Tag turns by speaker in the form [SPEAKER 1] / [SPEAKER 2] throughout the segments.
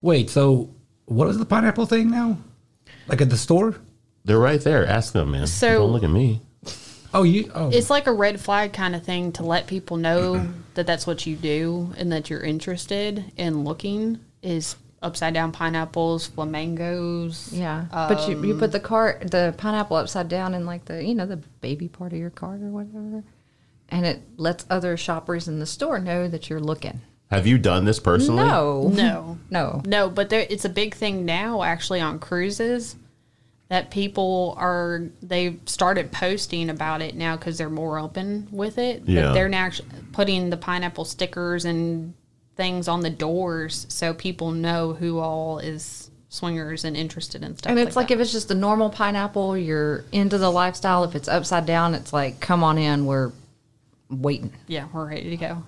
[SPEAKER 1] Wait, so what is the pineapple thing now? Like at the store?
[SPEAKER 2] They're right there. Ask them, man.
[SPEAKER 3] So-
[SPEAKER 2] don't look at me.
[SPEAKER 1] Oh, you. Oh,
[SPEAKER 3] It's like a red flag kind of thing to let people
[SPEAKER 4] Mm-hmm.
[SPEAKER 3] know that that's what you do and that you're interested in looking is upside down pineapples, flamingos.
[SPEAKER 4] Yeah, but you, you put the cart, the pineapple upside down in like the you know the baby part of your cart or whatever, and it lets other shoppers in the store know that you're looking.
[SPEAKER 2] Have you done this personally?
[SPEAKER 4] No,
[SPEAKER 3] No.
[SPEAKER 4] no.
[SPEAKER 3] No, but there, it's a big thing now actually on cruises that people are they started posting about it now because they're more open with it.
[SPEAKER 2] Yeah.
[SPEAKER 3] But they're now actu- putting the pineapple stickers and things on the doors so people know who all is swingers and interested in stuff.
[SPEAKER 4] And it's like
[SPEAKER 3] that.
[SPEAKER 4] if it's just a normal pineapple, you're into the lifestyle. If it's upside down, it's like come on in, we're waiting.
[SPEAKER 3] yeah, we're ready to go.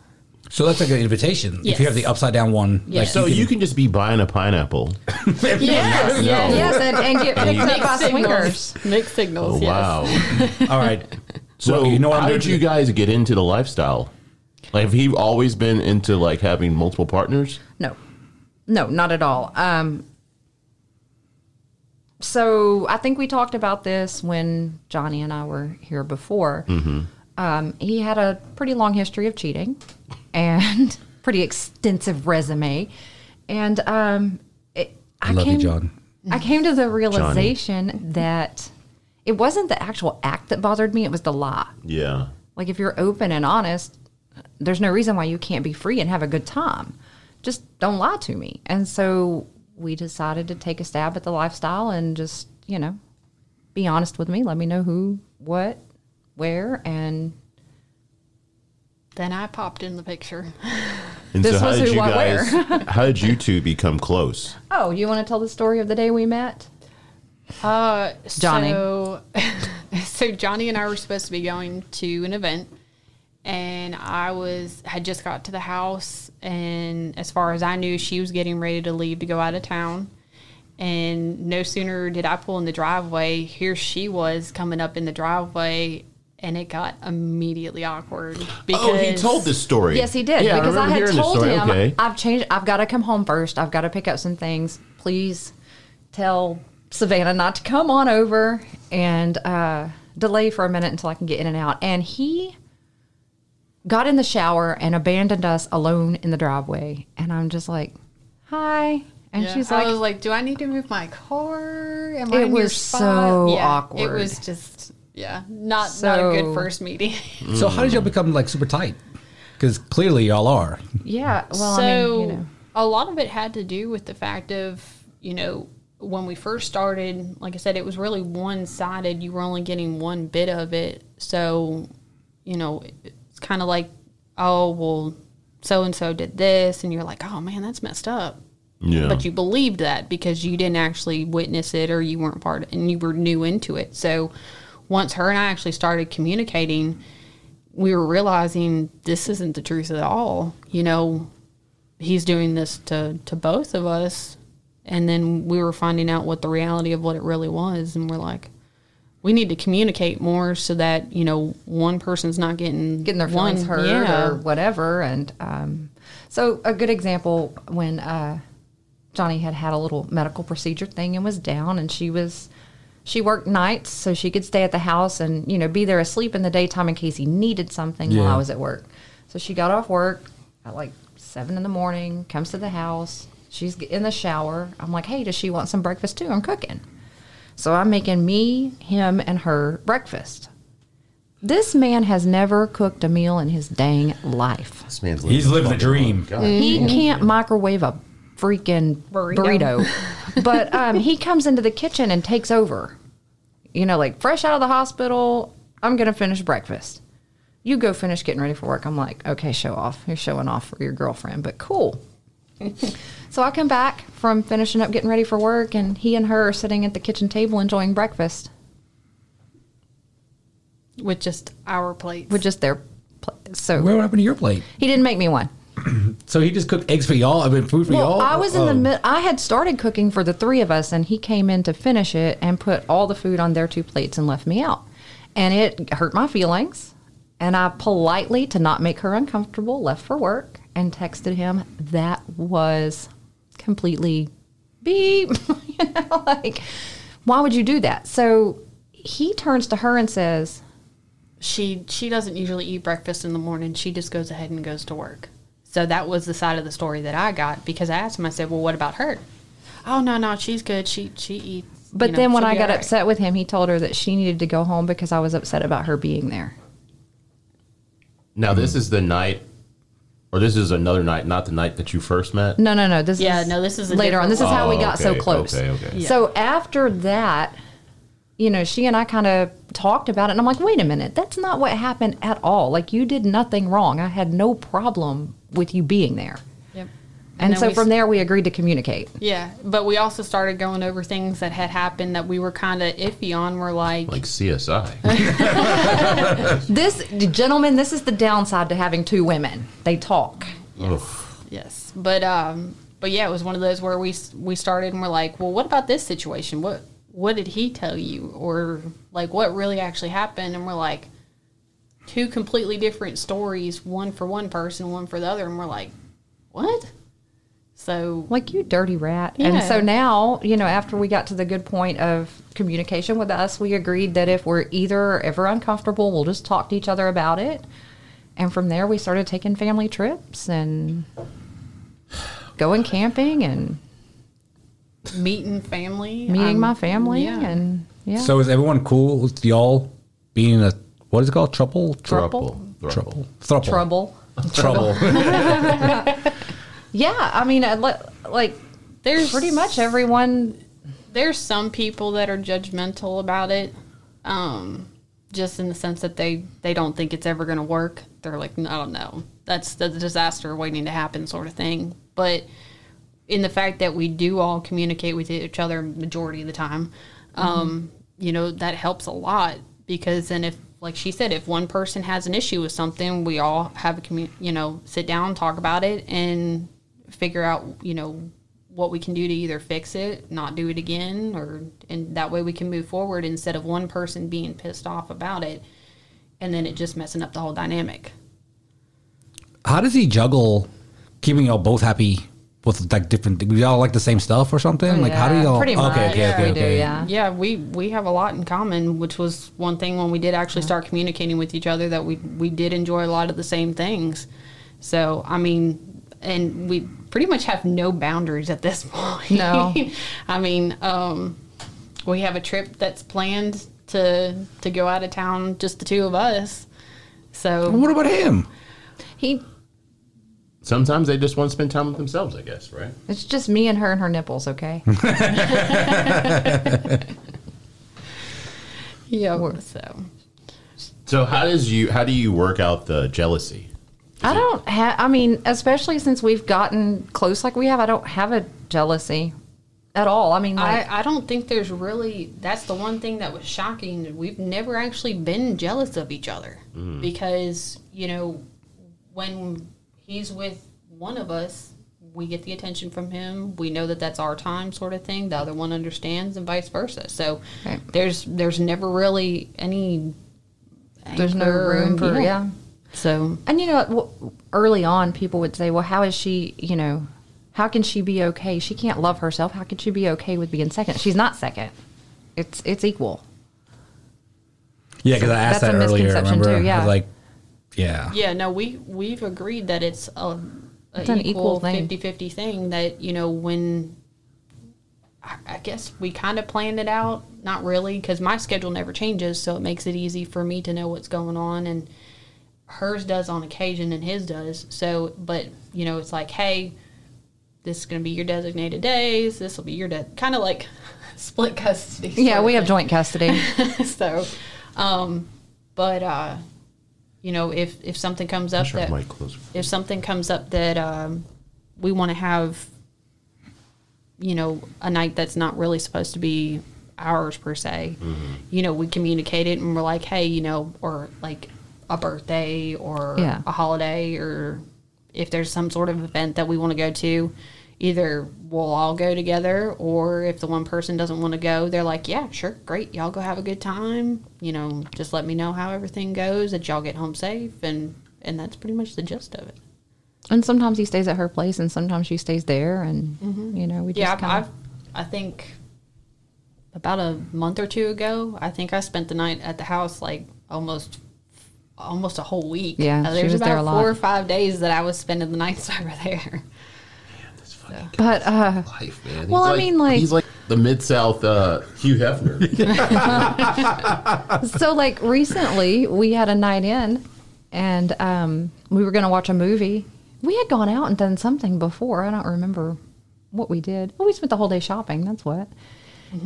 [SPEAKER 1] so that's like an invitation. If you have
[SPEAKER 3] Yes.
[SPEAKER 1] the upside down one,
[SPEAKER 3] Yes.
[SPEAKER 2] So you can just be buying a pineapple.
[SPEAKER 3] Yes,
[SPEAKER 2] yes.
[SPEAKER 4] Yes, and, and get picked up by swingers.
[SPEAKER 3] Mixed
[SPEAKER 2] Oh,
[SPEAKER 3] signals. yes.
[SPEAKER 2] wow.
[SPEAKER 1] can. All right.
[SPEAKER 2] So
[SPEAKER 1] Well, you know what I'm
[SPEAKER 2] how
[SPEAKER 1] doing
[SPEAKER 2] did you
[SPEAKER 1] today?
[SPEAKER 2] guys get into the lifestyle? Like, have you always been into like having multiple partners?
[SPEAKER 4] No, no, not at all. Um, so I think we talked about this when Johnny and I were here before.
[SPEAKER 1] Mm-hmm.
[SPEAKER 4] Um, he had a pretty long history of cheating and pretty extensive resume, and um, it, I,
[SPEAKER 1] I love
[SPEAKER 4] came,
[SPEAKER 1] you, John.
[SPEAKER 4] I came to the realization that it wasn't the actual act that bothered me; it was the lie.
[SPEAKER 2] Yeah.
[SPEAKER 4] Like if you're open and honest, there's no reason why you can't be free and have a good time. Just don't lie to me. And so we decided to take a stab at the lifestyle and just, you know, be honest with me. Let me know who, what, where, and
[SPEAKER 3] Then I popped in the picture.
[SPEAKER 2] And so
[SPEAKER 4] This
[SPEAKER 2] how
[SPEAKER 4] was
[SPEAKER 2] did
[SPEAKER 4] who
[SPEAKER 2] you
[SPEAKER 4] I wear.
[SPEAKER 2] guys how did you two become close?
[SPEAKER 4] oh, you want to tell the story of the day we met?
[SPEAKER 3] Uh,
[SPEAKER 4] Johnny.
[SPEAKER 3] So, so Johnny and I were supposed to be going to an event, and I was had just got to the house, and as far as I knew, she was getting ready to leave to go out of town. And no sooner did I pull in the driveway, here she was coming up in the driveway, and it got immediately awkward. Because
[SPEAKER 2] Oh, he told this story.
[SPEAKER 4] Yes, he did.
[SPEAKER 2] Yeah,
[SPEAKER 4] because I,
[SPEAKER 2] remember
[SPEAKER 4] had
[SPEAKER 2] hearing this
[SPEAKER 4] told
[SPEAKER 2] story.
[SPEAKER 4] him
[SPEAKER 2] Okay.
[SPEAKER 4] I've changed I've got to come home first. I've got to pick up some things. Please tell Savannah not to come on over and uh, delay for a minute until I can get in and out. And he got in the shower and abandoned us alone in the driveway. And I'm just like, "Hi." And
[SPEAKER 3] Yeah.
[SPEAKER 4] she's
[SPEAKER 3] I
[SPEAKER 4] like,
[SPEAKER 3] was like, "Do I need to move my car? Am
[SPEAKER 4] It
[SPEAKER 3] I in your
[SPEAKER 4] was
[SPEAKER 3] spot?"
[SPEAKER 4] so
[SPEAKER 3] Yeah, It
[SPEAKER 4] awkward.
[SPEAKER 3] was just, yeah, not not a
[SPEAKER 4] So-
[SPEAKER 3] good first meeting.
[SPEAKER 1] So how did y'all become like super tight? Because clearly y'all are.
[SPEAKER 4] "Yeah, well,
[SPEAKER 3] so
[SPEAKER 4] I mean, you know,
[SPEAKER 3] a lot of it had to do with the fact of you know when we first started like i said it was really one-sided you were only getting one bit of it so you know it's kind of like oh well so and so did this and you're like oh man that's messed up
[SPEAKER 2] Yeah.
[SPEAKER 3] but you believed that because you didn't actually witness it or you weren't part and you were new into it so once her and i actually started communicating we were realizing this isn't the truth at all you know he's doing this to to both of us and then we were finding out what the reality of what it really was and we're like we need to communicate more so that you know one person's not getting
[SPEAKER 4] getting their
[SPEAKER 3] one-
[SPEAKER 4] feelings hurt
[SPEAKER 3] yeah.
[SPEAKER 4] or whatever. And um, so, a good example when uh, Johnny had had a little medical procedure thing and was down, and she was she worked nights so she could stay at the house and you know be there asleep in the daytime in case he needed something while
[SPEAKER 1] Yeah.
[SPEAKER 4] I was at work. So she got off work at like seven in the morning, comes to the house. She's in the shower. I'm like, hey, does she want some breakfast too? I'm cooking. So I'm making me, him, and her breakfast. This man has never cooked a meal in his dang life.
[SPEAKER 2] this man's
[SPEAKER 1] He's living the dream.
[SPEAKER 4] He can't microwave a freaking burrito.
[SPEAKER 3] Burrito.
[SPEAKER 4] but um, he comes into the kitchen and takes over. You know, like fresh out of the hospital, I'm going to finish breakfast. You go finish getting ready for work. I'm like, okay, show off. You're showing off for your girlfriend, but cool. so I come back from finishing up getting ready for work, and he and her are sitting at the kitchen table enjoying breakfast
[SPEAKER 3] with just our plates
[SPEAKER 4] with just their. Pl- so
[SPEAKER 1] What happened to your plate?
[SPEAKER 4] he didn't make me one.
[SPEAKER 1] So he just cooked eggs for y'all. I mean, food for
[SPEAKER 4] Well,
[SPEAKER 1] y'all.
[SPEAKER 4] I was in the
[SPEAKER 1] Oh.
[SPEAKER 4] mid. I had started cooking for the three of us, and he came in to finish it and put all the food on their two plates and left me out, and it hurt my feelings. And I politely, to not make her uncomfortable, left for work and texted him. That was completely beep. you know, like, why would you do that? So he turns to her and says,
[SPEAKER 3] she she doesn't usually eat breakfast in the morning. She just goes ahead and goes to work. So that was the side of the story that I got because I asked him. I said, "Well, what about her?" Oh no, no, she's good. She she eats.
[SPEAKER 4] But
[SPEAKER 3] you know,
[SPEAKER 4] then when
[SPEAKER 3] she'll
[SPEAKER 4] I
[SPEAKER 3] be
[SPEAKER 4] got
[SPEAKER 3] all right."
[SPEAKER 4] upset with him, he told her that she needed to go home because I was upset about her being there.
[SPEAKER 2] Now this is the night, or this is another night, not the night that you first met.
[SPEAKER 4] No, no, no. This
[SPEAKER 3] Yeah,
[SPEAKER 4] is
[SPEAKER 3] no, this is a
[SPEAKER 4] later on.
[SPEAKER 3] different
[SPEAKER 4] This is how we
[SPEAKER 2] one.
[SPEAKER 4] got so
[SPEAKER 2] Oh, Okay,
[SPEAKER 4] close.
[SPEAKER 2] okay, okay.
[SPEAKER 4] So after that, you know, she and I kind of talked about it, and I'm like, wait a minute, that's not what happened at all. Like you did nothing wrong. I had no problem with you being there.
[SPEAKER 3] Yep.
[SPEAKER 4] And,
[SPEAKER 3] then
[SPEAKER 4] so
[SPEAKER 3] we
[SPEAKER 4] from there, we agreed to communicate.
[SPEAKER 3] Yeah, but we also started going over things that had happened that we were kind of iffy on. We're like,
[SPEAKER 2] Like CSI.
[SPEAKER 4] This gentlemen, this is the downside to having two women. They talk.
[SPEAKER 2] Oof.
[SPEAKER 3] yes, but um, but yeah, it was one of those where we s- we started and we're like, well, what about this situation? What what did he tell you, or like what really actually happened? And we're like, two completely different stories, one for one person, one for the other, and we're like, what? So
[SPEAKER 4] Like you dirty rat. And
[SPEAKER 3] Yeah.
[SPEAKER 4] so now, you know, after we got to the good point of communication with us, we agreed that if we're either ever uncomfortable, we'll just talk to each other about it. And from there, we started taking family trips and going camping and
[SPEAKER 3] meeting family,
[SPEAKER 4] meeting
[SPEAKER 3] um,
[SPEAKER 4] my family
[SPEAKER 3] yeah.
[SPEAKER 4] and yeah.
[SPEAKER 1] So is everyone cool with y'all being a what is it called? Trouble?
[SPEAKER 4] Thruple?
[SPEAKER 2] Thruple.
[SPEAKER 1] Trouble. Thruple. Trouble.
[SPEAKER 4] trouble. Yeah, I mean, I li- like
[SPEAKER 3] There's
[SPEAKER 4] pretty much everyone.
[SPEAKER 3] there's some people that are judgmental about it um just in the sense that they they don't think it's ever going to work they're like no no that's the disaster waiting to happen sort of thing but in the fact that we do all communicate with each other majority of the time um you know that helps a lot because then if like she said if one person has an issue with something we all have a commu- you know sit down talk about it and figure out you know what we can do to either fix it, not do it again, or and that way we can move forward instead of one person being pissed off about it and then it just messing up the whole dynamic.
[SPEAKER 1] How does he juggle keeping y'all both happy with like different? Do y'all like the same stuff or something? like how do
[SPEAKER 4] Oh, Yeah,
[SPEAKER 1] y'all?
[SPEAKER 4] Pretty much.
[SPEAKER 1] Okay, okay, okay,
[SPEAKER 4] we
[SPEAKER 1] okay.
[SPEAKER 4] do, yeah.
[SPEAKER 3] Yeah, we we have a lot in common, which was one thing when we did actually start communicating with each other that we we did enjoy a lot of the same things. So, I mean, and we pretty much have no boundaries at this point.
[SPEAKER 4] No.
[SPEAKER 3] I mean, um we have a trip that's planned to to go out of town just the two of us. So
[SPEAKER 1] What about him?
[SPEAKER 4] He,
[SPEAKER 2] Sometimes they just want to spend time with themselves, I guess, right?
[SPEAKER 4] it's just me and her and her nipples, okay?
[SPEAKER 3] Yeah. So
[SPEAKER 2] So how does you how do you work out the jealousy?
[SPEAKER 4] I don't have. I mean, especially since we've gotten close like we have, I don't have a jealousy at all. I mean, like,
[SPEAKER 3] I, I don't think there's really that's the one thing that was shocking. We've never actually been jealous of each other
[SPEAKER 4] Mm.
[SPEAKER 3] because, you know, when he's with one of us, we get the attention from him. We know that that's our time sort of thing. The other one understands and vice versa. So
[SPEAKER 4] Right.
[SPEAKER 3] there's there's never really any
[SPEAKER 4] there's no
[SPEAKER 3] anger or-
[SPEAKER 4] room for yeah.
[SPEAKER 3] So
[SPEAKER 4] And you know, w- early on, people would say, "Well, how is she? You know, how can she be okay? She can't love herself. How can she be okay with being second? She's not second. It's it's equal.
[SPEAKER 1] Yeah, because I asked
[SPEAKER 4] That's a
[SPEAKER 1] that earlier.
[SPEAKER 4] misconception
[SPEAKER 1] Remember,
[SPEAKER 4] too,
[SPEAKER 1] I
[SPEAKER 4] yeah.
[SPEAKER 1] was like, yeah,
[SPEAKER 3] Yeah, no, we we've agreed that it's a, a
[SPEAKER 4] It's an equal
[SPEAKER 3] equal,
[SPEAKER 4] thing.
[SPEAKER 3] fifty fifty 50-50 thing that, you know, when I, I guess we kind of planned it out, not really because my schedule never changes, so it makes it easy for me to know what's going on and hers does on occasion and his does. So, but you know, it's like, hey, this is going to be your designated days. This will be your de-, kind of like split custody. sort
[SPEAKER 4] Yeah,
[SPEAKER 3] of
[SPEAKER 4] we have
[SPEAKER 3] thing
[SPEAKER 4] joint custody.
[SPEAKER 3] so um but uh you know if if something comes up
[SPEAKER 2] Sure,
[SPEAKER 3] that
[SPEAKER 2] Mike, closer.
[SPEAKER 3] if something comes up that um we want to have you know a night that's not really supposed to be ours per se you know we communicate it and we're like hey you know or like a birthday or
[SPEAKER 4] Yeah.
[SPEAKER 3] a holiday or if there's some sort of event that we want to go to either we'll all go together or if the one person doesn't want to go they're like yeah sure great y'all go have a good time you know just let me know how everything goes that y'all get home safe and and that's pretty much the gist of it
[SPEAKER 4] And sometimes he stays at her place, and sometimes she stays there, and you know we
[SPEAKER 3] Mm-hmm.
[SPEAKER 4] just
[SPEAKER 3] Yeah, I've,
[SPEAKER 4] kind
[SPEAKER 3] I've,
[SPEAKER 4] of
[SPEAKER 3] I think about a month or two ago, I think I spent the night at the house like almost almost a whole week.
[SPEAKER 4] Yeah,
[SPEAKER 3] Uh,
[SPEAKER 4] she
[SPEAKER 3] there's
[SPEAKER 4] was
[SPEAKER 3] about
[SPEAKER 4] there a lot.
[SPEAKER 3] four or five days that I was spending the nights over there.
[SPEAKER 2] That's fucking
[SPEAKER 4] but uh,
[SPEAKER 2] life, man. He's
[SPEAKER 4] Well, I mean, like-
[SPEAKER 2] he's like the mid South uh, Hugh Hefner.
[SPEAKER 4] so like recently we had a night in and um, we were going to watch a movie we had gone out and done something before i don't remember what we did well we spent the whole day shopping that's what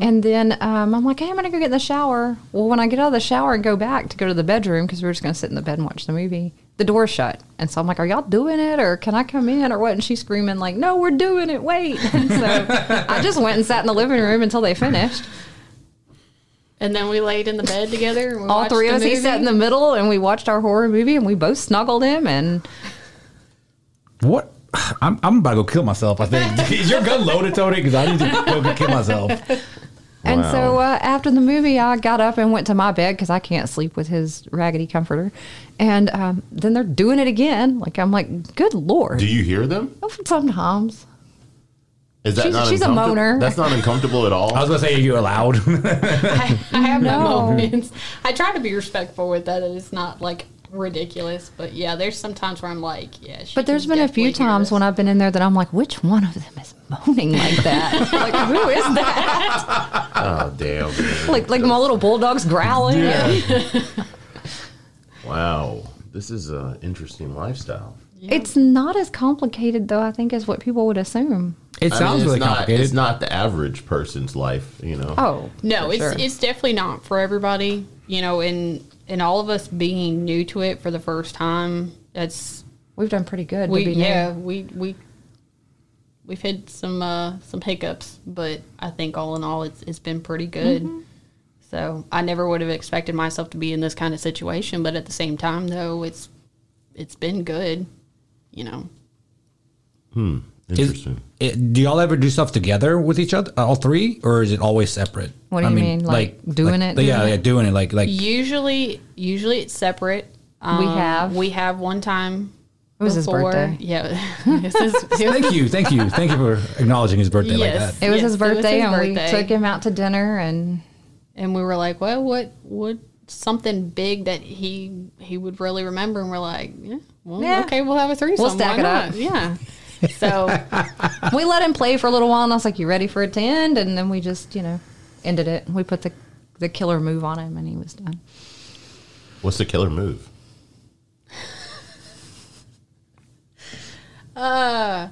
[SPEAKER 4] and then um, i'm like hey i'm going to go get in the shower well when i get out of the shower and go back to go to the bedroom because we were just going to sit in the bed and watch the movie the door's shut and so i'm like are y'all doing it or can i come in or what and she's screaming like no we're doing it wait and so i just went and sat in the living room until they finished
[SPEAKER 3] And then we laid in the bed together. And we
[SPEAKER 4] all
[SPEAKER 3] watched
[SPEAKER 4] three of
[SPEAKER 3] the
[SPEAKER 4] us he
[SPEAKER 3] movie.
[SPEAKER 4] sat in the middle and we watched our horror movie and we both snuggled him and
[SPEAKER 1] What? I'm, I'm about to go kill myself. I think is your gun loaded, Tony? Because I need to go get- kill myself.
[SPEAKER 4] and so uh, after the movie i got up and went to my bed because i can't sleep with his raggedy comforter and um, then they're doing it again like i'm like good lord
[SPEAKER 2] Do you hear them?
[SPEAKER 4] sometimes
[SPEAKER 2] Is that
[SPEAKER 4] She's-
[SPEAKER 2] not
[SPEAKER 4] she's a
[SPEAKER 2] uncomfortable?
[SPEAKER 4] moaner.
[SPEAKER 2] That's not uncomfortable at all.
[SPEAKER 1] I was gonna say you're allowed.
[SPEAKER 3] I, I have my
[SPEAKER 4] No.
[SPEAKER 3] moments. I try to be respectful with that, and it's not like ridiculous. But yeah, there's some times where I'm like, yeah.
[SPEAKER 4] but there's been a few times when i've been in there that i'm like which one of them is moaning like that like who is that
[SPEAKER 2] oh damn! man.
[SPEAKER 4] like like my little bulldog's growling
[SPEAKER 2] Wow, this is an interesting lifestyle.
[SPEAKER 4] it's not as complicated though i think as what people would assume
[SPEAKER 1] It
[SPEAKER 2] I mean,
[SPEAKER 1] sounds
[SPEAKER 2] it's
[SPEAKER 1] really
[SPEAKER 2] not,
[SPEAKER 1] complicated.
[SPEAKER 2] It's not the average person's life, you know.
[SPEAKER 4] oh
[SPEAKER 3] No,
[SPEAKER 4] for
[SPEAKER 3] it's
[SPEAKER 4] sure.
[SPEAKER 3] it's definitely not for everybody. You know, and and all of us being new to it for the first time, that's
[SPEAKER 4] we've done pretty good
[SPEAKER 3] we
[SPEAKER 4] to be new.
[SPEAKER 3] yeah we we we've had some uh, some hiccups, but I think all in all, it's it's been pretty good.
[SPEAKER 4] Mm-hmm.
[SPEAKER 3] So I never would have expected myself to be in this kind of situation, but at the same time, though, it's it's been good. You know,
[SPEAKER 1] Is-
[SPEAKER 2] Interesting.
[SPEAKER 1] it- do y'all ever do stuff together with each other, all three, or is it always separate?
[SPEAKER 4] What do you mean, like, doing it, doing
[SPEAKER 1] yeah,
[SPEAKER 4] it?
[SPEAKER 1] yeah, doing it. Like, like
[SPEAKER 3] usually usually it's separate. Um,
[SPEAKER 4] We have-
[SPEAKER 3] we have one time. It
[SPEAKER 4] was his birthday.
[SPEAKER 3] Yeah, this is
[SPEAKER 1] thank you, thank you, thank you for acknowledging his birthday like
[SPEAKER 3] Yes.
[SPEAKER 1] that.
[SPEAKER 4] It was
[SPEAKER 3] Yes, it
[SPEAKER 4] his
[SPEAKER 3] was
[SPEAKER 4] birthday,
[SPEAKER 3] his
[SPEAKER 4] and
[SPEAKER 3] birthday.
[SPEAKER 4] we took him out to dinner, and
[SPEAKER 3] and we were like, well, what what something big that he he would really remember, and we're like, yeah, well,
[SPEAKER 4] Yeah.
[SPEAKER 3] okay, we'll have a threesome.
[SPEAKER 4] We'll stack
[SPEAKER 3] Why
[SPEAKER 4] it up.
[SPEAKER 3] not? Yeah. So
[SPEAKER 4] we let him play for a little while. And I was like, "You ready for it to end?" And then we just, you know, ended it. We put the the killer move on him, and he was done.
[SPEAKER 2] What's the killer move?
[SPEAKER 3] uh,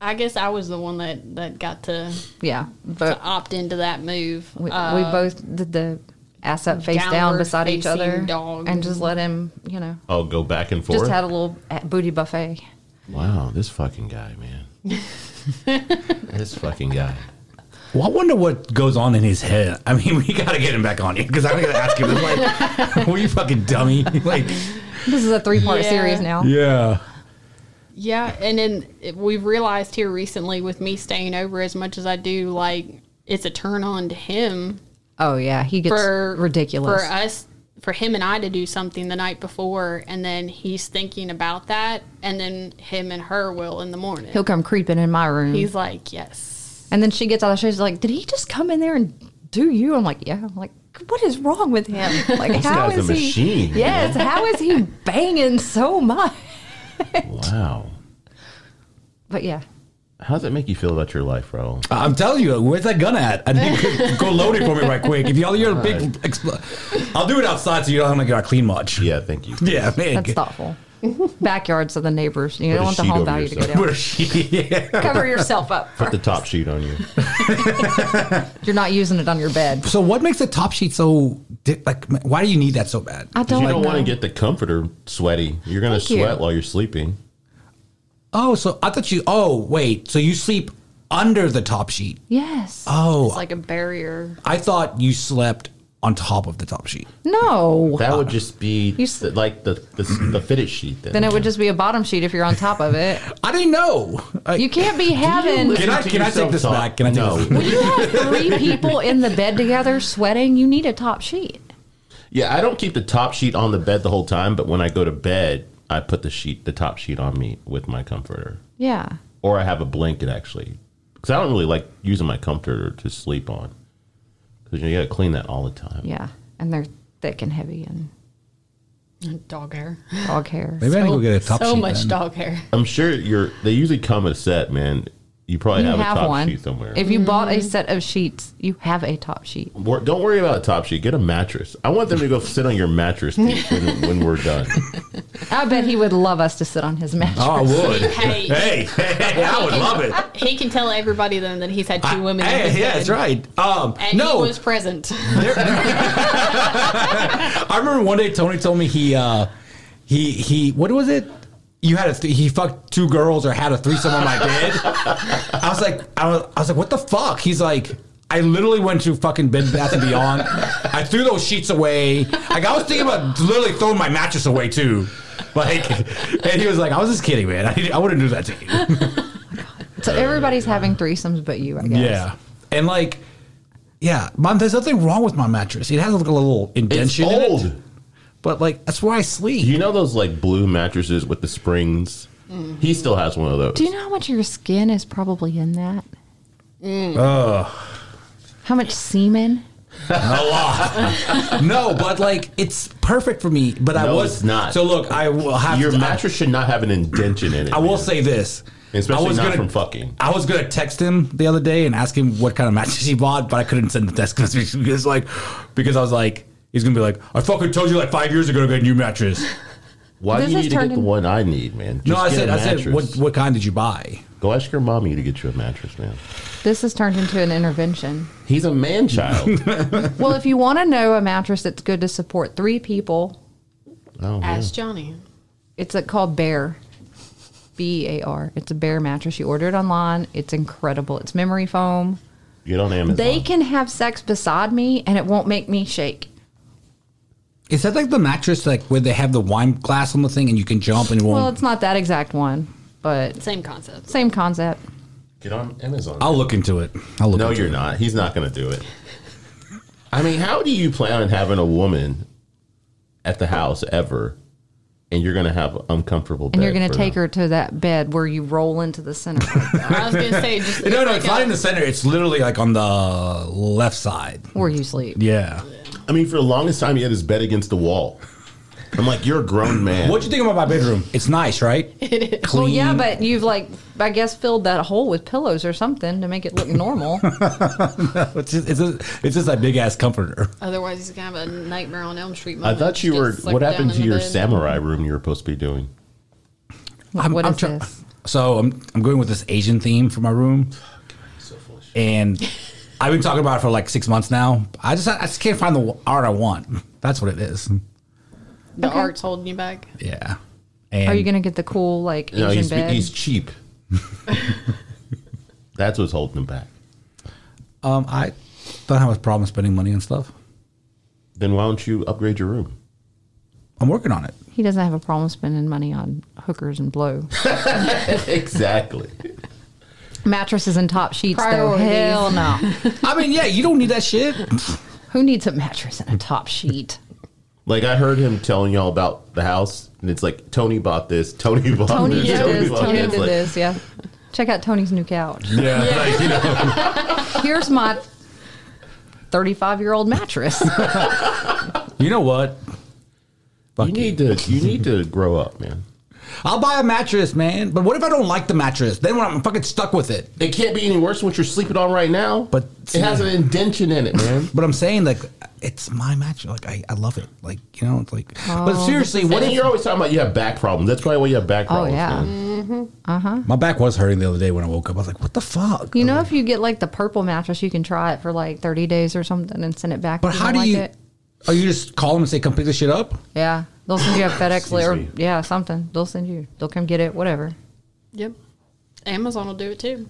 [SPEAKER 3] I guess I was the one that that got to
[SPEAKER 4] Yeah,
[SPEAKER 3] to
[SPEAKER 4] but
[SPEAKER 3] opt into that move.
[SPEAKER 4] we,
[SPEAKER 3] Uh,
[SPEAKER 4] we both did the ass up, face down,
[SPEAKER 3] downward
[SPEAKER 4] beside each other,
[SPEAKER 3] facing dog.
[SPEAKER 4] and just let him, you know,
[SPEAKER 2] Oh, go back and forth.
[SPEAKER 4] just had a little at- booty buffet.
[SPEAKER 2] wow, this fucking guy, man. this fucking guy.
[SPEAKER 1] Well, I wonder what goes on in his head. I mean, we gotta get him back on here because I'm gonna ask him. Like, were you fucking dummy? Like,
[SPEAKER 4] This is a three part
[SPEAKER 3] Yeah.
[SPEAKER 4] series now.
[SPEAKER 1] yeah.
[SPEAKER 3] yeah, and then it- we've realized here recently with me staying over as much as I do, like it's a turn on to him
[SPEAKER 4] Oh yeah, he gets
[SPEAKER 3] for
[SPEAKER 4] ridiculous.
[SPEAKER 3] for us for him and I to do something the night before, and then he's thinking about that, and then him and her will in the morning.
[SPEAKER 4] He'll come creeping in my room.
[SPEAKER 3] He's like, yes.
[SPEAKER 4] And then she gets out of the show. She's like, "Did he just come in there and do you?" I'm like, "Yeah." I'm like, "What is wrong with him? Like, how
[SPEAKER 2] guy's a
[SPEAKER 4] is he?
[SPEAKER 2] machine, man.
[SPEAKER 4] Yes, how is he banging so much?"
[SPEAKER 2] Wow.
[SPEAKER 4] But yeah,
[SPEAKER 2] How does that make you feel about your life, Raul?
[SPEAKER 1] I'm telling you, where's that gun at? I need go load it for me right quick. If y'all hear a big, expl- I'll do it outside so you don't have to get clean much.
[SPEAKER 2] Yeah, thank you.
[SPEAKER 1] yeah, man.
[SPEAKER 4] that's thoughtful. Backyard so the neighbors. You
[SPEAKER 2] Put a
[SPEAKER 4] don't want the
[SPEAKER 2] sheet
[SPEAKER 4] home
[SPEAKER 2] over
[SPEAKER 4] value to go
[SPEAKER 2] yourself.
[SPEAKER 4] down.
[SPEAKER 1] Where she? Yeah.
[SPEAKER 4] Cover yourself up.
[SPEAKER 2] Put the top sheet on you.
[SPEAKER 4] You're not using it on your bed.
[SPEAKER 1] So what makes the top sheet so di- like? Why do you need that so bad?
[SPEAKER 4] I
[SPEAKER 2] Because
[SPEAKER 4] don't,
[SPEAKER 2] you don't
[SPEAKER 4] know.
[SPEAKER 2] want to get the comforter sweaty. You're going to
[SPEAKER 4] Thank you.
[SPEAKER 2] sweat while you're sleeping.
[SPEAKER 1] Oh, so I thought you. Oh, wait. So you sleep under the top sheet.
[SPEAKER 4] Yes.
[SPEAKER 1] Oh,
[SPEAKER 3] It's like a barrier.
[SPEAKER 1] I thought you slept on top of the top sheet.
[SPEAKER 4] no.
[SPEAKER 2] That would just be
[SPEAKER 4] s-
[SPEAKER 2] the- like the, the the fitted sheet. Then,
[SPEAKER 4] Then it would just be a bottom sheet if you're on top of it.
[SPEAKER 1] I didn't know. I-
[SPEAKER 4] You can't be having.
[SPEAKER 1] Can I-
[SPEAKER 2] Listen to
[SPEAKER 1] can I
[SPEAKER 2] yourself
[SPEAKER 1] take this
[SPEAKER 2] talk.
[SPEAKER 1] back? Can I take
[SPEAKER 2] no.
[SPEAKER 1] this
[SPEAKER 4] When you have three people in the bed together sweating, you need a top sheet.
[SPEAKER 2] Yeah, I don't keep the top sheet on the bed the whole time, but when I go to bed, I put the sheet, the top sheet on me with my comforter,
[SPEAKER 4] Yeah.
[SPEAKER 2] or I have a blanket actually, because I don't really like using my comforter to sleep on, because you, got to clean that all the time.
[SPEAKER 4] Yeah. And they're thick and heavy and
[SPEAKER 3] Dog hair.
[SPEAKER 4] dog hair.
[SPEAKER 1] Maybe I need to go get a top
[SPEAKER 3] so
[SPEAKER 1] sheet.
[SPEAKER 3] much
[SPEAKER 1] then.
[SPEAKER 3] dog hair.
[SPEAKER 2] I'm sure you're. They usually come in a set, man. You probably
[SPEAKER 4] You
[SPEAKER 2] have, a
[SPEAKER 4] have
[SPEAKER 2] top Mm-hmm.
[SPEAKER 4] one.
[SPEAKER 2] sheet somewhere.
[SPEAKER 4] If you bought a set of sheets, you have a top sheet.
[SPEAKER 2] Wor- Don't worry about a top sheet. Get a mattress. I want them to go sit on your mattress Pete, when, when we're done.
[SPEAKER 4] I bet he would love us to sit on his mattress.
[SPEAKER 1] Oh, I would.
[SPEAKER 3] Hey.
[SPEAKER 2] hey, hey, I would love it.
[SPEAKER 3] He can tell everybody then that he's had two women. in his
[SPEAKER 1] Hey, yeah,
[SPEAKER 3] bed.
[SPEAKER 1] that's right. Um,
[SPEAKER 3] And
[SPEAKER 1] no,
[SPEAKER 3] he was present.
[SPEAKER 1] I remember one day Tony told me he uh he he what was it? You had a th- he fucked two girls or had a threesome on my bed. I was like I was, I was like what the fuck? He's like I literally went to fucking Bed Bath and Beyond. I threw those sheets away. Like I was thinking about literally throwing my mattress away too. Like and he was like I was just kidding, man. I, I wouldn't do that to you.
[SPEAKER 4] so everybody's having threesomes but you, I guess.
[SPEAKER 1] Yeah. And like yeah, mom, there's nothing wrong with my mattress. It has like a little
[SPEAKER 2] It's
[SPEAKER 1] indentation. in it,
[SPEAKER 2] old.
[SPEAKER 1] but like that's where I sleep.
[SPEAKER 2] You know those like blue mattresses with the springs? He still has one of those.
[SPEAKER 4] Mm-hmm. Do you know how much of your skin is probably in that?
[SPEAKER 2] Mm.
[SPEAKER 4] How much semen?
[SPEAKER 1] No, but like it's perfect for me. But I
[SPEAKER 2] No,
[SPEAKER 1] was
[SPEAKER 2] it's not.
[SPEAKER 1] So look, I will have
[SPEAKER 2] Your
[SPEAKER 1] to,
[SPEAKER 2] mattress should not have an indention in it.
[SPEAKER 1] I, I will
[SPEAKER 2] man.
[SPEAKER 1] say this.
[SPEAKER 2] especially
[SPEAKER 1] I was
[SPEAKER 2] not
[SPEAKER 1] gonna,
[SPEAKER 2] from fucking.
[SPEAKER 1] I was gonna text him the other day and ask him what kind of mattress he bought, but I couldn't send the text message because like because I was like he's gonna be like I fucking told you like five years ago to get a new mattress.
[SPEAKER 2] Why
[SPEAKER 4] This
[SPEAKER 2] do you
[SPEAKER 4] has
[SPEAKER 2] need to get
[SPEAKER 4] turned
[SPEAKER 2] the
[SPEAKER 4] in-
[SPEAKER 2] one I need, man? Just
[SPEAKER 1] no, I
[SPEAKER 2] get
[SPEAKER 1] said
[SPEAKER 2] a
[SPEAKER 1] I said
[SPEAKER 2] mattress.
[SPEAKER 1] what what kind did you buy?
[SPEAKER 2] Go ask your mommy to get you a mattress, man.
[SPEAKER 4] This has turned into an intervention.
[SPEAKER 2] He's a man child.
[SPEAKER 4] well, if you want to know a mattress that's good to support three people,
[SPEAKER 2] oh, yeah.
[SPEAKER 3] Ask Johnny.
[SPEAKER 4] it's a, called Bear. B A R. It's a bear mattress. You order it online. It's incredible. It's memory foam.
[SPEAKER 2] Get on Amazon.
[SPEAKER 4] They can have sex beside me and it won't make me shake.
[SPEAKER 1] Is that like the mattress like where they have the wine glass on the thing and you can jump and it won't?
[SPEAKER 4] Well, it's not that exact one, but
[SPEAKER 3] Same concept.
[SPEAKER 4] same concept.
[SPEAKER 2] get on Amazon.
[SPEAKER 1] I'll look into it. I'll look.
[SPEAKER 2] No,
[SPEAKER 1] into
[SPEAKER 2] you're
[SPEAKER 1] it.
[SPEAKER 2] not. He's not going to do it. I mean, how do you plan on having a woman at the house ever, and you're going to have an uncomfortable?
[SPEAKER 4] And you're going to take her to that bed where you roll into the center. like that,
[SPEAKER 3] I was going to say just
[SPEAKER 1] No, no,
[SPEAKER 3] like
[SPEAKER 1] it's
[SPEAKER 3] a-
[SPEAKER 1] not in the center. It's literally like on the left side.
[SPEAKER 4] where you sleep.
[SPEAKER 1] Yeah.
[SPEAKER 2] I mean, for the longest time, he had his bed against the wall. I'm like, you're a grown man.
[SPEAKER 1] What do you think about my bedroom? It's nice, right? It is. Clean.
[SPEAKER 4] Well, yeah, but you've like, I guess, filled that hole with pillows or something to make it look normal.
[SPEAKER 1] it's just, it's just, it's just that big ass comforter.
[SPEAKER 3] Otherwise, he's going to have a nightmare on Elm Street.
[SPEAKER 2] I
[SPEAKER 3] Moment.
[SPEAKER 2] thought you
[SPEAKER 3] Just
[SPEAKER 2] were.
[SPEAKER 3] get
[SPEAKER 2] What
[SPEAKER 3] sucked
[SPEAKER 2] happened
[SPEAKER 3] down
[SPEAKER 2] to
[SPEAKER 3] in
[SPEAKER 2] your
[SPEAKER 3] the bed.
[SPEAKER 2] samurai room you were supposed to be doing?
[SPEAKER 4] What is
[SPEAKER 1] try-
[SPEAKER 4] this?
[SPEAKER 1] So I'm I'm going with this Asian theme for my room, and I've been talking about it for like six months now. I just I just can't find the art I want. That's what it is.
[SPEAKER 3] The art's holding you back.
[SPEAKER 1] Yeah. And
[SPEAKER 4] Are you going to get the cool like Asian
[SPEAKER 2] No, he's
[SPEAKER 4] bed?
[SPEAKER 2] he's cheap. That's what's holding him back.
[SPEAKER 1] Um, I don't have a problem spending money on stuff.
[SPEAKER 2] Then why don't you upgrade your room?
[SPEAKER 1] I'm working on it.
[SPEAKER 4] he doesn't have a problem spending money on hookers and blow
[SPEAKER 2] exactly.
[SPEAKER 4] mattresses and top sheets.
[SPEAKER 3] Priorities.
[SPEAKER 4] Though, hell no.
[SPEAKER 1] I mean, yeah, you don't need that shit.
[SPEAKER 4] Who needs a mattress and a top sheet?
[SPEAKER 2] Like I heard him telling y'all about the house, and it's like Tony bought this, Tony bought
[SPEAKER 4] Tony
[SPEAKER 2] this,
[SPEAKER 4] did this.
[SPEAKER 2] bought
[SPEAKER 4] Tony
[SPEAKER 2] this.
[SPEAKER 4] did
[SPEAKER 2] Like,
[SPEAKER 4] this. Yeah. Check out Tony's new couch.
[SPEAKER 1] Yeah. Like, you know.
[SPEAKER 4] Here's my 35 year old mattress.
[SPEAKER 1] You know what? Fuck
[SPEAKER 2] You need to you need to grow up, man.
[SPEAKER 1] I'll buy a mattress, man. But what if I don't like the mattress? Then when I'm fucking stuck with it.
[SPEAKER 2] It can't be any worse than what you're sleeping on right now.
[SPEAKER 1] But-
[SPEAKER 2] it has an indention in it, man.
[SPEAKER 1] But I'm saying like it's my match. Like I, I love it. Like you know, it's like. but seriously,
[SPEAKER 2] What
[SPEAKER 1] what
[SPEAKER 2] and
[SPEAKER 1] if
[SPEAKER 2] you're always talking about you have back problems. That's probably why you have back
[SPEAKER 4] Oh,
[SPEAKER 2] problems.
[SPEAKER 4] yeah.
[SPEAKER 2] man.
[SPEAKER 1] my back was hurting the other day when I woke up? I was like, what the fuck?
[SPEAKER 4] You know, if you get like the purple mattress, you can try it for like 30 days or something and send it back.
[SPEAKER 1] But
[SPEAKER 4] if
[SPEAKER 1] how do
[SPEAKER 4] don't like
[SPEAKER 1] you?
[SPEAKER 4] It.
[SPEAKER 1] Are you just call them and say come pick this shit up?
[SPEAKER 4] Yeah. They'll send you a FedEx or,
[SPEAKER 2] me.
[SPEAKER 4] yeah, something. They'll send you. They'll come get it, whatever.
[SPEAKER 3] Yep. Amazon will do it too.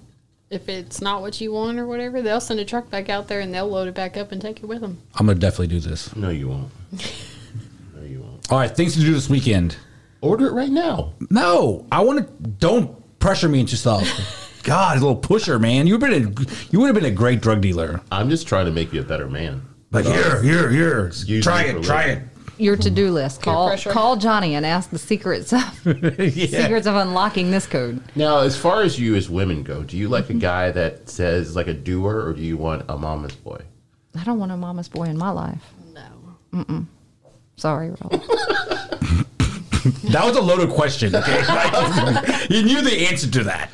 [SPEAKER 3] If it's not what you want or whatever, they'll send a truck back out there and they'll load it back up and take it with them.
[SPEAKER 1] I'm gonna definitely do this.
[SPEAKER 2] No, you won't. No, you won't.
[SPEAKER 1] All right, things to do this weekend.
[SPEAKER 2] Order it right now.
[SPEAKER 1] No, I want to. Don't pressure me into stuff. God, a little pusher, man. You've been a, you would have been a great drug dealer.
[SPEAKER 2] I'm just trying to make you a better man.
[SPEAKER 1] But here, here, here.
[SPEAKER 2] Excuse
[SPEAKER 1] try
[SPEAKER 2] me for
[SPEAKER 1] it, try it.
[SPEAKER 2] living.
[SPEAKER 4] your to-do list. Call
[SPEAKER 3] pressure.
[SPEAKER 4] call Johnny and ask the secrets of secrets of unlocking this code.
[SPEAKER 2] Now, as far as you as women go, do you like a guy that says like a doer, or do you want a mama's boy?
[SPEAKER 4] I don't want a mama's boy in my life.
[SPEAKER 3] No.
[SPEAKER 4] Sorry, Rob.
[SPEAKER 1] That was a loaded question. Okay, Like, you knew the answer to that.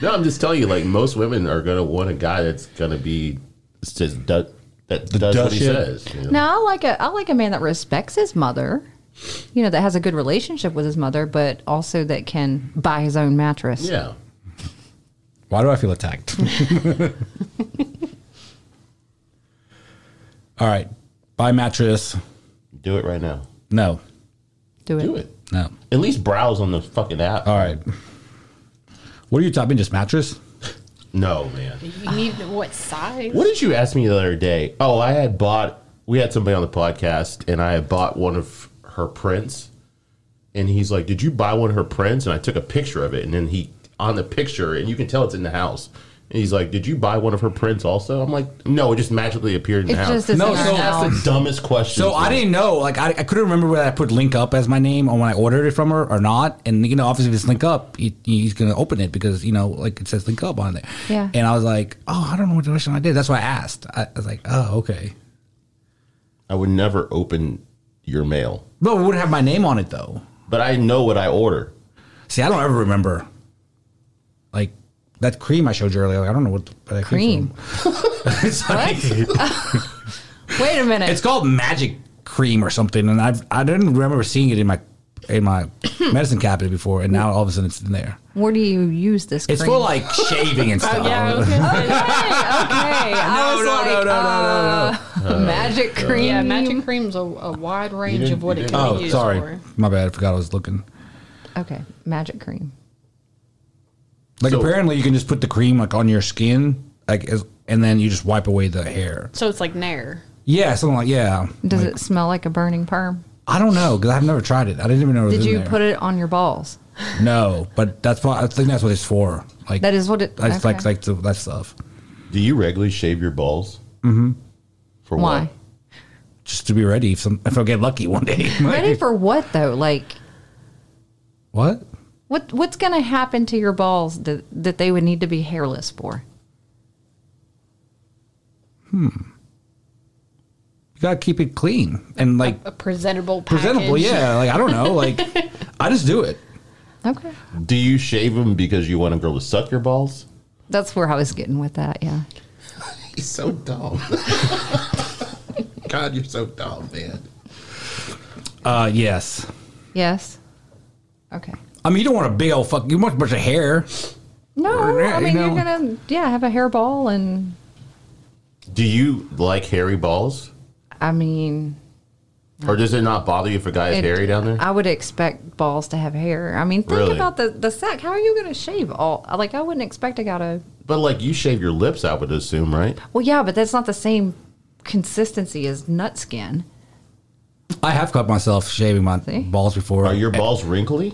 [SPEAKER 2] No, I'm just telling you. Like most women are gonna want a guy that's gonna be says do, that does what he
[SPEAKER 1] shit.
[SPEAKER 2] says. you know?
[SPEAKER 4] No, I like a I like a man that respects his mother. You know, that has a good relationship with his mother, but also that can buy his own mattress.
[SPEAKER 2] Yeah.
[SPEAKER 1] Why do I feel attacked? All right, buy mattress.
[SPEAKER 2] Do it right now.
[SPEAKER 1] No,
[SPEAKER 4] Do it.
[SPEAKER 2] Do it.
[SPEAKER 1] no.
[SPEAKER 2] At least browse on the fucking app.
[SPEAKER 1] All right. What are you typing? Just mattress?
[SPEAKER 2] No, man.
[SPEAKER 3] You need to know what size?
[SPEAKER 2] What did you ask me the other day? Oh, I had bought. We had somebody on the podcast, and I had bought one of her prints. And he's like, "Did you buy one of her prints?" And I took a picture of it, and then he on the picture, and you can tell it's in the house. And he's like, "Did you buy one of her prints?" Also, I'm like, "No, it just magically appeared in
[SPEAKER 4] It
[SPEAKER 2] the house."
[SPEAKER 4] just is
[SPEAKER 1] No,
[SPEAKER 4] no,
[SPEAKER 1] so-
[SPEAKER 2] That's the dumbest question.
[SPEAKER 1] So I didn't know. Like I, I couldn't remember whether I put link up as my name or when I ordered it from her or not. And you know, obviously, if it's link up, he, he's gonna open it because you know, like it says link up on there.
[SPEAKER 4] Yeah.
[SPEAKER 1] And I was like, oh, I don't know what direction I did. That's why I asked. I, I was like, oh, okay.
[SPEAKER 2] I would never open your mail,
[SPEAKER 1] But it wouldn't have my name on it though.
[SPEAKER 2] but I know what I order.
[SPEAKER 1] See, I don't ever remember. Like that cream I showed you earlier. Like, I don't know what the, where that came
[SPEAKER 4] Cream?
[SPEAKER 1] from. it's, like-
[SPEAKER 4] Wait a minute.
[SPEAKER 1] it's called magic cream or something, and I've I didn't remember seeing it in my in my medicine cabinet before, and now all of a sudden it's in there.
[SPEAKER 4] Where do you use this cream?
[SPEAKER 1] It's for like shaving and stuff.
[SPEAKER 3] Yeah, I was gonna say,
[SPEAKER 4] okay. I
[SPEAKER 1] No,
[SPEAKER 4] was
[SPEAKER 1] no,
[SPEAKER 4] like, um,
[SPEAKER 1] no, no, no, Oh,
[SPEAKER 4] no, no, Magic cream.
[SPEAKER 3] yeah, magic cream's a, a wide range
[SPEAKER 2] didn't-
[SPEAKER 3] of what
[SPEAKER 2] you
[SPEAKER 3] it
[SPEAKER 2] didn't-
[SPEAKER 3] can be
[SPEAKER 1] Oh,
[SPEAKER 3] used
[SPEAKER 1] sorry.
[SPEAKER 3] for.
[SPEAKER 1] My bad. I forgot I was looking.
[SPEAKER 4] Okay, magic cream.
[SPEAKER 1] Like
[SPEAKER 2] So-
[SPEAKER 1] apparently you can just put the cream like on your skin, like as, and then you just wipe away the hair.
[SPEAKER 3] So it's like Nair.
[SPEAKER 1] Yeah, something like yeah.
[SPEAKER 4] Does it smell like a burning perm?
[SPEAKER 1] because I've never tried it. I didn't even know. It was
[SPEAKER 4] Did
[SPEAKER 1] in
[SPEAKER 4] you
[SPEAKER 1] there.
[SPEAKER 4] put it on your balls?
[SPEAKER 1] No, but that's why I think that's what it's for. Like
[SPEAKER 4] That is what it-
[SPEAKER 1] That's like
[SPEAKER 4] okay.
[SPEAKER 1] like the, that stuff.
[SPEAKER 2] Do you regularly shave your balls? Mm-hmm. For
[SPEAKER 4] Why?
[SPEAKER 2] what?
[SPEAKER 1] Just to be ready if some if I get lucky one day.
[SPEAKER 4] Ready for what though? Like
[SPEAKER 1] what?
[SPEAKER 4] What what's going to happen to your balls that that they would need to be hairless for?
[SPEAKER 1] You gotta keep it clean and like
[SPEAKER 3] A presentable package.
[SPEAKER 1] presentable. Yeah, like I don't know. Like I just do it.
[SPEAKER 4] Okay,
[SPEAKER 2] Do you shave them because you want a girl to suck your balls?
[SPEAKER 4] that's where I was getting with that. Yeah,
[SPEAKER 2] He's so dumb. God, you're so dumb, man.
[SPEAKER 1] Uh, yes.
[SPEAKER 4] yes, okay.
[SPEAKER 1] I mean, you don't want a big old fuck. You want a bunch of hair.
[SPEAKER 4] No,
[SPEAKER 1] Yeah,
[SPEAKER 4] I mean
[SPEAKER 1] you
[SPEAKER 4] you are
[SPEAKER 1] know.
[SPEAKER 4] gonna yeah have a hairball and
[SPEAKER 2] Do you like hairy balls?
[SPEAKER 4] I mean
[SPEAKER 2] Or does it not bother you if a guy is
[SPEAKER 4] it-
[SPEAKER 2] hairy down there?
[SPEAKER 4] I would expect balls to have hair. I mean think
[SPEAKER 2] Really?
[SPEAKER 4] about the the sack. How are you gonna shave all? Like I wouldn't expect a guy to.
[SPEAKER 2] But like you shave your lips, I would assume, right?
[SPEAKER 4] Well, yeah, but that's not the same consistency as nut skin.
[SPEAKER 1] I have cut myself shaving my
[SPEAKER 4] See?
[SPEAKER 1] balls before.
[SPEAKER 2] Are your balls wrinkly?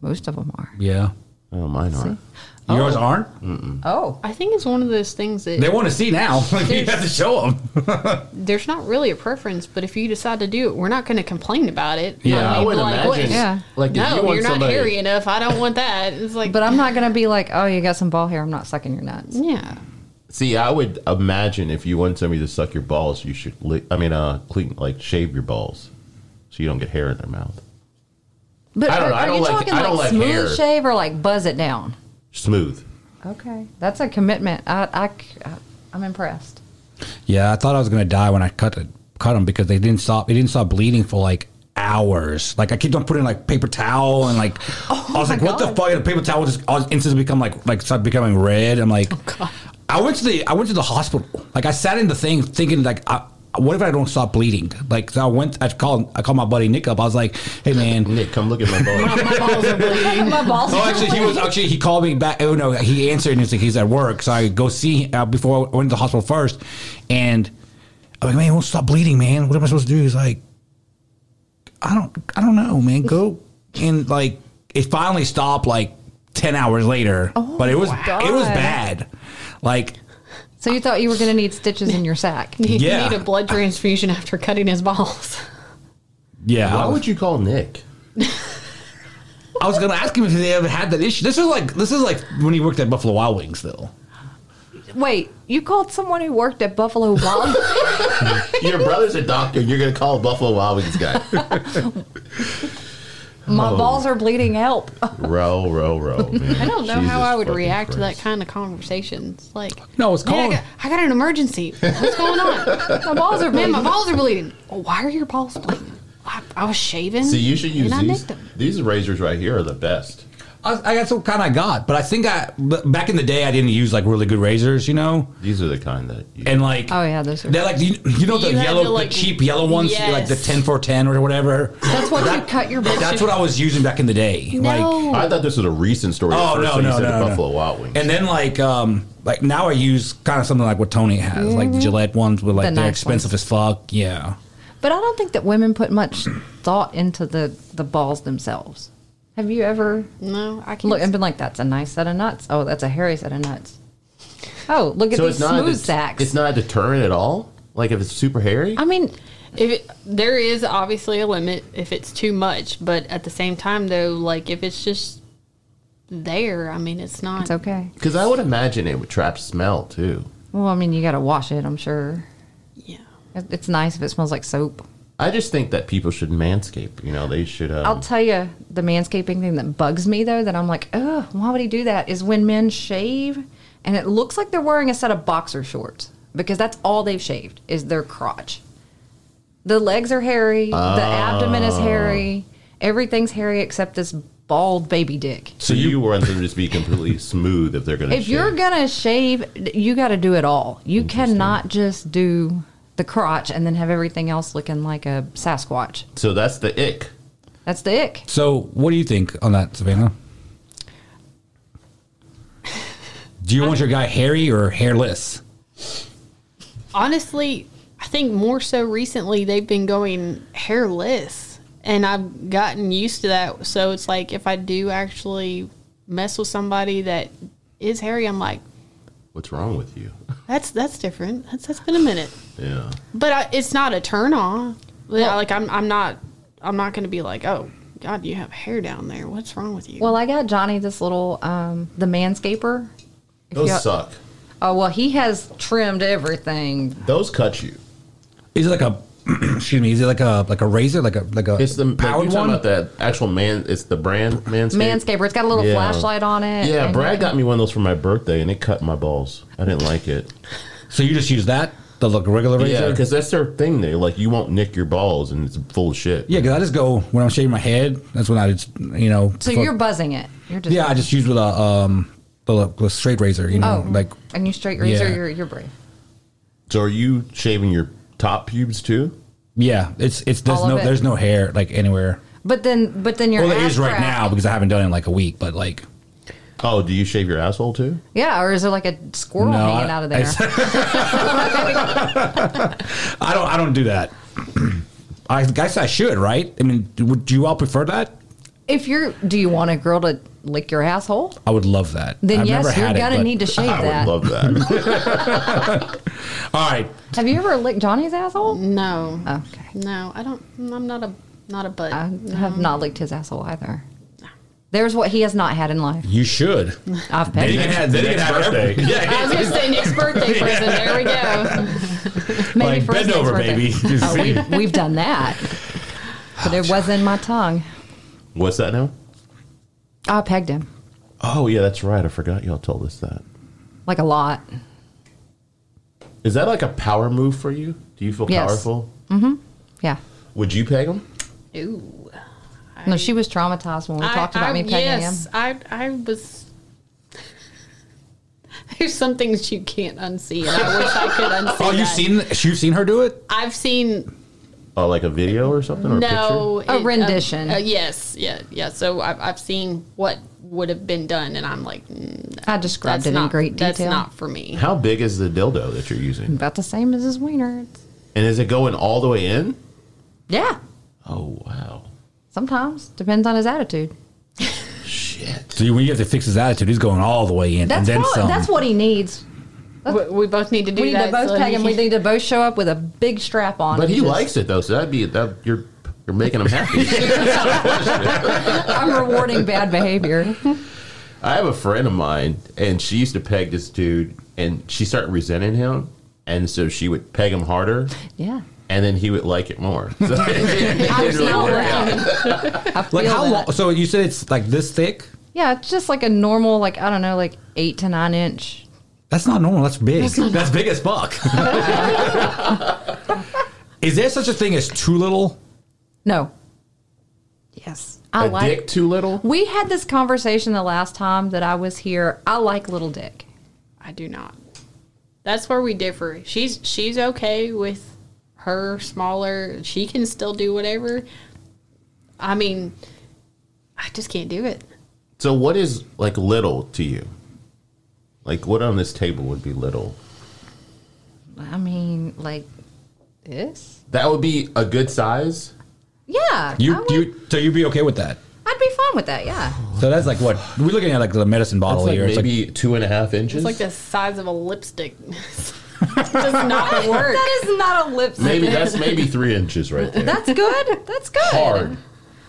[SPEAKER 4] Most of them are.
[SPEAKER 1] Yeah.
[SPEAKER 2] Oh, mine aren't.
[SPEAKER 1] Yours aren't.
[SPEAKER 2] Mm-hmm.
[SPEAKER 4] Oh,
[SPEAKER 3] I think it's one of those things that
[SPEAKER 1] They want to see now. Like you have to show them.
[SPEAKER 3] there's not really a preference, but if you decide to do it, we're not going to complain about it.
[SPEAKER 1] Yeah.
[SPEAKER 2] I
[SPEAKER 1] mean,
[SPEAKER 2] would
[SPEAKER 3] like, what-
[SPEAKER 2] imagine.
[SPEAKER 4] Yeah.
[SPEAKER 2] Like if
[SPEAKER 3] no,
[SPEAKER 2] you want
[SPEAKER 3] you are not
[SPEAKER 2] somebody,
[SPEAKER 3] hairy enough. I don't want that. It's like,
[SPEAKER 4] but I'm not gonna be like, oh, you got some ball hair. I'm not sucking your nuts.
[SPEAKER 3] yeah,
[SPEAKER 2] See, I would imagine if you want somebody to suck your balls, you should. Li- I mean, uh, clean like shave your balls, so you don't get hair in their mouth.
[SPEAKER 4] But
[SPEAKER 2] I don't
[SPEAKER 4] are,
[SPEAKER 2] know. I
[SPEAKER 4] are
[SPEAKER 2] don't
[SPEAKER 4] you
[SPEAKER 2] like-
[SPEAKER 4] talking
[SPEAKER 2] I
[SPEAKER 4] like,
[SPEAKER 2] don't like
[SPEAKER 4] smooth
[SPEAKER 2] hair.
[SPEAKER 4] shave or like buzz it down?
[SPEAKER 2] Smooth.
[SPEAKER 4] Okay, that's a commitment. I, I, c- I'm impressed.
[SPEAKER 1] Yeah, I thought I was gonna die when I cut it, cut them because they didn't stop. It didn't stop bleeding for like hours. Like I kept on putting like paper towel and like I was
[SPEAKER 4] Oh my
[SPEAKER 1] like, what the
[SPEAKER 4] God.
[SPEAKER 1] fuck? And the paper towel was just all instantly become like like start becoming red. I'm like,
[SPEAKER 4] Oh,
[SPEAKER 1] I went to the I went to the hospital. Like I sat in the thing thinking like. I, what if I don't stop bleeding? Like so I went, I called, I called my buddy Nick up. I was like, "Hey man,
[SPEAKER 2] Nick, come look at my balls.
[SPEAKER 3] my balls are bleeding.
[SPEAKER 4] My balls.
[SPEAKER 1] Oh, actually, he was actually he called me back. Oh no, he answered and he's like he's at work. So I go see uh, before I went to the hospital first, and I'm like, man, it won't stop bleeding, man. What am I supposed to do? He's like, I don't, I don't know, man. Go and like it finally stopped like ten hours later,
[SPEAKER 3] Oh,
[SPEAKER 1] but it was it was
[SPEAKER 4] God.
[SPEAKER 1] bad. Like
[SPEAKER 4] So you thought you were going to need stitches in your sack?
[SPEAKER 3] You
[SPEAKER 1] Yeah.
[SPEAKER 3] need a blood transfusion after cutting his balls.
[SPEAKER 1] Yeah. I
[SPEAKER 2] Why
[SPEAKER 1] was,
[SPEAKER 2] would you call Nick?
[SPEAKER 1] I was gonna ask him if they ever had that issue. This is like this is like when he worked at Buffalo Wild Wings though.
[SPEAKER 4] Wait, you called someone who worked at Buffalo Wild?
[SPEAKER 2] Your brother's a doctor. You're gonna call a Buffalo Wild Wings guy.
[SPEAKER 4] My
[SPEAKER 2] Oh.
[SPEAKER 4] balls are bleeding. Help!
[SPEAKER 2] row, row, row. Man.
[SPEAKER 3] I don't know how I would react to that kind of conversation. It's like,
[SPEAKER 1] No, it's
[SPEAKER 3] man, I
[SPEAKER 1] called-
[SPEAKER 3] got, I got an emergency. What's going on?
[SPEAKER 4] My balls are
[SPEAKER 3] Man,
[SPEAKER 4] bleeding.
[SPEAKER 3] my balls are bleeding. Oh, why are your balls bleeding? I, I was shaving.
[SPEAKER 2] See, you should use
[SPEAKER 3] and I
[SPEAKER 2] these.
[SPEAKER 3] nicked them.
[SPEAKER 2] These razors right here are the best.
[SPEAKER 1] I, I that's what kind I got, but I think I but back in the day I didn't use like really good razors, you know,
[SPEAKER 2] These are the kind that. You,
[SPEAKER 1] and like
[SPEAKER 4] Oh, yeah, those are-
[SPEAKER 1] they're like you, you know the
[SPEAKER 3] You had
[SPEAKER 1] yellow
[SPEAKER 3] to, like-
[SPEAKER 1] the cheap yellow ones like the
[SPEAKER 3] Yes.
[SPEAKER 1] ten for ten or whatever.
[SPEAKER 4] That's what you cut your balls.
[SPEAKER 1] That's what I was using back in the day. Like
[SPEAKER 3] no.
[SPEAKER 2] I thought this was a recent story.
[SPEAKER 1] Oh,
[SPEAKER 2] At first,
[SPEAKER 1] no,
[SPEAKER 2] when you
[SPEAKER 1] no,
[SPEAKER 2] said
[SPEAKER 1] no,
[SPEAKER 2] the
[SPEAKER 1] no.
[SPEAKER 2] Buffalo Wild Wings.
[SPEAKER 1] And then like um like now I use kind of something like what Tony has,
[SPEAKER 3] Mm-hmm.
[SPEAKER 1] like Gillette ones with like
[SPEAKER 4] The
[SPEAKER 1] they're
[SPEAKER 4] nice
[SPEAKER 1] expensive as fuck. Yeah.
[SPEAKER 4] But I don't think that women put much thought into the the balls themselves. Have you ever
[SPEAKER 3] no, I can't.
[SPEAKER 4] look and been like, "That's a nice set of nuts." Oh, that's a hairy set of nuts. Oh, look at
[SPEAKER 2] so
[SPEAKER 4] these
[SPEAKER 2] it's not. a
[SPEAKER 4] smooth
[SPEAKER 2] det-
[SPEAKER 4] sacks.
[SPEAKER 2] It's not a deterrent at all. Like if it's super hairy.
[SPEAKER 4] I mean,
[SPEAKER 3] if it, there is obviously a limit if it's too much, but at the same time though, like if it's just there, I mean, it's not.
[SPEAKER 4] it's okay.
[SPEAKER 2] Because I would imagine it would trap smell too.
[SPEAKER 4] Well, I mean, you got to wash it. I'm sure
[SPEAKER 3] Yeah.
[SPEAKER 4] It- it's nice if it smells like soap.
[SPEAKER 2] I just think that people should manscape. You know, they should. Um,
[SPEAKER 4] I'll tell you the manscaping thing that bugs me though that I'm like, oh, why would he do that? Is when men shave and it looks like they're wearing a set of boxer shorts because that's all they've shaved is their crotch. The legs are hairy, the abdomen is hairy, everything's hairy except this bald baby dick.
[SPEAKER 2] so you want them to just be completely smooth if they're going to.
[SPEAKER 4] If you're gonna shave, you got to do it all. You cannot just do the crotch and then have everything else looking like a Sasquatch.
[SPEAKER 2] so that's the ick.
[SPEAKER 4] That's the ick.
[SPEAKER 1] So what do you think on that, Savannah? Do you want your guy hairy or hairless?
[SPEAKER 3] honestly, I think more so recently they've been going hairless, and I've gotten used to that. So it's like if I do actually mess with somebody that is hairy, I'm like,
[SPEAKER 2] What's wrong with you?
[SPEAKER 3] that's that's different. That's that's been a minute,
[SPEAKER 2] Yeah.
[SPEAKER 3] but I, it's not a turn on. like I'm I'm not I'm not going to be like, oh God, you have hair down there. What's wrong with you?
[SPEAKER 4] Well, I got Johnny this little um, the manscaper. If
[SPEAKER 2] Those
[SPEAKER 4] y'all-
[SPEAKER 2] suck.
[SPEAKER 4] Oh well, he has trimmed everything.
[SPEAKER 2] Those cut you.
[SPEAKER 1] Is it like a excuse me, is it like a like a razor, like a like a
[SPEAKER 2] It's the like,
[SPEAKER 1] powered
[SPEAKER 2] you're
[SPEAKER 1] one?
[SPEAKER 2] talking about that actual man. It's the brand manscape.
[SPEAKER 4] Manscaper. It's got a little
[SPEAKER 2] Yeah.
[SPEAKER 4] flashlight on it.
[SPEAKER 2] Yeah,
[SPEAKER 4] and-
[SPEAKER 2] Brad got me one of those for my birthday, and it cut my balls. I didn't like it.
[SPEAKER 1] So you just use that? The like regular
[SPEAKER 2] Yeah,
[SPEAKER 1] razor?
[SPEAKER 2] because that's their thing. They like you won't nick your balls, and it's full of shit.
[SPEAKER 1] Yeah, because I just go when I'm shaving my head. That's when I just, you know.
[SPEAKER 4] So
[SPEAKER 1] fuck-
[SPEAKER 4] you're buzzing it. You're just
[SPEAKER 1] Yeah, I just use with a um, the, the straight razor. You know,
[SPEAKER 4] Oh.
[SPEAKER 1] like
[SPEAKER 4] and you straight razor.
[SPEAKER 1] Yeah.
[SPEAKER 4] You're you're brave.
[SPEAKER 2] So are you shaving your top pubes too?
[SPEAKER 1] yeah, it's it's there's
[SPEAKER 4] All of
[SPEAKER 1] no
[SPEAKER 4] it.
[SPEAKER 1] there's no hair like anywhere.
[SPEAKER 4] But then but then your
[SPEAKER 1] Well, there
[SPEAKER 4] ass
[SPEAKER 1] is right
[SPEAKER 4] crack-
[SPEAKER 1] now because I haven't done it in like a week. But like,
[SPEAKER 2] Oh, do you shave your asshole too?
[SPEAKER 4] Yeah, or is there like a squirrel
[SPEAKER 1] No, I-
[SPEAKER 4] hanging out of there?
[SPEAKER 1] I don't I don't do that. I guess I should, right? I mean, would you all prefer that?
[SPEAKER 4] if you're, do you want a girl to lick your asshole?
[SPEAKER 1] I would love that.
[SPEAKER 4] Then
[SPEAKER 1] I've never
[SPEAKER 4] yes, you're
[SPEAKER 1] had it,
[SPEAKER 4] gonna
[SPEAKER 1] but-
[SPEAKER 4] need to shave
[SPEAKER 2] I
[SPEAKER 4] that.
[SPEAKER 2] would love that.
[SPEAKER 1] All right,
[SPEAKER 4] Have you ever licked Johnny's asshole?
[SPEAKER 3] no,
[SPEAKER 4] Okay,
[SPEAKER 3] no, I don't. I'm not a not a butt.
[SPEAKER 4] Oh. I have not licked his asshole either. There's what he has not had in life.
[SPEAKER 1] you should. Then
[SPEAKER 4] I've petted
[SPEAKER 1] you
[SPEAKER 4] him.
[SPEAKER 1] can have, then you can
[SPEAKER 2] Next
[SPEAKER 1] have
[SPEAKER 2] birthday.
[SPEAKER 1] everything. Yeah,
[SPEAKER 3] I was going to say next birthday present. There we go.
[SPEAKER 4] Maybe
[SPEAKER 1] like
[SPEAKER 4] for
[SPEAKER 1] bend
[SPEAKER 4] his next
[SPEAKER 1] over,
[SPEAKER 4] birthday.
[SPEAKER 1] baby. Just
[SPEAKER 4] Oh,
[SPEAKER 1] see.
[SPEAKER 4] we've, we've done that. But it was in my tongue.
[SPEAKER 2] What's that now?
[SPEAKER 4] I pegged him
[SPEAKER 2] Oh yeah, that's right. I forgot y'all told us that.
[SPEAKER 4] like a lot.
[SPEAKER 2] Is that like a power move for you? Do you feel
[SPEAKER 4] Yes.
[SPEAKER 2] powerful?
[SPEAKER 4] Yeah.
[SPEAKER 2] Would you peg him?
[SPEAKER 3] Ooh.
[SPEAKER 4] No, she was traumatized when we talked about me pegging
[SPEAKER 3] yes,
[SPEAKER 4] him.
[SPEAKER 3] I, I was. There's some things you can't unsee, and I wish I could unsee.
[SPEAKER 1] Oh, you've
[SPEAKER 3] that.
[SPEAKER 1] seen you've seen her do it.
[SPEAKER 3] I've seen
[SPEAKER 2] Oh, like a video or something or
[SPEAKER 3] no
[SPEAKER 4] A
[SPEAKER 3] it- um,
[SPEAKER 4] rendition.
[SPEAKER 3] uh, yes, yeah, yeah. So I've I've seen what would have been done, and I'm like, mm,
[SPEAKER 4] I described
[SPEAKER 3] that's
[SPEAKER 4] it
[SPEAKER 3] not
[SPEAKER 4] in great detail.
[SPEAKER 3] That's not for
[SPEAKER 2] a
[SPEAKER 3] me.
[SPEAKER 2] picture? How big is the dildo that you're using?
[SPEAKER 4] About the same as his wiener. It's-
[SPEAKER 2] And is it going all the way in?
[SPEAKER 4] Yeah.
[SPEAKER 2] Oh wow.
[SPEAKER 4] Sometimes. Depends on his attitude.
[SPEAKER 2] Shit.
[SPEAKER 1] So you, when you have to fix his attitude, he's going all the way in, and
[SPEAKER 4] That's,
[SPEAKER 1] then
[SPEAKER 4] prob-
[SPEAKER 1] some.
[SPEAKER 4] that's what he needs.
[SPEAKER 3] We, we both need to do
[SPEAKER 4] We need
[SPEAKER 3] that.
[SPEAKER 4] to both
[SPEAKER 3] so
[SPEAKER 4] peg him.
[SPEAKER 3] he
[SPEAKER 4] We need to both show up with a big strap on.
[SPEAKER 2] But
[SPEAKER 4] and
[SPEAKER 2] he
[SPEAKER 4] just-
[SPEAKER 2] likes it though, so that'd be that you're You're making them happy.
[SPEAKER 4] I'm rewarding bad behavior.
[SPEAKER 2] I have a friend of mine, and she used to peg this dude, and she started resenting him, and so she would peg him harder,
[SPEAKER 4] Yeah.
[SPEAKER 2] and then he would like it more. So it didn't
[SPEAKER 4] I
[SPEAKER 2] really
[SPEAKER 4] feel
[SPEAKER 2] work out.
[SPEAKER 4] that. I feel
[SPEAKER 1] Like how
[SPEAKER 4] that.
[SPEAKER 1] long? So you said it's like this thick?
[SPEAKER 4] Yeah, it's just like a normal, like I don't know, like eight to nine inch.
[SPEAKER 1] That's not normal. That's big. That's big as fuck. Is there such a thing as too little?
[SPEAKER 4] No. Yes, I
[SPEAKER 2] A
[SPEAKER 4] like.
[SPEAKER 2] dick too little?
[SPEAKER 4] We had this conversation the last time that I was here. I like little dick.
[SPEAKER 3] I do not. That's where we differ. She's she's okay with her smaller. She can still do whatever. I mean, I just can't do it.
[SPEAKER 2] So what is like little to you? Like what on this table would be little?
[SPEAKER 4] I mean, like this.
[SPEAKER 2] That would be a good size.
[SPEAKER 4] Yeah, I
[SPEAKER 1] You
[SPEAKER 4] would-
[SPEAKER 1] you so you'd be okay with that?
[SPEAKER 4] I'd be fine with that. Yeah.
[SPEAKER 1] So that's like what we're looking at like the medicine
[SPEAKER 2] That's
[SPEAKER 1] bottle
[SPEAKER 2] like
[SPEAKER 1] here. It's like-
[SPEAKER 2] maybe two and a half inches.
[SPEAKER 3] It's like the size of a lipstick. It does not work.
[SPEAKER 4] That is not a lipstick.
[SPEAKER 2] Maybe that's maybe three inches right there.
[SPEAKER 4] That's good. That's good.
[SPEAKER 2] hard.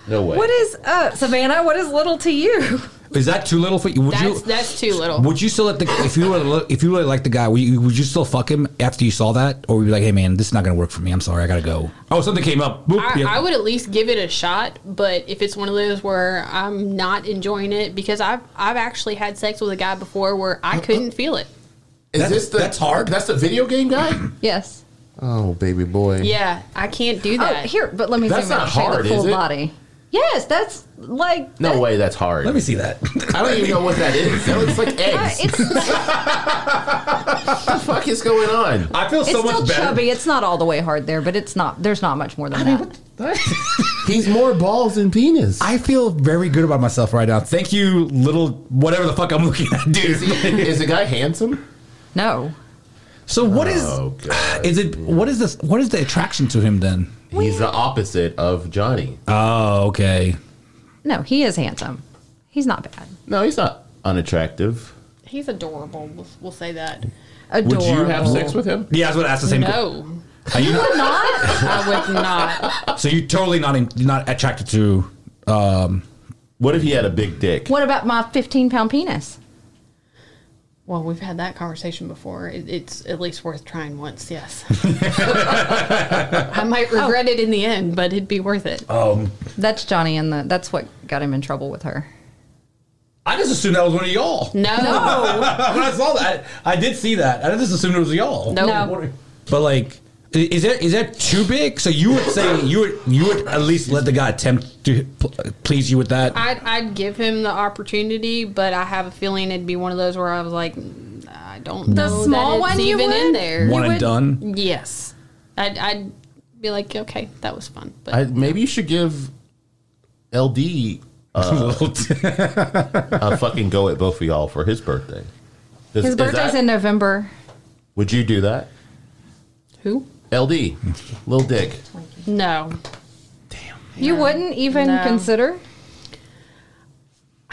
[SPEAKER 2] No way.
[SPEAKER 4] What is uh Savannah? What is little to you?
[SPEAKER 1] is that too little for you? Would
[SPEAKER 3] That's
[SPEAKER 1] you
[SPEAKER 3] that's too little.
[SPEAKER 1] would you still let the if you were to look- if you really like the guy would you, would you still fuck him after you saw that or would you be like hey man this is not gonna work for me I'm sorry I gotta go oh something came up Boop.
[SPEAKER 3] I,
[SPEAKER 1] Yeah.
[SPEAKER 3] I would at least give it a shot, but if it's one of those where I'm not enjoying it, because I've I've actually had sex with a guy before where
[SPEAKER 4] Uh,
[SPEAKER 3] I couldn't feel it.
[SPEAKER 2] Is
[SPEAKER 1] That's-
[SPEAKER 2] this the
[SPEAKER 1] that's hard.
[SPEAKER 2] That's the video game guy?
[SPEAKER 4] Yes.
[SPEAKER 2] oh baby boy.
[SPEAKER 3] Yeah, I can't do
[SPEAKER 4] Oh,
[SPEAKER 3] that.
[SPEAKER 4] here, but let me
[SPEAKER 2] That's
[SPEAKER 4] zoom in
[SPEAKER 2] not
[SPEAKER 4] and show you
[SPEAKER 2] hard,
[SPEAKER 4] the
[SPEAKER 2] is
[SPEAKER 4] full
[SPEAKER 2] it?
[SPEAKER 4] body. Yes, that's like
[SPEAKER 2] No way that's hard.
[SPEAKER 1] let me see that
[SPEAKER 2] I don't even know what that is. That looks like
[SPEAKER 4] Uh,
[SPEAKER 2] eggs.
[SPEAKER 4] it's
[SPEAKER 2] what the fuck is going on?
[SPEAKER 1] I feel
[SPEAKER 4] it's still chubby. It's not all the way hard there, but it's not. There's not much more than that.
[SPEAKER 2] He's more balls than penis.
[SPEAKER 1] I feel very good about myself right now thank you little whatever the fuck I'm looking at
[SPEAKER 2] Is,
[SPEAKER 1] dude
[SPEAKER 2] he, is the guy handsome?
[SPEAKER 4] No,
[SPEAKER 1] so what is
[SPEAKER 2] Oh, God.
[SPEAKER 1] is it what is this what is the attraction to him then
[SPEAKER 2] He's the opposite of Johnny.
[SPEAKER 1] oh okay
[SPEAKER 4] no, he is handsome. He's not bad.
[SPEAKER 2] No, he's not unattractive.
[SPEAKER 3] He's adorable. We'll, we'll say that.
[SPEAKER 2] Would
[SPEAKER 4] Adorable.
[SPEAKER 2] you have sex
[SPEAKER 4] Oh.
[SPEAKER 2] with him?
[SPEAKER 1] yeah I was gonna ask the same
[SPEAKER 3] No,
[SPEAKER 1] are you
[SPEAKER 4] Not?
[SPEAKER 3] I would not.
[SPEAKER 1] so you totally not in, not attracted to um
[SPEAKER 2] What if he had a big dick?
[SPEAKER 4] What about my 15 pound penis?
[SPEAKER 3] Well, we've had that conversation before. It, it's at least worth trying once. Yes, I might regret it in the end, but it'd be worth it.
[SPEAKER 2] Oh.
[SPEAKER 4] That's Johnny, and the that's what got him in trouble with her.
[SPEAKER 1] I just assumed that was one of y'all
[SPEAKER 3] no,
[SPEAKER 1] when I saw that, I did see that. I just assumed it was y'all.
[SPEAKER 3] No.
[SPEAKER 4] No.
[SPEAKER 1] But like, i- is that is that too big? So you would say you would you would at least let the guy attempt to pl- please you with that?
[SPEAKER 3] I'd, I'd give him the opportunity, but I have a feeling it'd be one of those where I was like, I don't know that
[SPEAKER 4] small
[SPEAKER 3] it's
[SPEAKER 4] one you
[SPEAKER 3] even in
[SPEAKER 4] would?
[SPEAKER 3] there.
[SPEAKER 1] One
[SPEAKER 4] you
[SPEAKER 1] and
[SPEAKER 4] would-
[SPEAKER 1] done.
[SPEAKER 3] Yes, I'd, I'd be like, okay, that was fun, but
[SPEAKER 2] I, maybe you should give LD a fucking go at both of y'all for his birthday. Does-
[SPEAKER 4] His
[SPEAKER 2] is
[SPEAKER 4] birthday's
[SPEAKER 2] that-
[SPEAKER 4] in November.
[SPEAKER 2] Would you do that?
[SPEAKER 3] who?
[SPEAKER 2] LD, little dick.
[SPEAKER 3] No,
[SPEAKER 4] You wouldn't even
[SPEAKER 3] No.
[SPEAKER 4] consider.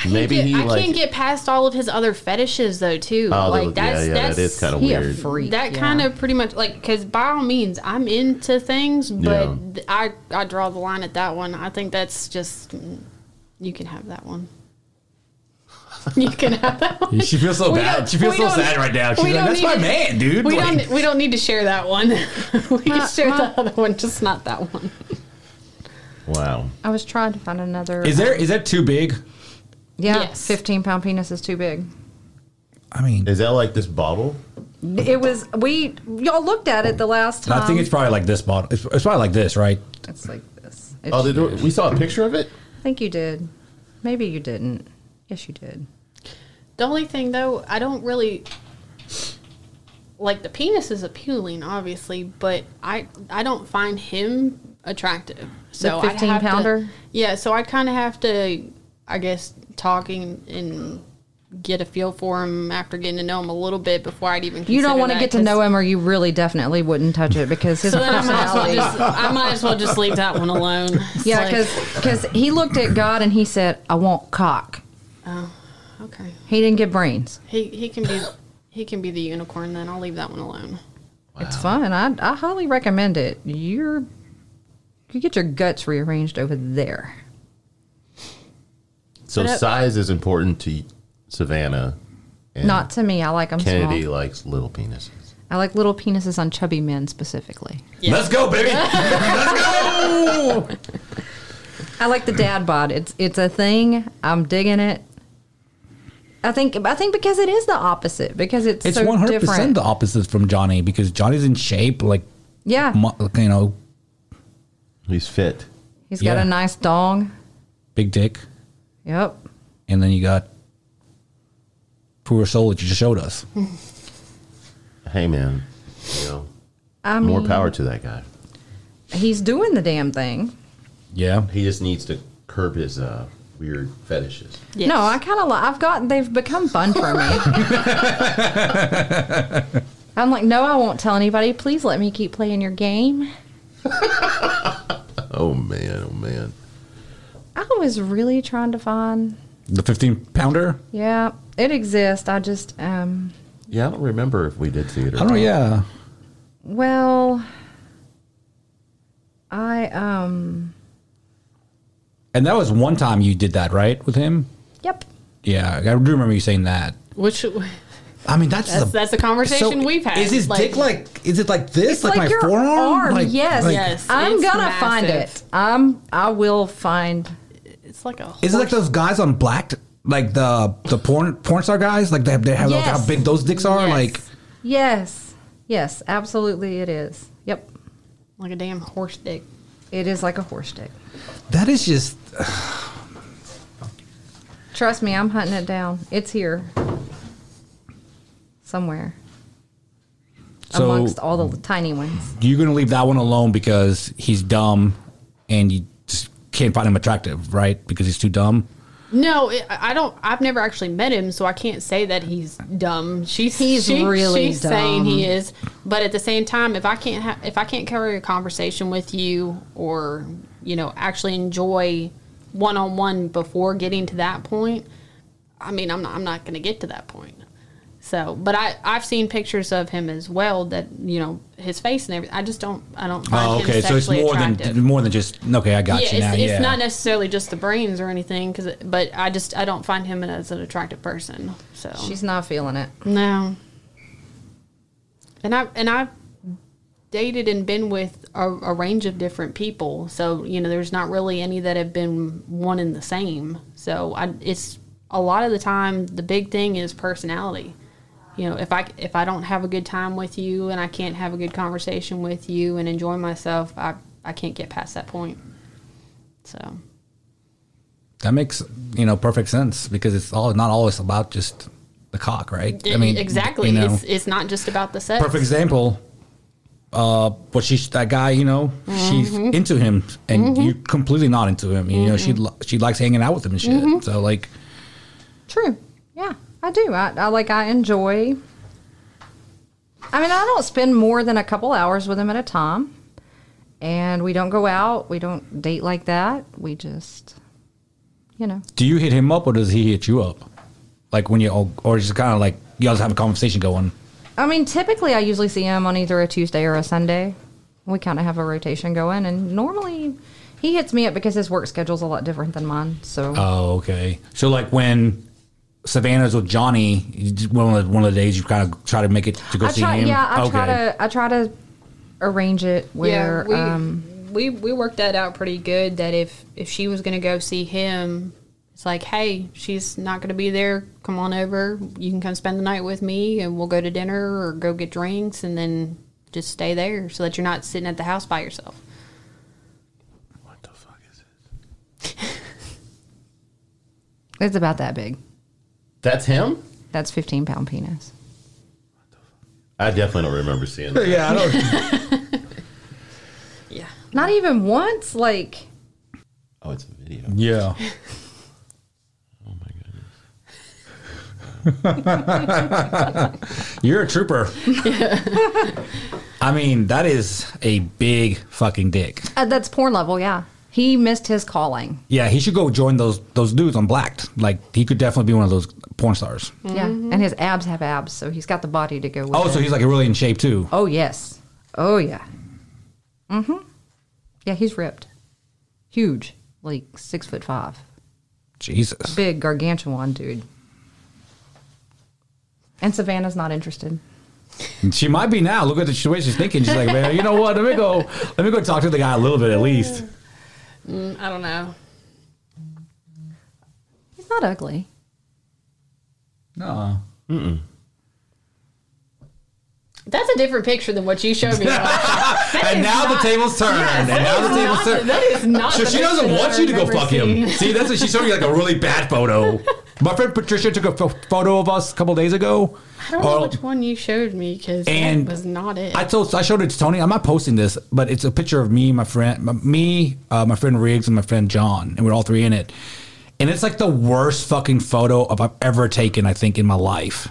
[SPEAKER 2] Maybe
[SPEAKER 3] Get-
[SPEAKER 2] he
[SPEAKER 3] I
[SPEAKER 2] like.
[SPEAKER 3] can't get past all of his other fetishes though, too.
[SPEAKER 2] Oh,
[SPEAKER 3] like
[SPEAKER 2] like, yeah,
[SPEAKER 3] that's
[SPEAKER 2] yeah,
[SPEAKER 3] that's
[SPEAKER 2] that is kind of
[SPEAKER 4] He a
[SPEAKER 2] weird.
[SPEAKER 4] freak.
[SPEAKER 3] that
[SPEAKER 4] yeah.
[SPEAKER 3] kind of pretty much like because by all means i'm into things but
[SPEAKER 2] Yeah.
[SPEAKER 3] th- i i draw the line at that one i think that's just mm, you can have that one you can have that one
[SPEAKER 1] She feels so
[SPEAKER 3] We
[SPEAKER 1] bad.
[SPEAKER 3] don't-
[SPEAKER 1] She feels
[SPEAKER 3] we
[SPEAKER 1] so
[SPEAKER 3] don't-
[SPEAKER 1] sad right now. She's like,
[SPEAKER 3] we don't
[SPEAKER 1] "That's my
[SPEAKER 3] need-
[SPEAKER 1] man, dude."
[SPEAKER 3] we
[SPEAKER 1] Like,
[SPEAKER 3] don't we don't need to share that one we
[SPEAKER 4] Uh,
[SPEAKER 3] can share the other one just not that one
[SPEAKER 2] Wow.
[SPEAKER 4] I was trying to find another.
[SPEAKER 1] is there is that too big?
[SPEAKER 4] Yeah,
[SPEAKER 3] Yes.
[SPEAKER 4] 15 pound penis is too big.
[SPEAKER 1] I mean,
[SPEAKER 2] Is that like this bottle?
[SPEAKER 4] It was we y'all looked at it the last time.
[SPEAKER 1] I
[SPEAKER 3] Um,
[SPEAKER 1] think it's probably like this bottle. It's, it's probably like this, right?
[SPEAKER 4] It's like this. It's-
[SPEAKER 2] Oh, they do, we saw a picture of it.
[SPEAKER 4] I think you did. Maybe you didn't. Yes, you did.
[SPEAKER 3] the only thing though i don't really like the penis is appealing obviously but i i don't find him attractive so I'd
[SPEAKER 4] 15
[SPEAKER 3] have to-
[SPEAKER 4] pounder?
[SPEAKER 3] yeah so i'd kind of have to i guess talking and get a feel for him after getting to know him a little bit before i'd even
[SPEAKER 4] You don't
[SPEAKER 3] consider
[SPEAKER 4] want to
[SPEAKER 3] that,
[SPEAKER 4] get to
[SPEAKER 3] 'cause-
[SPEAKER 4] know him, or you really definitely wouldn't touch it because his
[SPEAKER 3] so then I might, as well
[SPEAKER 4] personality.
[SPEAKER 3] just, I might as well just leave that one alone. It's
[SPEAKER 4] yeah,
[SPEAKER 3] like,
[SPEAKER 4] because he looked at God and he said, "I want cock."
[SPEAKER 3] okay,
[SPEAKER 4] He didn't get brains.
[SPEAKER 3] he he can be he can be the unicorn. Then I'll leave that one alone.
[SPEAKER 4] It's fun. I I highly recommend it. You're You get your guts rearranged over there.
[SPEAKER 2] So
[SPEAKER 3] But I-
[SPEAKER 2] size is important to Savannah. And
[SPEAKER 4] Not to me. I like them
[SPEAKER 2] Kennedy
[SPEAKER 4] small.
[SPEAKER 2] likes little penises.
[SPEAKER 4] I like little penises on chubby men specifically.
[SPEAKER 1] Let's go, baby.
[SPEAKER 4] I like the dad bod. It's it's a thing. I'm digging it. I think I think because it is the opposite because it's,
[SPEAKER 1] It's
[SPEAKER 4] so
[SPEAKER 1] one hundred percent
[SPEAKER 4] different.
[SPEAKER 1] the opposite from Johnny because Johnny's in shape, like
[SPEAKER 4] yeah,
[SPEAKER 1] mu- like, you know,
[SPEAKER 2] He's fit.
[SPEAKER 4] he's got
[SPEAKER 1] yeah.
[SPEAKER 4] a nice dong.
[SPEAKER 1] big dick,
[SPEAKER 4] Yep.
[SPEAKER 1] and then you got poor soul that you just showed us.
[SPEAKER 2] Hey man, you know,
[SPEAKER 4] I mean,
[SPEAKER 2] more power to that guy.
[SPEAKER 4] he's doing the damn thing.
[SPEAKER 1] Yeah,
[SPEAKER 2] He just needs to curb his uh, weird fetishes.
[SPEAKER 3] Yes.
[SPEAKER 4] No, I kind of like. I've got. They've become fun for me. I'm like, no, I won't tell anybody. Please let me keep playing your game.
[SPEAKER 2] Oh man, oh man.
[SPEAKER 4] I was really trying to find.
[SPEAKER 1] the fifteen pounder.
[SPEAKER 4] Yeah, it exists. I just um.
[SPEAKER 2] Yeah, I don't remember if we did theater.
[SPEAKER 1] I don't know. Yeah,
[SPEAKER 4] Well, I um.
[SPEAKER 1] and that was one time you did that right with him.
[SPEAKER 4] Yep.
[SPEAKER 1] Yeah, I do remember you saying that.
[SPEAKER 3] Which
[SPEAKER 1] I mean, that's
[SPEAKER 3] That's- that's a conversation we've had.
[SPEAKER 1] Is his
[SPEAKER 3] Like-
[SPEAKER 1] dick like? Is it like this?
[SPEAKER 4] It's
[SPEAKER 1] like, my forearm? Like-
[SPEAKER 4] yes.
[SPEAKER 1] like-
[SPEAKER 3] Yes.
[SPEAKER 4] I'm
[SPEAKER 3] it's
[SPEAKER 4] gonna
[SPEAKER 3] massive.
[SPEAKER 4] find it. I'm. I will find.
[SPEAKER 3] it's like a
[SPEAKER 1] Is it like those guys on Blacked, like the the porn porn star guys? Like they, they have like
[SPEAKER 4] Yes.
[SPEAKER 1] how big those dicks are?
[SPEAKER 3] Yes.
[SPEAKER 1] Like
[SPEAKER 4] Yes. Yes. Absolutely, it is. Yep.
[SPEAKER 3] like a damn horse dick.
[SPEAKER 4] It is like a horse dick.
[SPEAKER 1] that is just uh,
[SPEAKER 4] Trust me, I'm hunting it down. It's here. Somewhere.
[SPEAKER 1] so.
[SPEAKER 4] amongst all the tiny ones.
[SPEAKER 1] You're gonna leave that one alone because he's dumb, and you just can't find him attractive, right? Because he's too dumb.
[SPEAKER 3] No, it, I I don't. I've never actually met him, so I can't say that he's dumb. She's
[SPEAKER 4] He's
[SPEAKER 3] she-
[SPEAKER 4] really
[SPEAKER 3] she's saying
[SPEAKER 4] dumb.
[SPEAKER 3] he is, but at the same time, if I can't ha- if I can't carry a conversation with you, or you know, actually enjoy one on one before getting to that point, I mean, I'm not, I'm not going to get to that point. So, but I I've seen pictures of him as well that you know his face and everything. I just don't I don't find
[SPEAKER 1] Oh,
[SPEAKER 3] him
[SPEAKER 1] okay. So it's
[SPEAKER 3] sexually
[SPEAKER 1] more
[SPEAKER 3] attractive
[SPEAKER 1] than more than just okay. I got
[SPEAKER 3] yeah,
[SPEAKER 1] you now.
[SPEAKER 3] it's,
[SPEAKER 1] yeah,
[SPEAKER 3] it's not necessarily just the brains or anything, 'cause it- but I just I don't find him as an attractive person. So
[SPEAKER 4] She's not feeling it.
[SPEAKER 3] no, and I and I've dated and been with a, a range of different people, so you know there's not really any that have been one and the same. So I it's a lot of the time the big thing is personality. You know, if I if I don't have a good time with you and I can't have a good conversation with you and enjoy myself, I I can't get past that point. So.
[SPEAKER 1] that makes you know perfect sense because it's all not always about just the cock, right?
[SPEAKER 3] I mean, exactly.
[SPEAKER 1] you know.
[SPEAKER 3] it's, it's not just about the sex.
[SPEAKER 1] perfect example. Uh, but she's that guy, you know, she's
[SPEAKER 3] Mm-hmm.
[SPEAKER 1] into him, and you're completely not into him. You know, she li- she likes hanging out with him and shit.
[SPEAKER 3] Mm-hmm.
[SPEAKER 1] So like,
[SPEAKER 4] True. Yeah, I do. I, I like. I enjoy. I mean, I don't spend more than a couple hours with him at a time, and we don't go out. We don't date like that. We just, you know,
[SPEAKER 1] do you hit him up or does he hit you up? Like when you or or just kind of like y'all just have a conversation going.
[SPEAKER 4] I mean, typically I usually see him on either a Tuesday or a Sunday. We kind of have a rotation going, and normally he hits me up because his work schedule's a lot different than mine. So
[SPEAKER 1] Oh, okay. So like when Savannah's with Johnny, you just- one of the, one of the days you kind of try to make it to go
[SPEAKER 4] I
[SPEAKER 1] see
[SPEAKER 4] try,
[SPEAKER 1] him.
[SPEAKER 4] yeah, I
[SPEAKER 1] okay.
[SPEAKER 4] try to, I try to arrange it where,
[SPEAKER 3] we,
[SPEAKER 4] um,
[SPEAKER 3] we we worked that out pretty good. That if if she was going to go see him, it's like, hey, she's not going to be there. Come on over. You can come spend the night with me, and we'll go to dinner or go get drinks, and then just stay there so that you're not sitting at the house by yourself.
[SPEAKER 2] What the fuck is it?
[SPEAKER 4] it's about that big.
[SPEAKER 2] That's him?
[SPEAKER 4] That's 15 pound penis.
[SPEAKER 2] I definitely don't remember seeing that.
[SPEAKER 1] Yeah, I don't,
[SPEAKER 3] Yeah.
[SPEAKER 4] Not even once, like
[SPEAKER 2] Oh, it's a video.
[SPEAKER 1] yeah.
[SPEAKER 2] Oh my goodness.
[SPEAKER 1] You're a trooper. I mean, that is a big fucking dick.
[SPEAKER 4] uh, that's porn level, yeah. He missed his calling.
[SPEAKER 1] Yeah, he should go join those those dudes on Blacked. Like he could definitely be one of those porn stars.
[SPEAKER 4] Yeah. And his abs have abs, so he's got the body to go with.
[SPEAKER 1] Oh, so
[SPEAKER 4] it.
[SPEAKER 1] he's like really in shape too.
[SPEAKER 4] Oh yes. Oh yeah. Oh, Yeah, he's ripped. Huge. Like six foot five.
[SPEAKER 1] Jesus.
[SPEAKER 4] Big, gargantuan dude. And Savannah's not interested.
[SPEAKER 1] She might be now. Look at the way she's thinking. She's like, man, you know what? Let me go. Let me go talk to the guy a little bit at least.
[SPEAKER 3] Mm, I don't know.
[SPEAKER 4] He's not ugly.
[SPEAKER 1] No.
[SPEAKER 3] That's a different picture than what you showed me.
[SPEAKER 1] And now the tables turned. and now the tables turned.
[SPEAKER 3] that is not.
[SPEAKER 1] So
[SPEAKER 3] the
[SPEAKER 1] she doesn't
[SPEAKER 3] picture
[SPEAKER 1] want
[SPEAKER 3] that I
[SPEAKER 1] you to go
[SPEAKER 3] remember
[SPEAKER 1] fuck
[SPEAKER 3] seeing.
[SPEAKER 1] him. See, that's what she's showing you like a really bad photo. My friend Patricia took a pho- photo of us a couple days ago.
[SPEAKER 3] I don't know
[SPEAKER 1] Or-
[SPEAKER 3] which one you showed me because
[SPEAKER 1] And
[SPEAKER 3] that was not it.
[SPEAKER 1] I told I showed it to Tony. I'm not posting this, but it's a picture of me, my friend, m- me, uh, my friend Riggs, and my friend John, and we're all three in it. And it's like the worst fucking photo of I've ever taken, I think, in my life.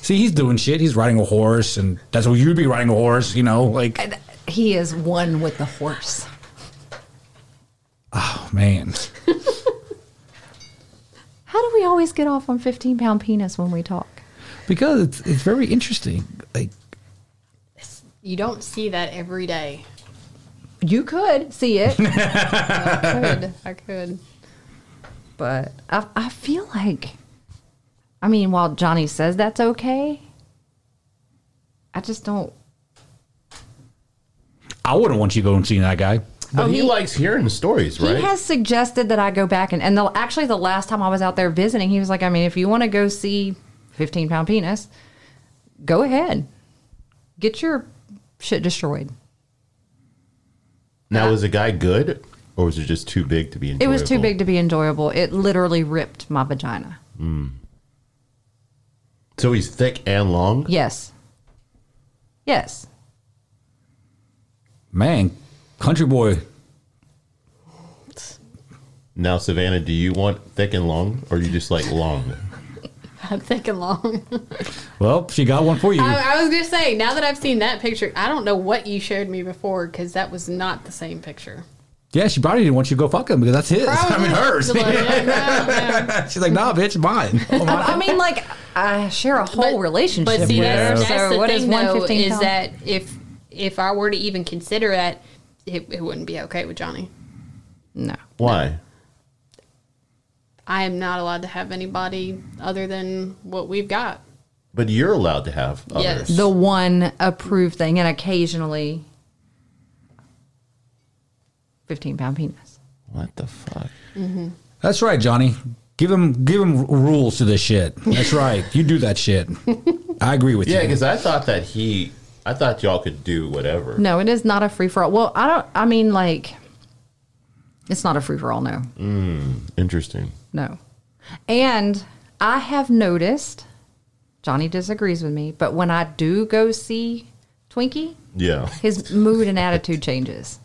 [SPEAKER 1] See, he's doing shit. He's riding a horse, and that's what you'd be riding a horse, you know? Like,
[SPEAKER 4] And He is one with the horse.
[SPEAKER 1] oh, man,
[SPEAKER 4] How do we always get off on 15 pound penis when we talk?
[SPEAKER 1] because it's it's very interesting. Like,
[SPEAKER 3] you don't see that every day.
[SPEAKER 4] You could see it.
[SPEAKER 3] could. I could.
[SPEAKER 4] but I, I feel like, I mean, while Johnny says that's okay, I just don't.
[SPEAKER 1] I wouldn't want you to go and see that guy.
[SPEAKER 2] But
[SPEAKER 4] Oh,
[SPEAKER 2] he,
[SPEAKER 4] he-
[SPEAKER 2] likes hearing the stories,
[SPEAKER 4] He
[SPEAKER 2] right?
[SPEAKER 4] has suggested that I go back and, and the, actually, the last time I was out there visiting, he was like, I mean, if you want to go see 15 pound penis, go ahead, get your shit destroyed.
[SPEAKER 2] now, was the guy good, or was it just too big to be
[SPEAKER 4] It
[SPEAKER 2] enjoyable?
[SPEAKER 4] was too big to be enjoyable. It literally ripped my vagina.
[SPEAKER 2] So he's thick and long.
[SPEAKER 4] Yes. Yes.
[SPEAKER 1] Man, country boy,
[SPEAKER 2] Now, Savannah, do you want thick and long, or you just like long?
[SPEAKER 3] I'm thinking long.
[SPEAKER 1] Well, she got one for you.
[SPEAKER 3] I, I was gonna say now that I've seen that picture, I don't know what you showed me before because that was not the same picture.
[SPEAKER 1] yeah, she probably didn't want you to go fuck him because that's his. I mean, hers.
[SPEAKER 3] Like, yeah, no, no.
[SPEAKER 1] She's like, nah, bitch, mine. Oh, mine.
[SPEAKER 4] I mean, like, I share a whole
[SPEAKER 3] But-
[SPEAKER 4] relationship
[SPEAKER 3] But see,
[SPEAKER 4] with her.
[SPEAKER 3] that's, that's
[SPEAKER 4] So,
[SPEAKER 3] the
[SPEAKER 4] what is
[SPEAKER 3] thing, though,
[SPEAKER 4] 115
[SPEAKER 3] is
[SPEAKER 4] pound?
[SPEAKER 3] that if if I were to even consider that, it, it wouldn't be okay with Johnny.
[SPEAKER 4] No.
[SPEAKER 2] Why?
[SPEAKER 3] I am not allowed to have anybody other than what we've got.
[SPEAKER 2] But you're allowed to have
[SPEAKER 3] Yes.
[SPEAKER 2] others.
[SPEAKER 4] the one approved thing and occasionally 15 pound penis
[SPEAKER 2] What the fuck?
[SPEAKER 1] That's right, Johnny. Give him give him rules to this shit. That's right. You do that shit. I agree with
[SPEAKER 2] Yeah,
[SPEAKER 1] you.
[SPEAKER 2] because I thought that he, I thought y'all could do whatever.
[SPEAKER 4] no it is not a free-for-all well i don't i mean like it's not a free-for-all no
[SPEAKER 2] Interesting.
[SPEAKER 4] no and i have noticed johnny disagrees with me but when i do go see twinkie
[SPEAKER 2] Yeah.
[SPEAKER 4] his mood and attitude changes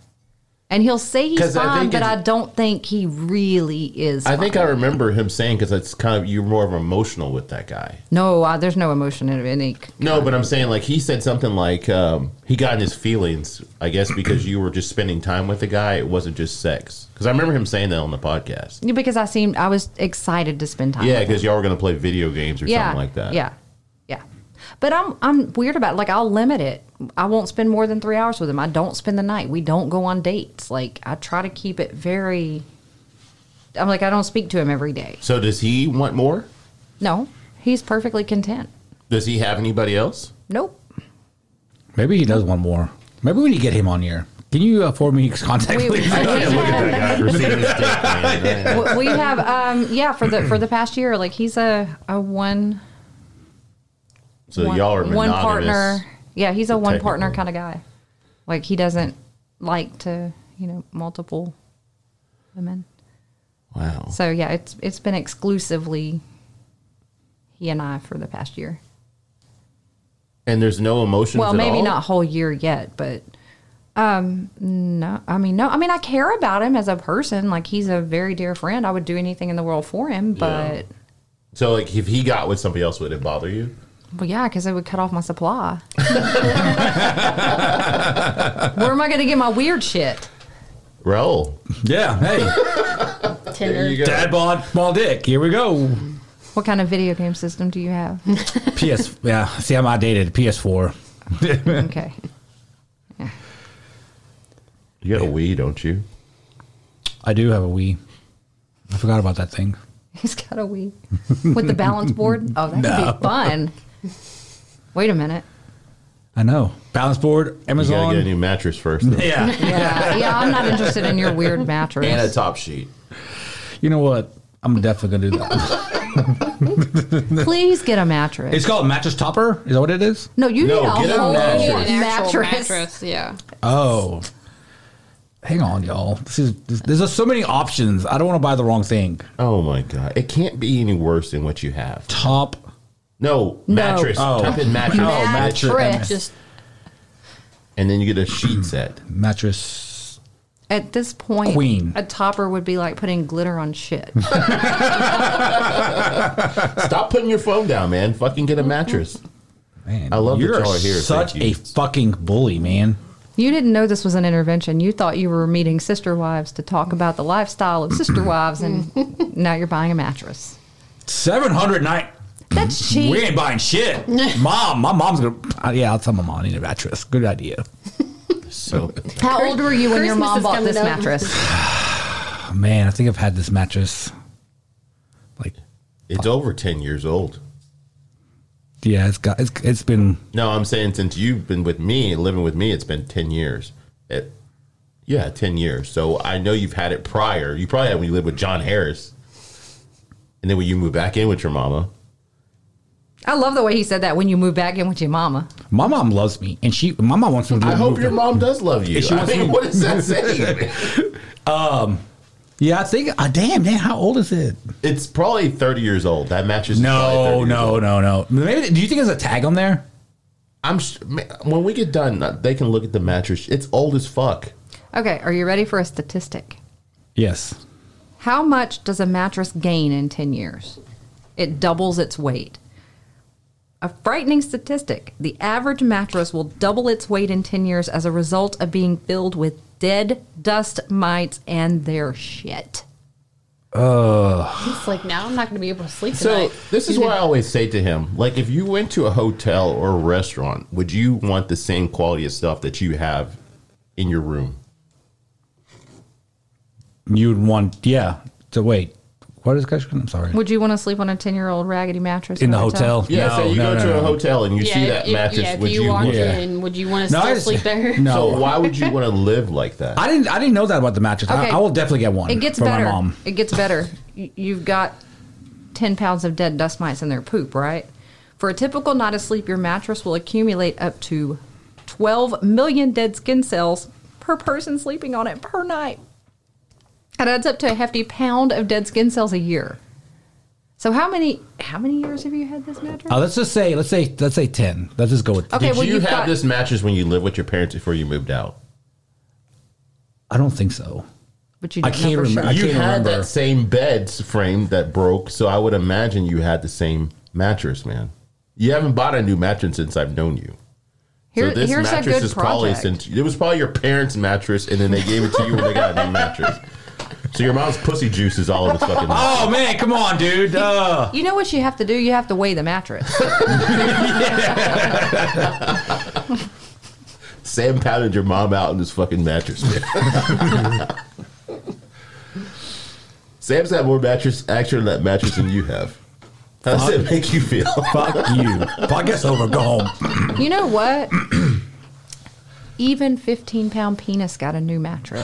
[SPEAKER 4] and he'll say
[SPEAKER 2] 'Cause
[SPEAKER 4] he's
[SPEAKER 2] I
[SPEAKER 4] fine
[SPEAKER 2] think
[SPEAKER 4] but
[SPEAKER 2] it's-
[SPEAKER 4] i don't think he really is
[SPEAKER 2] I
[SPEAKER 4] fine.
[SPEAKER 2] think I remember him saying because it's kind of you're more of emotional with that guy.
[SPEAKER 4] no I, there's no emotion in any
[SPEAKER 2] No, but I'm saying like he said something like um, he got in his feelings, I guess, because you were just spending time with the guy. It wasn't just sex. Because I remember him saying that on the podcast.
[SPEAKER 4] Yeah, because I seemed I was excited to spend time.
[SPEAKER 2] Yeah,
[SPEAKER 4] with him.
[SPEAKER 2] because y'all were gonna play video games or
[SPEAKER 4] yeah,
[SPEAKER 2] something like that.
[SPEAKER 4] Yeah, yeah. But I'm I'm weird about it. like I'll limit it. I won't spend more than three hours with him. I don't spend the night. We don't go on dates. Like I try to keep it very. I'm like I don't speak to him every day.
[SPEAKER 2] So does he want more?
[SPEAKER 4] No, he's perfectly content.
[SPEAKER 2] Does he have anybody else?
[SPEAKER 4] Nope.
[SPEAKER 1] Maybe he does one more. Maybe we need to get him on here. Can you uh, forward me his contact,
[SPEAKER 4] We-
[SPEAKER 1] please?
[SPEAKER 2] that guy.
[SPEAKER 4] W- we have um yeah for the for the past year like he's a a one
[SPEAKER 2] So
[SPEAKER 4] one,
[SPEAKER 2] y'all are monogamous.
[SPEAKER 4] one partner. Yeah, he's a one partner kind
[SPEAKER 2] technically.
[SPEAKER 4] of guy. Like he doesn't like to, you know, multiple women.
[SPEAKER 2] Wow.
[SPEAKER 4] So yeah, it's it's been exclusively he and I for the past year.
[SPEAKER 2] And there's no emotions.
[SPEAKER 4] Well,
[SPEAKER 2] at
[SPEAKER 4] maybe
[SPEAKER 2] all?
[SPEAKER 4] not whole year yet, but um no, I mean no. I mean I care about him as a person. Like he's a very dear friend. I would do anything in the world for him, but
[SPEAKER 2] So like, if he got with somebody else, would it bother you?
[SPEAKER 4] Well, yeah, because it would cut off my supply. Where am I going to get my weird shit?
[SPEAKER 2] Raul.
[SPEAKER 1] yeah. Hey,
[SPEAKER 3] Tinder.
[SPEAKER 1] dad bod, small dick. Here we go.
[SPEAKER 4] What kind of video game system do you have?
[SPEAKER 1] PS. Yeah. See, I'm outdated. PS4.
[SPEAKER 4] okay.
[SPEAKER 2] You got a Wii, don't you?
[SPEAKER 1] I do have a Wii. I forgot about that thing.
[SPEAKER 4] He's got a Wii with the balance board. Oh, that could
[SPEAKER 1] No.
[SPEAKER 4] be fun. Wait a minute.
[SPEAKER 1] I know. Balance board,
[SPEAKER 2] You gotta
[SPEAKER 1] Amazon.
[SPEAKER 2] get a new mattress first. though.
[SPEAKER 1] yeah.
[SPEAKER 4] Yeah, yeah. I'm not interested in your weird mattress.
[SPEAKER 5] and a top sheet.
[SPEAKER 1] You know what? I'm definitely gonna do that.
[SPEAKER 4] Please get a mattress.
[SPEAKER 1] it's called mattress topper. Is that what it is?
[SPEAKER 4] no, you
[SPEAKER 2] No,
[SPEAKER 4] need a
[SPEAKER 2] get a
[SPEAKER 4] whole
[SPEAKER 2] mattress.
[SPEAKER 3] You need an actual
[SPEAKER 4] Oh, mattress.
[SPEAKER 3] mattress. Yeah.
[SPEAKER 1] Oh. Hang on, y'all. This is this, there's so many options. I don't want to buy the wrong thing.
[SPEAKER 2] Oh my god, it can't be any worse than what you have.
[SPEAKER 1] Top.
[SPEAKER 2] No, mattress.
[SPEAKER 1] Oh.
[SPEAKER 2] Type in mattress,
[SPEAKER 1] Oh, mattress.
[SPEAKER 3] Just
[SPEAKER 2] and then you get a sheet set.
[SPEAKER 1] Mattress.
[SPEAKER 4] At this point,
[SPEAKER 1] Queen.
[SPEAKER 4] a topper would be like putting glitter on shit.
[SPEAKER 2] Stop putting your phone down, man. Fucking get a mattress.
[SPEAKER 1] Man,
[SPEAKER 2] I love that
[SPEAKER 1] you're
[SPEAKER 2] y'all are here.
[SPEAKER 1] such
[SPEAKER 2] Thank you.
[SPEAKER 1] a fucking bully, man.
[SPEAKER 4] you didn't know this was an intervention. You thought you were meeting sister wives to talk about the lifestyle of sister wives, and now you're buying a mattress.
[SPEAKER 1] Seven hundred nine.
[SPEAKER 4] That's cheap.
[SPEAKER 1] We ain't buying shit, mom. My mom's gonna. Uh, yeah, I'll tell my mom I need a mattress. Good idea.
[SPEAKER 2] So
[SPEAKER 4] How old were you when your
[SPEAKER 3] Christmas
[SPEAKER 4] mom
[SPEAKER 3] is
[SPEAKER 4] bought
[SPEAKER 3] coming
[SPEAKER 4] this
[SPEAKER 3] up.
[SPEAKER 4] mattress?
[SPEAKER 1] Oh, man, I think I've had this mattress. Like,
[SPEAKER 2] it's over ten years old.
[SPEAKER 1] yeah, it's got it's it's been
[SPEAKER 2] No, I'm saying since you've been with me, living with me, it's been ten years. It, yeah, ten years. So I know you've had it prior. You probably had it when you lived with John Harris, and then when you moved back in with your mama.
[SPEAKER 4] I love the way he said that when you moved back in with your mama.
[SPEAKER 1] My mom loves me, and she my mom wants me to.
[SPEAKER 2] I hope
[SPEAKER 1] move
[SPEAKER 2] your
[SPEAKER 1] to-
[SPEAKER 2] mom does love you.
[SPEAKER 1] If she
[SPEAKER 2] I
[SPEAKER 1] wants
[SPEAKER 2] mean,
[SPEAKER 1] to-
[SPEAKER 2] what does that say?
[SPEAKER 1] Yeah, I think. Uh, damn, man, how old is it?
[SPEAKER 2] it's probably thirty years old. That matches. is probably 30
[SPEAKER 1] No,
[SPEAKER 2] years
[SPEAKER 1] no,
[SPEAKER 2] old.
[SPEAKER 1] no, no. Maybe do you think there's a tag on there?
[SPEAKER 2] I'm s- man, when we get done, uh, they can look at the mattress. It's old as fuck.
[SPEAKER 4] Okay, are you ready for a statistic?
[SPEAKER 1] Yes.
[SPEAKER 4] How much does a mattress gain in 10 years? It doubles its weight. A frightening statistic the average mattress will double its weight in 10 years as a result of being filled with dead dust mites and their shit.
[SPEAKER 3] it's like now I'm not going to be able to sleep
[SPEAKER 2] So
[SPEAKER 3] tonight.
[SPEAKER 2] this is what I always say to him: like, if you went to a hotel or a restaurant, would you want the same quality of stuff that you have in your room?
[SPEAKER 1] You'd want. Yeah. So wait, what is question? I'm sorry.
[SPEAKER 4] Would you want to sleep on a 10 year old raggedy mattress?
[SPEAKER 1] In
[SPEAKER 4] in
[SPEAKER 1] the
[SPEAKER 4] a
[SPEAKER 1] hotel?
[SPEAKER 2] Yeah. so you go to a hotel and you see that
[SPEAKER 3] if,
[SPEAKER 2] mattress.
[SPEAKER 3] yeah, if
[SPEAKER 2] would
[SPEAKER 3] you, walk
[SPEAKER 2] want-
[SPEAKER 1] Yeah.
[SPEAKER 3] in, would you want to
[SPEAKER 1] No, I
[SPEAKER 3] still
[SPEAKER 1] just-
[SPEAKER 3] sleep there?
[SPEAKER 1] No.
[SPEAKER 2] So why would you want to live like that?
[SPEAKER 1] I didn't. I didn't know that about the mattress.
[SPEAKER 4] Okay.
[SPEAKER 1] I, I will definitely get one.
[SPEAKER 4] It gets
[SPEAKER 1] for
[SPEAKER 4] better.
[SPEAKER 1] My mom.
[SPEAKER 4] It gets better. Y- You've got 10 pounds of dead dust mites in their poop, right? For a typical night of sleep, your mattress will accumulate up to 12 million dead skin cells per person sleeping on it per night. That adds up to a hefty pound of dead skin cells a year. So how many how many years have you had this mattress?
[SPEAKER 1] Uh, let's just say. Let's say. Let's say ten. Let's just go with.
[SPEAKER 4] Okay,
[SPEAKER 2] Did
[SPEAKER 4] well
[SPEAKER 2] you
[SPEAKER 4] you've
[SPEAKER 2] have
[SPEAKER 4] got
[SPEAKER 2] this mattress when you lived with your parents before you moved out?
[SPEAKER 1] I don't think so.
[SPEAKER 4] but you
[SPEAKER 1] I
[SPEAKER 4] don't
[SPEAKER 1] can't
[SPEAKER 4] know for
[SPEAKER 1] remember.
[SPEAKER 4] sure.
[SPEAKER 1] I
[SPEAKER 2] you
[SPEAKER 1] can't
[SPEAKER 2] had
[SPEAKER 1] remember.
[SPEAKER 2] that same bed frame that broke, so I would imagine you had the same mattress, man. You haven't bought a new mattress since I've known you.
[SPEAKER 4] Here- here's a good
[SPEAKER 2] probably
[SPEAKER 4] project.
[SPEAKER 2] since it was probably your parents' mattress, and then they gave it to you when they got a new mattress. So your mom's pussy juice is all of its fucking.
[SPEAKER 1] Oh man, come on, dude. Uh,
[SPEAKER 4] You know what you have to do? You have to weigh the mattress.
[SPEAKER 2] Sam pounded your mom out in this fucking mattress. man. Sam's got more mattress action in that mattress than you have. How does that make you feel?
[SPEAKER 1] fuck you. Podcast over. Go home.
[SPEAKER 4] You know what? Even 15 pound penis got a new mattress.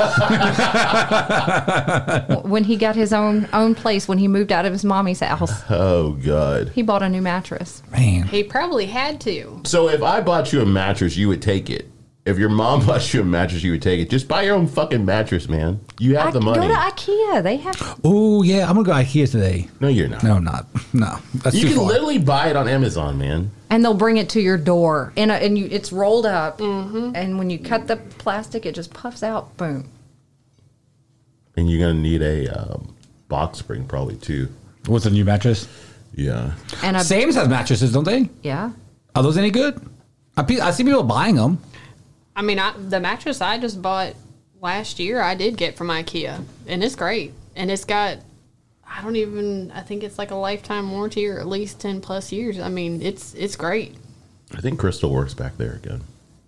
[SPEAKER 4] when he got his own own place, when he moved out of his mommy's house,
[SPEAKER 2] Oh god.
[SPEAKER 4] he bought a new mattress.
[SPEAKER 1] Man.
[SPEAKER 3] He probably had to.
[SPEAKER 2] So if I bought you a mattress, you would take it. If your mom bought you a mattress, you would take it. Just buy your own fucking mattress, man. You have
[SPEAKER 4] I
[SPEAKER 2] the money.
[SPEAKER 4] Go to IKEA. They have.
[SPEAKER 1] Oh yeah, I'm gonna go IKEA today.
[SPEAKER 2] no, you're not.
[SPEAKER 1] No, I'm not. No, that's
[SPEAKER 2] you
[SPEAKER 1] too
[SPEAKER 2] can
[SPEAKER 1] far.
[SPEAKER 2] literally buy it on Amazon, man.
[SPEAKER 4] And they'll bring it to your door, and uh, and you, it's rolled up, and when you cut the plastic, it just puffs out. Boom.
[SPEAKER 2] And you're gonna need a um, box spring probably too.
[SPEAKER 1] What's a new mattress?
[SPEAKER 2] Yeah.
[SPEAKER 4] And I,
[SPEAKER 1] Sam's has mattresses, don't they?
[SPEAKER 4] yeah,
[SPEAKER 1] Are those any good? I, pe- I see people buying them.
[SPEAKER 3] I mean, I, the mattress I just bought last year, I did get from IKEA, and it's great. And it's got, I don't even, I think it's like a lifetime warranty or at least ten plus years. I mean, it's it's great.
[SPEAKER 2] I think Crystal works back there again.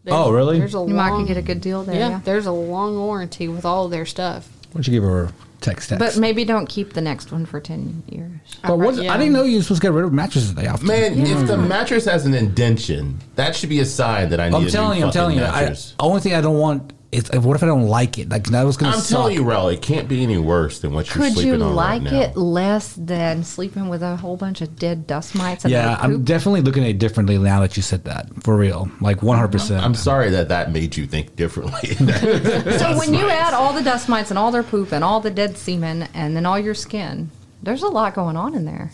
[SPEAKER 1] Oh, really?
[SPEAKER 3] There's a
[SPEAKER 4] You might
[SPEAKER 3] long-
[SPEAKER 4] could get a good deal there.
[SPEAKER 3] yeah,
[SPEAKER 4] yeah.
[SPEAKER 3] there's a long warranty with all of their stuff.
[SPEAKER 1] Why don't you give her a text text?
[SPEAKER 4] But maybe don't keep the next one for 10 years.
[SPEAKER 1] But what,
[SPEAKER 3] Yeah.
[SPEAKER 1] I didn't know you were supposed to get rid of mattresses that often.
[SPEAKER 2] Man, if the mattress has an indention, that should be a sign that I need
[SPEAKER 1] I'm
[SPEAKER 2] a
[SPEAKER 1] telling
[SPEAKER 2] new
[SPEAKER 1] you, I'm
[SPEAKER 2] fucking
[SPEAKER 1] telling you. I,
[SPEAKER 2] mattress.
[SPEAKER 1] only thing I don't want is what if I don't like it? Like that was gonna.
[SPEAKER 2] I'm
[SPEAKER 1] suck.
[SPEAKER 2] telling you, Raul, it can't be any worse than what you're
[SPEAKER 4] Could
[SPEAKER 2] sleeping
[SPEAKER 4] you
[SPEAKER 2] on
[SPEAKER 4] like
[SPEAKER 2] right now.
[SPEAKER 4] it less than sleeping with a whole bunch of dead dust mites? And
[SPEAKER 1] Yeah,
[SPEAKER 4] other
[SPEAKER 1] I'm
[SPEAKER 4] poop?
[SPEAKER 1] definitely looking at it differently now that you said that. For real, like 100.
[SPEAKER 2] I'm
[SPEAKER 1] percent
[SPEAKER 2] sorry that that made you think differently. That's
[SPEAKER 4] so when you
[SPEAKER 2] nice.
[SPEAKER 4] add all the dust mites and all their poop and all the dead semen and then all your skin, there's a lot going on in there.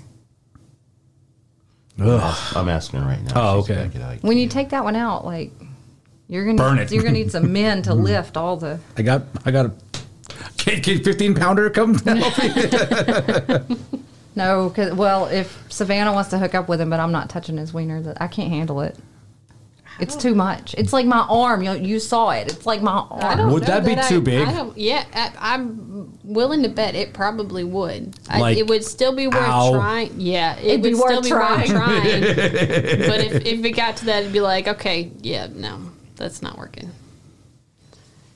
[SPEAKER 2] I'm asking her right now.
[SPEAKER 1] Oh,
[SPEAKER 2] She's
[SPEAKER 1] okay.
[SPEAKER 2] back at Ike.
[SPEAKER 4] When you take that one out, like you're gonna
[SPEAKER 1] Burn it.
[SPEAKER 4] you're gonna need some men to lift all the.
[SPEAKER 1] I got, I got a. Can, can 15 pounder come?
[SPEAKER 4] No, 'cause- well, if Savannah wants to hook up with him, but I'm not touching his wiener. That I can't handle it. It's too much. It's like my arm. You you saw it. It's like my
[SPEAKER 3] I
[SPEAKER 4] arm.
[SPEAKER 3] don't
[SPEAKER 1] Would
[SPEAKER 3] know
[SPEAKER 1] that be
[SPEAKER 3] I-
[SPEAKER 1] too big?
[SPEAKER 3] I don't, yeah, I, I'm willing to bet it probably would. I,
[SPEAKER 1] Like,
[SPEAKER 3] it would still be worth
[SPEAKER 1] ow.
[SPEAKER 3] trying. Yeah, it
[SPEAKER 4] It'd
[SPEAKER 3] would
[SPEAKER 4] be
[SPEAKER 3] still
[SPEAKER 4] worth
[SPEAKER 3] be
[SPEAKER 4] trying.
[SPEAKER 3] worth trying. but if, if it got to that, it'd be like, okay, yeah, no, that's not working.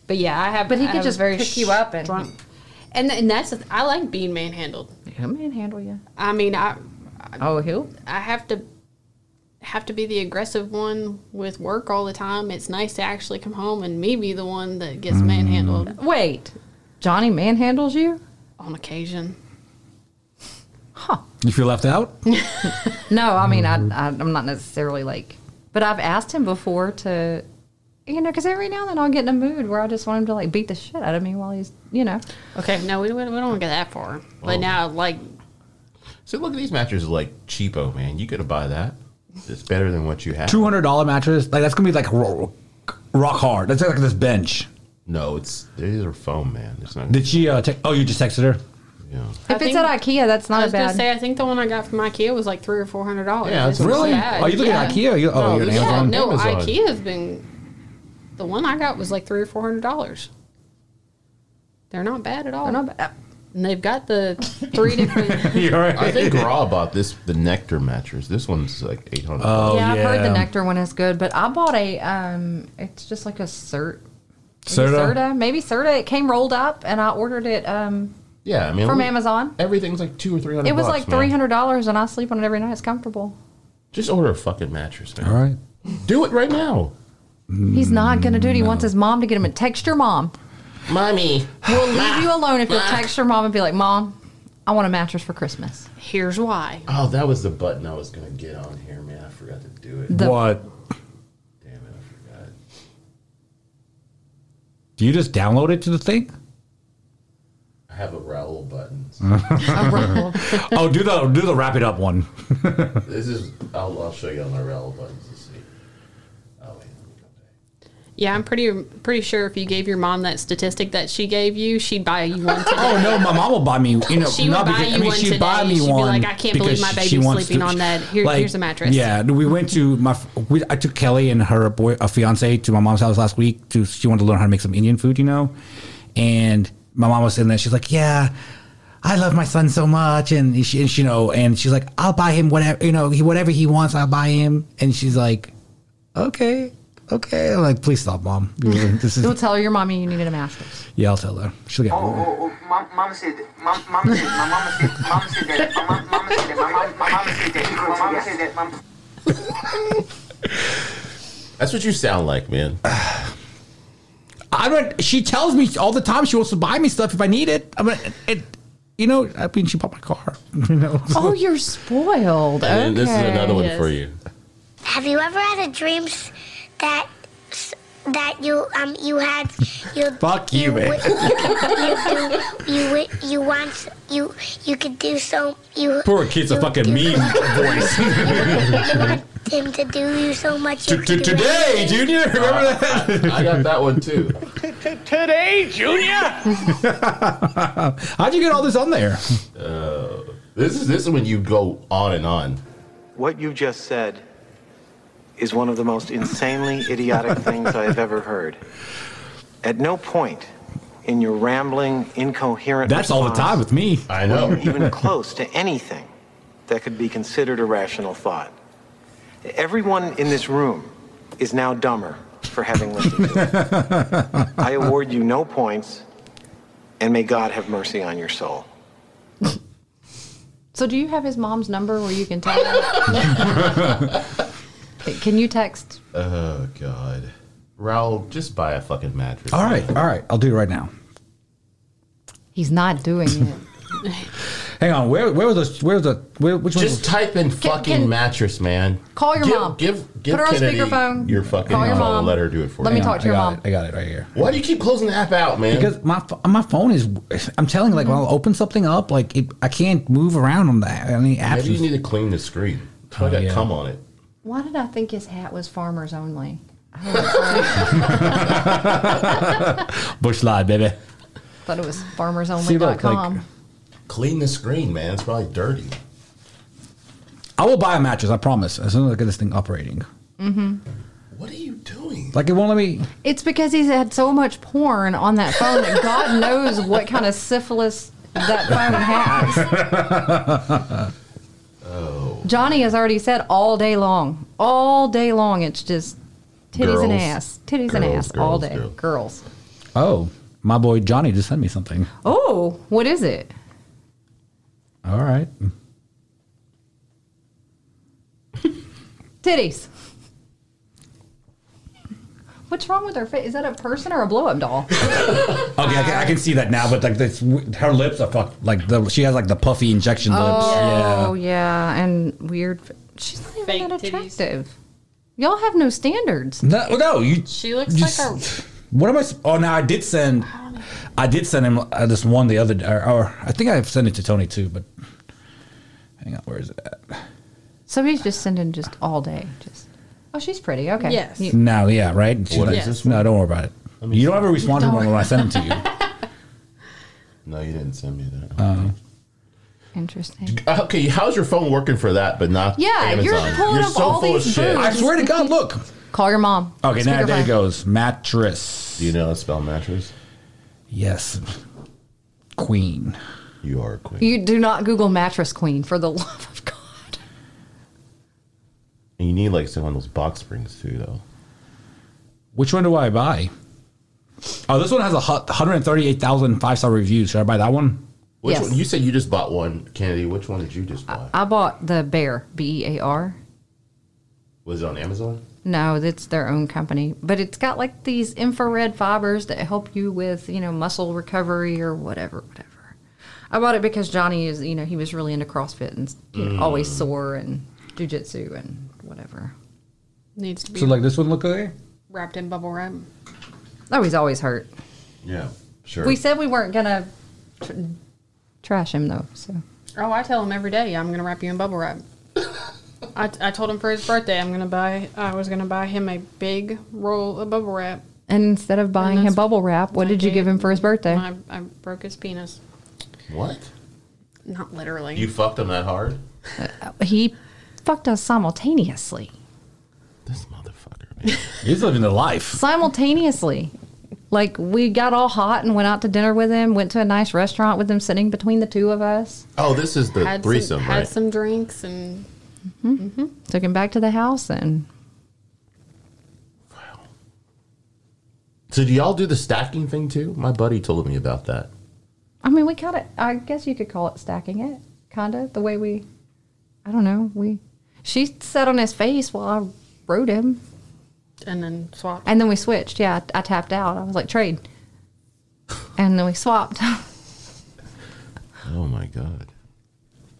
[SPEAKER 3] But yeah, I have.
[SPEAKER 4] But he
[SPEAKER 3] I
[SPEAKER 4] could
[SPEAKER 3] have
[SPEAKER 4] just
[SPEAKER 3] very
[SPEAKER 4] pick you up and-
[SPEAKER 3] strong- and and that's the th- I like being manhandled.
[SPEAKER 4] He'll manhandle you.
[SPEAKER 3] I mean, I
[SPEAKER 4] Oh, he'll.
[SPEAKER 3] I have to have to be the aggressive one with work all the time. It's nice to actually come home and me be the one that
[SPEAKER 1] Mm.
[SPEAKER 3] gets manhandled
[SPEAKER 4] Wait, Johnny manhandles you?
[SPEAKER 3] on occasion.
[SPEAKER 1] you feel left out?
[SPEAKER 4] No, I mean I,
[SPEAKER 1] Mm-hmm.
[SPEAKER 4] I I'm not necessarily like, but I've asked him before to, you know, because every now and then I'll get in a mood where I just want him to like beat the shit out of me while he's, you know.
[SPEAKER 3] Okay, no, we, we don't want to get that far. But now, like,
[SPEAKER 2] So look at these mattresses like cheapo, man. You could buy that. It's better than what you have.
[SPEAKER 1] Two hundred dollar mattress? Like that's gonna be like ro- rock hard. That's like this bench.
[SPEAKER 2] No, it's these are foam, man. It's not.
[SPEAKER 1] Did she? Uh, te- oh, you just texted her.
[SPEAKER 2] yeah.
[SPEAKER 4] If it's
[SPEAKER 3] think-
[SPEAKER 4] at IKEA, that's
[SPEAKER 3] I
[SPEAKER 4] not a
[SPEAKER 3] was gonna
[SPEAKER 4] bad.
[SPEAKER 3] say, I think the one I got from IKEA was like three or four hundred dollars.
[SPEAKER 2] Yeah, that's
[SPEAKER 3] It's
[SPEAKER 2] what
[SPEAKER 1] Really?
[SPEAKER 3] not bad.
[SPEAKER 1] Are you looking at
[SPEAKER 3] Yeah.
[SPEAKER 1] IKEA? You- Oh,
[SPEAKER 2] No,
[SPEAKER 1] you're an
[SPEAKER 2] this is-
[SPEAKER 1] Amazon.
[SPEAKER 3] Yeah, no,
[SPEAKER 2] Amazon.
[SPEAKER 3] IKEA's been. The one I got was like three or four hundred dollars. They're not bad at all.
[SPEAKER 4] They're not bad.
[SPEAKER 3] And they've got the three different.
[SPEAKER 1] You're
[SPEAKER 2] I
[SPEAKER 1] right.
[SPEAKER 2] think Raw bought this the Nectar mattress. This one's like eight hundred.
[SPEAKER 1] Oh,
[SPEAKER 4] yeah, I've heard
[SPEAKER 1] yeah.
[SPEAKER 4] the nectar one is good, but I bought a um, it's just like a cert.
[SPEAKER 1] Serta?
[SPEAKER 4] Serta, maybe Serta. It came rolled up, and I ordered it um
[SPEAKER 2] yeah, I mean
[SPEAKER 4] from
[SPEAKER 2] look-
[SPEAKER 4] Amazon.
[SPEAKER 2] Everything's like two or three hundred.
[SPEAKER 4] It was
[SPEAKER 2] bucks,
[SPEAKER 4] like
[SPEAKER 2] man.
[SPEAKER 4] three hundred dollars, and I sleep on it every night. It's comfortable.
[SPEAKER 2] Just order a fucking mattress, man.
[SPEAKER 1] All right.
[SPEAKER 2] Do it right now,
[SPEAKER 4] He's not gonna do it. He wants his mom to get him a text your mom.
[SPEAKER 2] mommy.
[SPEAKER 4] We'll leave you alone if you'll text your mom and be like, Mom, I want a mattress for Christmas.
[SPEAKER 3] Here's why.
[SPEAKER 2] Oh, that was the button I was gonna get on here, man. I forgot to do it.
[SPEAKER 4] The-
[SPEAKER 1] what?
[SPEAKER 2] Damn it, I forgot.
[SPEAKER 1] Do you just download it to the thing?
[SPEAKER 2] I have a Raoul button.
[SPEAKER 1] Uh-huh.
[SPEAKER 4] A rumble.
[SPEAKER 1] oh, do the do the wrap it up one.
[SPEAKER 2] This is. I'll, I'll show you on my Raoul buttons to see. Oh wait, let me go back.
[SPEAKER 3] Yeah, I'm pretty pretty sure if you gave your mom that statistic that she gave you, she'd buy you one today.
[SPEAKER 1] Oh no, my mom will buy me. You know,
[SPEAKER 3] She would
[SPEAKER 1] not
[SPEAKER 3] buy
[SPEAKER 1] because, I
[SPEAKER 3] you
[SPEAKER 1] mean,
[SPEAKER 3] one
[SPEAKER 1] she'd
[SPEAKER 3] today.
[SPEAKER 1] buy me
[SPEAKER 3] She'd be
[SPEAKER 1] one.
[SPEAKER 3] like, "I can't
[SPEAKER 1] because
[SPEAKER 3] believe my
[SPEAKER 1] she
[SPEAKER 3] baby's
[SPEAKER 1] wants
[SPEAKER 3] sleeping on that. Here- here's a mattress."
[SPEAKER 1] Yeah, we went to my. We, I took Kelly and her boy, a fiance, to my mom's house last week. To she wanted to learn how to make some Indian food, you know, and my mom was in there. She's like, "Yeah." I love my son so much, and she, and she, you know, and she's like, "I'll buy him whatever, you know, he whatever he wants, I'll buy him." And she's like, "Okay, okay." I'm like, "Please stop, mom. This
[SPEAKER 4] You'll
[SPEAKER 1] is
[SPEAKER 4] tell your mommy you needed a mattress.
[SPEAKER 1] yeah." I'll tell her. She'll get.
[SPEAKER 5] Oh, oh, oh, mom, mama said that. Mom, mama said, my mama said, mama said that. My mom, mama said that. My mom, my mama said that. My mama said that. Mom.
[SPEAKER 2] That's what you sound like, man.
[SPEAKER 1] I don't. She tells me all the time she wants to buy me stuff if I need it. I mean, it, you know, I mean, she bought my car. You know,
[SPEAKER 4] Oh, you're spoiled.
[SPEAKER 2] And this is another one
[SPEAKER 3] Yes.
[SPEAKER 2] for you.
[SPEAKER 6] Have you ever had a dream s- that s- that you um you had you
[SPEAKER 1] Fuck you, man.
[SPEAKER 6] wi- you, do- you wi- you want s- you you could do so you
[SPEAKER 1] poor kid's a
[SPEAKER 6] you
[SPEAKER 1] fucking
[SPEAKER 6] do-
[SPEAKER 1] mean voice.
[SPEAKER 6] You want him to do you so much. You could do
[SPEAKER 1] Today,
[SPEAKER 6] anything.
[SPEAKER 1] Junior, remember that?
[SPEAKER 2] I got that one too.
[SPEAKER 7] Today, Junior!
[SPEAKER 1] How'd you get all this on there?
[SPEAKER 2] This is this is when you go on and on.
[SPEAKER 7] What you just said is one of the most insanely idiotic things I have ever heard. At no point in your rambling, incoherent
[SPEAKER 1] That's all the
[SPEAKER 7] response
[SPEAKER 1] time with me.
[SPEAKER 2] I know.
[SPEAKER 7] even close to anything that could be considered a rational thought. Everyone in this room is now dumber for having listened to it. I award you no points, and may God have mercy on your soul.
[SPEAKER 4] So, do you have his mom's number where you can tell her? Can you text?
[SPEAKER 2] Oh God, Raul, just buy a fucking mattress.
[SPEAKER 1] All right, all right. I'll do it right now.
[SPEAKER 4] He's not doing it.
[SPEAKER 1] Hang on. Where where was the where was the where, which one?
[SPEAKER 2] Just type in fucking
[SPEAKER 4] can-
[SPEAKER 2] mattress, man.
[SPEAKER 4] Call your
[SPEAKER 2] give,
[SPEAKER 4] mom.
[SPEAKER 2] Give, give
[SPEAKER 4] Put her on
[SPEAKER 2] Kennedy
[SPEAKER 4] speakerphone.
[SPEAKER 2] Your fucking
[SPEAKER 4] Call your
[SPEAKER 2] mom.
[SPEAKER 4] mom.
[SPEAKER 2] Let her do it for
[SPEAKER 4] Let
[SPEAKER 2] you.
[SPEAKER 4] me talk to your
[SPEAKER 1] I got
[SPEAKER 4] mom.
[SPEAKER 1] It. I got it right here.
[SPEAKER 2] Why do you keep closing the app out, man?
[SPEAKER 1] Because my ph- my phone is. I'm telling you, like when I open something up, like it, I can't move around on that. I mean, apps.
[SPEAKER 2] Maybe you need to clean the screen. It's like
[SPEAKER 1] Oh,
[SPEAKER 2] I
[SPEAKER 1] yeah.
[SPEAKER 2] come on it.
[SPEAKER 4] Why did I think his hat was farmers only?
[SPEAKER 1] Bush lie, baby.
[SPEAKER 4] thought it was
[SPEAKER 1] See, look,
[SPEAKER 4] farmersonly.com.
[SPEAKER 1] like-
[SPEAKER 2] Clean the screen, man. It's probably dirty.
[SPEAKER 1] I will buy a mattress. I promise. As soon as I get this thing operating,
[SPEAKER 2] What are you doing?
[SPEAKER 1] like it won't let me.
[SPEAKER 4] It's because he's had so much porn on that phone that God knows what kind of syphilis that phone has.
[SPEAKER 2] Oh.
[SPEAKER 4] Johnny has already said all day long, all day long, it's just titties and
[SPEAKER 2] Girls.
[SPEAKER 4] ass, titties and
[SPEAKER 2] Girls,
[SPEAKER 4] ass all
[SPEAKER 2] girls,
[SPEAKER 4] day,
[SPEAKER 2] girls.
[SPEAKER 4] girls.
[SPEAKER 1] Oh, my boy Johnny just sent me something.
[SPEAKER 4] Oh, what is it?
[SPEAKER 1] All right.
[SPEAKER 4] Titties. What's wrong with her face? Is that a person or a blow up doll?
[SPEAKER 1] Okay, I can, I can see that now, but like this, her lips are fucked. Like the, she has like the puffy injection lips.
[SPEAKER 4] Oh yeah, and weird. She's not even
[SPEAKER 3] Fake
[SPEAKER 4] that
[SPEAKER 3] titties.
[SPEAKER 4] attractive. Y'all have no standards.
[SPEAKER 1] No, no, you.
[SPEAKER 3] She looks
[SPEAKER 1] you
[SPEAKER 3] like
[SPEAKER 1] s- What am I? s- Oh, now I did send. I did send him uh, this one the other, or, or I think I've sent it to Tony too. But hang on, where is it at?
[SPEAKER 4] So he's just sending just all day. Just oh, she's pretty. Okay.
[SPEAKER 3] Yes.
[SPEAKER 4] You-
[SPEAKER 1] No, yeah, right. And she's
[SPEAKER 2] What
[SPEAKER 1] like,
[SPEAKER 2] is this
[SPEAKER 1] No, don't worry about it. You don't ever respond to them when I send them to you.
[SPEAKER 2] No, you didn't send me that.
[SPEAKER 1] Oh.
[SPEAKER 4] Interesting.
[SPEAKER 2] Uh, Okay, how's your phone working for that, but not
[SPEAKER 4] Yeah,
[SPEAKER 2] Amazon?
[SPEAKER 4] you're pulling up all these
[SPEAKER 1] I
[SPEAKER 4] boobs.
[SPEAKER 1] swear to God, look.
[SPEAKER 4] Call your mom.
[SPEAKER 1] Okay, now there
[SPEAKER 4] Speakerphone.
[SPEAKER 1] it goes. Mattress.
[SPEAKER 2] Do you know how to spell mattress?
[SPEAKER 1] Yes. Queen.
[SPEAKER 2] You are a queen.
[SPEAKER 4] You do not Google mattress queen for the love of God.
[SPEAKER 2] and you need like some of those box springs too, though.
[SPEAKER 1] Which one do I buy? Oh, this one has a hu- 138,000 five star reviews. Should I buy that one?
[SPEAKER 2] Which
[SPEAKER 4] Yes.
[SPEAKER 2] one? You said you just bought one, Kennedy. Which one did you just buy?
[SPEAKER 4] I bought the Bear B E A R.
[SPEAKER 2] Was it on Amazon?
[SPEAKER 4] No, it's their own company, but it's got like these infrared fibers that help you with you know muscle recovery or whatever, whatever. I bought it because Johnny is you know he was really into CrossFit and you know, always
[SPEAKER 1] Mm.
[SPEAKER 4] sore and jujitsu and whatever.
[SPEAKER 3] Needs to be
[SPEAKER 1] So, like this one look okay?
[SPEAKER 3] wrapped in bubble wrap.
[SPEAKER 4] Oh, he's always hurt.
[SPEAKER 2] Yeah, sure.
[SPEAKER 4] We said we weren't gonna tr- trash him though, so
[SPEAKER 3] Oh, I tell him every day I'm gonna wrap you in bubble wrap. I, I told him for his birthday I'm gonna buy I was gonna buy him a big roll of bubble wrap.
[SPEAKER 4] And instead of buying
[SPEAKER 3] And
[SPEAKER 4] him
[SPEAKER 3] that's-
[SPEAKER 4] bubble wrap, what
[SPEAKER 3] I
[SPEAKER 4] did you give
[SPEAKER 3] did.
[SPEAKER 4] him for his birthday?
[SPEAKER 3] I, I broke his penis.
[SPEAKER 2] what?
[SPEAKER 3] Not literally.
[SPEAKER 2] You fucked them that hard?
[SPEAKER 4] He fucked us simultaneously.
[SPEAKER 2] This motherfucker, man.
[SPEAKER 1] He's living the life.
[SPEAKER 4] Simultaneously. Like we got all hot and went out to dinner with him, went to a nice restaurant with him sitting between the two of us,
[SPEAKER 2] oh, this is the
[SPEAKER 3] had
[SPEAKER 2] threesome,
[SPEAKER 3] some,
[SPEAKER 2] right?
[SPEAKER 3] had some drinks and
[SPEAKER 4] took him back to the house and
[SPEAKER 2] So do y'all do the stacking thing too? My buddy told me about that.
[SPEAKER 4] I mean we kind of I guess you could call it stacking it, kinda, the way we I don't know, we she sat on his face while I rode him.
[SPEAKER 3] and then swap.
[SPEAKER 4] And then we switched. Yeah, I, I tapped out. I was like, trade. And then we swapped.
[SPEAKER 2] Oh my god.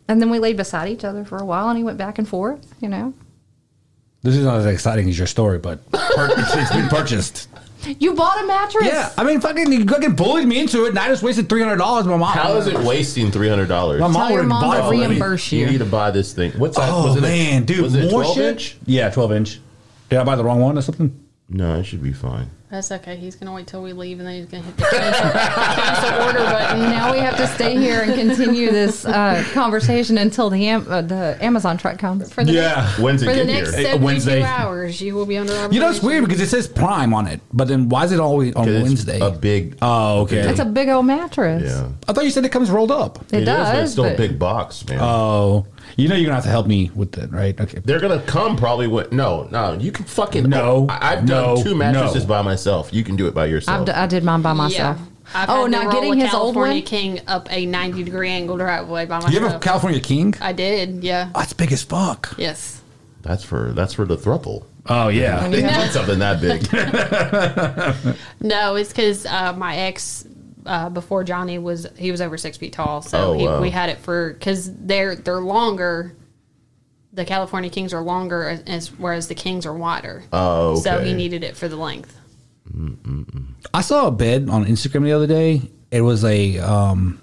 [SPEAKER 4] and then we laid beside each other for a while and he went back and forth, you know.
[SPEAKER 1] This is not as exciting as your story, but per- it's- it's been purchased.
[SPEAKER 4] You bought a mattress.
[SPEAKER 1] Yeah, I mean, fucking, you fucking bullied me into it, and I just wasted three hundred dollars. My mom.
[SPEAKER 2] How is it wasting three hundred dollars? Oh,
[SPEAKER 1] My mom
[SPEAKER 4] Tell your
[SPEAKER 1] would've
[SPEAKER 4] mom
[SPEAKER 1] bought
[SPEAKER 4] to
[SPEAKER 1] it for me.
[SPEAKER 4] reimburse
[SPEAKER 2] You
[SPEAKER 4] you.
[SPEAKER 2] need to buy this thing. What's that?
[SPEAKER 1] Oh
[SPEAKER 2] was it a-
[SPEAKER 1] man, dude,
[SPEAKER 2] was it a
[SPEAKER 1] more
[SPEAKER 2] 12
[SPEAKER 1] shit.
[SPEAKER 2] inch?
[SPEAKER 1] Yeah, twelve inch. Did I buy the wrong one or something?
[SPEAKER 2] No, it should be fine.
[SPEAKER 3] That's okay. He's gonna wait till we leave and then he's gonna hit the cancel, cancel order button.
[SPEAKER 4] Now we have to stay here and continue this uh, conversation until the am- uh, the Amazon truck comes.
[SPEAKER 3] For the
[SPEAKER 2] When's it
[SPEAKER 3] for the
[SPEAKER 2] get
[SPEAKER 3] next
[SPEAKER 2] here?
[SPEAKER 1] Hey,
[SPEAKER 3] 72
[SPEAKER 1] Wednesday.
[SPEAKER 3] hours, you will be under
[SPEAKER 1] You know, it's weird because it says Prime on it, but then why is it always on
[SPEAKER 2] 'Cause it's
[SPEAKER 1] Wednesday?
[SPEAKER 2] A big.
[SPEAKER 1] oh, okay.
[SPEAKER 4] It's a big old mattress.
[SPEAKER 2] yeah.
[SPEAKER 1] I thought you said it comes rolled up.
[SPEAKER 2] It
[SPEAKER 4] It,
[SPEAKER 2] is, but
[SPEAKER 4] does.
[SPEAKER 2] It's still a
[SPEAKER 4] but
[SPEAKER 2] big box, man.
[SPEAKER 1] Oh, You know you're gonna have to help me with that, right? Okay.
[SPEAKER 2] They're gonna come probably. With, no, no, you can fucking oh,
[SPEAKER 1] No,
[SPEAKER 2] I, have
[SPEAKER 1] no,
[SPEAKER 2] done two mattresses
[SPEAKER 1] no.
[SPEAKER 2] by myself. You can do it by yourself.
[SPEAKER 4] I've d- I did mine by myself.
[SPEAKER 3] I've
[SPEAKER 4] oh,
[SPEAKER 3] had to
[SPEAKER 4] now
[SPEAKER 3] roll
[SPEAKER 4] getting
[SPEAKER 3] a
[SPEAKER 4] his old
[SPEAKER 3] California
[SPEAKER 4] one.
[SPEAKER 3] King up a 90 degree angle driveway by myself.
[SPEAKER 1] You have a California King?
[SPEAKER 3] I did, yeah.
[SPEAKER 1] Oh, that's big as fuck.
[SPEAKER 3] Yes.
[SPEAKER 2] that's for that's for the thruple.
[SPEAKER 1] Oh yeah.
[SPEAKER 2] They need something that big.
[SPEAKER 3] No, it's because uh, my ex uh, before Johnny was he was over six feet tall, so
[SPEAKER 2] Oh,
[SPEAKER 3] he,
[SPEAKER 2] wow.
[SPEAKER 3] we had it for because they're they're longer. The California Kings are longer, as- as whereas the Kings are wider.
[SPEAKER 2] Oh,
[SPEAKER 3] so he
[SPEAKER 2] okay.
[SPEAKER 3] needed it for the length.
[SPEAKER 1] I saw a bed on Instagram the other day. It was a um,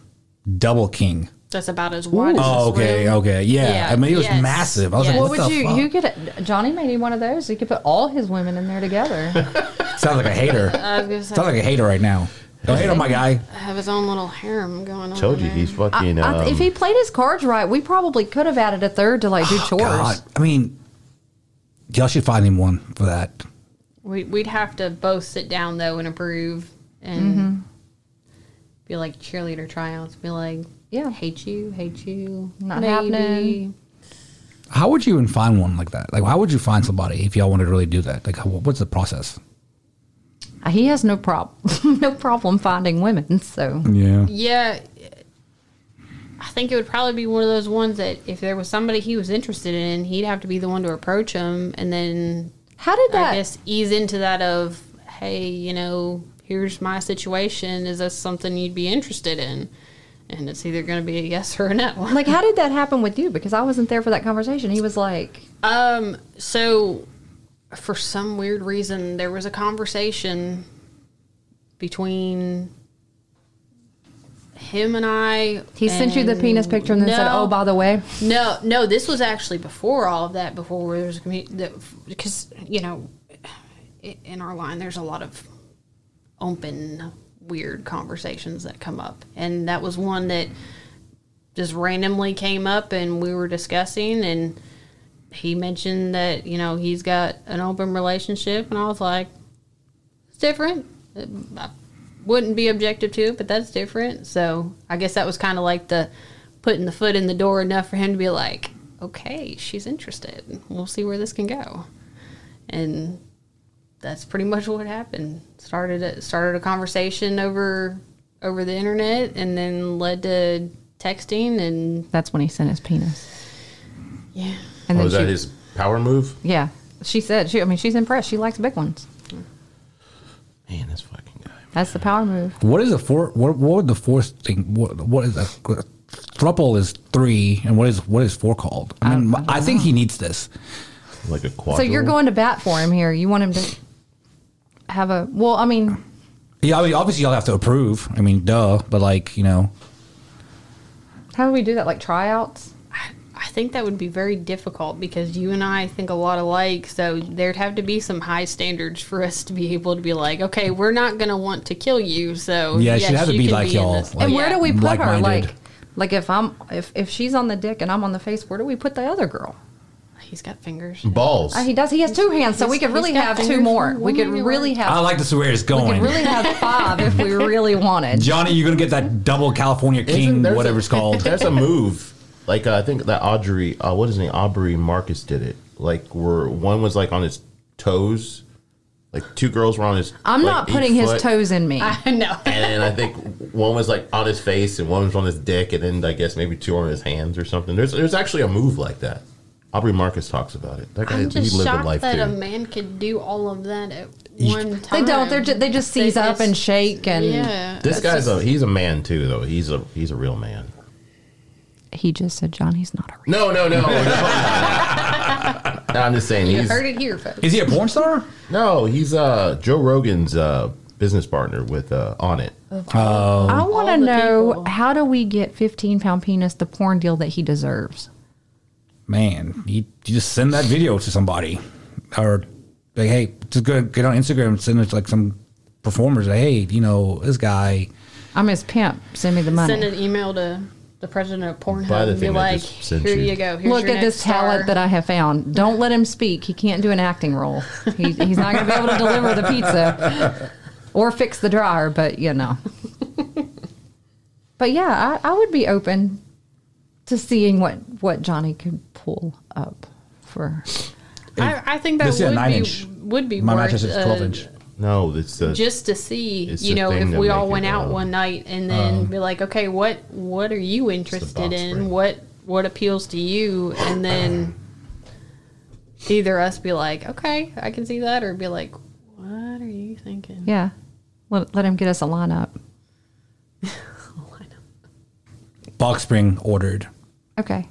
[SPEAKER 1] double king.
[SPEAKER 3] That's about as wide. as
[SPEAKER 1] Oh,
[SPEAKER 3] this
[SPEAKER 1] okay,
[SPEAKER 3] room.
[SPEAKER 1] okay, yeah.
[SPEAKER 3] Yeah,
[SPEAKER 1] I mean, it was
[SPEAKER 3] yes,
[SPEAKER 1] massive. I was
[SPEAKER 3] yes.
[SPEAKER 1] like,
[SPEAKER 4] What
[SPEAKER 1] what,
[SPEAKER 4] would
[SPEAKER 1] the
[SPEAKER 4] you?
[SPEAKER 1] fuck?
[SPEAKER 4] You could. Johnny made me one of those. He could put all his women in there together.
[SPEAKER 1] Sounds like a hater.
[SPEAKER 4] Oh.
[SPEAKER 3] I was gonna say,
[SPEAKER 1] Sounds like a hater right now. Don't hate on my guy.
[SPEAKER 3] have his own little harem going on.
[SPEAKER 2] Told you
[SPEAKER 3] there.
[SPEAKER 2] he's fucking.
[SPEAKER 4] I-
[SPEAKER 2] um,
[SPEAKER 4] if he played his cards right, we probably could have added a third to like do
[SPEAKER 2] Oh,
[SPEAKER 4] chores.
[SPEAKER 1] God, I mean, y'all should find him one for that.
[SPEAKER 3] We, we'd have to both sit down though and approve and
[SPEAKER 4] Mm-hmm.
[SPEAKER 3] be like cheerleader tryouts. Be like,
[SPEAKER 4] Yeah.
[SPEAKER 3] hate you, hate you,
[SPEAKER 4] Not happening.
[SPEAKER 1] How would you even find one like that? Like, how would you find somebody if y'all wanted to really do that? Like, how, what's the process?
[SPEAKER 4] He has no problem, no problem finding women. So
[SPEAKER 1] Yeah.
[SPEAKER 3] Yeah, I think it would probably be one of those ones that if there was somebody he was interested in, he'd have to be the one to approach him, and then
[SPEAKER 4] how did that?
[SPEAKER 3] I guess ease into that of, hey, you know, here's my situation. Is this something you'd be interested in? And it's either going to be a yes or a no.
[SPEAKER 4] like how did that happen with you? Because I wasn't there for that conversation. He was like,
[SPEAKER 3] Um, so for some weird reason, there was a conversation between him and I.
[SPEAKER 4] he sent you the
[SPEAKER 3] and-
[SPEAKER 4] penis picture and then said,
[SPEAKER 3] No.
[SPEAKER 4] "Oh, by the way,
[SPEAKER 3] No, no, this was actually before all of that. Before there was because you know, i- in our line, there's a lot of open, weird conversations that come up, and that was one that just randomly came up, and we were discussing, and he mentioned that you know he's got an open relationship, and I was like, it's different. I wouldn't be objective to it, but that's different. So I guess that was kind of like the putting the foot in the door enough for him to be like, okay, she's interested. We'll see where this can go. And that's pretty much what happened. Started a, started a conversation over over the internet, and then led to texting and
[SPEAKER 4] that's when he sent his penis."
[SPEAKER 3] yeah.
[SPEAKER 2] oh,
[SPEAKER 4] And then
[SPEAKER 2] is that
[SPEAKER 4] she,
[SPEAKER 2] his power move?
[SPEAKER 4] yeah, she said she. I mean, she's impressed. She likes big ones.
[SPEAKER 2] Man, this fucking guy.
[SPEAKER 4] That's the power move.
[SPEAKER 1] What is the four? What, what would the fourth thing? What, what is a thruple is three, and what is what is four called? I mean, I, think he needs this.
[SPEAKER 2] Like a quadruple.
[SPEAKER 4] So you're going to bat for him here. You want him to have a well. I mean,
[SPEAKER 1] Yeah, I mean, obviously y'all have to approve. I mean, duh. But like, you know,
[SPEAKER 4] how do we do that? Like tryouts.
[SPEAKER 3] I think that would be very difficult because you and I think a lot alike. So there'd have to be some high standards for us to be able to be like, okay, we're not going to want to kill you. So
[SPEAKER 1] Yeah, it should have to
[SPEAKER 3] you
[SPEAKER 1] be
[SPEAKER 3] can
[SPEAKER 1] like
[SPEAKER 3] in
[SPEAKER 1] y'all,
[SPEAKER 3] this.
[SPEAKER 1] like-
[SPEAKER 4] and where do we put her?
[SPEAKER 1] like-minded.
[SPEAKER 4] Like, like if I'm if if she's on the dick and I'm on the face, where do we put the other girl?
[SPEAKER 3] He's got fingers.
[SPEAKER 2] balls.
[SPEAKER 4] Uh, he does. He has two hands, so we could
[SPEAKER 3] he's
[SPEAKER 4] really
[SPEAKER 3] got
[SPEAKER 4] have two
[SPEAKER 3] fingers
[SPEAKER 4] more.
[SPEAKER 3] for
[SPEAKER 4] We could
[SPEAKER 3] women,
[SPEAKER 4] really
[SPEAKER 1] I
[SPEAKER 4] have.
[SPEAKER 1] like this where it's
[SPEAKER 4] We could
[SPEAKER 1] going.
[SPEAKER 4] really have five if we really wanted.
[SPEAKER 1] Johnny, you're gonna get that double California King,
[SPEAKER 2] there's
[SPEAKER 1] whatever
[SPEAKER 2] a-
[SPEAKER 1] it's called.
[SPEAKER 2] There's a move. Like uh, I think that Audrey, uh, what is his name? Aubrey Marcus did it. Like where one was like on his toes. Like two girls were on his.
[SPEAKER 4] I'm
[SPEAKER 2] like,
[SPEAKER 4] not
[SPEAKER 2] each
[SPEAKER 4] putting his
[SPEAKER 2] foot,
[SPEAKER 4] toes in me.
[SPEAKER 3] no.
[SPEAKER 2] And then I think one was like on his face, and one was on his dick, and then I guess maybe two on his hands or something. There's there's actually a move like that. Aubrey Marcus talks about it. That guy,
[SPEAKER 3] I'm
[SPEAKER 2] he
[SPEAKER 3] just
[SPEAKER 2] lived a
[SPEAKER 3] shocked
[SPEAKER 2] life
[SPEAKER 3] that a
[SPEAKER 2] too.
[SPEAKER 3] man could do all of that at one
[SPEAKER 4] They
[SPEAKER 3] time.
[SPEAKER 4] don't. They're just, they just
[SPEAKER 3] They
[SPEAKER 4] seize up
[SPEAKER 3] just-
[SPEAKER 4] and shake and
[SPEAKER 3] Yeah.
[SPEAKER 2] This
[SPEAKER 3] that's
[SPEAKER 2] guy's
[SPEAKER 3] just-
[SPEAKER 2] a he's a man too though. He's a he's a real man.
[SPEAKER 4] he just said Johnny's not a real.
[SPEAKER 2] No, no, no. no. No, I'm just saying
[SPEAKER 3] You
[SPEAKER 2] he's
[SPEAKER 3] heard it here, folks.
[SPEAKER 1] Is he a porn star?
[SPEAKER 2] no, he's uh Joe Rogan's uh business partner with uh on it.
[SPEAKER 1] Oh.
[SPEAKER 4] I want to
[SPEAKER 3] all the
[SPEAKER 4] know
[SPEAKER 3] people.
[SPEAKER 4] how do we get 15 pound penis the porn deal that he deserves?
[SPEAKER 1] Man, you, you just send that video to somebody, or like, hey, just go get on Instagram and send it to like some performers. Like, hey, you know, this guy.
[SPEAKER 4] I'm his pimp. Send me the money.
[SPEAKER 3] Send an email to the president of Pornhub
[SPEAKER 2] Buy the
[SPEAKER 3] and be
[SPEAKER 2] thing that
[SPEAKER 3] like,
[SPEAKER 2] just sent
[SPEAKER 3] here
[SPEAKER 2] you.
[SPEAKER 3] you go. Here's
[SPEAKER 4] Look
[SPEAKER 3] your
[SPEAKER 4] at this
[SPEAKER 3] next star.
[SPEAKER 4] talent that I have found. Don't let him speak. He can't do an acting role. He, he's not going to be able to deliver the pizza or fix the dryer, but you know. But yeah, I, I would be open to seeing what what Johnny could pull up for.
[SPEAKER 3] I, I think that
[SPEAKER 1] This is a
[SPEAKER 3] would
[SPEAKER 1] nine
[SPEAKER 3] be
[SPEAKER 1] inch.
[SPEAKER 3] would be
[SPEAKER 1] My
[SPEAKER 3] worth
[SPEAKER 1] mattress is
[SPEAKER 3] uh,
[SPEAKER 1] 12 inch.
[SPEAKER 2] No, it's uh, the
[SPEAKER 3] just to see,
[SPEAKER 2] It's
[SPEAKER 3] you
[SPEAKER 2] the
[SPEAKER 3] know,
[SPEAKER 2] thing
[SPEAKER 3] if
[SPEAKER 2] to
[SPEAKER 3] we
[SPEAKER 2] make
[SPEAKER 3] all
[SPEAKER 2] it
[SPEAKER 3] went out
[SPEAKER 2] go. um,
[SPEAKER 3] one night and then be like, okay, what what are you interested
[SPEAKER 2] box
[SPEAKER 3] in?
[SPEAKER 2] spring.
[SPEAKER 3] What what appeals to you? And then either us be like, okay, I can see that, or be like, what are you thinking?
[SPEAKER 4] Yeah, let, let him get us a lineup.
[SPEAKER 1] Box spring ordered.
[SPEAKER 4] Okay.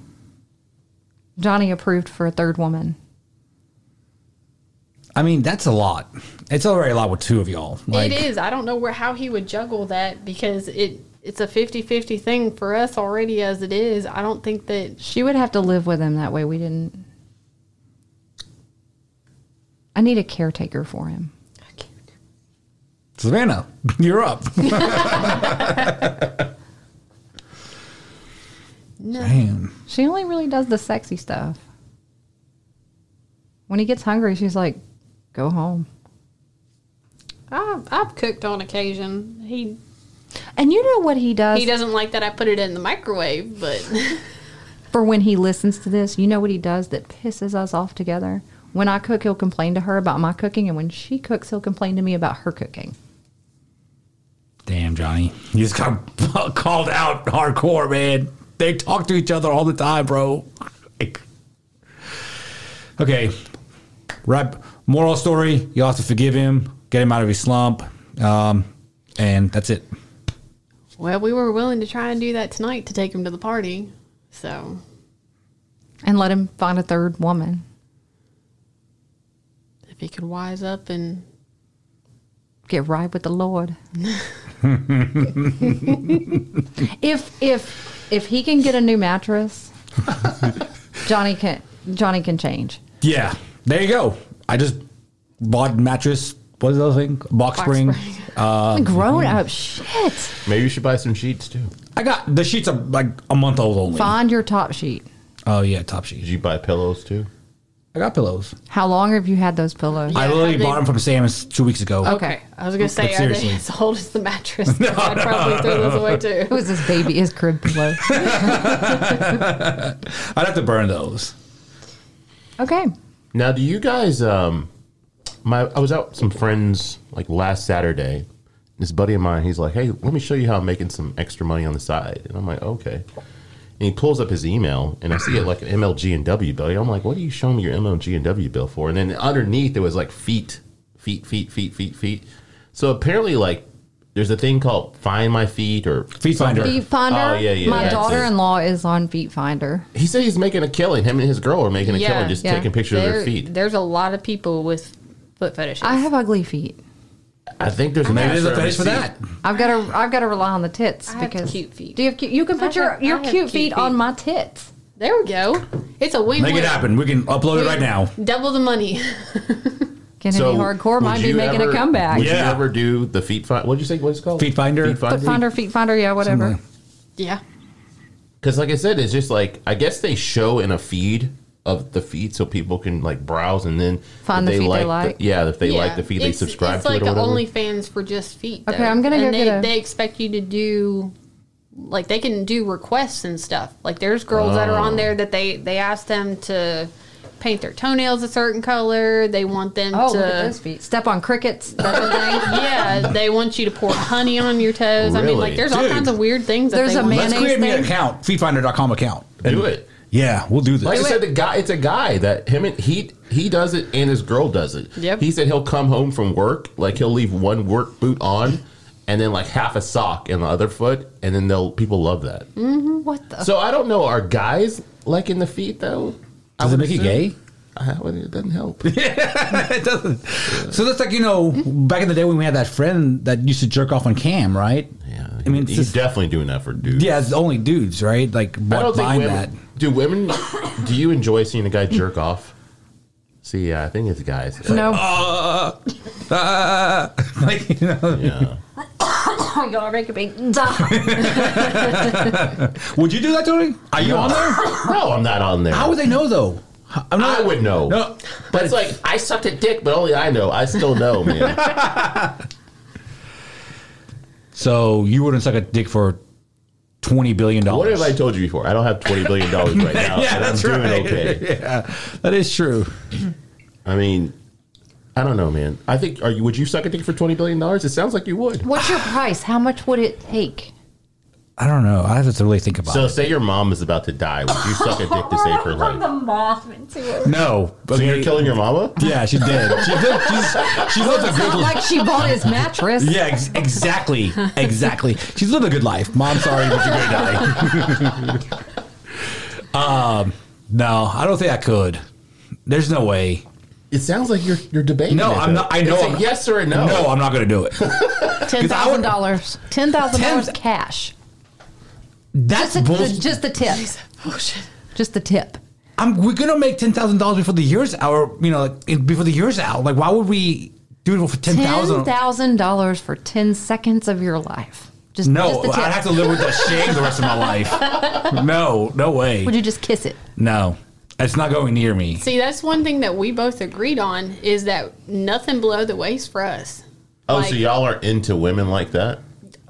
[SPEAKER 4] Johnny approved for a third woman.
[SPEAKER 1] I mean, that's a lot. It's already a lot with two of y'all. Like,
[SPEAKER 3] it is. I don't know where how he would juggle that because it it's a 50-50 thing for us already as it is. I don't think that
[SPEAKER 4] She would have to live with him that way. We didn't. I need a caretaker for him.
[SPEAKER 1] Savannah, you're up. Damn.
[SPEAKER 4] She only really does the sexy stuff. When he gets hungry, she's like, go home.
[SPEAKER 3] I've, I've cooked on occasion. He
[SPEAKER 4] And you know what he does?
[SPEAKER 3] he doesn't like that I put it in the microwave, but
[SPEAKER 4] for when he listens to this, you know what he does that pisses us off together? When I cook, he'll complain to her about my cooking, and when she cooks, he'll complain to me about her cooking.
[SPEAKER 1] Damn, Johnny. You just got called out hardcore, man. They talk to each other all the time, bro. Like- okay. Right. Moral story you have to forgive him, get him out of his slump. Um, and that's it.
[SPEAKER 3] well, we were willing to try and do that tonight to take him to the party. So
[SPEAKER 4] And let him find a third woman.
[SPEAKER 3] if he could wise up and
[SPEAKER 4] get right with the Lord. if if if he can get a new mattress, Johnny can Johnny can change.
[SPEAKER 1] Yeah. There you go. I just bought mattress. What is the other thing? Box, spring.
[SPEAKER 3] spring.
[SPEAKER 4] Grown up shit.
[SPEAKER 2] maybe you should buy some sheets too.
[SPEAKER 1] I got the sheets are like a month old only.
[SPEAKER 4] Find your top sheet.
[SPEAKER 1] Oh, yeah. Top
[SPEAKER 2] Did
[SPEAKER 1] sheet.
[SPEAKER 2] you buy pillows too?
[SPEAKER 1] I got pillows.
[SPEAKER 4] How long have you had those pillows?
[SPEAKER 1] I
[SPEAKER 3] Yeah, Uh,
[SPEAKER 1] literally
[SPEAKER 3] have they-
[SPEAKER 1] bought them from Sam's two weeks ago.
[SPEAKER 4] Okay.
[SPEAKER 3] I was gonna say, are
[SPEAKER 1] seriously.
[SPEAKER 3] they as old as the mattress? I probably threw those away too.
[SPEAKER 4] It was this baby his crib pillow.
[SPEAKER 1] I'd have to burn those.
[SPEAKER 4] okay.
[SPEAKER 2] Now, do you guys? Um, my I was out with some friends like last Saturday. This buddy of mine, he's like, "Hey, let me show you how I'm making some extra money on the side." And I'm like, "Okay." And he pulls up his email, and I see it like an MLG and W bill. I'm like, "What are you showing me your MLG and W bill for?" And then underneath it was like feet, feet, feet, feet, feet, feet. So apparently, like, there's a thing called Find My Feet or
[SPEAKER 1] Feet Finder.
[SPEAKER 4] Feet Finder.
[SPEAKER 2] Oh, yeah, yeah,
[SPEAKER 4] My
[SPEAKER 2] that's it.
[SPEAKER 4] daughter in law is on Feet Finder.
[SPEAKER 2] He said he's making a killing. Him and his girl are making a
[SPEAKER 3] Yeah,
[SPEAKER 2] killing, just
[SPEAKER 4] yeah.
[SPEAKER 2] taking pictures of
[SPEAKER 3] There-
[SPEAKER 2] their feet.
[SPEAKER 3] There's a lot of people with foot fetishes.
[SPEAKER 4] I have ugly feet.
[SPEAKER 2] I think there's an
[SPEAKER 1] Maybe there's
[SPEAKER 2] extra
[SPEAKER 1] a fetish for
[SPEAKER 2] receipt.
[SPEAKER 1] that.
[SPEAKER 4] I've got to I've got to rely on the tits
[SPEAKER 3] I have
[SPEAKER 4] because
[SPEAKER 3] cute feet.
[SPEAKER 4] Do you have cute, you can put
[SPEAKER 3] I
[SPEAKER 4] your
[SPEAKER 3] have- I
[SPEAKER 4] your
[SPEAKER 3] have
[SPEAKER 4] cute,
[SPEAKER 3] cute
[SPEAKER 4] feet, on
[SPEAKER 3] feet.
[SPEAKER 4] my tits.
[SPEAKER 3] there we go. It's a win.
[SPEAKER 1] Make it happen. We can upload it right now.
[SPEAKER 3] Double the money.
[SPEAKER 4] Can it be hardcore?
[SPEAKER 2] would
[SPEAKER 4] Might be
[SPEAKER 2] you
[SPEAKER 4] making
[SPEAKER 2] ever-
[SPEAKER 4] a comeback.
[SPEAKER 2] Would you
[SPEAKER 1] Yeah.
[SPEAKER 2] ever do the feet find? What'd you say? What's it called?
[SPEAKER 1] Feet finder?
[SPEAKER 2] Feet
[SPEAKER 4] Foot finder, feet finder, yeah, whatever.
[SPEAKER 3] yeah.
[SPEAKER 2] Because, like I said, it's just like I guess they show in a feed of the feet so people can like browse and then
[SPEAKER 4] Find
[SPEAKER 2] if
[SPEAKER 4] the feed they
[SPEAKER 2] like.
[SPEAKER 4] like.
[SPEAKER 2] The, yeah, if they like
[SPEAKER 3] Yeah.
[SPEAKER 2] the feed, they
[SPEAKER 3] It's-
[SPEAKER 2] subscribe
[SPEAKER 3] it's
[SPEAKER 2] to
[SPEAKER 3] like
[SPEAKER 2] it or
[SPEAKER 3] a
[SPEAKER 2] whatever.
[SPEAKER 3] OnlyFans for just feet. Though.
[SPEAKER 4] Okay, I'm gonna go
[SPEAKER 3] and they,
[SPEAKER 4] get a-
[SPEAKER 3] They expect you to do, like they can do requests and stuff. Like there's girls that are
[SPEAKER 2] Oh.
[SPEAKER 3] on there that they they ask them to paint their toenails a certain color. They want them
[SPEAKER 4] Oh,
[SPEAKER 3] to
[SPEAKER 4] look at those feet. Step on crickets. That's a thing.
[SPEAKER 3] yeah. They want you to pour honey on your toes. I mean, like
[SPEAKER 2] Really?
[SPEAKER 3] there's all
[SPEAKER 1] Dude.
[SPEAKER 3] kinds of weird things. That
[SPEAKER 4] There's
[SPEAKER 3] they
[SPEAKER 4] a
[SPEAKER 3] want.
[SPEAKER 4] man-
[SPEAKER 1] Let's
[SPEAKER 4] Mayonnaise
[SPEAKER 1] create me an
[SPEAKER 4] thing?
[SPEAKER 1] account. Feetfinder.com account.
[SPEAKER 2] do it.
[SPEAKER 1] Yeah, we'll do this.
[SPEAKER 2] Like I said, the guy, it's a guy that him and he he does it and his girl does it.
[SPEAKER 3] Yep.
[SPEAKER 2] He said he'll come home from work, like he'll leave one work boot on and then like half a sock in the other foot, and then they'll people love that.
[SPEAKER 4] What the?
[SPEAKER 2] So I don't know, are guys liking the feet though?
[SPEAKER 1] Does it make you gay?
[SPEAKER 2] Uh, well, it doesn't help.
[SPEAKER 1] it doesn't. So that's like, you know, back in the day when we had that friend that used to jerk off on cam, right?
[SPEAKER 2] Yeah,
[SPEAKER 1] I mean, it's
[SPEAKER 2] he's
[SPEAKER 1] just,
[SPEAKER 2] definitely doing that for dudes.
[SPEAKER 1] yeah, it's only dudes, right? Like,
[SPEAKER 2] I don't
[SPEAKER 1] what
[SPEAKER 2] think
[SPEAKER 1] behind
[SPEAKER 2] women.
[SPEAKER 1] that?
[SPEAKER 2] Do women? do you enjoy seeing a guy jerk off? See, yeah, I think it's guys.
[SPEAKER 4] No.
[SPEAKER 2] uh,
[SPEAKER 1] like, you know,
[SPEAKER 2] Yeah.
[SPEAKER 4] Oh, y'all are making me die.
[SPEAKER 1] would you do that, Tony? Are you on there?
[SPEAKER 2] No, I'm not on there.
[SPEAKER 1] How would they know, though? I'm
[SPEAKER 2] I would know.
[SPEAKER 1] No,
[SPEAKER 2] But it's like I sucked a dick, but only I know. I still know, man.
[SPEAKER 1] So you wouldn't suck a dick for twenty billion
[SPEAKER 2] What
[SPEAKER 1] dollars.
[SPEAKER 2] have I told you before? I don't have twenty billion dollars right now,
[SPEAKER 1] Yeah,
[SPEAKER 2] and I'm
[SPEAKER 1] that's
[SPEAKER 2] doing
[SPEAKER 1] right.
[SPEAKER 2] okay.
[SPEAKER 1] yeah, that is true.
[SPEAKER 2] I mean, I don't know, man. I think are you? Would you suck a dick for twenty billion dollars? It sounds like you would.
[SPEAKER 4] What's your price? How much would it take?
[SPEAKER 1] I don't know. I have to really think about
[SPEAKER 2] So,
[SPEAKER 1] it.
[SPEAKER 2] say your mom is about to die. Would you suck a dick to save her life?
[SPEAKER 4] moth into her.
[SPEAKER 1] No, but
[SPEAKER 2] So
[SPEAKER 1] we-
[SPEAKER 2] you're killing your mama?
[SPEAKER 1] Yeah, she did. She did. She's, she's lived a
[SPEAKER 4] It's
[SPEAKER 1] good
[SPEAKER 4] not
[SPEAKER 1] life.
[SPEAKER 4] like she bought his mattress.
[SPEAKER 1] Yeah, ex- exactly, exactly. She's lived a good life. Mom, sorry, but you're gonna die. um, no, I don't think I could. There's no way.
[SPEAKER 2] It sounds like you're you're debating.
[SPEAKER 1] No,
[SPEAKER 2] it,
[SPEAKER 1] I'm
[SPEAKER 2] though.
[SPEAKER 1] not. I know.
[SPEAKER 2] It's a
[SPEAKER 1] I'm,
[SPEAKER 2] yes or a no.
[SPEAKER 1] No, I'm not gonna do it.
[SPEAKER 4] ten thousand dollars. Ten thousand dollars
[SPEAKER 1] Ten-
[SPEAKER 4] cash.
[SPEAKER 1] That's
[SPEAKER 4] Just the,
[SPEAKER 1] bullshit.
[SPEAKER 4] just the tip.
[SPEAKER 1] Oh,
[SPEAKER 4] Just the tip.
[SPEAKER 1] I'm we're gonna make ten thousand dollars before the year's out. You know, like, it- before the year's out. Like, why would we do it for ten
[SPEAKER 4] Ten
[SPEAKER 1] thousand?
[SPEAKER 4] thousand dollars for ten seconds of your life. Just just
[SPEAKER 1] No,
[SPEAKER 4] the tip.
[SPEAKER 1] I'd have to live with that shame the rest of my life. No, no way.
[SPEAKER 4] Would you just kiss it?
[SPEAKER 1] No, it's not going near me.
[SPEAKER 3] See, that's one thing that we both agreed on is that nothing below the waist for us.
[SPEAKER 2] Oh,
[SPEAKER 3] Like-
[SPEAKER 2] so y'all are into women like that?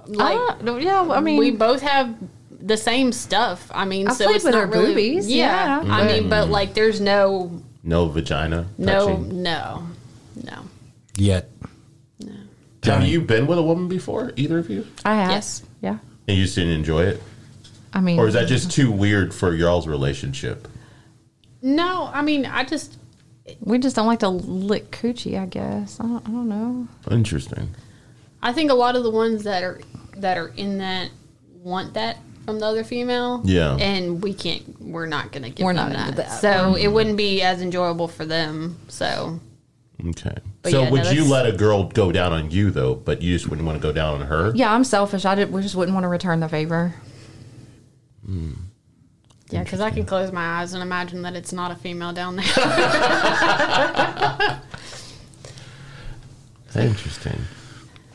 [SPEAKER 3] Like,
[SPEAKER 4] Uh, yeah, I mean,
[SPEAKER 3] we both have the same stuff. I mean,
[SPEAKER 4] I
[SPEAKER 3] so
[SPEAKER 4] played
[SPEAKER 3] it's
[SPEAKER 4] with
[SPEAKER 3] not
[SPEAKER 4] her
[SPEAKER 3] really,
[SPEAKER 4] boobies,
[SPEAKER 3] Yeah,
[SPEAKER 4] yeah,
[SPEAKER 3] I mean, but like, there's no,
[SPEAKER 2] No vagina.
[SPEAKER 3] no,
[SPEAKER 2] touching?
[SPEAKER 3] no, no.
[SPEAKER 1] Yet.
[SPEAKER 2] Have you been with a woman before? Either of you?
[SPEAKER 4] I have.
[SPEAKER 3] Yes.
[SPEAKER 4] Yeah.
[SPEAKER 2] And you just didn't enjoy it,
[SPEAKER 4] I mean,
[SPEAKER 2] or is that just too weird for y'all's relationship?
[SPEAKER 3] No, I mean, I just
[SPEAKER 4] we just don't like to lick coochie? I guess. I don't, I don't know.
[SPEAKER 2] Interesting.
[SPEAKER 3] I think a lot of the ones that are that are in that want that from the other female.
[SPEAKER 2] Yeah.
[SPEAKER 3] And we can't we're not gonna give
[SPEAKER 4] We're
[SPEAKER 3] them
[SPEAKER 4] not into
[SPEAKER 3] that.
[SPEAKER 4] that.
[SPEAKER 3] So it wouldn't be as enjoyable for them. So
[SPEAKER 2] Okay.
[SPEAKER 3] But
[SPEAKER 2] so
[SPEAKER 3] yeah, no,
[SPEAKER 2] would you
[SPEAKER 3] that's-
[SPEAKER 2] let a girl go down on you though, but you just wouldn't want to go down on her?
[SPEAKER 4] Yeah, I'm selfish. I did, we just wouldn't want to return the favor.
[SPEAKER 3] yeah, because I can close my eyes and imagine that it's not a female down there.
[SPEAKER 2] Interesting.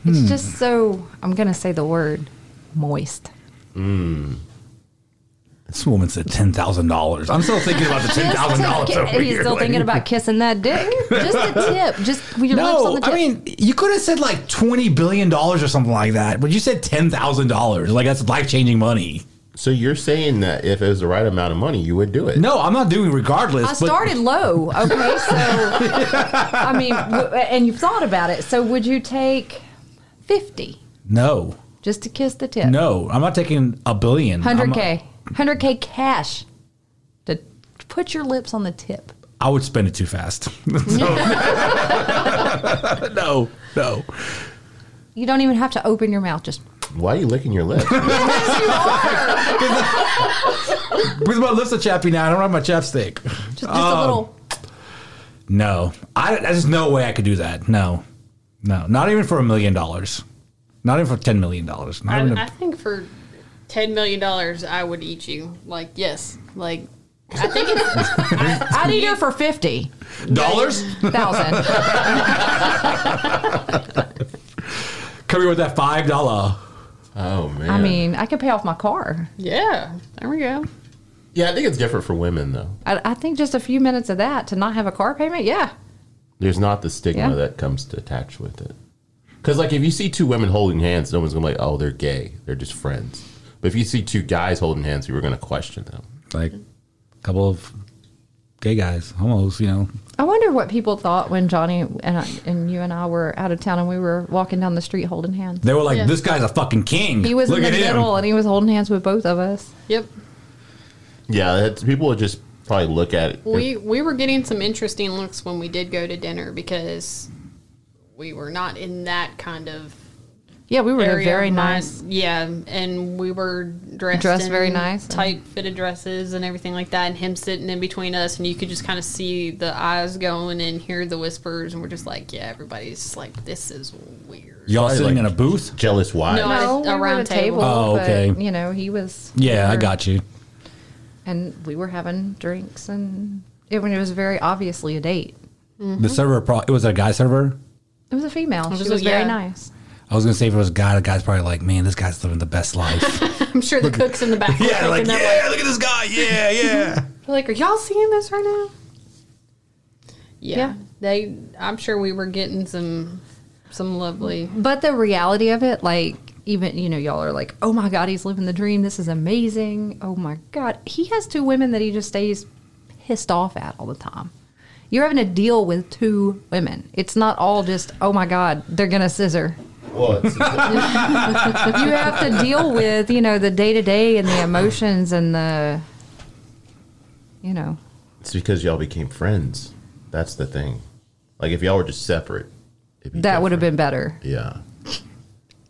[SPEAKER 1] Hmm.
[SPEAKER 4] It's just so. I'm gonna say the word moist.
[SPEAKER 1] This woman said ten thousand dollars. I'm still thinking about the ten thousand dollars.
[SPEAKER 4] Just to ki- he's still thinking about kissing that dick. Just a tip. Just with your lips on
[SPEAKER 1] No,
[SPEAKER 4] the tip.
[SPEAKER 1] I mean you could have said like twenty billion dollars or something like that, but you said ten thousand dollars. Like that's life changing money.
[SPEAKER 2] So you're saying that if it was the right amount of money, you would do it?
[SPEAKER 1] No, I'm not doing regardless.
[SPEAKER 4] I started low. Okay, so I mean, w- and you've thought about it. So would you take fifty
[SPEAKER 1] But no,
[SPEAKER 4] just to kiss the tip?
[SPEAKER 1] no, I'm not taking a billion.
[SPEAKER 4] hundred
[SPEAKER 1] I'm-
[SPEAKER 4] k, hundred k cash to put your lips on the tip.
[SPEAKER 1] I would spend it too fast. So- no, no.
[SPEAKER 4] You don't even have to open your mouth. Just
[SPEAKER 2] Why are you licking your lips?
[SPEAKER 1] Because my lips are chappy now. I don't have my chapstick.
[SPEAKER 4] just, just a
[SPEAKER 1] Oh.
[SPEAKER 4] little.
[SPEAKER 1] No, I, there's no way I could do that. No, no, not even for a million dollars. Not even for ten million dollars. Not
[SPEAKER 3] I,
[SPEAKER 1] even a-
[SPEAKER 3] I think for ten million dollars I would eat you. Like, yes. Like I think it's
[SPEAKER 4] I'd eat her for fifty
[SPEAKER 1] dollars.
[SPEAKER 4] thousand.
[SPEAKER 1] Come here with that five dollar.
[SPEAKER 2] oh man.
[SPEAKER 4] I mean, I could pay off my car.
[SPEAKER 3] Yeah. There we go.
[SPEAKER 2] Yeah, I think it's different for women though.
[SPEAKER 4] I, I think just a few minutes of that to not have a car payment. Yeah,
[SPEAKER 2] There's not the stigma
[SPEAKER 4] Yeah.
[SPEAKER 2] that comes to attach with it. Because like if you see two women holding hands, no one's gonna be like, oh, they're gay. They're just friends. But if you see two guys holding hands, you were gonna question them.
[SPEAKER 1] Like a couple of gay guys, almost. You know,
[SPEAKER 4] I wonder what people thought when Johnny and I, and you and I were out of town and we were walking down the street holding hands.
[SPEAKER 1] they were like,
[SPEAKER 3] Yeah.
[SPEAKER 1] "This guy's a fucking king."
[SPEAKER 4] He was
[SPEAKER 1] Look
[SPEAKER 4] in
[SPEAKER 1] at
[SPEAKER 4] the
[SPEAKER 1] him.
[SPEAKER 4] middle and he was holding hands with both of us.
[SPEAKER 3] Yep.
[SPEAKER 2] Yeah, that's, people would just probably look at it.
[SPEAKER 3] We we were getting some interesting looks when we did go to dinner because we were not in that kind of
[SPEAKER 4] Yeah, we were
[SPEAKER 3] area.
[SPEAKER 4] very
[SPEAKER 3] of mind.
[SPEAKER 4] nice.
[SPEAKER 3] Yeah, and we were dressed
[SPEAKER 4] Dressed
[SPEAKER 3] in
[SPEAKER 4] very nice.
[SPEAKER 3] tight fitted dresses and everything like that. And him sitting in between us, and you could just kind of see the eyes going and hear the whispers. And we're just like, yeah, everybody's just like, this is weird.
[SPEAKER 1] Y'all
[SPEAKER 2] Probably
[SPEAKER 1] sitting
[SPEAKER 2] like-
[SPEAKER 1] in a booth.
[SPEAKER 2] Jealous wives.
[SPEAKER 3] No,
[SPEAKER 4] No,
[SPEAKER 3] At
[SPEAKER 4] we
[SPEAKER 3] a
[SPEAKER 4] were at a
[SPEAKER 3] round table.
[SPEAKER 4] table.
[SPEAKER 1] Oh,
[SPEAKER 4] but,
[SPEAKER 1] okay.
[SPEAKER 4] you know, he was.
[SPEAKER 1] Yeah, I got you.
[SPEAKER 4] And we were having drinks, and it, when it was very obviously a date. Mm-hmm.
[SPEAKER 1] The server, pro- it was a guy server.
[SPEAKER 4] It was a female.
[SPEAKER 3] was
[SPEAKER 4] she
[SPEAKER 3] a-
[SPEAKER 4] was very
[SPEAKER 3] yeah.
[SPEAKER 4] nice.
[SPEAKER 1] I was gonna say if it was a guy, the guy's probably like, "Man, this guy's living the best life."
[SPEAKER 3] I'm sure the cooks in the back.
[SPEAKER 1] yeah,
[SPEAKER 3] were
[SPEAKER 1] like,
[SPEAKER 3] looking that
[SPEAKER 1] yeah,
[SPEAKER 3] way.
[SPEAKER 1] look at this guy. Yeah, yeah.
[SPEAKER 3] They're like, are y'all seeing this right now? Yeah,
[SPEAKER 4] Yeah.
[SPEAKER 3] they. I'm sure we were getting some some lovely.
[SPEAKER 4] But the reality of it, like even you know y'all are like, oh my god, he's living the dream. This is amazing. Oh my god, he has two women that he just stays pissed off at all the time. You're having to deal with two women. It's not all just oh my god, they're gonna scissor.
[SPEAKER 2] Well, it's,
[SPEAKER 4] You have to deal with you know the day to day and the emotions and the you know
[SPEAKER 2] it's because y'all became friends. That's the thing. Like if y'all were just separate, it'd be
[SPEAKER 4] that would have
[SPEAKER 2] different.
[SPEAKER 4] been better.
[SPEAKER 2] Yeah.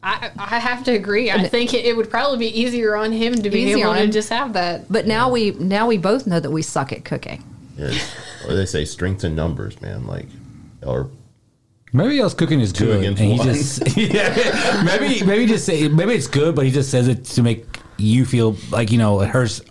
[SPEAKER 3] I, I have to agree. I think it, it would probably be easier on him to be
[SPEAKER 4] Easier
[SPEAKER 3] able
[SPEAKER 4] on
[SPEAKER 3] to
[SPEAKER 4] him.
[SPEAKER 3] just have that.
[SPEAKER 4] But now we now we both know that we suck at cooking.
[SPEAKER 2] yeah. Or they say strength in numbers, man. Like, or
[SPEAKER 1] Maybe y'all's cooking is
[SPEAKER 2] Two
[SPEAKER 1] good, and
[SPEAKER 2] against
[SPEAKER 1] he
[SPEAKER 2] one.
[SPEAKER 1] just yeah. Maybe maybe just say maybe it's good, but he just says it to make you feel like you know hers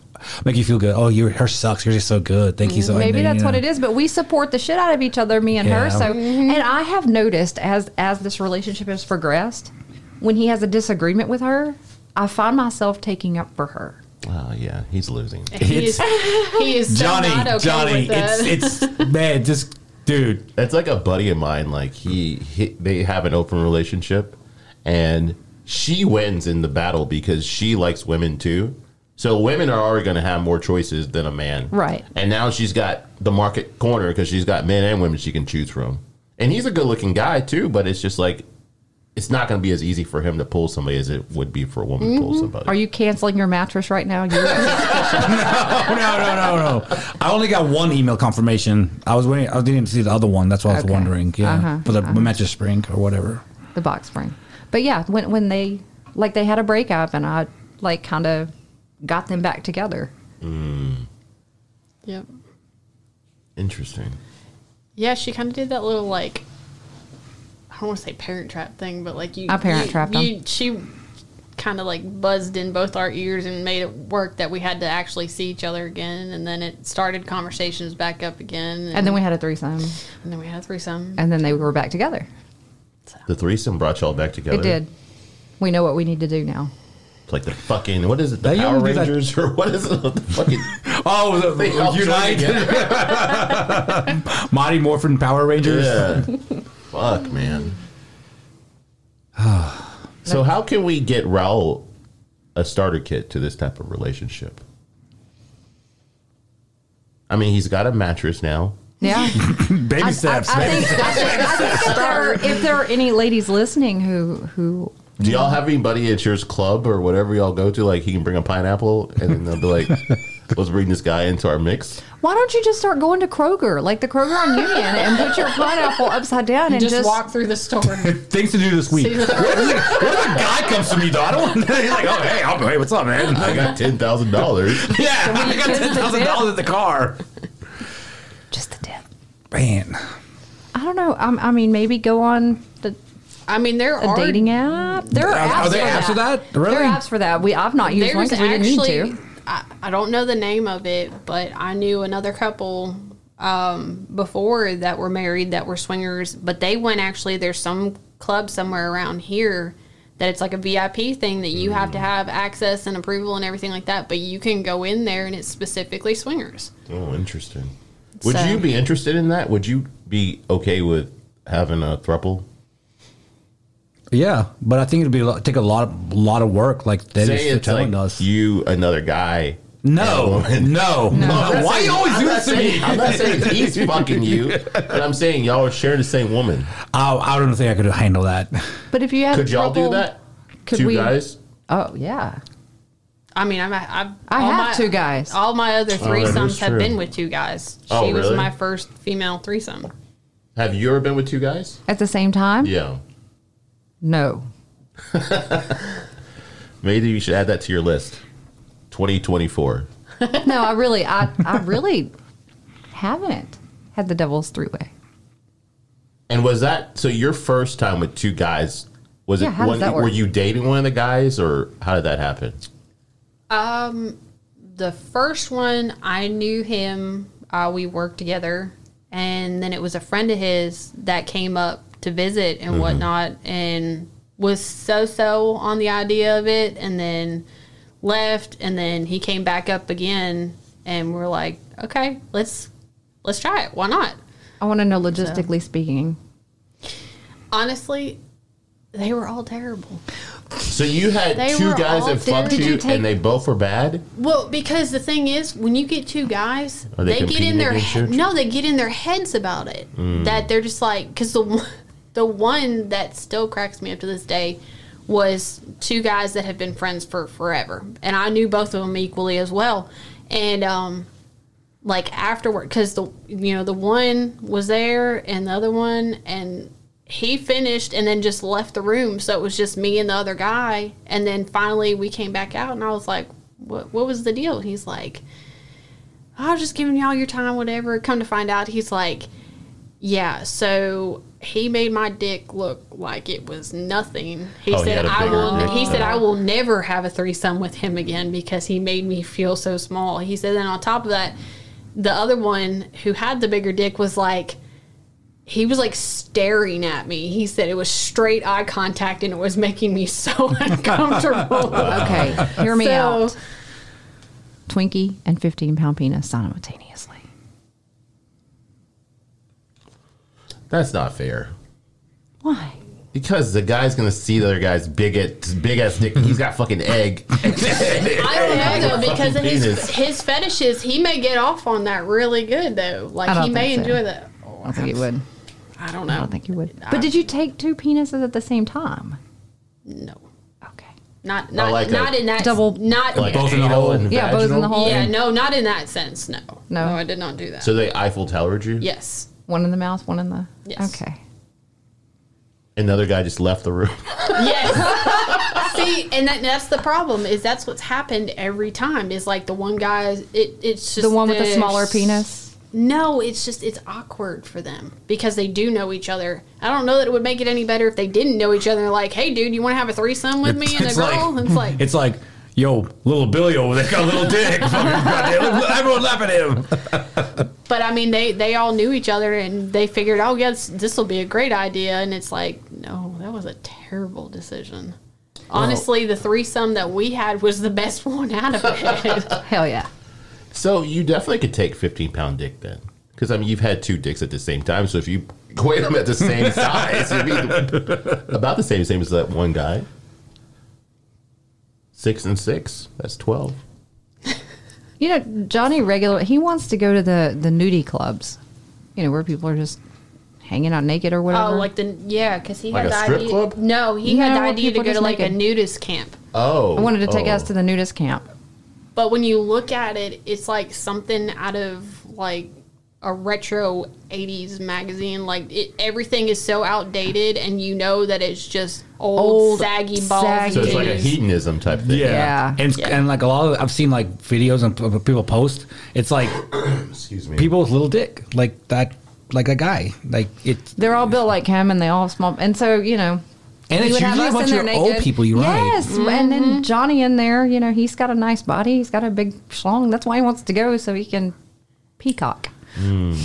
[SPEAKER 1] make you feel good. Oh, your her sucks. Yours is so good. Thank you so. and
[SPEAKER 4] Maybe
[SPEAKER 1] then,
[SPEAKER 4] that's
[SPEAKER 1] you
[SPEAKER 4] what
[SPEAKER 1] know.
[SPEAKER 4] it is, but we support the shit out of each other, me and
[SPEAKER 1] uh, Yeah.
[SPEAKER 4] her. So, and I have noticed as as this relationship has progressed, when he has a disagreement with her, I find myself taking up for her.
[SPEAKER 2] oh yeah, he's losing.
[SPEAKER 3] He
[SPEAKER 1] It's-
[SPEAKER 3] is, he is so
[SPEAKER 1] Johnny,
[SPEAKER 3] not okay
[SPEAKER 1] Johnny,
[SPEAKER 3] with that.
[SPEAKER 1] it's it's man, just dude.
[SPEAKER 2] It's like a buddy of mine. Like he, he, they have an open relationship, and she wins in the battle because she likes women too. So women are already going to have more choices than a man,
[SPEAKER 4] Right.
[SPEAKER 2] And now she's got the market corner because she's got men and women she can choose from. And he's a good-looking guy too, but it's just like it's not going to be as easy for him to pull somebody as it would be for a woman to pull somebody.
[SPEAKER 4] Mm-hmm. Are you canceling your mattress right now? You-
[SPEAKER 1] Oh no no no no! I only got one email confirmation. I was waiting. I didn't even see the other one. That's why I was
[SPEAKER 4] Okay.
[SPEAKER 1] wondering. Yeah,
[SPEAKER 4] Uh-huh,
[SPEAKER 1] but the mattress spring or whatever.
[SPEAKER 4] the box spring. But yeah, when when they like they had a breakup and I like kind of got them back together.
[SPEAKER 3] Yep.
[SPEAKER 2] Interesting.
[SPEAKER 3] Yeah, she kind of did that little like I don't want to say parent trap thing, but like you,
[SPEAKER 4] I parent
[SPEAKER 3] you-
[SPEAKER 4] trapped
[SPEAKER 3] you. She kind of like buzzed in both our ears and made it work that we had to actually see each other again, and then it started conversations back up again,
[SPEAKER 4] And then we had a threesome
[SPEAKER 3] and then we had a threesome.
[SPEAKER 4] and then they were back together.
[SPEAKER 2] The threesome brought y'all back together.
[SPEAKER 4] It did. We know what we need to do now.
[SPEAKER 2] It's like the fucking what is it? The
[SPEAKER 1] They
[SPEAKER 2] Power
[SPEAKER 1] only do that-
[SPEAKER 2] Rangers or what is it? The fucking
[SPEAKER 1] Oh,
[SPEAKER 2] They all joined together.
[SPEAKER 1] Mighty Morphin Power Rangers.
[SPEAKER 2] Yeah. Fuck, man. so how can we get Raul a starter kit to this type of relationship? I mean, he's got a mattress now.
[SPEAKER 4] Yeah.
[SPEAKER 1] Baby steps.
[SPEAKER 4] I
[SPEAKER 1] baby.
[SPEAKER 4] think, I think, I think if, there are, if there are any ladies listening who who
[SPEAKER 2] Do y'all have anybody at your club or whatever y'all go to? Like, he can bring a pineapple, and then they'll be like, "Let's bring this guy into our mix."
[SPEAKER 4] why don't you just start going to Kroger like the Kroger on Union and put your pineapple upside down and
[SPEAKER 3] just,
[SPEAKER 4] just,
[SPEAKER 3] walk through the store.
[SPEAKER 1] Things to do this week.
[SPEAKER 3] See the-
[SPEAKER 1] what, if, what if a guy comes to me though? I don't want. He's like, oh hey, I'll, hey, what's up, man?
[SPEAKER 2] I got ten thousand dollars.
[SPEAKER 1] yeah, I got
[SPEAKER 4] just
[SPEAKER 1] ten thousand dollars in the car.
[SPEAKER 4] just the tip.
[SPEAKER 1] Man,
[SPEAKER 4] I don't know. i I mean, maybe go on the
[SPEAKER 3] I mean, there
[SPEAKER 4] a
[SPEAKER 3] are
[SPEAKER 4] dating app. There are
[SPEAKER 1] Are-
[SPEAKER 4] apps
[SPEAKER 1] are there
[SPEAKER 4] for
[SPEAKER 1] apps
[SPEAKER 4] that.
[SPEAKER 1] for that?
[SPEAKER 4] There
[SPEAKER 1] Really?
[SPEAKER 4] are apps for that. We I've not used one
[SPEAKER 3] There's
[SPEAKER 4] because we didn't need
[SPEAKER 3] actually,
[SPEAKER 4] to.
[SPEAKER 3] I, I don't know the name of it, but I knew another couple um, before that were married that were swingers, but they went actually, there's some club somewhere around here that it's like a VIP thing that you have to
[SPEAKER 4] Mm.
[SPEAKER 3] have access and approval and everything like that, but you can go in there and it's specifically swingers.
[SPEAKER 2] Oh, interesting. Would
[SPEAKER 3] So-
[SPEAKER 2] you be interested in that? Would you be okay with having a thruple?
[SPEAKER 1] yeah, but I think it'd be a lot, take a lot, of, lot of work. Like they
[SPEAKER 2] Say
[SPEAKER 1] are
[SPEAKER 2] it's
[SPEAKER 1] telling
[SPEAKER 2] like
[SPEAKER 1] us.
[SPEAKER 2] you, another guy.
[SPEAKER 1] no, no,
[SPEAKER 2] Oh,
[SPEAKER 1] no. Why you always do this to me?
[SPEAKER 2] I'm not saying he's fucking you, but I'm saying y'all are sharing the same woman.
[SPEAKER 1] I, I don't think I could handle that.
[SPEAKER 4] But if you had
[SPEAKER 2] Could y'all do
[SPEAKER 4] trouble-
[SPEAKER 2] that?
[SPEAKER 4] Could
[SPEAKER 2] Two
[SPEAKER 4] we-
[SPEAKER 2] guys.
[SPEAKER 4] Oh yeah.
[SPEAKER 3] I mean, I'm, I've,
[SPEAKER 4] I
[SPEAKER 3] all
[SPEAKER 4] have
[SPEAKER 3] my-
[SPEAKER 4] two guys.
[SPEAKER 3] All my other threesomes have
[SPEAKER 2] Oh, true.
[SPEAKER 3] been with two guys. She
[SPEAKER 2] Oh,
[SPEAKER 3] was
[SPEAKER 2] really?
[SPEAKER 3] my first female threesome.
[SPEAKER 2] Have you ever been with two guys?
[SPEAKER 4] At the same time,
[SPEAKER 2] Yeah.
[SPEAKER 4] no.
[SPEAKER 2] Maybe you should add that to your list. 2024.
[SPEAKER 4] No, I really, I, I really haven't had the devil's three way.
[SPEAKER 2] And was that so? Your first time with two guys was
[SPEAKER 4] Yeah,
[SPEAKER 2] it?
[SPEAKER 4] how does
[SPEAKER 2] One,
[SPEAKER 4] that work?
[SPEAKER 2] Were you dating one of the guys, or how did that happen?
[SPEAKER 3] the first one I knew him. Uh, we worked together, and then it was a friend of his that came up to visit and whatnot, and was so so on the idea of it, and then left, and then he came back up again, and we're like, okay, let's let's try it. Why not?
[SPEAKER 4] I want to know logistically speaking.
[SPEAKER 3] Honestly, they were all terrible.
[SPEAKER 2] So you had
[SPEAKER 3] They
[SPEAKER 2] two
[SPEAKER 3] were
[SPEAKER 2] guys
[SPEAKER 3] all
[SPEAKER 2] that fucked
[SPEAKER 3] dead. Did
[SPEAKER 2] you,
[SPEAKER 3] you
[SPEAKER 4] take-
[SPEAKER 2] and they both were bad.
[SPEAKER 3] Well, because the thing is, when you get two guys,
[SPEAKER 2] Are they
[SPEAKER 3] they, get
[SPEAKER 2] competing
[SPEAKER 3] in their
[SPEAKER 2] against Mm.
[SPEAKER 3] he-
[SPEAKER 2] you?
[SPEAKER 3] no, they get in their heads about it. That they're just like because the one- the one that still cracks me up to this day was two guys that have been friends for forever, and I knew both of them equally as well. And um, like afterward, because the you know the one was there and the other one and. He finished and then just left the room, so it was just me and the other guy. And then finally, we came back out, and I was like, "What? What was the deal?" And he's like, I was just giving y'all your time, whatever. Come to find out, he's like, yeah, so he made my dick look like it was nothing. He
[SPEAKER 2] Oh, he
[SPEAKER 3] said
[SPEAKER 2] had a
[SPEAKER 3] I
[SPEAKER 2] bigger
[SPEAKER 3] will
[SPEAKER 2] dick
[SPEAKER 3] he
[SPEAKER 2] than
[SPEAKER 3] said
[SPEAKER 2] that.
[SPEAKER 3] I will never have a threesome with him again because he made me feel so small. He said then on top of that, the other one who had the bigger dick was like he was like staring at me. He said it was straight eye contact and it was making me so uncomfortable.
[SPEAKER 4] Okay, hear me
[SPEAKER 3] so,
[SPEAKER 4] out. Twinkie and 15 pound penis simultaneously.
[SPEAKER 2] That's not fair.
[SPEAKER 4] Why?
[SPEAKER 2] Because the guy's gonna see the other guy's big at big ass dick. He's got fucking egg.
[SPEAKER 3] I don't know though because of
[SPEAKER 2] Penis.
[SPEAKER 3] his his fetishes, he may get off on that really good though.
[SPEAKER 4] I
[SPEAKER 3] Like
[SPEAKER 4] don't
[SPEAKER 3] he may
[SPEAKER 4] think so.
[SPEAKER 3] enjoy that.
[SPEAKER 4] I don't think you would.
[SPEAKER 3] I don't
[SPEAKER 4] I
[SPEAKER 3] know.
[SPEAKER 4] don't think you would. But did you take two penises at the same time?
[SPEAKER 3] No,
[SPEAKER 4] Okay.
[SPEAKER 3] not not
[SPEAKER 2] like a-
[SPEAKER 3] not in that
[SPEAKER 4] Double-
[SPEAKER 3] Not
[SPEAKER 2] like
[SPEAKER 1] Both in the
[SPEAKER 2] anal
[SPEAKER 1] hole.
[SPEAKER 2] and
[SPEAKER 4] Yeah, both in the
[SPEAKER 2] vaginal?
[SPEAKER 4] hole.
[SPEAKER 3] yeah, no, not in that sense. No,
[SPEAKER 4] No.
[SPEAKER 3] no, I did not do that.
[SPEAKER 2] So they Eiffel Towered you.
[SPEAKER 3] yes,
[SPEAKER 4] One in the mouth, one in the.
[SPEAKER 3] Yes.
[SPEAKER 4] Okay.
[SPEAKER 2] Another guy just left the room.
[SPEAKER 3] yes. See, and that, that's the problem. Is that's what's happened every time. Is like the one guy. It it's just
[SPEAKER 4] The one with the
[SPEAKER 3] there's-
[SPEAKER 4] smaller penis.
[SPEAKER 3] No, it's just it's awkward for them because they do know each other. I don't know that it would make it any better if they didn't know each other. Like, hey, dude, you want to have a threesome with me and a
[SPEAKER 1] It's
[SPEAKER 3] girl?
[SPEAKER 1] like-
[SPEAKER 3] it's like
[SPEAKER 1] It's like, yo, little Billy over there got a little dick. Fucking goddamn, look, Everyone laughing at him.
[SPEAKER 3] but I mean, they they all knew each other and they figured, oh yes, this will be a great idea. And it's like, no, that was a terrible decision. Honestly, the threesome that we had was the best one out of it.
[SPEAKER 4] Hell yeah.
[SPEAKER 2] So you definitely could take fifteen pound dick then, because I mean you've had two dicks at the same time. So if you weigh them at the same size, it'd be about the same same as that one guy. Six and six, that's twelve.
[SPEAKER 4] You know, Johnny regular he wants to go to the the nudie clubs. You know, where people are just hanging out naked or whatever.
[SPEAKER 3] oh, like the yeah, because he
[SPEAKER 2] Like
[SPEAKER 3] had
[SPEAKER 2] a
[SPEAKER 3] the
[SPEAKER 2] strip
[SPEAKER 3] idea.
[SPEAKER 2] club?
[SPEAKER 3] No, he
[SPEAKER 4] No,
[SPEAKER 3] had the
[SPEAKER 4] where
[SPEAKER 3] idea
[SPEAKER 4] people
[SPEAKER 3] to go to
[SPEAKER 4] just
[SPEAKER 3] like
[SPEAKER 4] naked.
[SPEAKER 3] a nudist camp.
[SPEAKER 2] Oh,
[SPEAKER 4] I wanted to take
[SPEAKER 2] oh.
[SPEAKER 4] us to the nudist camp.
[SPEAKER 3] But when you look at it, it's like something out of like a retro 80s magazine. Like it, everything is so outdated, and you know that it's just old,
[SPEAKER 4] Old,
[SPEAKER 3] saggy balls. and
[SPEAKER 2] So it's like a
[SPEAKER 3] titties.
[SPEAKER 2] hedonism type thing.
[SPEAKER 4] Yeah.
[SPEAKER 1] And,
[SPEAKER 3] Yeah.
[SPEAKER 1] and like a lot of, I've seen like videos and p- people post. It's like
[SPEAKER 2] Excuse me.
[SPEAKER 1] people with little dick, like that, like a guy. Like it,
[SPEAKER 4] They're all built like him and they all small and so, you know,
[SPEAKER 1] and
[SPEAKER 4] we
[SPEAKER 1] it's
[SPEAKER 4] would have
[SPEAKER 1] usually a
[SPEAKER 4] us
[SPEAKER 1] bunch
[SPEAKER 4] in
[SPEAKER 1] of
[SPEAKER 4] there
[SPEAKER 1] old
[SPEAKER 4] naked.
[SPEAKER 1] people. You're
[SPEAKER 4] Yes,
[SPEAKER 1] right.
[SPEAKER 4] and then Johnny in there, you know, he's got a nice body. He's got a big schlong. That's why he wants to go so he can peacock.
[SPEAKER 1] Mm.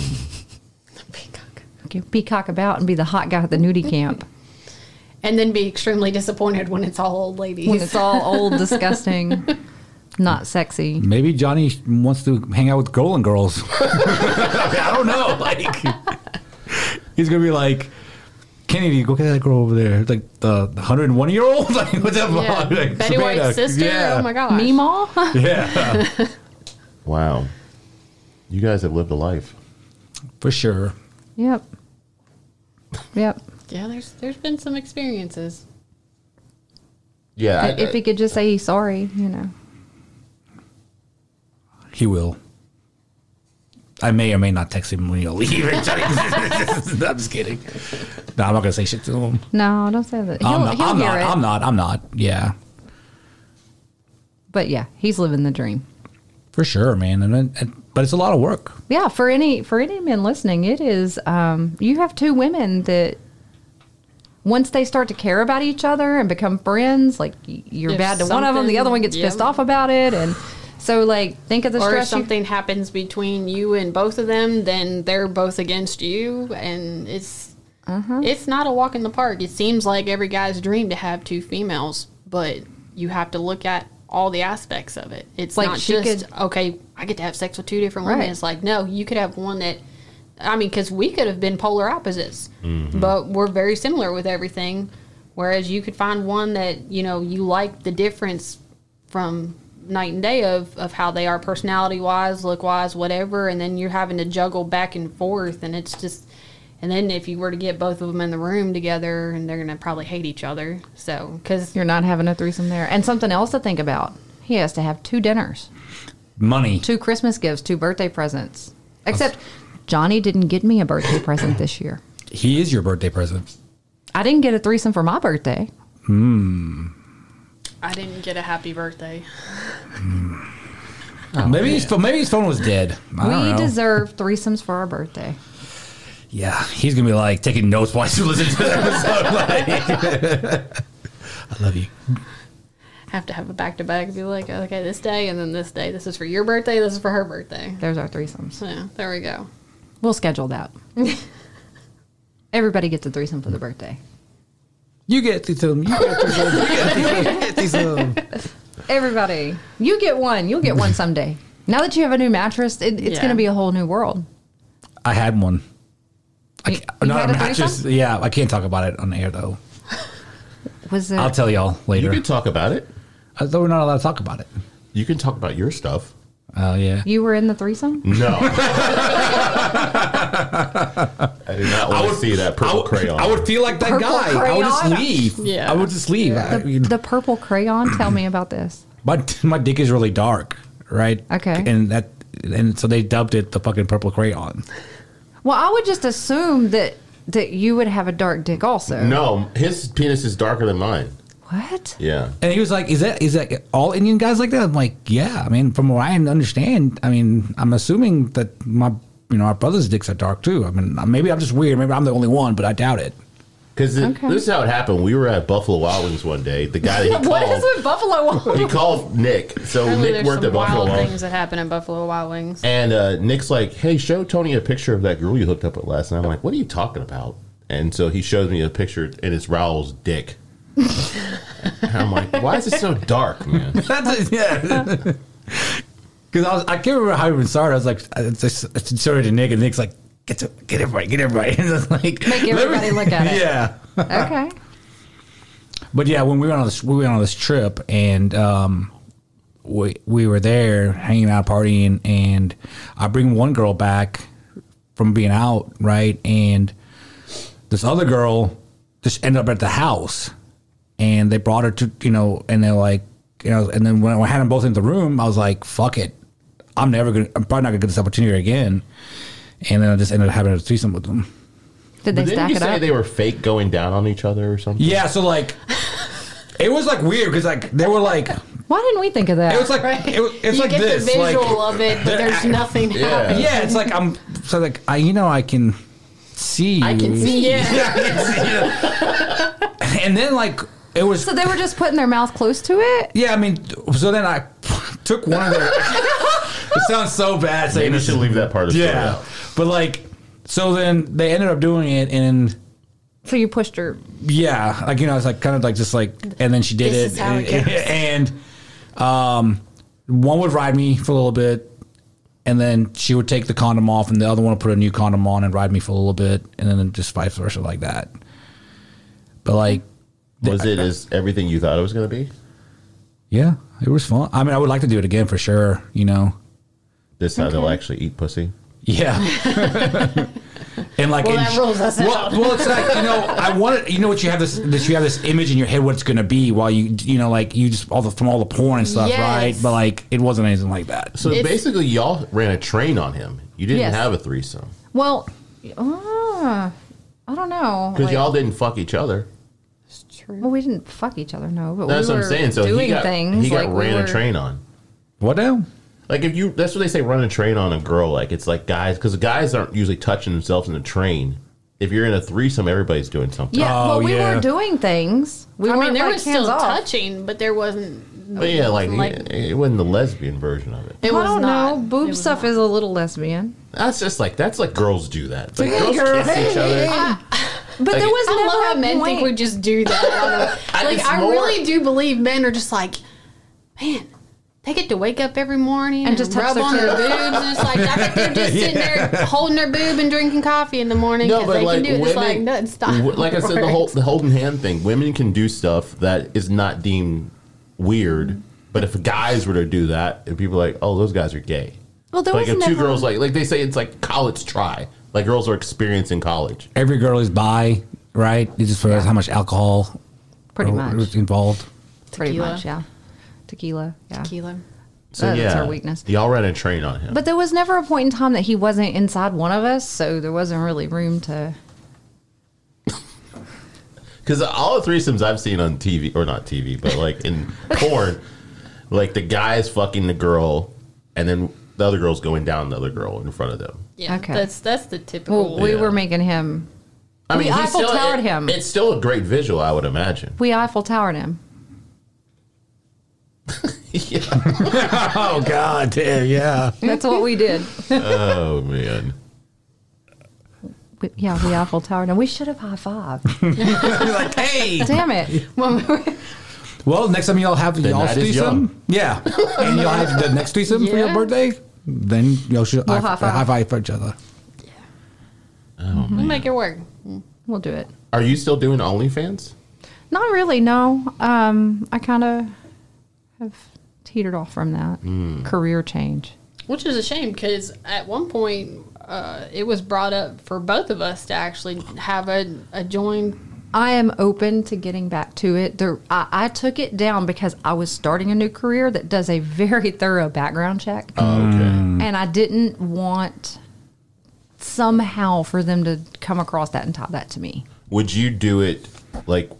[SPEAKER 3] Peacock.
[SPEAKER 4] He can peacock about and be the hot guy at the nudie camp.
[SPEAKER 3] And then be extremely disappointed when it's all old ladies.
[SPEAKER 4] when it's all old, disgusting, not sexy.
[SPEAKER 1] Maybe Johnny wants to hang out with Golden Girls. I don't know. Like he's gonna be like. Kennedy, go get that girl over there, like the 101 year old. Like what the
[SPEAKER 3] yeah.
[SPEAKER 1] fuck? Like,
[SPEAKER 3] Betty
[SPEAKER 1] Savannah.
[SPEAKER 3] White's sister.
[SPEAKER 1] Yeah.
[SPEAKER 3] Oh my gosh.
[SPEAKER 4] Meemaw?
[SPEAKER 1] Yeah,
[SPEAKER 2] Wow, you guys have lived a life.
[SPEAKER 1] for sure.
[SPEAKER 4] yep. Yep.
[SPEAKER 3] Yeah, there's there's been some experiences.
[SPEAKER 2] Yeah, I-
[SPEAKER 4] if he could just say he's sorry, you know.
[SPEAKER 1] He will. I may or may not text him when he'll leave. no, I'm just kidding. No, I'm not gonna say shit to him.
[SPEAKER 4] No, don't say that. He'll,
[SPEAKER 1] I'm not.
[SPEAKER 4] he'll
[SPEAKER 1] I'm
[SPEAKER 4] hear
[SPEAKER 1] not,
[SPEAKER 4] it.
[SPEAKER 1] I'm not. I'm not. Yeah,
[SPEAKER 4] But yeah, he's living the dream.
[SPEAKER 1] for sure, man. And, then- and but it's a lot of work.
[SPEAKER 4] Yeah, for any for any men listening, it is um, you have two women that once they start to care about each other and become friends, like y- you're
[SPEAKER 3] If
[SPEAKER 4] bad to one of them, the other one gets
[SPEAKER 3] something-
[SPEAKER 4] pissed
[SPEAKER 3] yeah.
[SPEAKER 4] off about it, and so like think of the
[SPEAKER 3] Or if
[SPEAKER 4] stress. you-
[SPEAKER 3] something happens between you and both of them, then they're both against you, and it's
[SPEAKER 4] Uh-huh.
[SPEAKER 3] it's not a walk in the park. It seems like every guy's dream to have two females, but you have to look at all the aspects of it. It's
[SPEAKER 4] Like,
[SPEAKER 3] not
[SPEAKER 4] she
[SPEAKER 3] just
[SPEAKER 4] could-
[SPEAKER 3] okay. I get to have sex with two different women.
[SPEAKER 4] Right.
[SPEAKER 3] It's like no, you could have one that. I mean, because we could have been polar opposites, but we're very similar with everything. Whereas you could find one that, you know, you like the difference from night and day of, of how they are personality wise, look wise, whatever. And then you're having to juggle back and forth. And it's just, and then if you were to get both of them in the room together, and they're going to probably hate each other. So, because
[SPEAKER 4] You're not having a threesome there. And something else to think about. He has to have two dinners,
[SPEAKER 1] Money.
[SPEAKER 4] two Christmas gifts, two birthday presents. Except Johnny didn't get me a birthday present this year.
[SPEAKER 1] He is your birthday present.
[SPEAKER 4] I didn't get a threesome for my birthday.
[SPEAKER 3] I didn't get a happy birthday.
[SPEAKER 1] maybe his phone. Maybe his phone was dead. I don't
[SPEAKER 4] Oh, We
[SPEAKER 1] know.
[SPEAKER 4] deserve threesomes for our birthday.
[SPEAKER 1] yeah, he's gonna be like taking notes while he's listening to the episode. like- I love you.
[SPEAKER 3] Have to have a back to back and be like, okay, this day and then this day. This is for your birthday. This is for her birthday.
[SPEAKER 4] There's our threesomes.
[SPEAKER 3] So, yeah, there we go.
[SPEAKER 4] We'll schedule that. Everybody gets a threesome for the birthday.
[SPEAKER 1] You get to them. You get to them. You get to them.
[SPEAKER 4] Everybody, you get one. You'll get one someday. Now that you have a new mattress, it, it's
[SPEAKER 3] Yeah.
[SPEAKER 4] going to be a whole new world.
[SPEAKER 1] I had one. I
[SPEAKER 4] You-
[SPEAKER 1] can't-
[SPEAKER 4] you
[SPEAKER 1] no,
[SPEAKER 4] had a
[SPEAKER 1] I'm not just-
[SPEAKER 4] threesome?
[SPEAKER 1] yeah, I can't talk about it on air though.
[SPEAKER 4] Was it?
[SPEAKER 1] I'll tell y'all
[SPEAKER 2] You
[SPEAKER 1] later.
[SPEAKER 2] can talk about it.
[SPEAKER 1] I thought we're not allowed to talk about it.
[SPEAKER 2] You can talk about your stuff.
[SPEAKER 1] Oh yeah.
[SPEAKER 4] you were in the threesome?
[SPEAKER 2] No. I do not want to see that purple crayon.
[SPEAKER 1] I would feel like that
[SPEAKER 4] Purple
[SPEAKER 1] guy. I would just
[SPEAKER 4] crayon.
[SPEAKER 1] leave.
[SPEAKER 3] Yeah.
[SPEAKER 1] I would just leave. I mean,
[SPEAKER 4] The purple crayon. Tell me about this.
[SPEAKER 1] my my dick is really dark, right?
[SPEAKER 4] Okay.
[SPEAKER 1] And that and so they dubbed it the fucking purple crayon.
[SPEAKER 4] Well, I would just assume that that you would have a dark dick also.
[SPEAKER 2] No, his penis is darker than mine.
[SPEAKER 4] What?
[SPEAKER 2] Yeah.
[SPEAKER 1] And he was like, "Is that is that all Indian guys like that?" I'm like, "Yeah." I mean, from what I understand, I mean, I'm assuming that my you know our brothers' dicks are dark too. I mean, maybe I'm just weird. Maybe I'm the only one, but I doubt it.
[SPEAKER 2] Because
[SPEAKER 4] Okay.
[SPEAKER 2] this is how it happened. We were at Buffalo Wild Wings one day. The guy that he
[SPEAKER 4] What is
[SPEAKER 2] called,
[SPEAKER 4] with
[SPEAKER 1] Oh,
[SPEAKER 4] Buffalo?
[SPEAKER 2] he called Nick. So
[SPEAKER 3] Apparently
[SPEAKER 2] Nick
[SPEAKER 3] there's
[SPEAKER 2] worked
[SPEAKER 3] some
[SPEAKER 2] at Buffalo
[SPEAKER 3] wild
[SPEAKER 2] Wild
[SPEAKER 3] things that happen in Buffalo Wild Wings.
[SPEAKER 2] And uh, Nick's like, hey, show Tony a picture of that girl you hooked up with last night. I'm like, what are you talking about? And so he shows me a picture, and it's Raul's dick. and I'm like, why is it so dark, man?
[SPEAKER 1] That's it, yeah. Because I was, I can't remember how even started. I was like, I just I just showed it to Nick, and Nick's like, "Get to, get everybody, get everybody," and it's like
[SPEAKER 4] Make everybody look at it.
[SPEAKER 1] Yeah.
[SPEAKER 4] okay.
[SPEAKER 1] But yeah, when we went on this, we went on this trip, and um, we we were there hanging out, partying, and I bring one girl back from being out, right, and this other girl just ended up at the house, and they brought her to you know, and they're like, you know, and then when I had them both in the room, I was like, fuck it, I'm never gonna, I'm probably not gonna get this opportunity again, and then I just ended up having a threesome with them.
[SPEAKER 4] Did they
[SPEAKER 2] But didn't
[SPEAKER 4] stack
[SPEAKER 2] you
[SPEAKER 4] it
[SPEAKER 2] say
[SPEAKER 4] up?
[SPEAKER 2] they were fake going down on each other or something?
[SPEAKER 1] Yeah, so like. It was like weird because like they were like
[SPEAKER 4] Why didn't we think of that?
[SPEAKER 1] It was like it, was- it's
[SPEAKER 3] you
[SPEAKER 1] like
[SPEAKER 3] get
[SPEAKER 1] this.
[SPEAKER 3] the visual
[SPEAKER 1] like,
[SPEAKER 3] of it, but there's nothing happening.
[SPEAKER 1] yeah, it's like I'm so like I you know I can see I
[SPEAKER 2] can see
[SPEAKER 3] Yeah.
[SPEAKER 1] and then like it was
[SPEAKER 4] so they were just putting their mouth close to it.
[SPEAKER 1] yeah I mean so then I took one of their it sounds so bad saying
[SPEAKER 2] Maybe you
[SPEAKER 1] this
[SPEAKER 2] should leave that part of the story
[SPEAKER 1] yeah
[SPEAKER 2] out.
[SPEAKER 1] but like so then they ended up doing it and
[SPEAKER 4] So you pushed her.
[SPEAKER 1] yeah like you know it's like kind of like just like and then she did it,
[SPEAKER 3] This is how it
[SPEAKER 1] and,
[SPEAKER 3] goes.
[SPEAKER 1] and, um one would ride me for a little bit and then she would take the condom off and the other one would put a new condom on and ride me for a little bit and then just vice versa like that but like
[SPEAKER 2] Was it as everything you thought it was going to be?
[SPEAKER 1] yeah it was fun i mean i would like to do it again for sure you know
[SPEAKER 2] This time they'll actually eat pussy.
[SPEAKER 1] yeah and like
[SPEAKER 3] Well,
[SPEAKER 1] and
[SPEAKER 3] that
[SPEAKER 1] sh-
[SPEAKER 3] rules us
[SPEAKER 1] well,
[SPEAKER 3] out.
[SPEAKER 1] well it's like you know i wanted you know what you have this that you have this image in your head what it's going to be while you you know like you just all the from all the porn and stuff
[SPEAKER 3] Yes.
[SPEAKER 1] right but like it wasn't anything like that
[SPEAKER 2] So
[SPEAKER 3] It's-
[SPEAKER 2] basically, y'all ran a train on him. You didn't
[SPEAKER 4] Yes.
[SPEAKER 2] have a threesome
[SPEAKER 4] Well, uh, I don't know.
[SPEAKER 2] because
[SPEAKER 4] Like,
[SPEAKER 2] y'all didn't fuck each other.
[SPEAKER 4] well, we didn't fuck each other, no. But
[SPEAKER 2] That's
[SPEAKER 4] we
[SPEAKER 2] what
[SPEAKER 4] were
[SPEAKER 2] I'm saying. So
[SPEAKER 4] doing
[SPEAKER 2] he got,
[SPEAKER 4] things.
[SPEAKER 2] he got
[SPEAKER 4] like we
[SPEAKER 2] ran
[SPEAKER 4] were-
[SPEAKER 2] a train on.
[SPEAKER 1] What now?
[SPEAKER 2] Like if you, that's what they say, run a train on a girl. Like it's like guys, because guys aren't usually touching themselves in a train. If you're in a threesome, everybody's doing something.
[SPEAKER 4] Yeah.
[SPEAKER 1] Oh,
[SPEAKER 4] well, we
[SPEAKER 1] yeah.
[SPEAKER 4] were doing things. We
[SPEAKER 3] I mean,
[SPEAKER 4] weren't,
[SPEAKER 3] there
[SPEAKER 4] like,
[SPEAKER 3] was
[SPEAKER 4] hands
[SPEAKER 3] still
[SPEAKER 4] off.
[SPEAKER 3] touching, but there wasn't.
[SPEAKER 2] But Oh, yeah, like,
[SPEAKER 3] Like-
[SPEAKER 2] it, it wasn't the lesbian version of it.
[SPEAKER 3] It
[SPEAKER 4] I
[SPEAKER 3] was
[SPEAKER 4] don't
[SPEAKER 3] not.
[SPEAKER 4] know. Boob
[SPEAKER 3] It was
[SPEAKER 4] stuff
[SPEAKER 3] not.
[SPEAKER 4] is a little lesbian.
[SPEAKER 2] That's just like that's like girls do that. Like
[SPEAKER 1] Hey,
[SPEAKER 2] girls
[SPEAKER 1] girl,
[SPEAKER 2] kiss
[SPEAKER 1] hey,
[SPEAKER 2] each other.
[SPEAKER 4] But there was
[SPEAKER 3] I
[SPEAKER 4] never
[SPEAKER 3] love
[SPEAKER 4] a
[SPEAKER 3] how men
[SPEAKER 4] point.
[SPEAKER 3] think we just do that.
[SPEAKER 2] I-
[SPEAKER 3] like
[SPEAKER 2] it's
[SPEAKER 3] I
[SPEAKER 2] more-
[SPEAKER 3] really do believe men are just like, man, They get to wake up every morning and,
[SPEAKER 4] just touch
[SPEAKER 3] rub
[SPEAKER 4] their
[SPEAKER 3] on their
[SPEAKER 4] tits.
[SPEAKER 3] boobs, and it's like I bet they're just sitting there holding their boob and drinking coffee in the morning because they can do it just like nothing.
[SPEAKER 2] w-
[SPEAKER 3] Stop.
[SPEAKER 2] like I said, the whole the holding hand thing. Women can do stuff that is not deemed weird, but if guys were to do that, and people are like, oh, those guys are gay.
[SPEAKER 4] Well, there
[SPEAKER 2] like
[SPEAKER 4] was
[SPEAKER 2] if
[SPEAKER 4] never.
[SPEAKER 2] two girls like like they say it's like college try. Like girls are experiencing college.
[SPEAKER 1] Every girl is bi, right? You just realize how much alcohol
[SPEAKER 4] pretty
[SPEAKER 1] was-
[SPEAKER 4] much.
[SPEAKER 1] was involved.
[SPEAKER 3] Oh,
[SPEAKER 4] Pretty
[SPEAKER 3] Tequila.
[SPEAKER 4] much, yeah. Tequila, yeah.
[SPEAKER 3] Tequila.
[SPEAKER 2] So
[SPEAKER 4] That's
[SPEAKER 2] yeah,
[SPEAKER 4] our weakness.
[SPEAKER 2] Y'all ran a train on him.
[SPEAKER 4] But there was never a point in time that he wasn't inside one of us, so there wasn't really room to.
[SPEAKER 2] Because all the threesomes I've seen on TV, or not TV, but like in porn, like the guy is fucking the girl, and then the other girl's going down the other girl in front of them.
[SPEAKER 3] Yeah,
[SPEAKER 4] Okay.
[SPEAKER 3] that's that's the typical.
[SPEAKER 4] Well, we
[SPEAKER 2] Yeah.
[SPEAKER 4] were making him.
[SPEAKER 2] I
[SPEAKER 4] We
[SPEAKER 2] mean, he's
[SPEAKER 4] Eiffel
[SPEAKER 2] still-
[SPEAKER 4] Towered
[SPEAKER 2] it-
[SPEAKER 4] him.
[SPEAKER 2] It's still a great visual, I would imagine.
[SPEAKER 4] We Eiffel Towered him.
[SPEAKER 1] Oh God, damn, yeah.
[SPEAKER 4] That's what we did.
[SPEAKER 2] Oh man,
[SPEAKER 4] We- yeah, we Eiffel Towered him. We should have high fived.
[SPEAKER 1] You're like, hey.
[SPEAKER 4] Damn it.
[SPEAKER 1] Well, next time y'all have y'all
[SPEAKER 2] night is
[SPEAKER 1] threesome, yeah, and y'all have the next threesome for your
[SPEAKER 3] Yeah.
[SPEAKER 1] birthday, then y'all should
[SPEAKER 4] We'll
[SPEAKER 1] high,
[SPEAKER 4] high five.
[SPEAKER 1] high five for each other.
[SPEAKER 3] we make it work.
[SPEAKER 4] We'll do it.
[SPEAKER 2] are you still doing OnlyFans?
[SPEAKER 4] Not really, no. Um, I kind of have teetered off from that career change.
[SPEAKER 3] Which is a shame because at one point uh, it was brought up for both of us to actually have a, a joined.
[SPEAKER 4] I am open to getting back to it. There, I, I took it down because I was starting a new career that does a very thorough background check,
[SPEAKER 2] Oh, okay.
[SPEAKER 1] Mm.
[SPEAKER 4] and I didn't want somehow for them to come across that and tie that to me.
[SPEAKER 2] Would you do it like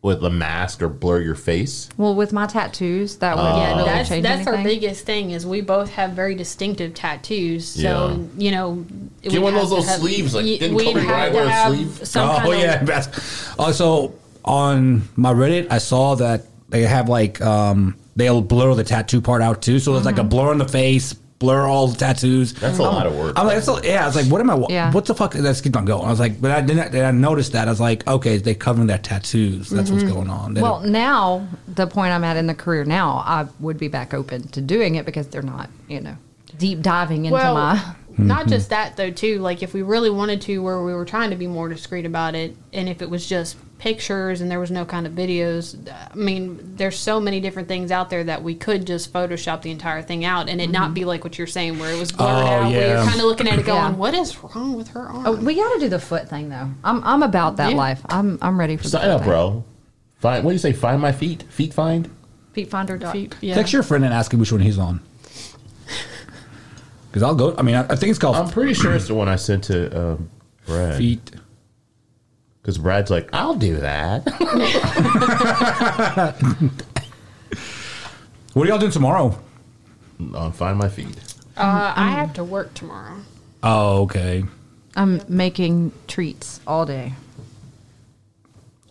[SPEAKER 2] with a mask or blur your face?
[SPEAKER 4] Well, with my tattoos, that would
[SPEAKER 3] Yeah,
[SPEAKER 4] Uh, really
[SPEAKER 3] that's
[SPEAKER 4] change
[SPEAKER 3] that's our
[SPEAKER 4] anything.
[SPEAKER 3] biggest thing is we both have very distinctive tattoos. So you know, it
[SPEAKER 2] Get one
[SPEAKER 3] would
[SPEAKER 2] of those
[SPEAKER 3] have
[SPEAKER 2] little
[SPEAKER 3] to have-
[SPEAKER 2] sleeves, like,
[SPEAKER 3] y-
[SPEAKER 2] didn't
[SPEAKER 3] we'd
[SPEAKER 2] Kobe
[SPEAKER 3] have
[SPEAKER 2] Bryant
[SPEAKER 3] to
[SPEAKER 2] wear a
[SPEAKER 3] have
[SPEAKER 2] sleeve?
[SPEAKER 3] Some
[SPEAKER 1] oh
[SPEAKER 3] kind of-
[SPEAKER 1] yeah, that's also on my Reddit. I saw that they have like um they'll blur the tattoo part out too, so it's like a
[SPEAKER 4] Mm-hmm.
[SPEAKER 1] blur on the face, blur all the tattoos.
[SPEAKER 2] That's a
[SPEAKER 4] Mm.
[SPEAKER 2] lot of work.
[SPEAKER 1] I'm like, that's a, yeah. I was like, what am I?
[SPEAKER 4] Yeah.
[SPEAKER 1] What the fuck? Let's keep on going. I was like, but I didn't. I noticed that. I was like, okay, they covering their tattoos. That's what's going on. They
[SPEAKER 4] Mm-hmm. Well,
[SPEAKER 1] don't-
[SPEAKER 4] now the point I'm at in the career now, I would be back open to doing it because they're not, you know, deep diving into
[SPEAKER 3] well,
[SPEAKER 4] my.
[SPEAKER 3] not
[SPEAKER 1] Mm-hmm.
[SPEAKER 3] just that though too. Like if we really wanted to, where we were trying to be more discreet about it, and if it was just pictures and there was no kind of videos, I mean, there's so many different things out there that we could just Photoshop the entire thing out and it not be like what you're saying, where it was blurred
[SPEAKER 1] Oh,
[SPEAKER 3] out, where
[SPEAKER 1] yeah.
[SPEAKER 3] you're kind of looking at it going,
[SPEAKER 4] Yeah.
[SPEAKER 3] "What is wrong with her arm?"
[SPEAKER 4] Oh, We got to do the foot thing though. I'm I'm about that
[SPEAKER 3] Yeah.
[SPEAKER 4] life. I'm I'm ready for the
[SPEAKER 2] Sign
[SPEAKER 4] foot
[SPEAKER 2] up,
[SPEAKER 4] thing.
[SPEAKER 2] bro. Find what do you say? Find my feet. Feet find.
[SPEAKER 4] Feet finder. dot-
[SPEAKER 3] Feet- yeah.
[SPEAKER 1] Text your friend and ask him which one he's on. Because I'll go. I mean, I, I think it's called
[SPEAKER 2] I'm pretty sure it's the one I sent to um, Brad.
[SPEAKER 1] feet.
[SPEAKER 2] Because Brad's like, I'll do that.
[SPEAKER 1] What are y'all doing tomorrow?
[SPEAKER 2] I'll find my feet.
[SPEAKER 3] Uh, I have to work tomorrow.
[SPEAKER 1] Oh, okay.
[SPEAKER 4] I'm making treats all day.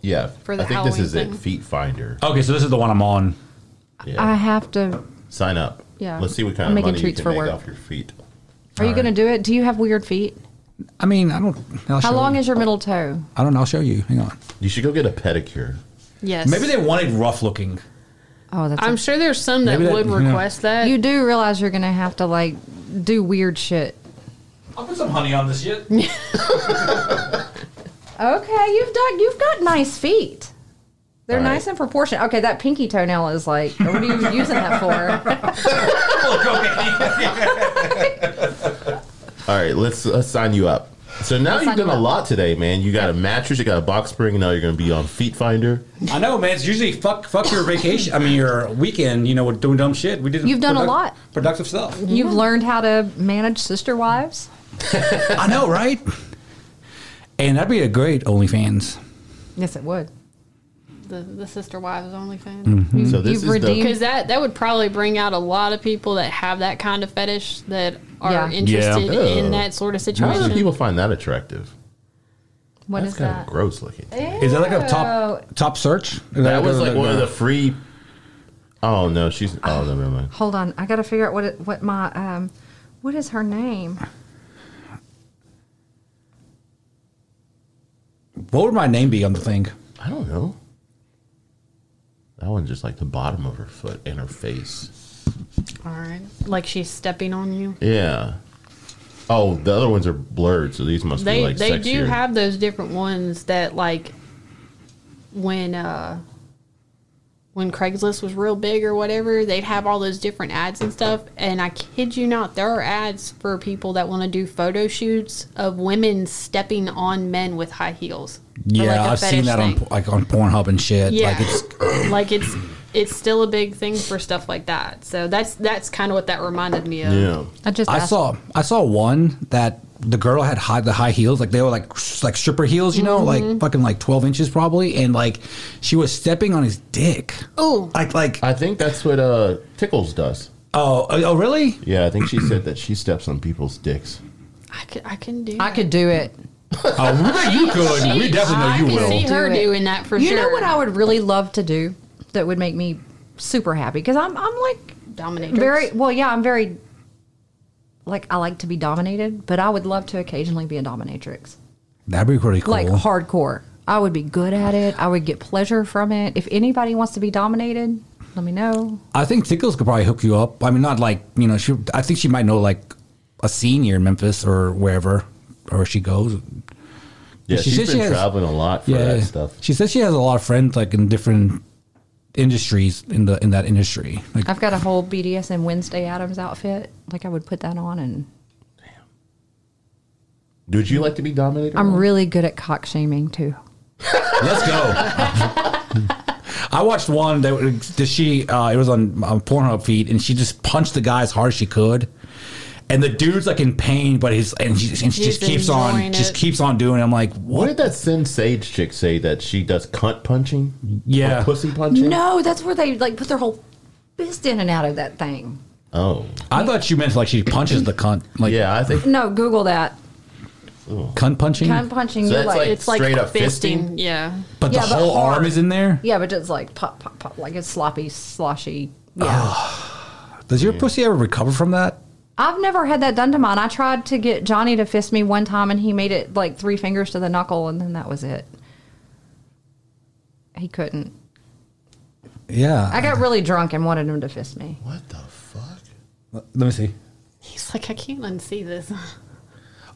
[SPEAKER 2] Yeah.
[SPEAKER 3] For the
[SPEAKER 2] I think this
[SPEAKER 3] Halloween
[SPEAKER 2] is
[SPEAKER 3] thing.
[SPEAKER 2] it. Feet finder.
[SPEAKER 1] Okay, so this is the one I'm on.
[SPEAKER 2] Yeah.
[SPEAKER 4] I have to.
[SPEAKER 2] Sign up.
[SPEAKER 4] Yeah.
[SPEAKER 2] Let's see what kind
[SPEAKER 4] I'm
[SPEAKER 2] of
[SPEAKER 4] making
[SPEAKER 2] money you
[SPEAKER 4] treats
[SPEAKER 2] can
[SPEAKER 4] for
[SPEAKER 2] make
[SPEAKER 4] work.
[SPEAKER 2] off your feet.
[SPEAKER 4] Are you going to do it? Do you have weird feet?
[SPEAKER 1] I mean, I don't. I'll
[SPEAKER 4] How
[SPEAKER 1] show
[SPEAKER 4] long
[SPEAKER 1] you.
[SPEAKER 4] is your middle toe?
[SPEAKER 1] I don't know. I'll show you. Hang on.
[SPEAKER 2] You should go get a pedicure.
[SPEAKER 3] Yes,
[SPEAKER 1] Maybe they wanted rough looking.
[SPEAKER 4] Oh, that's.
[SPEAKER 3] I'm sure there's some that,
[SPEAKER 1] Maybe that-
[SPEAKER 3] would
[SPEAKER 1] yeah.
[SPEAKER 3] request that.
[SPEAKER 4] you do realize you're going to have to like do weird shit.
[SPEAKER 1] I'll put some honey on this shit.
[SPEAKER 4] Okay, you've done. You've got nice feet. They're
[SPEAKER 2] All right.
[SPEAKER 4] nice in proportion. Okay, that pinky toenail is like. What are you using that for?
[SPEAKER 2] All right, let's, let's sign you up. So now you've
[SPEAKER 4] sign you
[SPEAKER 2] done a
[SPEAKER 4] up.
[SPEAKER 2] lot today, man. You got a mattress, you got a box spring, and now you're going to be on Feet Finder.
[SPEAKER 1] I know, man. It's usually fuck, fuck your vacation. I mean, your weekend. You know, with doing dumb shit. We did.
[SPEAKER 4] You've done a lot.
[SPEAKER 1] productive stuff.
[SPEAKER 4] You've learned how to manage sister wives.
[SPEAKER 1] I know, right? And that'd be a great OnlyFans.
[SPEAKER 4] Yes, it would.
[SPEAKER 3] the, the sister wives only thing.
[SPEAKER 1] Mm-hmm.
[SPEAKER 2] So this
[SPEAKER 4] Mm-hmm. you've
[SPEAKER 2] is the,
[SPEAKER 4] redeemed-
[SPEAKER 3] because that that would probably bring out a lot of people that have that kind of fetish that are
[SPEAKER 4] Yeah.
[SPEAKER 3] interested
[SPEAKER 2] Yeah.
[SPEAKER 3] in that sort of
[SPEAKER 2] How do
[SPEAKER 3] situation.
[SPEAKER 2] people find that attractive?
[SPEAKER 4] What
[SPEAKER 2] That's
[SPEAKER 4] is
[SPEAKER 2] kind of
[SPEAKER 4] that? Eh?
[SPEAKER 2] gross looking.
[SPEAKER 1] Is that like a top top search? Is
[SPEAKER 2] That was
[SPEAKER 1] a-
[SPEAKER 2] like one of the free. Oh, no, she's. Oh, no, never mind.
[SPEAKER 4] Hold on, I got to figure out what it, what my um, what is her name?
[SPEAKER 1] What would my name be on the
[SPEAKER 3] Oh,
[SPEAKER 1] thing?
[SPEAKER 2] I don't know. That one's just like the bottom of her foot and her face.
[SPEAKER 3] All right. Like she's stepping on you.
[SPEAKER 2] Yeah. Oh, the other ones are blurred, so these must
[SPEAKER 3] They
[SPEAKER 2] be like
[SPEAKER 3] they
[SPEAKER 2] sexier.
[SPEAKER 3] do have those different ones that like when uh when Craigslist was real big or whatever, they'd have all those different ads and stuff. And I kid you not, there are ads for people that want to do photo shoots of women stepping on men with high heels. for,
[SPEAKER 1] Yeah,
[SPEAKER 3] like, a
[SPEAKER 1] I've seen
[SPEAKER 3] fetish
[SPEAKER 1] that on
[SPEAKER 3] thing.
[SPEAKER 1] on like on Pornhub and shit.
[SPEAKER 3] Yeah.
[SPEAKER 1] Like it's
[SPEAKER 3] like it's it's still a big thing for stuff like that. So that's that's kind of what that reminded me of.
[SPEAKER 2] Yeah.
[SPEAKER 4] I just
[SPEAKER 1] I
[SPEAKER 4] asked-
[SPEAKER 1] saw I saw one that the girl had high the high heels like they were like s- like stripper heels you know
[SPEAKER 3] Mm-hmm.
[SPEAKER 1] like fucking like twelve inches probably and like she was stepping on his dick
[SPEAKER 3] Ooh.
[SPEAKER 1] like like
[SPEAKER 2] I think that's what uh, Tickles does.
[SPEAKER 1] oh oh really
[SPEAKER 2] Yeah, I think she said that she steps on people's dicks.
[SPEAKER 3] I can I can do.
[SPEAKER 4] I could do it.
[SPEAKER 1] oh we bet you could we
[SPEAKER 3] I
[SPEAKER 1] definitely know you
[SPEAKER 3] can see
[SPEAKER 1] will
[SPEAKER 3] her
[SPEAKER 4] Do it.
[SPEAKER 3] doing that for
[SPEAKER 4] you
[SPEAKER 3] sure.
[SPEAKER 4] know what I would really love to do that would make me super happy because I'm I'm like
[SPEAKER 3] dominatrix.
[SPEAKER 4] very well yeah I'm very like I like to be dominated but I would love to occasionally be a dominatrix
[SPEAKER 1] that'd be pretty cool
[SPEAKER 4] like hardcore I would be good at it I would get pleasure from it if anybody wants to be dominated let me know
[SPEAKER 1] I think Tickles could probably hook you up I mean not like you know she I think she might know like a senior in Memphis or wherever or she goes
[SPEAKER 2] Yeah,
[SPEAKER 1] She
[SPEAKER 2] she
[SPEAKER 1] said
[SPEAKER 2] has
[SPEAKER 1] she
[SPEAKER 2] been
[SPEAKER 1] has-
[SPEAKER 2] traveling a lot for that stuff.
[SPEAKER 1] she says she has a lot of friends like in different industries in the in that industry like
[SPEAKER 4] I've got a whole BDSM Wednesday Adams outfit like I would put that on and
[SPEAKER 2] Would you like to be dominated?
[SPEAKER 3] Um,
[SPEAKER 4] I'm really good at cock shaming too
[SPEAKER 1] Let's go. I watched one that that she uh, it was on, on Pornhub feed, and she just punched the guy as hard as she could, and the dude's like in pain, but he's and she, and she
[SPEAKER 3] He's
[SPEAKER 1] just keeps on
[SPEAKER 3] enjoying
[SPEAKER 1] just
[SPEAKER 3] it.
[SPEAKER 1] keeps on doing. it. I'm like,
[SPEAKER 2] What
[SPEAKER 1] what?
[SPEAKER 2] did that Sin Sage chick say that she does cunt punching?
[SPEAKER 1] Yeah.
[SPEAKER 2] Or pussy punching?
[SPEAKER 4] no that's where they like put their whole fist in and out of that thing
[SPEAKER 2] Oh.
[SPEAKER 1] I thought you meant like she punches the cunt, like
[SPEAKER 2] Yeah, I think
[SPEAKER 4] no Google that
[SPEAKER 1] cunt punching,
[SPEAKER 4] Kind of punching
[SPEAKER 2] So
[SPEAKER 4] you
[SPEAKER 2] that's
[SPEAKER 4] like,
[SPEAKER 2] like-
[SPEAKER 3] It's like
[SPEAKER 2] Straight up
[SPEAKER 3] fisting.
[SPEAKER 2] fisting?
[SPEAKER 3] Yeah.
[SPEAKER 1] but
[SPEAKER 4] yeah,
[SPEAKER 1] the
[SPEAKER 4] but
[SPEAKER 1] whole
[SPEAKER 4] hard.
[SPEAKER 1] arm is in there.
[SPEAKER 4] yeah, but it's like pop pop pop like it's sloppy sloshy. Yeah.
[SPEAKER 1] Does your pussy ever recover from that?
[SPEAKER 4] I've never had that done to mine. I tried to get Johnny to fist me one time and he made it like three fingers to the knuckle and then that was it. He couldn't.
[SPEAKER 1] Yeah.
[SPEAKER 4] I got really drunk and wanted him to fist me.
[SPEAKER 2] What the fuck?
[SPEAKER 1] Let me see.
[SPEAKER 3] He's like, I can't unsee this.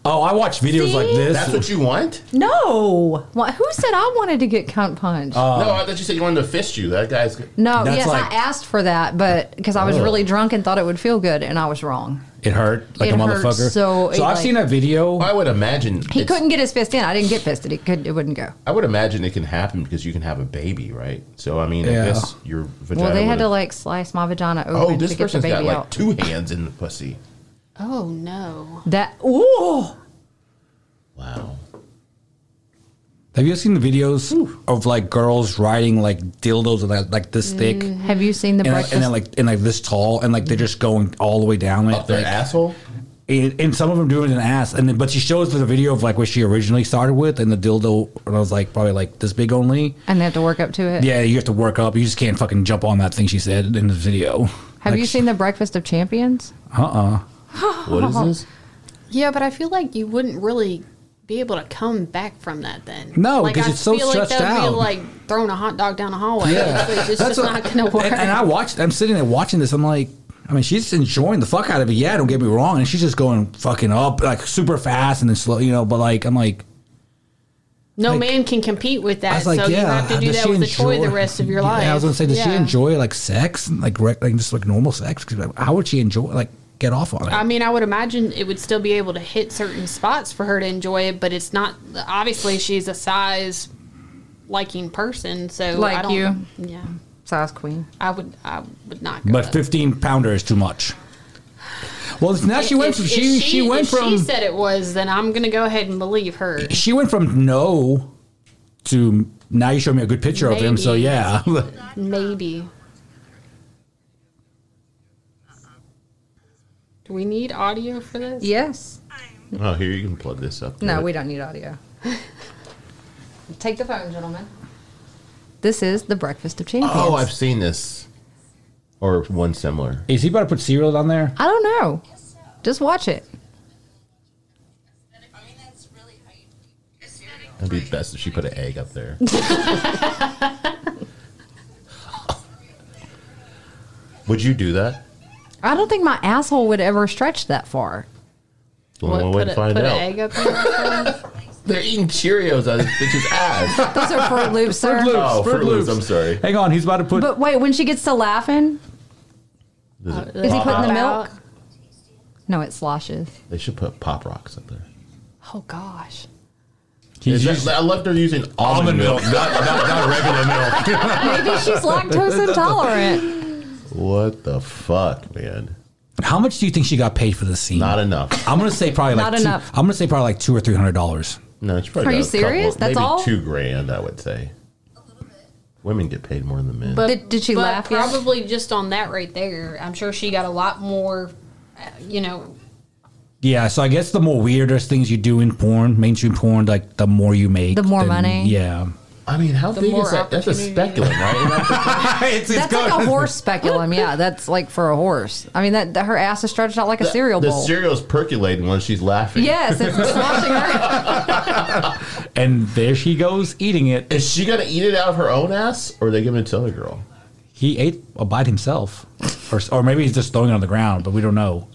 [SPEAKER 1] Oh, I watch videos like
[SPEAKER 4] See?
[SPEAKER 1] this.
[SPEAKER 2] That's what you want?
[SPEAKER 4] No. What, who said I wanted to get cunt punched?
[SPEAKER 1] Uh,
[SPEAKER 2] no, I thought you said you wanted to fist you. That guy's
[SPEAKER 4] no,
[SPEAKER 1] that's
[SPEAKER 4] yes,
[SPEAKER 1] like-
[SPEAKER 4] I asked for that, but because I was
[SPEAKER 2] Ugh.
[SPEAKER 4] really drunk and thought it would feel good and I was wrong.
[SPEAKER 1] it hurt like
[SPEAKER 4] It
[SPEAKER 1] a
[SPEAKER 4] hurt
[SPEAKER 1] motherfucker.
[SPEAKER 4] so-
[SPEAKER 1] so
[SPEAKER 4] it,
[SPEAKER 1] I've
[SPEAKER 4] like-
[SPEAKER 1] seen that video.
[SPEAKER 2] I would imagine
[SPEAKER 4] He
[SPEAKER 2] it's-
[SPEAKER 4] couldn't get his fist in. I didn't get fisted. It could it wouldn't go.
[SPEAKER 2] I would imagine it can happen because you can have a baby, right? So I mean,
[SPEAKER 1] Yeah.
[SPEAKER 2] I guess your vagina.
[SPEAKER 4] Well, they had
[SPEAKER 2] would've-
[SPEAKER 4] to like slice my vagina open
[SPEAKER 2] Oh, this
[SPEAKER 4] to get the
[SPEAKER 2] person's got
[SPEAKER 4] baby
[SPEAKER 2] like
[SPEAKER 4] out.
[SPEAKER 2] two hands in the pussy.
[SPEAKER 3] Oh no.
[SPEAKER 4] That ooh,
[SPEAKER 2] Wow.
[SPEAKER 1] Have you seen the videos of like girls riding like dildos like, like
[SPEAKER 4] Mm.
[SPEAKER 1] this thick?
[SPEAKER 4] have you seen the
[SPEAKER 1] and,
[SPEAKER 4] breakfast?
[SPEAKER 1] and then like and like this tall and like
[SPEAKER 4] Mm.
[SPEAKER 1] they're just going all the way down it,
[SPEAKER 2] Up their
[SPEAKER 1] like,
[SPEAKER 2] asshole.
[SPEAKER 1] and, and some of them doing an ass and then, but she shows the video of like where she originally started with and the dildo and I was like probably like this big only
[SPEAKER 4] and they have to work up to it.
[SPEAKER 1] yeah you have to work up you just can't fucking jump on that thing she said in the video
[SPEAKER 4] Have
[SPEAKER 1] Like,
[SPEAKER 4] you seen the breakfast of champions?
[SPEAKER 2] What is this?
[SPEAKER 3] Yeah, but I feel like you wouldn't really be able to come back from that then.
[SPEAKER 1] No,
[SPEAKER 3] Like,
[SPEAKER 1] 'cause
[SPEAKER 3] I
[SPEAKER 1] it's so
[SPEAKER 3] feel like
[SPEAKER 1] stretched
[SPEAKER 3] that'd
[SPEAKER 1] out.
[SPEAKER 3] Be like throwing a hot dog down a hallway.
[SPEAKER 1] Yeah.
[SPEAKER 3] It's, it's
[SPEAKER 1] That's
[SPEAKER 3] just
[SPEAKER 1] what-
[SPEAKER 3] not gonna work.
[SPEAKER 1] and, and I watched I'm sitting there watching this I'm like I mean she's enjoying the fuck out of it yeah don't get me wrong and she's just going fucking up like super fast and then slow you know but like I'm like
[SPEAKER 3] no
[SPEAKER 1] like-
[SPEAKER 3] man can compete with
[SPEAKER 1] I
[SPEAKER 3] that.
[SPEAKER 1] was
[SPEAKER 3] So
[SPEAKER 1] like,
[SPEAKER 3] you
[SPEAKER 1] yeah. uh,
[SPEAKER 3] have to do
[SPEAKER 1] does
[SPEAKER 3] that
[SPEAKER 1] she
[SPEAKER 3] with a toy
[SPEAKER 1] enjoy-
[SPEAKER 3] the rest of your
[SPEAKER 1] Yeah,
[SPEAKER 3] life.
[SPEAKER 1] I was gonna say, does she
[SPEAKER 3] Yeah.
[SPEAKER 1] enjoy like sex, like rec- like just like normal sex? 'Cause, like, how would she enjoy like get off on it?
[SPEAKER 3] I mean, I would imagine it would still be able to hit certain spots for her to enjoy it, but it's not. Obviously, she's a size liking person, so I
[SPEAKER 4] Like
[SPEAKER 3] don't,
[SPEAKER 4] you.
[SPEAKER 3] Yeah,
[SPEAKER 4] Size queen.
[SPEAKER 3] I would. I would not. Go
[SPEAKER 1] but
[SPEAKER 3] there.
[SPEAKER 1] fifteen pounder is too much. Well, it's- now she went
[SPEAKER 3] If-
[SPEAKER 1] from
[SPEAKER 3] if
[SPEAKER 1] she, she went
[SPEAKER 3] if she
[SPEAKER 1] from
[SPEAKER 3] said it was, then I'm gonna go ahead and believe her.
[SPEAKER 1] she went from no to now you show me a good picture of him. So
[SPEAKER 3] Maybe.
[SPEAKER 1] yeah,
[SPEAKER 3] Maybe. Do we need audio for this?
[SPEAKER 4] Yes.
[SPEAKER 2] Oh, here you can plug this up.
[SPEAKER 4] No, we don't need audio. Take the phone, gentlemen. This is the breakfast of champions.
[SPEAKER 2] Oh, I've seen this, or one similar.
[SPEAKER 1] is he about to put cereal on there?
[SPEAKER 4] I don't know. Just watch it.
[SPEAKER 2] It'd be best if she put an egg up there. Would you do that?
[SPEAKER 4] I don't think my asshole would ever stretch that far.
[SPEAKER 2] Well, we'll wait
[SPEAKER 3] put
[SPEAKER 2] and
[SPEAKER 3] a,
[SPEAKER 2] find
[SPEAKER 3] put an
[SPEAKER 2] out.
[SPEAKER 3] egg up there.
[SPEAKER 2] They're eating Cheerios out of this bitch's ass.
[SPEAKER 4] Those are Fruit Loops, sir.
[SPEAKER 1] Fruit Loops.
[SPEAKER 2] Oh, Fruit Loops. I'm sorry.
[SPEAKER 1] Hang on, he's about to put.
[SPEAKER 4] But wait, when she gets to laughing,
[SPEAKER 2] Does it
[SPEAKER 3] Is
[SPEAKER 4] he
[SPEAKER 2] pop
[SPEAKER 4] putting
[SPEAKER 2] out?
[SPEAKER 4] the milk? no, it sloshes.
[SPEAKER 2] They should put pop rocks up there.
[SPEAKER 3] Oh gosh.
[SPEAKER 1] he's
[SPEAKER 2] Is that-
[SPEAKER 1] used-
[SPEAKER 2] I love they're using almond
[SPEAKER 1] Almond
[SPEAKER 2] milk, not, not, not regular milk.
[SPEAKER 4] Maybe she's lactose intolerant.
[SPEAKER 2] what the fuck, man?
[SPEAKER 1] how much do you think she got paid for this scene?
[SPEAKER 2] Not enough.
[SPEAKER 1] I'm gonna say probably like
[SPEAKER 4] Not
[SPEAKER 1] two,
[SPEAKER 4] enough.
[SPEAKER 1] I'm gonna say probably like two or three hundred dollars.
[SPEAKER 2] No, it's probably
[SPEAKER 4] Are you
[SPEAKER 2] got a couple-
[SPEAKER 4] serious? That's
[SPEAKER 2] maybe
[SPEAKER 4] all?
[SPEAKER 2] Two grand, I would say. Women get paid more than men.
[SPEAKER 4] Did- did she
[SPEAKER 3] but
[SPEAKER 4] laugh yet?
[SPEAKER 3] Probably just on that right there. I'm sure she got a lot more. uh, You know,
[SPEAKER 1] Yeah, so I guess the more weirdest things you do in porn, mainstream porn, like the more you make,
[SPEAKER 4] The more
[SPEAKER 1] then-
[SPEAKER 4] money.
[SPEAKER 1] Yeah,
[SPEAKER 2] I mean, how big
[SPEAKER 3] more
[SPEAKER 2] is that? That's a
[SPEAKER 3] opportunity.
[SPEAKER 2] speculum, right?
[SPEAKER 1] it's, it's
[SPEAKER 4] That's like a horse speculum. Yeah, that's like for a horse. I mean, that, that her ass is stretched out like a cereal
[SPEAKER 2] the
[SPEAKER 4] bowl.
[SPEAKER 2] cereal's percolating when she's laughing.
[SPEAKER 4] yes, it's sloshing her.
[SPEAKER 1] And there she goes eating it.
[SPEAKER 2] Is she gonna eat it out of her own ass, or are they giving it to the other girl?
[SPEAKER 1] He ate a bite himself, or or maybe he's just throwing it on the ground, but we don't know.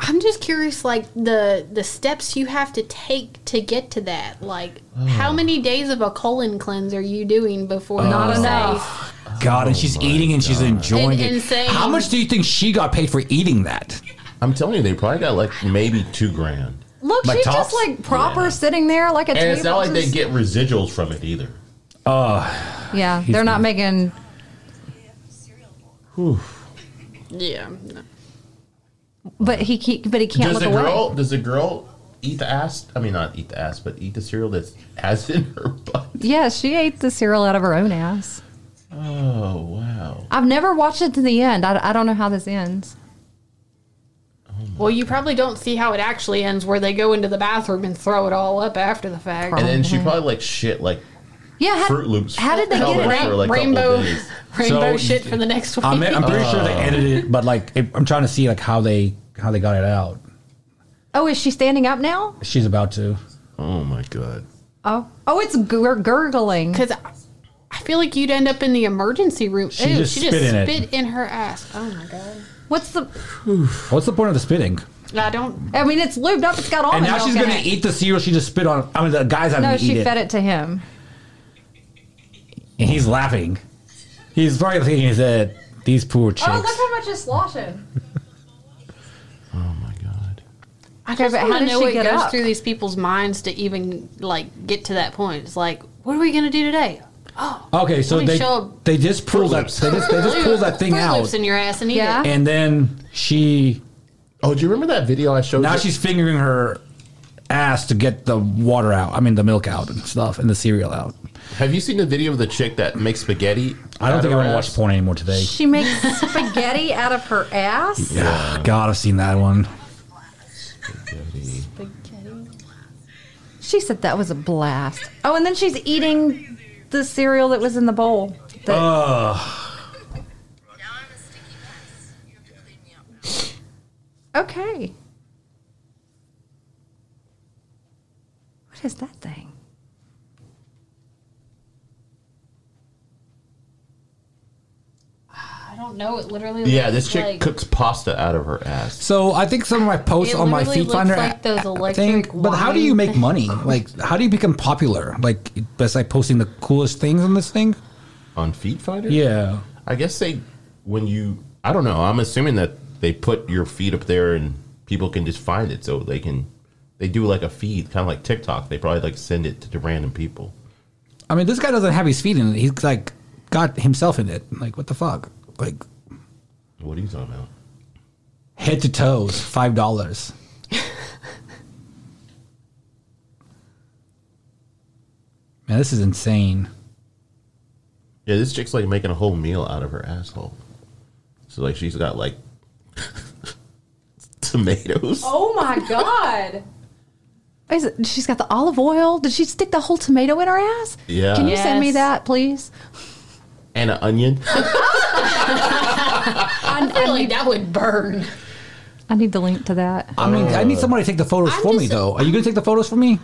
[SPEAKER 8] I'm just curious, like the the steps you have to take to get to that. Like,
[SPEAKER 2] Oh.
[SPEAKER 8] how many days of a colon cleanse are you doing before
[SPEAKER 4] Not
[SPEAKER 8] you
[SPEAKER 4] enough.
[SPEAKER 1] God, and she's eating and she's enjoying
[SPEAKER 8] And-
[SPEAKER 1] it.
[SPEAKER 8] and saying-
[SPEAKER 1] How much do you think she got paid for eating that?
[SPEAKER 2] I'm telling you, they probably got like maybe two grand.
[SPEAKER 4] Look,
[SPEAKER 1] Like
[SPEAKER 4] she's
[SPEAKER 1] tops?
[SPEAKER 4] just like proper sitting there like a
[SPEAKER 2] And
[SPEAKER 4] table.
[SPEAKER 2] it's not like they
[SPEAKER 4] just-
[SPEAKER 2] get residuals from it either.
[SPEAKER 4] yeah, they're not
[SPEAKER 1] good.
[SPEAKER 4] making.
[SPEAKER 3] yeah.
[SPEAKER 4] But he keep, but he can't
[SPEAKER 2] does the
[SPEAKER 4] look away.
[SPEAKER 2] girl? Does the girl eat the ass? I mean, not eat the ass, but eat the cereal that has in her butt.
[SPEAKER 4] Yeah, she ate the cereal out of her own ass.
[SPEAKER 2] Oh wow!
[SPEAKER 4] I've never watched it to the end. I, I don't know how this ends.
[SPEAKER 3] Well, you probably don't see how it actually ends, where they go into the bathroom and throw it all up after the fact.
[SPEAKER 2] And then she probably like shit like
[SPEAKER 1] Oh
[SPEAKER 4] Yeah, how,
[SPEAKER 2] Fruit Loops.
[SPEAKER 4] how did they get
[SPEAKER 2] colored
[SPEAKER 4] it
[SPEAKER 2] for,
[SPEAKER 4] out?
[SPEAKER 2] like, a couple
[SPEAKER 3] rainbow,
[SPEAKER 2] days.
[SPEAKER 1] So-
[SPEAKER 3] rainbow shit for the next week.
[SPEAKER 1] I'm, I'm pretty sure they edited it, but like it, I'm trying to see like how they how they got it out.
[SPEAKER 4] Oh, is she standing up now?
[SPEAKER 1] She's about to.
[SPEAKER 2] Oh my god!
[SPEAKER 4] Oh, oh, it's gur- gurgling.
[SPEAKER 3] because I feel like you'd end up in the emergency room. Ew, She
[SPEAKER 1] just
[SPEAKER 3] just
[SPEAKER 1] spit in it.
[SPEAKER 3] spit in her ass. Oh my god!
[SPEAKER 4] What's the?
[SPEAKER 1] What's the point of the spitting?
[SPEAKER 3] I don't.
[SPEAKER 4] I mean, it's lubed up. It's got all.
[SPEAKER 1] And now she's
[SPEAKER 4] milk in
[SPEAKER 1] gonna
[SPEAKER 4] it.
[SPEAKER 1] eat the cereal she just spit on. I mean, the guy's having
[SPEAKER 4] Oh, No,
[SPEAKER 1] to eat
[SPEAKER 4] she
[SPEAKER 1] it,
[SPEAKER 4] fed it to him.
[SPEAKER 1] and he's laughing. He's probably thinking he said, "These poor
[SPEAKER 3] Oh,
[SPEAKER 1] chicks."
[SPEAKER 4] Oh, much is sloshing.
[SPEAKER 2] Oh my god!
[SPEAKER 3] I
[SPEAKER 4] Okay,
[SPEAKER 3] just
[SPEAKER 4] but how
[SPEAKER 3] want to
[SPEAKER 4] did
[SPEAKER 3] know
[SPEAKER 4] she
[SPEAKER 3] what
[SPEAKER 4] get
[SPEAKER 3] goes
[SPEAKER 4] up?
[SPEAKER 3] through these people's minds to even like get to that point. It's like, what are we gonna do today?
[SPEAKER 1] Okay, so
[SPEAKER 3] Let me
[SPEAKER 1] they
[SPEAKER 3] show-
[SPEAKER 1] they just pull that they just, they just pull that thing
[SPEAKER 3] Fruit Loops
[SPEAKER 1] out,
[SPEAKER 3] in your ass and eat
[SPEAKER 4] Yeah.
[SPEAKER 3] it.
[SPEAKER 1] and then she
[SPEAKER 2] Oh, do you remember that video I showed?
[SPEAKER 1] now
[SPEAKER 2] you?
[SPEAKER 1] she's fingering her ass to get the water out. I mean, the milk out and stuff, and the cereal out.
[SPEAKER 2] Have you seen the video of the chick that makes spaghetti?
[SPEAKER 1] I don't think I'm gonna watch porn anymore today.
[SPEAKER 4] She makes spaghetti out of her ass.
[SPEAKER 1] God, I've seen that one.
[SPEAKER 4] She said that was a blast. Oh, and then she's eating the cereal that was in the bowl. That,
[SPEAKER 9] Now I'm a sticky mess. You have to clean me up now.
[SPEAKER 4] okay. What is that thing?
[SPEAKER 3] I don't know. It literally.
[SPEAKER 2] Yeah,
[SPEAKER 3] looks
[SPEAKER 2] this chick
[SPEAKER 3] like-
[SPEAKER 2] cooks pasta out of her ass.
[SPEAKER 1] So I think some of my posts
[SPEAKER 3] It
[SPEAKER 1] on my
[SPEAKER 3] literally
[SPEAKER 1] feed
[SPEAKER 3] looks
[SPEAKER 1] finder
[SPEAKER 3] like those
[SPEAKER 1] I
[SPEAKER 3] electric
[SPEAKER 1] think, but how do you
[SPEAKER 3] wine
[SPEAKER 1] make money? Like, how do you become popular? Like, besides posting the coolest things on this thing?
[SPEAKER 2] On Feet Finder?
[SPEAKER 1] Yeah.
[SPEAKER 2] I guess they, when you, I don't know. I'm assuming that they put your feed up there and people can just find it, so they can, they do like a feed, kind of like TikTok. They probably like send it to the random people.
[SPEAKER 1] I mean, this guy doesn't have his feet in it. He's like got himself in it. Like, what the fuck? Like,
[SPEAKER 2] What are you talking about?
[SPEAKER 1] head to toes, five dollars. Man, this is insane.
[SPEAKER 2] Yeah, this chick's like making a whole meal out of her asshole. So like she's got like tomatoes.
[SPEAKER 4] Oh my god. Is it, she's got the olive oil. Did she stick the whole tomato in her ass?
[SPEAKER 2] Yeah.
[SPEAKER 4] Can you send me
[SPEAKER 3] Yes.
[SPEAKER 4] that, please?
[SPEAKER 2] And an onion.
[SPEAKER 3] I feel like that would burn.
[SPEAKER 4] I need the link to that.
[SPEAKER 1] I mean, I need somebody to take the photos
[SPEAKER 3] I'm
[SPEAKER 1] for me,
[SPEAKER 3] just-
[SPEAKER 1] though. Are you gonna take the photos for me?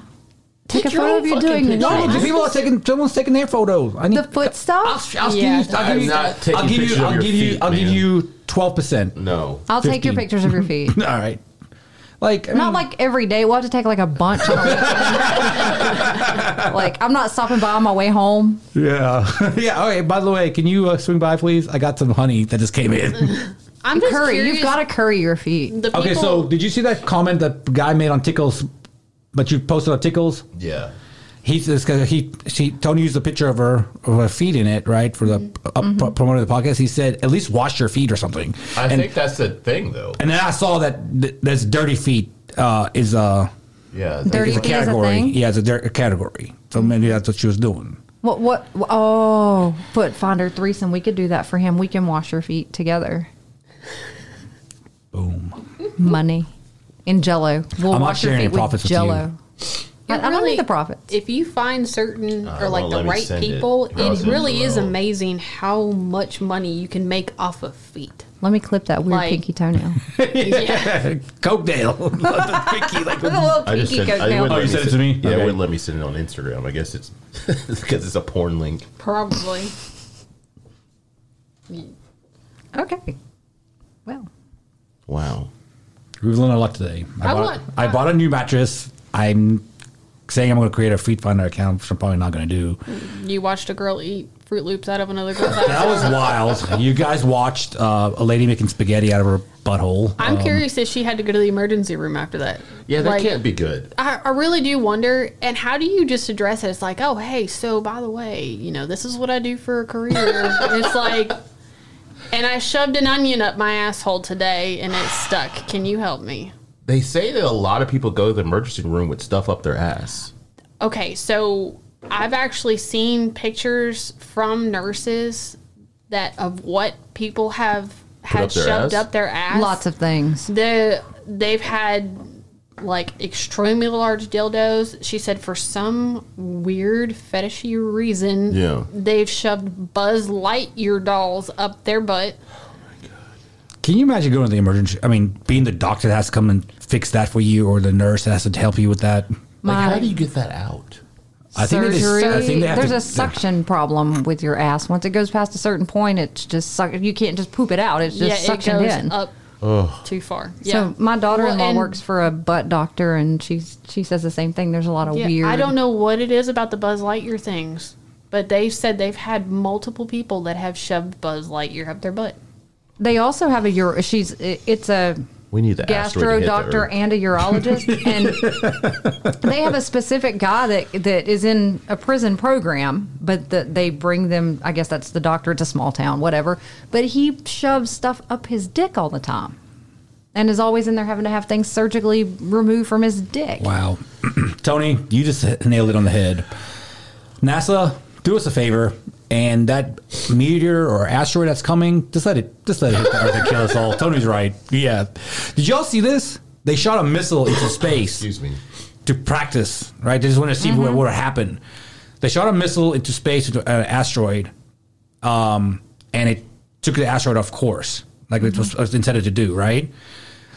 [SPEAKER 4] Take a
[SPEAKER 2] your
[SPEAKER 4] photo
[SPEAKER 2] own
[SPEAKER 4] of you
[SPEAKER 2] fucking
[SPEAKER 4] doing
[SPEAKER 2] picture.
[SPEAKER 1] No,
[SPEAKER 4] what?
[SPEAKER 1] the people are taking. Someone's taking their photos. I need
[SPEAKER 4] The foot stuff?
[SPEAKER 1] I'll, I'll
[SPEAKER 3] Yeah.
[SPEAKER 1] give you. I'll give
[SPEAKER 2] I'm
[SPEAKER 1] you.
[SPEAKER 2] not taking
[SPEAKER 1] I'll give you.
[SPEAKER 2] pictures of
[SPEAKER 1] I'll
[SPEAKER 2] your
[SPEAKER 1] give you.
[SPEAKER 2] feet,
[SPEAKER 1] I'll give
[SPEAKER 2] man.
[SPEAKER 1] you twelve percent. All
[SPEAKER 2] No.
[SPEAKER 4] I'll take your
[SPEAKER 1] 15.
[SPEAKER 4] pictures of your feet.
[SPEAKER 1] right, like I
[SPEAKER 4] Not
[SPEAKER 1] mean,
[SPEAKER 4] like every day. We'll have to take like a bunch. On a weekend. like I'm not stopping by on my way home.
[SPEAKER 1] yeah, yeah. All right. By the way, can you uh, swing by, please? I got some honey that just came in.
[SPEAKER 8] I'm just
[SPEAKER 4] Curry,
[SPEAKER 8] curious.
[SPEAKER 4] you've got to curry your feet.
[SPEAKER 8] the people,
[SPEAKER 1] Okay, so did you see that comment that guy made on Tickles? But you posted on Tickles.
[SPEAKER 2] Yeah.
[SPEAKER 1] He's this guy. He she Tony used a picture of her of her feet in it, right, for the uh, pro- promoter of the podcast. He said, "At least wash your feet or something."
[SPEAKER 2] I
[SPEAKER 1] and,
[SPEAKER 2] think that's the thing, though.
[SPEAKER 1] and then I saw that th- that's dirty feet uh, is a
[SPEAKER 2] Yeah.
[SPEAKER 4] Dirty
[SPEAKER 1] is a
[SPEAKER 4] feet is a
[SPEAKER 1] category.
[SPEAKER 4] thing.
[SPEAKER 1] yeah, it's a, dir- category. So maybe that's what she was doing.
[SPEAKER 4] What? What? Oh, put Finder threesome. We could do that for him. We can wash your feet together. Boom. Money in Jello. We'll
[SPEAKER 1] I'm not
[SPEAKER 4] wash your
[SPEAKER 1] sharing
[SPEAKER 4] feet
[SPEAKER 1] any profits
[SPEAKER 4] with
[SPEAKER 1] with you.
[SPEAKER 4] Jello. I, I don't
[SPEAKER 8] really-
[SPEAKER 4] need the profits.
[SPEAKER 8] If you find certain or
[SPEAKER 1] Uh,
[SPEAKER 2] don't
[SPEAKER 8] like
[SPEAKER 2] wanna
[SPEAKER 8] the
[SPEAKER 2] let me
[SPEAKER 8] right
[SPEAKER 2] send it.
[SPEAKER 8] people,
[SPEAKER 2] Or I'll
[SPEAKER 8] it
[SPEAKER 2] send it
[SPEAKER 8] really is
[SPEAKER 2] around.
[SPEAKER 8] amazing how much money you can make off of feet.
[SPEAKER 4] Let me clip that weird
[SPEAKER 8] Like-
[SPEAKER 4] pinky toenail.
[SPEAKER 1] Coke Dale. Pinky, like,
[SPEAKER 4] a little
[SPEAKER 2] I just
[SPEAKER 4] pinky
[SPEAKER 2] said, I
[SPEAKER 4] toenail.
[SPEAKER 2] wouldn't
[SPEAKER 1] Oh,
[SPEAKER 2] let
[SPEAKER 1] you said it to
[SPEAKER 2] send-
[SPEAKER 1] me?
[SPEAKER 2] Yeah,
[SPEAKER 1] Okay.
[SPEAKER 2] it wouldn't let me send it on Instagram. I guess it's because it's a porn link.
[SPEAKER 8] Probably.
[SPEAKER 4] Okay. Well,
[SPEAKER 2] Wow.
[SPEAKER 1] We've learned a lot today. I,
[SPEAKER 8] I
[SPEAKER 1] bought,
[SPEAKER 8] want-
[SPEAKER 1] I bought a new mattress. I'm saying I'm going to create a Feet Finder account, which I'm probably not going to do.
[SPEAKER 3] You watched a girl eat Fruit Loops out of another girl's ass.
[SPEAKER 1] That was wild. You guys watched uh, a lady making spaghetti out of her butthole.
[SPEAKER 3] I'm
[SPEAKER 2] Um,
[SPEAKER 3] curious if she had to go to the emergency room after that.
[SPEAKER 2] Yeah, that
[SPEAKER 3] Like-
[SPEAKER 2] can't be good.
[SPEAKER 8] I, I really do wonder. And how do you just address it? It's like, oh, hey, so by the way, you know, this is what I do for a career. it's like, and I shoved an onion up my asshole today and it stuck. Can you help me?
[SPEAKER 2] They say that a lot of people go to the emergency room with stuff up their ass.
[SPEAKER 8] Okay, so I've actually seen pictures from nurses that of what people have
[SPEAKER 2] up
[SPEAKER 8] had
[SPEAKER 2] their
[SPEAKER 8] shoved
[SPEAKER 2] ass?
[SPEAKER 8] up their ass.
[SPEAKER 4] lots of things.
[SPEAKER 8] the they've had like extremely large dildos. She said for some weird fetishy reason,
[SPEAKER 2] Yeah.
[SPEAKER 8] they've shoved Buzz Lightyear dolls up their butt.
[SPEAKER 1] Can you imagine going to the emergency? I mean, being the doctor that has to come and fix that for you, or the nurse that has to help you with that.
[SPEAKER 2] Like, how
[SPEAKER 4] My
[SPEAKER 2] do you get that out?
[SPEAKER 1] I they just-
[SPEAKER 4] surgery.
[SPEAKER 1] I think they have
[SPEAKER 4] There's
[SPEAKER 1] to-
[SPEAKER 4] a suction problem with your ass. Once it goes past a certain point, it's just suck. You can't just poop it out. It's just
[SPEAKER 8] it
[SPEAKER 4] suctioned
[SPEAKER 8] goes
[SPEAKER 4] in.
[SPEAKER 8] up too far.
[SPEAKER 4] So my daughter-in-law
[SPEAKER 8] Well, and-
[SPEAKER 4] works for a butt doctor, and she's she says the same thing. There's a lot of
[SPEAKER 8] Yeah,
[SPEAKER 4] weird.
[SPEAKER 8] I don't know what it is about the Buzz Lightyear things, but they've said they've had multiple people that have shoved Buzz Lightyear up their butt.
[SPEAKER 4] They also have a uro. She's i- it's a
[SPEAKER 2] We need the
[SPEAKER 4] gastro
[SPEAKER 2] asteroid to hit the
[SPEAKER 4] doctor
[SPEAKER 2] Earth.
[SPEAKER 4] and a urologist, and they have a specific guy that that is in a prison program, but that they bring them. I guess that's the doctor. It's a small town, whatever. But he shoves stuff up his dick all the time, and is always in there having to have things surgically removed from his dick.
[SPEAKER 1] Wow. Tony, you just nailed it on the head. NASA, do us a favor, and that meteor or asteroid that's coming, just let it just let it hit the Earth and kill us all. Tony's right. Yeah. Did y'all see this? They shot a missile into space
[SPEAKER 2] Excuse me.
[SPEAKER 1] to practice, right? They just want to see
[SPEAKER 3] Mm-hmm.
[SPEAKER 1] what what would happen. They shot a missile into space into an asteroid, um, and it took the asteroid off course, like it
[SPEAKER 3] Mm-hmm.
[SPEAKER 1] was, was intended to do, right?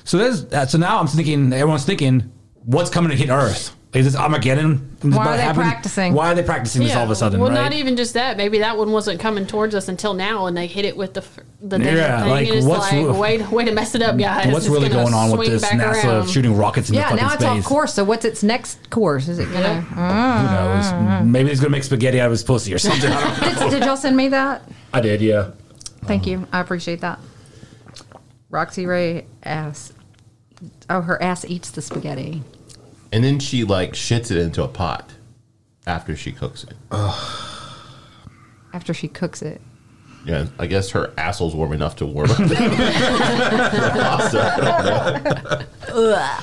[SPEAKER 1] So there's uh, so now I'm thinking, everyone's thinking, what's coming to hit Earth? Is this Armageddon? Is this
[SPEAKER 4] Why
[SPEAKER 1] about to
[SPEAKER 4] are they practicing?
[SPEAKER 1] Why are they practicing this all of a sudden?
[SPEAKER 3] Well,
[SPEAKER 1] right?
[SPEAKER 3] not even just that. Maybe that one wasn't coming towards us until now, and they hit it with the f- the damn
[SPEAKER 1] Yeah,
[SPEAKER 3] thing.
[SPEAKER 1] like,
[SPEAKER 3] and it's
[SPEAKER 1] what's-
[SPEAKER 3] like, wait, way to mess it up, guys.
[SPEAKER 1] What's
[SPEAKER 3] It's
[SPEAKER 1] really
[SPEAKER 3] gonna
[SPEAKER 1] going on with
[SPEAKER 3] swing
[SPEAKER 1] this
[SPEAKER 3] back
[SPEAKER 1] NASA
[SPEAKER 3] around.
[SPEAKER 1] shooting rockets into
[SPEAKER 4] Yeah,
[SPEAKER 1] fucking
[SPEAKER 4] now it's
[SPEAKER 1] space?
[SPEAKER 4] off course. So what's its next course? Is it gonna?
[SPEAKER 1] Who knows?
[SPEAKER 3] Mm-hmm.
[SPEAKER 1] Maybe he's gonna make spaghetti out of his pussy or something. I, don't know.
[SPEAKER 4] Did, did y'all send me that?
[SPEAKER 1] I did, yeah.
[SPEAKER 4] Thank you. I appreciate that. Roxy Ray ass. Oh, her ass eats the spaghetti.
[SPEAKER 2] And then she like shits it into a pot after she cooks it.
[SPEAKER 4] after she cooks it.
[SPEAKER 2] Yeah, I guess her asshole's warm enough to warm up. the pasta. I don't know.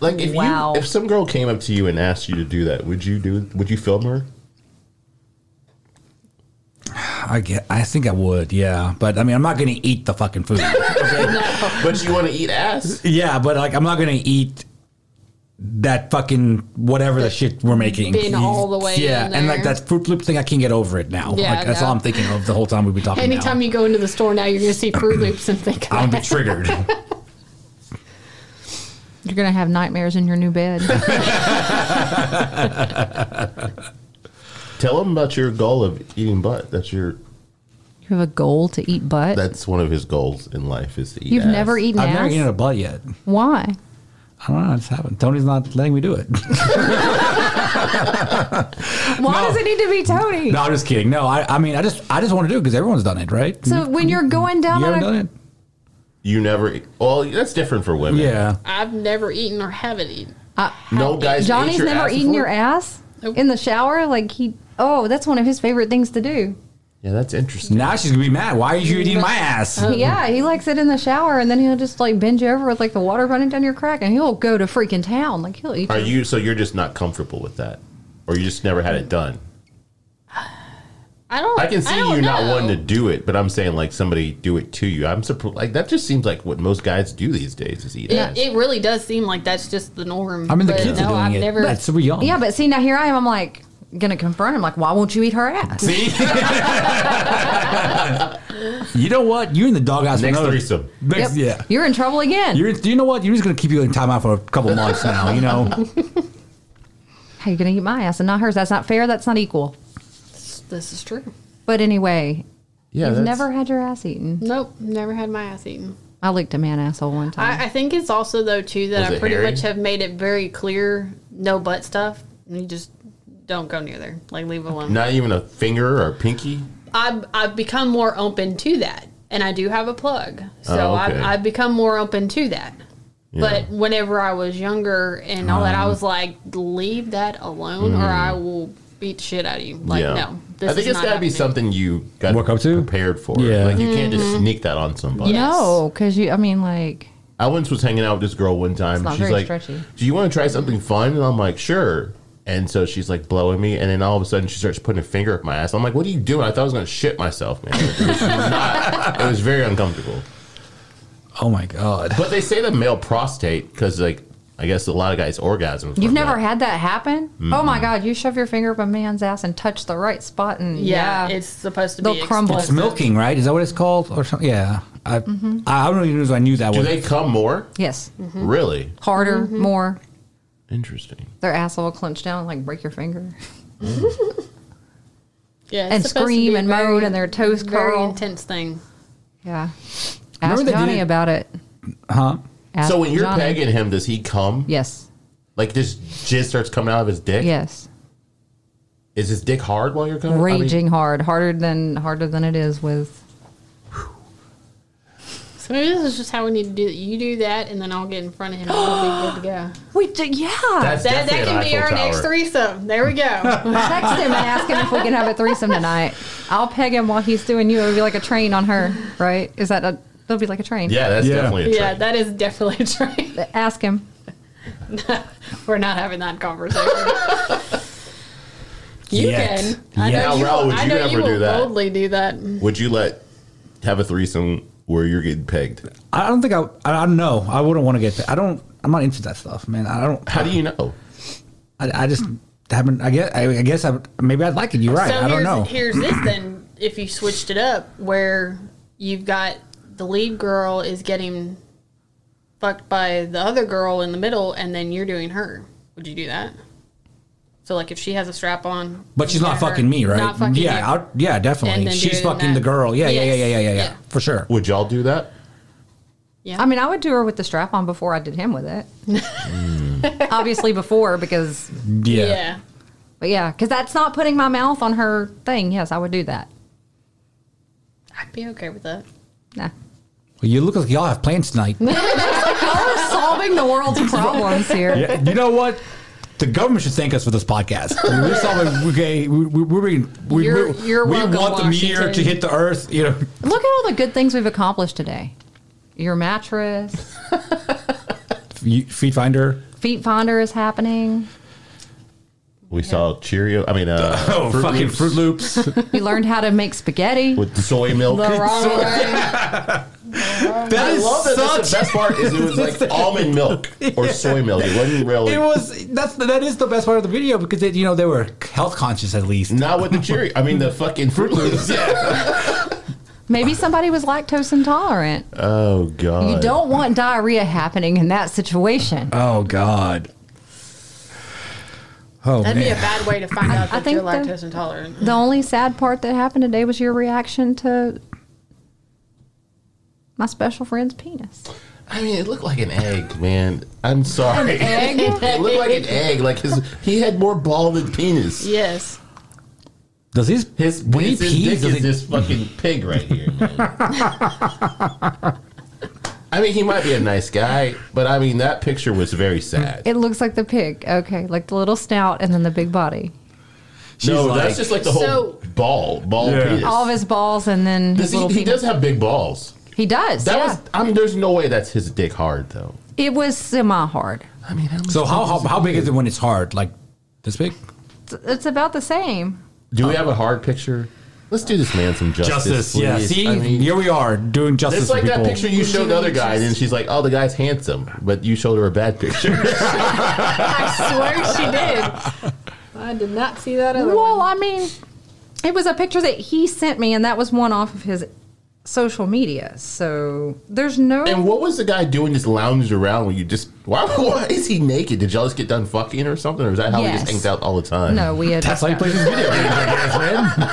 [SPEAKER 2] like if
[SPEAKER 4] Wow.
[SPEAKER 2] you, if some girl came up to you and asked you to do that, would you do? Would you film her?
[SPEAKER 1] I get. I think I would, yeah. But I mean, I'm not gonna eat the fucking food.
[SPEAKER 2] But you want to eat ass?
[SPEAKER 1] Yeah, but like I'm not gonna eat that fucking whatever the shit we're making.
[SPEAKER 3] Been all the way
[SPEAKER 1] Yeah,
[SPEAKER 3] in
[SPEAKER 1] and like
[SPEAKER 3] there.
[SPEAKER 1] that fruit loop thing, I can't get over it now.
[SPEAKER 3] Yeah,
[SPEAKER 1] like, that's
[SPEAKER 3] no.
[SPEAKER 1] all I'm thinking of the whole time we've been talking.
[SPEAKER 3] Anytime
[SPEAKER 1] now.
[SPEAKER 3] you go into the store now, you're going to see Fruit Loops and think,
[SPEAKER 1] I'm gonna be triggered.
[SPEAKER 4] You're gonna have nightmares in your new bed.
[SPEAKER 2] Tell them about your goal of eating butt. That's your
[SPEAKER 4] You have a goal to eat butt?
[SPEAKER 2] That's one of his goals in life is to eat.
[SPEAKER 4] You've
[SPEAKER 2] ass.
[SPEAKER 4] never eaten
[SPEAKER 1] I've
[SPEAKER 4] ass?
[SPEAKER 1] never eaten a butt yet.
[SPEAKER 4] Why?
[SPEAKER 1] I don't know. I just haven't. Tony's not letting me do it.
[SPEAKER 4] Why
[SPEAKER 1] No.
[SPEAKER 4] does it need to be Tony?
[SPEAKER 1] no, I'm just kidding. No, I, I mean, I just, I just want to do it because everyone's done it, right?
[SPEAKER 4] So when you're going down
[SPEAKER 1] you
[SPEAKER 4] on
[SPEAKER 1] haven't
[SPEAKER 4] a
[SPEAKER 1] done it?
[SPEAKER 2] You never. e, Well, that's different for women.
[SPEAKER 1] Yeah.
[SPEAKER 3] I've never eaten or haven't eaten.
[SPEAKER 2] No Oh, guys.
[SPEAKER 4] Uh, Johnny's
[SPEAKER 2] ate your
[SPEAKER 4] never
[SPEAKER 2] ass
[SPEAKER 4] eaten your
[SPEAKER 2] before?
[SPEAKER 4] ass in the shower. Like he, oh, that's one of his favorite things to do.
[SPEAKER 2] Yeah, that's interesting.
[SPEAKER 1] Now she's gonna be mad. Why are you eating my ass?
[SPEAKER 4] Yeah, he likes it in the shower, and then he'll just like bend you over with like the water running down your crack, and he'll go to freaking town. Like he'll eat.
[SPEAKER 2] Are
[SPEAKER 4] your-
[SPEAKER 2] you? So you're just not comfortable with that, or you just never had it done?
[SPEAKER 3] I don't.
[SPEAKER 2] I can see
[SPEAKER 3] don't
[SPEAKER 2] you not
[SPEAKER 3] know.
[SPEAKER 2] wanting to do it, but I'm saying like somebody do it to you. I'm surprised. Like that just seems like what most guys do these days is eat ass.
[SPEAKER 3] It, it really does seem like that's just the norm.
[SPEAKER 1] I mean, the
[SPEAKER 3] but
[SPEAKER 1] kids
[SPEAKER 3] no,
[SPEAKER 1] are doing
[SPEAKER 3] I've
[SPEAKER 1] it.
[SPEAKER 3] Never,
[SPEAKER 1] But super young.
[SPEAKER 4] Yeah, but see now here I am. I'm like gonna confront him. Like why won't you eat her ass?
[SPEAKER 1] See? you know what? You're in the doghouse. for
[SPEAKER 2] Next
[SPEAKER 1] another-
[SPEAKER 2] threesome.
[SPEAKER 1] Next, Yeah.
[SPEAKER 4] You're in trouble again.
[SPEAKER 1] You're, you know what? You're just gonna keep you in timeout for a couple months now. You know.
[SPEAKER 4] How you gonna eat my ass and not hers? That's not fair. That's not equal.
[SPEAKER 3] This is true.
[SPEAKER 4] But anyway,
[SPEAKER 2] yeah,
[SPEAKER 4] you've
[SPEAKER 2] that's-
[SPEAKER 4] never had your ass eaten.
[SPEAKER 3] Nope, never had my ass eaten.
[SPEAKER 4] I licked a man asshole one time.
[SPEAKER 3] I, I think it's also though too that
[SPEAKER 2] Was
[SPEAKER 3] I
[SPEAKER 2] it
[SPEAKER 3] pretty
[SPEAKER 2] hairy?
[SPEAKER 3] much have made it very clear no butt stuff. You just don't go near there. Like leave it alone.
[SPEAKER 2] not even a finger or a pinky.
[SPEAKER 3] I've I've become more open to that, and I do have a plug, so
[SPEAKER 2] Oh, okay.
[SPEAKER 3] I've, I've become more open to that. But whenever I was younger and all that,
[SPEAKER 2] Um,
[SPEAKER 3] I was like, leave that alone, or I will beat the shit out of you. Like
[SPEAKER 2] mm. yeah,
[SPEAKER 3] no,
[SPEAKER 2] I think
[SPEAKER 3] is
[SPEAKER 2] it's
[SPEAKER 3] not
[SPEAKER 2] got to be
[SPEAKER 3] happening.
[SPEAKER 2] something you got
[SPEAKER 1] Work up to?
[SPEAKER 2] prepared for.
[SPEAKER 1] Yeah.
[SPEAKER 2] like you can't
[SPEAKER 3] Mm-hmm.
[SPEAKER 2] just sneak that on somebody.
[SPEAKER 3] Yeah.
[SPEAKER 4] no, because you. I mean, like
[SPEAKER 2] I once was hanging out with this girl one time.
[SPEAKER 4] not
[SPEAKER 2] She's
[SPEAKER 4] very
[SPEAKER 2] like,
[SPEAKER 4] stretchy.
[SPEAKER 2] "Do you want to try something fun?" And I'm like, "Sure." And so she's like blowing me, and then all of a sudden she starts putting a finger up my ass. I'm like, "What are you doing?" I thought I was going to shit myself, man. It was, not- it was very uncomfortable.
[SPEAKER 1] Oh my god.
[SPEAKER 2] But they say the male prostate because, like, I guess a lot of guys orgasm. from
[SPEAKER 4] You've never
[SPEAKER 2] that.
[SPEAKER 4] had that happen? Oh my God! You shove your finger up a man's ass and touch the right spot, and
[SPEAKER 3] Yeah,
[SPEAKER 4] yeah,
[SPEAKER 3] it's supposed to
[SPEAKER 4] They'll
[SPEAKER 3] be
[SPEAKER 4] crumble.
[SPEAKER 3] explosive.
[SPEAKER 1] It's milking, right? Is that what it's called, or something? Yeah. I
[SPEAKER 3] Mm-hmm.
[SPEAKER 1] I don't even know if I knew that
[SPEAKER 2] Do
[SPEAKER 1] was.
[SPEAKER 2] they come more?
[SPEAKER 4] yes,
[SPEAKER 2] Really
[SPEAKER 4] harder, more.
[SPEAKER 2] interesting.
[SPEAKER 4] Their ass will clench down, like break your finger,
[SPEAKER 3] Yeah, it's supposed
[SPEAKER 4] and
[SPEAKER 3] to
[SPEAKER 4] scream
[SPEAKER 3] be
[SPEAKER 4] and
[SPEAKER 3] very-
[SPEAKER 4] moan, and their toes
[SPEAKER 3] very
[SPEAKER 4] curl.
[SPEAKER 3] intense thing.
[SPEAKER 4] Yeah,
[SPEAKER 1] Remember
[SPEAKER 4] ask
[SPEAKER 1] they
[SPEAKER 4] Johnny
[SPEAKER 1] did-
[SPEAKER 4] about it,
[SPEAKER 1] Huh?
[SPEAKER 4] Ask
[SPEAKER 2] so when you're
[SPEAKER 4] Uh, Johnny.
[SPEAKER 2] pegging him, does he come?
[SPEAKER 4] yes,
[SPEAKER 2] Like just jizz starts coming out of his dick.
[SPEAKER 4] yes,
[SPEAKER 2] Is his dick hard while you're coming? I mean-
[SPEAKER 4] raging hard, harder than harder than it is with.
[SPEAKER 3] So maybe this is just how we need to do it. You do that, and then I'll get in front of him. and we'll be good to go.
[SPEAKER 4] We do, yeah.
[SPEAKER 2] That's
[SPEAKER 3] That, that
[SPEAKER 2] definitely an
[SPEAKER 3] can be
[SPEAKER 2] Eiffel
[SPEAKER 3] our next
[SPEAKER 2] Tower.
[SPEAKER 3] threesome. There we go.
[SPEAKER 4] Text him and ask him if we can have a threesome tonight. I'll peg him while he's doing you. It'll be like a train on her, right? Is that a? It'll be like a train.
[SPEAKER 2] Yeah, that's
[SPEAKER 1] Yeah.
[SPEAKER 2] definitely a trick.
[SPEAKER 3] yeah, that is definitely a train.
[SPEAKER 4] Ask him.
[SPEAKER 3] We're not having that conversation. you
[SPEAKER 1] Yet.
[SPEAKER 3] can.
[SPEAKER 1] Yet.
[SPEAKER 2] Now,
[SPEAKER 3] you
[SPEAKER 2] Raoul,
[SPEAKER 3] will-
[SPEAKER 2] would
[SPEAKER 3] I
[SPEAKER 2] you
[SPEAKER 3] know
[SPEAKER 2] ever
[SPEAKER 3] you will
[SPEAKER 2] do that?
[SPEAKER 3] boldly do that.
[SPEAKER 2] Would you let have a threesome where you're getting pegged?
[SPEAKER 1] I don't think I. I, I don't know. I wouldn't want to get. I don't. I'm not into that stuff, man. I don't.
[SPEAKER 2] How do you know?
[SPEAKER 1] I, I just haven't. I guess. I, I guess. I maybe I'd like it. You're right.
[SPEAKER 3] so
[SPEAKER 1] I don't
[SPEAKER 3] here's,
[SPEAKER 1] know.
[SPEAKER 3] here's this then. If you switched it up, where you've got the lead girl is getting fucked by the other girl in the middle, and then you're doing her. Would you do that? So like, if she has a strap on,
[SPEAKER 1] But she's not
[SPEAKER 3] her-
[SPEAKER 1] fucking me, right?
[SPEAKER 3] Not fucking
[SPEAKER 1] yeah,
[SPEAKER 3] you.
[SPEAKER 1] I'll- yeah,
[SPEAKER 3] And
[SPEAKER 1] definitely.
[SPEAKER 3] then
[SPEAKER 1] She's
[SPEAKER 3] do it in
[SPEAKER 1] fucking
[SPEAKER 3] that-
[SPEAKER 1] the girl. Yeah, yeah, yeah,
[SPEAKER 3] Yes.
[SPEAKER 1] yeah, yeah, yeah,
[SPEAKER 3] Yeah.
[SPEAKER 1] for sure.
[SPEAKER 2] Would y'all do that?
[SPEAKER 4] I mean, I would do her with the strap on before I did him with it.
[SPEAKER 2] Mm.
[SPEAKER 4] Obviously, before because,
[SPEAKER 1] Yeah.
[SPEAKER 3] yeah.
[SPEAKER 4] but yeah, because that's not putting my mouth on her thing. Yes, I would do that.
[SPEAKER 3] I'd be okay with that.
[SPEAKER 4] Nah.
[SPEAKER 1] Well, you look like y'all have plans tonight.
[SPEAKER 4] Solving the world's problems here.
[SPEAKER 1] Yeah, you know what? The government should thank us for this podcast. We're solving. Okay, we we we, we,
[SPEAKER 3] You're-
[SPEAKER 1] we,
[SPEAKER 3] you're
[SPEAKER 1] we
[SPEAKER 3] welcome,
[SPEAKER 1] want the meteor
[SPEAKER 3] Washington.
[SPEAKER 1] to hit the earth. You know,
[SPEAKER 4] Look at all the good things we've accomplished today. Your mattress,
[SPEAKER 1] You- feed finder.
[SPEAKER 4] feet finder is happening.
[SPEAKER 2] We saw Cheerio. I mean, uh,
[SPEAKER 1] Oh,
[SPEAKER 2] Froot
[SPEAKER 1] fucking
[SPEAKER 2] Loops
[SPEAKER 1] Fruit Loops.
[SPEAKER 4] You learned how to make spaghetti.
[SPEAKER 2] with soy milk.
[SPEAKER 3] The wrong way.
[SPEAKER 1] That
[SPEAKER 2] I
[SPEAKER 1] is
[SPEAKER 2] love that. That's the
[SPEAKER 1] such.
[SPEAKER 2] best part is it was like almond milk or soy milk. It wasn't really.
[SPEAKER 1] It was that's that is the best part of the video because it, you know they were health conscious at least.
[SPEAKER 2] not with the Cheerio. I mean, the fucking Fruit Loops.
[SPEAKER 4] Maybe somebody was lactose intolerant.
[SPEAKER 2] Oh god.
[SPEAKER 4] You don't want diarrhea happening in that situation.
[SPEAKER 1] Oh God. Oh
[SPEAKER 8] That'd be a
[SPEAKER 1] man.
[SPEAKER 8] bad way to find out that
[SPEAKER 4] think
[SPEAKER 8] you're
[SPEAKER 4] the-
[SPEAKER 8] lactose intolerant.
[SPEAKER 4] The only sad part that happened today was your reaction to my special friend's penis.
[SPEAKER 2] I mean, it looked like an egg, man. I'm sorry. it looked like an egg. Like his, he had more ball than penis.
[SPEAKER 8] Yes.
[SPEAKER 1] Does his
[SPEAKER 2] His
[SPEAKER 1] when he
[SPEAKER 2] his dick
[SPEAKER 1] pees? Does
[SPEAKER 2] is
[SPEAKER 1] he,
[SPEAKER 2] this fucking pig right here. Man. I mean, he might be a nice guy, but I mean, that picture was very sad.
[SPEAKER 4] It looks like the pig. Okay, like the little snout and then the big body.
[SPEAKER 2] no,
[SPEAKER 1] She's
[SPEAKER 2] that's
[SPEAKER 1] like-
[SPEAKER 2] just like the whole
[SPEAKER 8] So-
[SPEAKER 2] ball, ball
[SPEAKER 1] Yeah.
[SPEAKER 2] penis.
[SPEAKER 4] All of his balls and then his
[SPEAKER 2] Does he,
[SPEAKER 4] little
[SPEAKER 2] he
[SPEAKER 4] penis.
[SPEAKER 2] does have big balls.
[SPEAKER 4] he does.
[SPEAKER 2] That
[SPEAKER 4] yeah.
[SPEAKER 2] was. I mean, there's no way that's his dick hard though.
[SPEAKER 4] it was semi hard.
[SPEAKER 2] I mean, how much
[SPEAKER 1] so how,
[SPEAKER 2] dick
[SPEAKER 1] how
[SPEAKER 2] is it?
[SPEAKER 1] how big is it when it's hard? Like this big?
[SPEAKER 4] It's about the same.
[SPEAKER 2] Do we have a hard picture? Let's do this man some justice.
[SPEAKER 1] yeah.
[SPEAKER 2] please.
[SPEAKER 1] See,
[SPEAKER 2] I mean,
[SPEAKER 1] here we are doing justice.
[SPEAKER 2] It's like
[SPEAKER 1] for people.
[SPEAKER 2] that picture you showed the other guy, and then she's like, "Oh, the guy's handsome," but you showed her a bad picture.
[SPEAKER 8] I swear she did. I did not see that other
[SPEAKER 4] Well,
[SPEAKER 8] one.
[SPEAKER 4] I mean, it was a picture that he sent me, and that was one off of his social media. So there's no.
[SPEAKER 2] and what was the guy doing? Just lounging around when you just why, why is he naked? Did y'all just get done fucking or something, or is that how he
[SPEAKER 4] Yes.
[SPEAKER 2] just hangs out all the time?
[SPEAKER 4] no, we had
[SPEAKER 1] That's how you play these video games, I guess, man.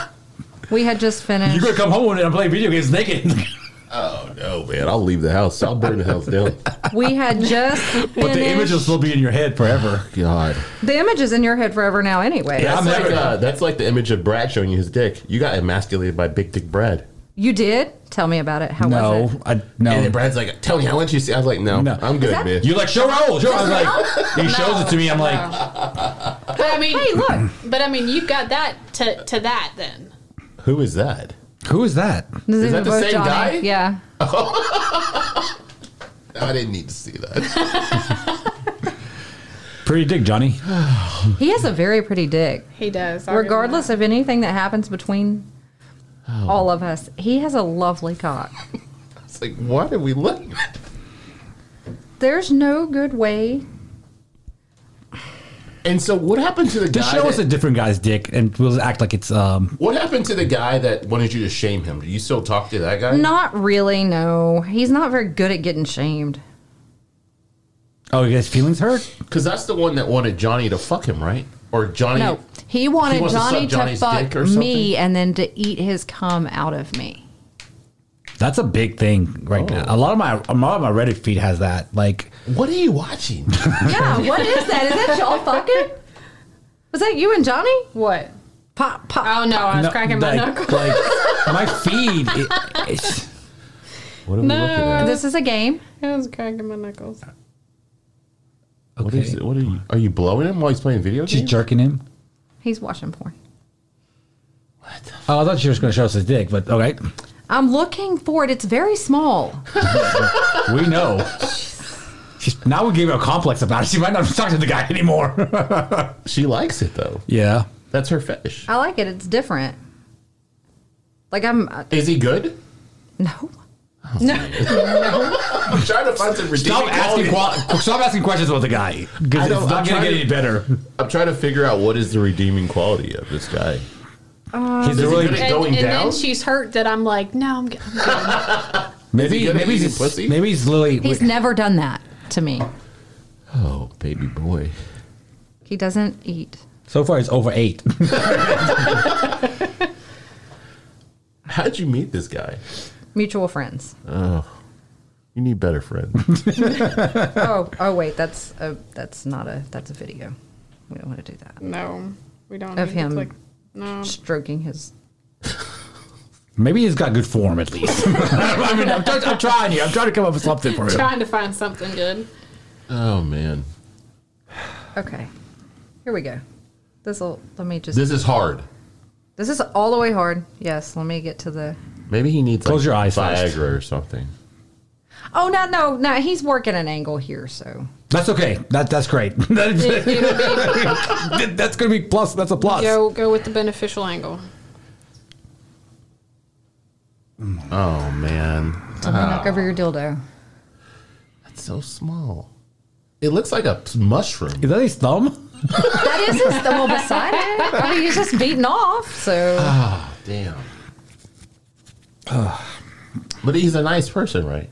[SPEAKER 4] we had just finished.
[SPEAKER 1] You're gonna come home and play video games naked.
[SPEAKER 2] Oh no, man! I'll leave the house. I'll burn the house down.
[SPEAKER 4] we had just finished.
[SPEAKER 1] But the image will still be in your head forever.
[SPEAKER 2] God,
[SPEAKER 4] The image is in your head forever now, anyway.
[SPEAKER 1] Yeah. I'm
[SPEAKER 2] that's like
[SPEAKER 1] never-
[SPEAKER 2] uh, that's like the image of Brad showing you his dick. You got emasculated by Big Dick Brad.
[SPEAKER 4] You did tell me about it. How was it?
[SPEAKER 1] No, I
[SPEAKER 2] And then
[SPEAKER 1] no.
[SPEAKER 2] Brad's like, "Tell me, I want you to see." I was like, "No,
[SPEAKER 1] No.
[SPEAKER 2] I'm good,
[SPEAKER 4] that-
[SPEAKER 2] man."
[SPEAKER 1] You're like, show Raul. Show. I was like, he shows it to me. I'm like,
[SPEAKER 8] But I mean,
[SPEAKER 4] Hey, look,
[SPEAKER 8] but I mean, you've got that to to that then.
[SPEAKER 2] Who is that?
[SPEAKER 1] who is that?
[SPEAKER 4] This
[SPEAKER 2] that the
[SPEAKER 4] both
[SPEAKER 2] same guy?
[SPEAKER 4] Yeah.
[SPEAKER 2] I didn't need to see that.
[SPEAKER 1] Pretty dick, Johnny.
[SPEAKER 4] He has a very pretty dick.
[SPEAKER 8] He does.
[SPEAKER 4] Regardless of anything that happens between
[SPEAKER 2] Oh.
[SPEAKER 4] all of us, he has a lovely cock.
[SPEAKER 2] it's like, why did we look?
[SPEAKER 4] There's no good way.
[SPEAKER 2] And so, what happened to the
[SPEAKER 1] Just
[SPEAKER 2] guy?
[SPEAKER 1] show us a
[SPEAKER 2] that-
[SPEAKER 1] different guy's dick, and we'll act like it's um.
[SPEAKER 2] what happened to the guy that wanted you to shame him? Do you still talk to that guy?
[SPEAKER 4] Not really, no. He's not very good at getting shamed.
[SPEAKER 1] Oh, you guys' feelings hurt.
[SPEAKER 2] because that's the one that wanted Johnny to fuck him, right? Or Johnny?
[SPEAKER 4] No. He wanted
[SPEAKER 2] wants to suck
[SPEAKER 4] Johnny to,
[SPEAKER 2] Johnny's dick or
[SPEAKER 4] fuck
[SPEAKER 2] something?
[SPEAKER 4] me and then to eat his cum out of me.
[SPEAKER 1] That's a big thing right now. A lot of my a lot of my Reddit feed has that. Like,
[SPEAKER 2] What are you watching?
[SPEAKER 4] Yeah, what is that? Is that y'all fucking? Was that you and Johnny?
[SPEAKER 8] What?
[SPEAKER 4] Pop, pop.
[SPEAKER 8] Oh no, I was
[SPEAKER 1] no,
[SPEAKER 8] cracking my
[SPEAKER 1] like,
[SPEAKER 8] knuckles.
[SPEAKER 1] like my feed. It, it's,
[SPEAKER 2] what are we
[SPEAKER 8] No.
[SPEAKER 2] looking at?
[SPEAKER 4] This is a game.
[SPEAKER 8] I was cracking my knuckles.
[SPEAKER 2] What is it? What are you? Are you blowing him while he's playing video
[SPEAKER 1] she's
[SPEAKER 2] games?
[SPEAKER 1] jerking him.
[SPEAKER 4] He's watching porn.
[SPEAKER 1] Oh, I thought she was going to show us his dick, but okay,
[SPEAKER 4] I'm looking for it. It's very small.
[SPEAKER 1] we know. She's, now we gave her a complex about it. She might not talk to the guy anymore.
[SPEAKER 2] she likes it though.
[SPEAKER 1] yeah,
[SPEAKER 2] That's her fetish.
[SPEAKER 4] I like it. It's different. Like I'm uh,
[SPEAKER 2] Is he good?
[SPEAKER 4] no.
[SPEAKER 2] I'm trying to find some redeeming
[SPEAKER 1] stop asking
[SPEAKER 2] qualities.
[SPEAKER 1] quali- stop asking questions about the guy because
[SPEAKER 2] I
[SPEAKER 1] it's
[SPEAKER 2] know, I'm
[SPEAKER 1] not going
[SPEAKER 2] trying
[SPEAKER 1] to get
[SPEAKER 2] to-
[SPEAKER 1] any better.
[SPEAKER 2] I'm trying to figure out what is the redeeming quality of this guy.
[SPEAKER 1] He's
[SPEAKER 2] Is he
[SPEAKER 1] really
[SPEAKER 2] good at
[SPEAKER 8] Um, And,
[SPEAKER 2] going
[SPEAKER 8] and
[SPEAKER 2] down?
[SPEAKER 8] then she's hurt that I'm like, no, I'm, g- I'm good.
[SPEAKER 2] Is he
[SPEAKER 1] maybe
[SPEAKER 2] good at
[SPEAKER 1] maybe
[SPEAKER 2] eating
[SPEAKER 1] he's
[SPEAKER 2] pussy?
[SPEAKER 1] maybe he's literally
[SPEAKER 4] He's never done that to me.
[SPEAKER 2] oh, baby boy.
[SPEAKER 4] He doesn't eat.
[SPEAKER 1] so far he's over eight.
[SPEAKER 2] How'd you meet this guy?
[SPEAKER 4] Mutual friends.
[SPEAKER 2] You need better friends.
[SPEAKER 4] Oh, oh wait, that's a that's not a that's a video. We don't want to do that.
[SPEAKER 8] no, we don't.
[SPEAKER 4] Of
[SPEAKER 8] need to
[SPEAKER 4] him.
[SPEAKER 8] click- No.
[SPEAKER 4] Stroking his.
[SPEAKER 1] maybe he's got good form at least. I mean, I'm, try- I'm trying here. I'm trying to come up with something for him.
[SPEAKER 8] Trying to find something good.
[SPEAKER 2] oh man,
[SPEAKER 4] Okay, here we go. This will let me just.
[SPEAKER 2] this is hard.
[SPEAKER 4] This is all the way hard. Yes, let me get to the.
[SPEAKER 2] Maybe he needs
[SPEAKER 1] Close
[SPEAKER 2] like,
[SPEAKER 1] your eyes
[SPEAKER 2] Viagra
[SPEAKER 1] first.
[SPEAKER 2] or something.
[SPEAKER 4] Oh no no no! He's working an angle here, so
[SPEAKER 1] That's okay. That that's great. that's going to be plus. That's a plus.
[SPEAKER 8] Go go with the beneficial angle.
[SPEAKER 2] Oh man,
[SPEAKER 4] let me knock over your dildo.
[SPEAKER 2] that's so small. It looks like a mushroom.
[SPEAKER 1] Is that his thumb?
[SPEAKER 4] That is his well beside it. I mean, he's just beaten off. So
[SPEAKER 2] Damn. But he's a nice person, right?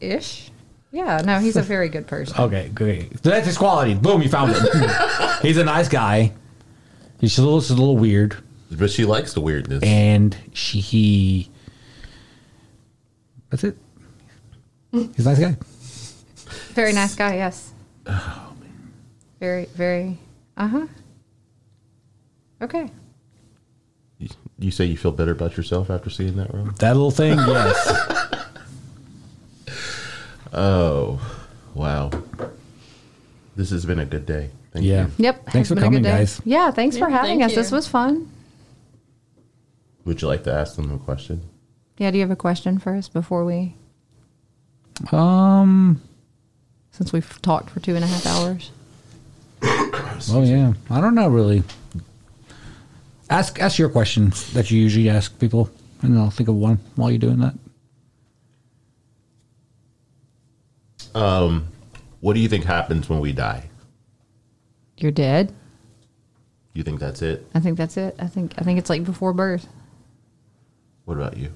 [SPEAKER 4] ish. Yeah, no, he's a very good person.
[SPEAKER 1] Okay, great. So that's his quality. Boom, you found him. He's a nice guy. He's a little, he's a little weird,
[SPEAKER 2] But she likes the weirdness.
[SPEAKER 1] and she he. That's it. He's a nice guy.
[SPEAKER 4] Very nice guy, yes. Very, very. Uh huh. Okay.
[SPEAKER 2] You, you say you feel better about yourself after seeing that, Rob?
[SPEAKER 1] That little thing, yes.
[SPEAKER 2] Oh, wow. This has been a good day. Thank
[SPEAKER 1] yeah.
[SPEAKER 2] You.
[SPEAKER 4] Yep.
[SPEAKER 1] Thanks
[SPEAKER 4] has
[SPEAKER 1] for
[SPEAKER 4] been a good
[SPEAKER 1] coming,
[SPEAKER 4] day.
[SPEAKER 1] guys.
[SPEAKER 4] Yeah, thanks for
[SPEAKER 8] Yeah,
[SPEAKER 4] having
[SPEAKER 8] thank
[SPEAKER 4] us. This
[SPEAKER 8] you.
[SPEAKER 4] was fun.
[SPEAKER 2] Would you like to ask them a question?
[SPEAKER 4] Yeah, do you have a question for us before we,
[SPEAKER 1] Um.
[SPEAKER 4] since we've talked for two and a half hours?
[SPEAKER 1] Oh yeah. I don't know really. Ask ask your questions that you usually ask people, and I'll think of one while you're doing that.
[SPEAKER 2] What do you think happens when we die?
[SPEAKER 4] You're dead.
[SPEAKER 2] Do you think that's it?
[SPEAKER 4] I think that's it. I think I think it's like before birth.
[SPEAKER 2] What about you?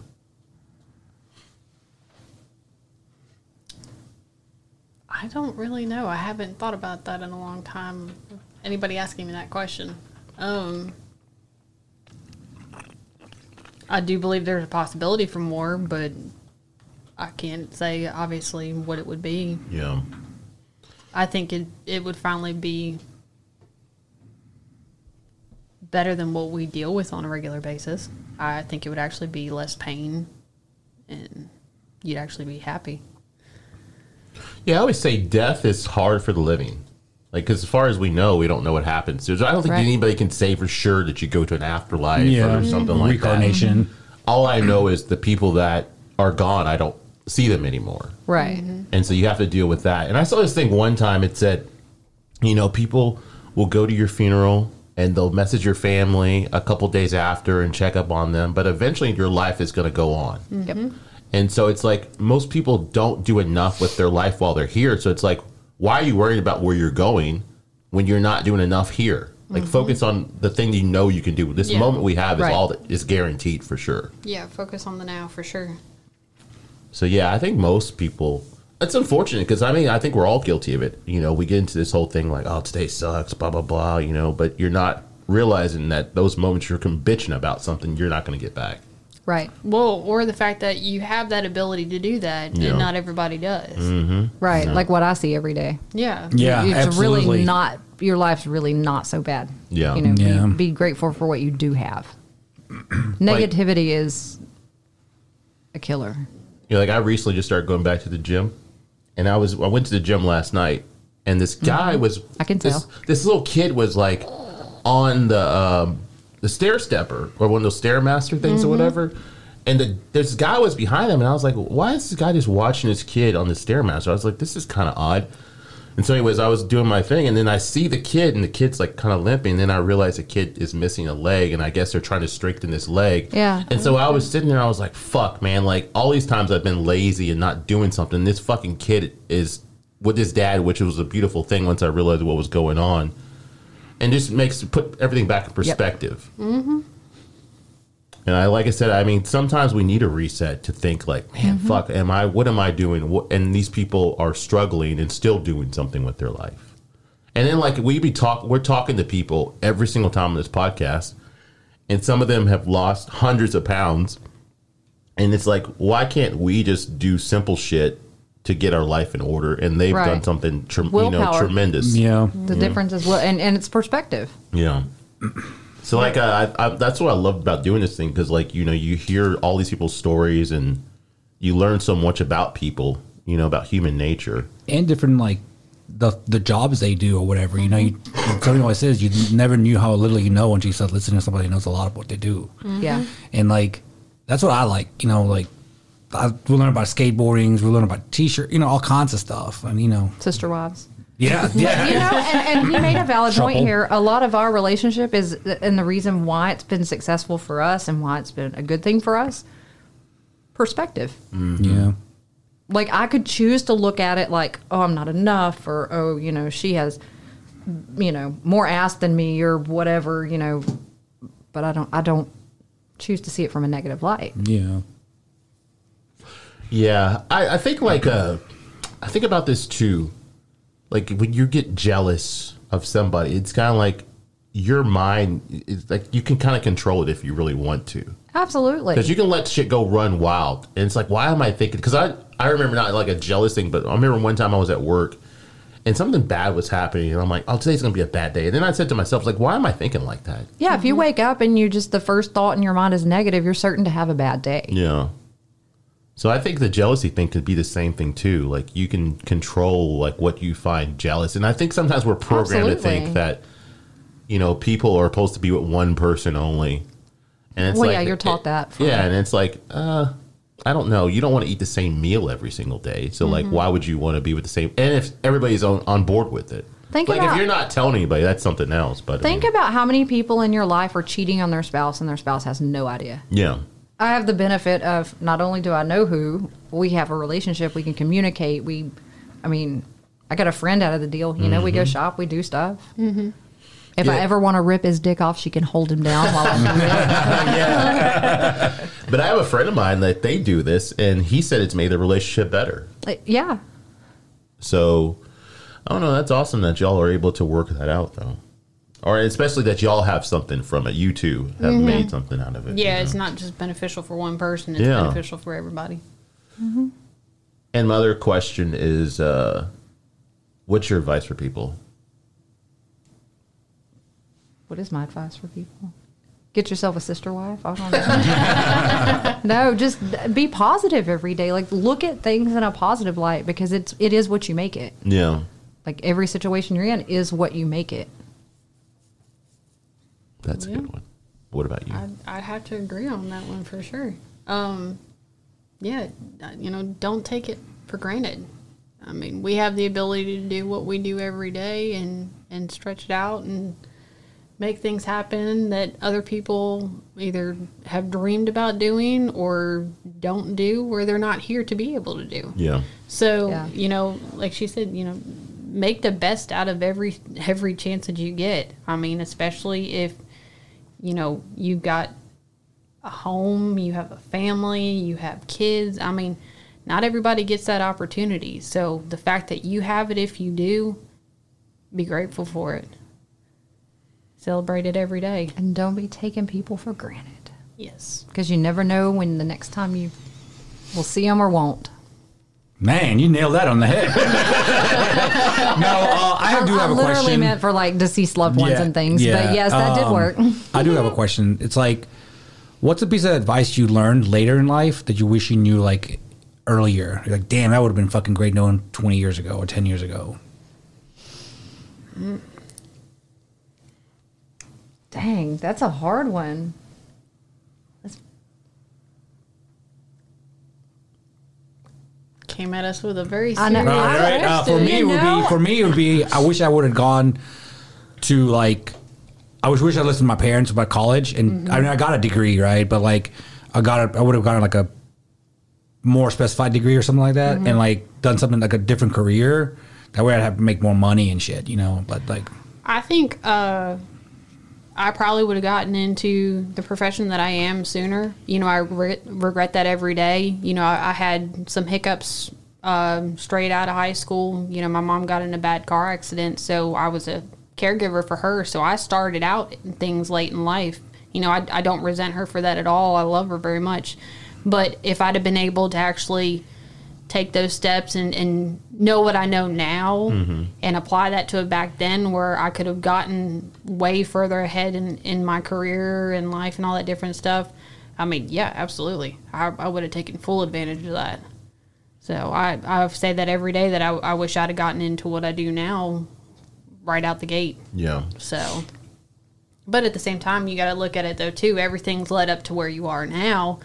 [SPEAKER 8] I don't really know. I haven't thought about that in a long time. Anybody asking me that question? Um, I do believe there's a possibility for more, but I can't say obviously what it would be.
[SPEAKER 2] Yeah.
[SPEAKER 8] I think it it would finally be better than what we deal with on a regular basis. I think it would actually be less pain, and you'd actually be happy.
[SPEAKER 2] Yeah, I always say death is hard for the living. Like, because as far as we know, we don't know what happens. There's, I don't think
[SPEAKER 4] Right.
[SPEAKER 2] anybody can say for sure that you go to an afterlife
[SPEAKER 1] Yeah.
[SPEAKER 2] or something like that.
[SPEAKER 1] Reincarnation.
[SPEAKER 2] All I know is the people that are gone, I don't see them anymore.
[SPEAKER 4] Right.
[SPEAKER 2] And so you have to deal with that. And I saw this thing one time. It said, you know, people will go to your funeral and they'll message your family a couple days after and check up on them. But eventually your life is going to go on.
[SPEAKER 4] Yep.
[SPEAKER 2] And so it's like most people don't do enough with their life while they're here. So it's like, why are you worried about where you're going when you're not doing enough here? Like focus on the thing you know you can do. This
[SPEAKER 8] Yeah.
[SPEAKER 2] moment we have is
[SPEAKER 4] Right.
[SPEAKER 2] all that is guaranteed for sure.
[SPEAKER 8] Yeah, focus on the now for sure.
[SPEAKER 2] So yeah, I think most people. It's unfortunate because I mean I think we're all guilty of it. You know, we get into this whole thing like, oh, today sucks, blah blah blah. You know, but you're not realizing that those moments you're com- bitching about something you're not going to get back.
[SPEAKER 4] Right.
[SPEAKER 8] Well, or the fact that you have that ability to do that,
[SPEAKER 2] Yeah. Mm.
[SPEAKER 8] and not everybody does.
[SPEAKER 4] Right. Like what I see every day.
[SPEAKER 8] Yeah.
[SPEAKER 1] Yeah,
[SPEAKER 4] it's
[SPEAKER 1] absolutely.
[SPEAKER 4] really not your life's really not so bad.
[SPEAKER 2] Yeah.
[SPEAKER 4] You know, be-
[SPEAKER 1] Yeah.
[SPEAKER 4] be, grateful for what you do have. Negativity is a killer.
[SPEAKER 2] You know, like I recently just started going back to the gym, and I was I went to the gym last night, and this guy was
[SPEAKER 4] Mm-hmm. I can
[SPEAKER 2] this,
[SPEAKER 4] tell.
[SPEAKER 2] this little kid was like on the um, the stair stepper or one of those stairmaster things
[SPEAKER 4] Mm-hmm.
[SPEAKER 2] or whatever. And the, this guy was behind him, and I was like, "Why is this guy just watching his kid on the stairmaster?" I was like, "This is kind of odd." And so, anyways, I was doing my thing, and then I see the kid, and the kid's like kind of limping. And then I realize the kid is missing a leg, and I guess they're trying to strengthen this leg.
[SPEAKER 4] Yeah.
[SPEAKER 2] And so I was sitting there, I was like, "Fuck, man!" Like all these times I've been lazy and not doing something. This fucking kid is with his dad, which was a beautiful thing once I realized what was going on, and just makes put everything back in perspective. Mm-hmm. And I, like I said, I mean, sometimes we need a reset to think, like, man,
[SPEAKER 4] Mm-hmm.
[SPEAKER 2] fuck, am I? What am I doing? What, and these people are struggling and still doing something with their life. And then like we be talk, we're talking to people every single time on this podcast, and some of them have lost hundreds of pounds. And it's like, why can't we just do simple shit to get our life in order? And they've
[SPEAKER 4] Right.
[SPEAKER 2] done something tre- you know
[SPEAKER 4] Willpower.
[SPEAKER 2] tremendous.
[SPEAKER 1] Yeah.
[SPEAKER 4] The difference is what, and, and it's perspective.
[SPEAKER 2] Yeah. So like I, I, I that's what I love about doing this thing because like you know you hear all these people's stories and you learn so much about people you know about human nature.
[SPEAKER 1] and different like the the jobs they do or whatever. You know, you, Tony always says you never knew how little you know until you start listening to somebody who knows a lot of what they do.
[SPEAKER 4] Yeah.
[SPEAKER 1] And like that's what I like. You know, like I, we learn about skateboardings, we learn about t-shirt, you know, all kinds of stuff. And you know,
[SPEAKER 4] Sister wives.
[SPEAKER 1] yeah,
[SPEAKER 4] You know,
[SPEAKER 1] yeah,
[SPEAKER 4] and, and he made a valid
[SPEAKER 1] Trouble.
[SPEAKER 4] point here. A lot of our relationship is, and the reason why it's been successful for us and why it's been a good thing for us, perspective.
[SPEAKER 2] Mm.
[SPEAKER 1] yeah.
[SPEAKER 4] like I could choose to look at it like, oh, I'm not enough, or oh, you know, she has, you know, more ass than me, or whatever, you know. But I don't, I don't choose to see it from a
[SPEAKER 2] Mm.
[SPEAKER 4] negative light.
[SPEAKER 1] Yeah.
[SPEAKER 2] Yeah, I, I think like uh, I think about this too. Like when you get jealous of somebody, it's kind of like your mind is like you can kind of control it if you really want to.
[SPEAKER 4] Absolutely.
[SPEAKER 2] Because you can let shit go run wild. And it's like, why am I thinking? Because I, I remember not like a jealous thing, but I remember one time I was at work and something bad was happening. And I'm like, oh, today's going to be a bad day. And then I said to myself, like, why am I thinking like that?
[SPEAKER 4] yeah, if you wake up and you just the first thought in your mind is negative, you're certain to have a bad day.
[SPEAKER 2] Yeah. So I think the jealousy thing could be the same thing too. Like you can control like what you find jealous. And I think sometimes we're programmed to
[SPEAKER 4] Absolutely.
[SPEAKER 2] think that, you know, people are supposed to be with one person only. And it's
[SPEAKER 4] Well,
[SPEAKER 2] like-
[SPEAKER 4] yeah, you're taught that from-
[SPEAKER 2] Yeah, and it's like, uh, I don't know. You don't want to eat the same meal every single day. So like,
[SPEAKER 4] Mm-hmm.
[SPEAKER 2] why would you want to be with the same? And if everybody's on, on board with it,
[SPEAKER 4] Think
[SPEAKER 2] like
[SPEAKER 4] about-
[SPEAKER 2] if you're not telling anybody, that's something else. But I
[SPEAKER 4] Think
[SPEAKER 2] mean,
[SPEAKER 4] about how many people in your life are cheating on their spouse and their spouse has no idea.
[SPEAKER 2] yeah,
[SPEAKER 4] I have the benefit of not only do I know who, we have a relationship, we can communicate. We, I mean, I got a friend out of the deal. You know, we go shop, we do stuff. Mm-hmm. If I
[SPEAKER 2] Yeah.
[SPEAKER 4] ever want to rip his dick off, she can hold him down while I do it.
[SPEAKER 2] But I have a friend of mine that they do this, and he said it's made the relationship better.
[SPEAKER 4] Like, yeah.
[SPEAKER 2] So I don't know. That's awesome that y'all are able to work that out, though, or especially that y'all have something from it. You two have
[SPEAKER 4] Mm-hmm.
[SPEAKER 2] made something out of it.
[SPEAKER 3] Yeah,
[SPEAKER 2] you
[SPEAKER 3] it's
[SPEAKER 2] know?
[SPEAKER 3] not just beneficial for one person, it's
[SPEAKER 2] Yeah.
[SPEAKER 3] beneficial for everybody.
[SPEAKER 2] And my other question is, uh, what's your advice for people?
[SPEAKER 4] What is my advice for people? Get yourself a sister wife. I don't know. no, just be positive every day. Like look at things in a positive light because it's it is what you make it.
[SPEAKER 2] Yeah,
[SPEAKER 4] Like every situation you're in is what you make it.
[SPEAKER 2] that's a good one. What about you?
[SPEAKER 3] I'd, I'd have to agree on that one for sure. Um, yeah, uh, you know, don't take it for granted. I mean, we have the ability to do what we do every day and, and stretch it out and make things happen that other people either have dreamed about doing or don't do or they're not here to be able to do.
[SPEAKER 2] yeah,
[SPEAKER 3] So
[SPEAKER 4] Yeah.
[SPEAKER 3] you know, like she said, you know, make the best out of every every chance that you get. I mean, especially if you know you've got a home, you have a family, you have kids. I mean, not everybody gets that opportunity. So the fact that you have it, if you do, be grateful for it. Celebrate it every day.
[SPEAKER 4] And don't be taking people for granted.
[SPEAKER 3] Yes.
[SPEAKER 4] because you never know when the next time you will see them or won't.
[SPEAKER 1] Man, you nailed that on the head. no, uh, I do have a
[SPEAKER 4] literally
[SPEAKER 1] question.
[SPEAKER 4] meant for like deceased loved ones
[SPEAKER 1] Yeah,
[SPEAKER 4] and things,
[SPEAKER 1] yeah,
[SPEAKER 4] but yes, that did
[SPEAKER 1] um,
[SPEAKER 4] work.
[SPEAKER 1] I do have a question. It's like, what's a piece of advice you learned later in life that you wish you knew like earlier? You're like, damn, that would have been fucking great knowing 20 years ago or 10 years ago.
[SPEAKER 4] Dang, that's a hard one.
[SPEAKER 3] Came at us with a very
[SPEAKER 4] I know.
[SPEAKER 3] serious
[SPEAKER 4] All right,
[SPEAKER 1] All right, uh, for
[SPEAKER 3] question.
[SPEAKER 1] me, it would
[SPEAKER 4] know?
[SPEAKER 1] be for me it would be. I wish I would have gone to like. I was wish I listened to my parents about college, and I mean I got a degree, right? But like I got a, I would have gotten like a more specified degree or something like that, and like done something like a different career. That way, I'd have to make more money and shit, you know. But like,
[SPEAKER 3] I think uh, I probably would have gotten into the profession that I am sooner. You know, I re- regret that every day. You know, I, I had some hiccups um, straight out of high school. You know, my mom got in a bad car accident, so I was a caregiver for her. So I started out in things late in life. You know, I, I don't resent her for that at all. I love her very much. But if I'd have been able to actually take those steps and, and know what I know now and apply that to it back then where I could have gotten way further ahead in, in my career and life and all that different stuff. I mean, yeah, absolutely. I, I would have taken full advantage of that. So I, I say that every day that I, I wish I'd have gotten into what I do now right out the gate.
[SPEAKER 2] yeah.
[SPEAKER 3] So, but at the same time, you got to look at it though too. Everything's led up to where you are now,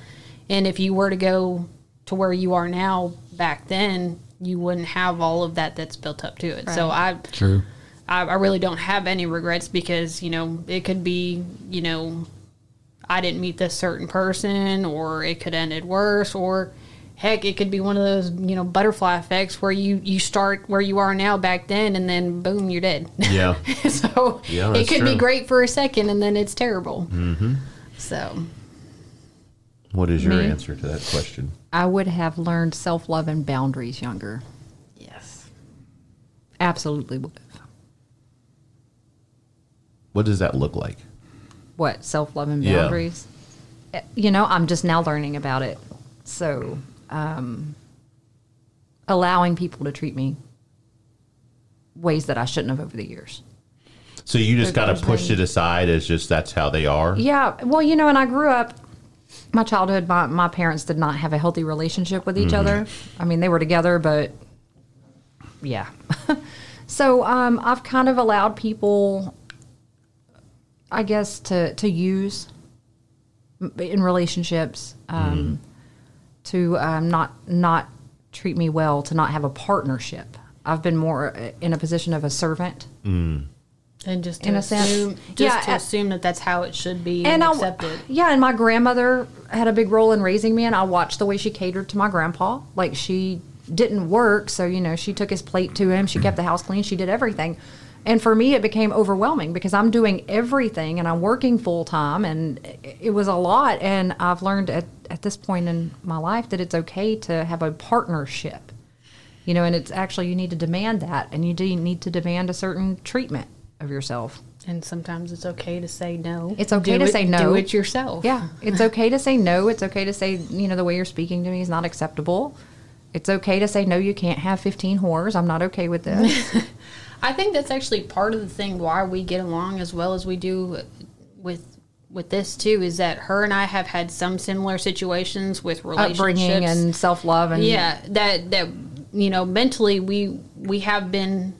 [SPEAKER 3] and if you were to go to where you are now back then, you wouldn't have all of that that's built up to it. So I
[SPEAKER 1] true.
[SPEAKER 3] I, I really don't have any regrets because you know it could be you know I didn't meet this certain person, or it could ended worse, or heck, it could be one of those you know butterfly effects where you you start where you are now back then, and then boom, you're dead.
[SPEAKER 2] Yeah.
[SPEAKER 3] so
[SPEAKER 2] Yeah,
[SPEAKER 3] it
[SPEAKER 2] that's
[SPEAKER 3] could be
[SPEAKER 2] true.
[SPEAKER 3] great for a second, and then it's terrible. Mm-hmm. So
[SPEAKER 2] What is your answer to that question?
[SPEAKER 4] I would have learned self love and boundaries younger.
[SPEAKER 3] yeah,
[SPEAKER 4] Absolutely would have.
[SPEAKER 2] What does that look like?
[SPEAKER 4] What self love and
[SPEAKER 2] Yeah.
[SPEAKER 4] boundaries? Eh, You know, I'm just now learning about it. So, um, allowing people to treat me ways that I shouldn't have over the years.
[SPEAKER 2] So you just kind of
[SPEAKER 4] there's
[SPEAKER 2] pushed
[SPEAKER 4] no-
[SPEAKER 2] it aside as just that's how they are.
[SPEAKER 4] Yeah. Well, you know, and I grew up, my childhood, my, my parents did not have a healthy relationship with each other. I mean, they were together, but yeah. so um, I've kind of allowed people, I guess, to, to use m- in relationships um, to um, not not treat me well, to not have a partnership. I've been more uh, in a position of a servant.
[SPEAKER 3] And just to
[SPEAKER 4] In a sense.
[SPEAKER 3] assume, just
[SPEAKER 4] Yeah,
[SPEAKER 3] to
[SPEAKER 4] uh,
[SPEAKER 3] assume that that's how it should be and,
[SPEAKER 4] and I,
[SPEAKER 3] accepted.
[SPEAKER 4] yeah, and my grandmother had a big role in raising me, and I watched the way she catered to my grandpa. Like she didn't work, so you know she took his plate to him. She kept the house clean. She did everything, and for me it became overwhelming because I'm doing everything and I'm working full time, and i- it was a lot. And I've learned at at this point in my life that it's okay to have a partnership. You know, and it's actually you need to demand that, and you do need to demand a certain treatment of yourself.
[SPEAKER 3] And sometimes it's okay to say no.
[SPEAKER 4] It's okay
[SPEAKER 3] Do
[SPEAKER 4] to
[SPEAKER 3] it-
[SPEAKER 4] say no.
[SPEAKER 3] Do it yourself.
[SPEAKER 4] Yeah, it's okay to say no. It's okay to say, you know, the way you're speaking to me is not acceptable. It's okay to say no. You can't have 15 whores. I'm not okay with this.
[SPEAKER 3] I think that's actually part of the thing why we get along as well as we do with with this too is that her and I have had some similar situations with relationships
[SPEAKER 4] Upbringing and self love and
[SPEAKER 3] yeah that that you know mentally we we have been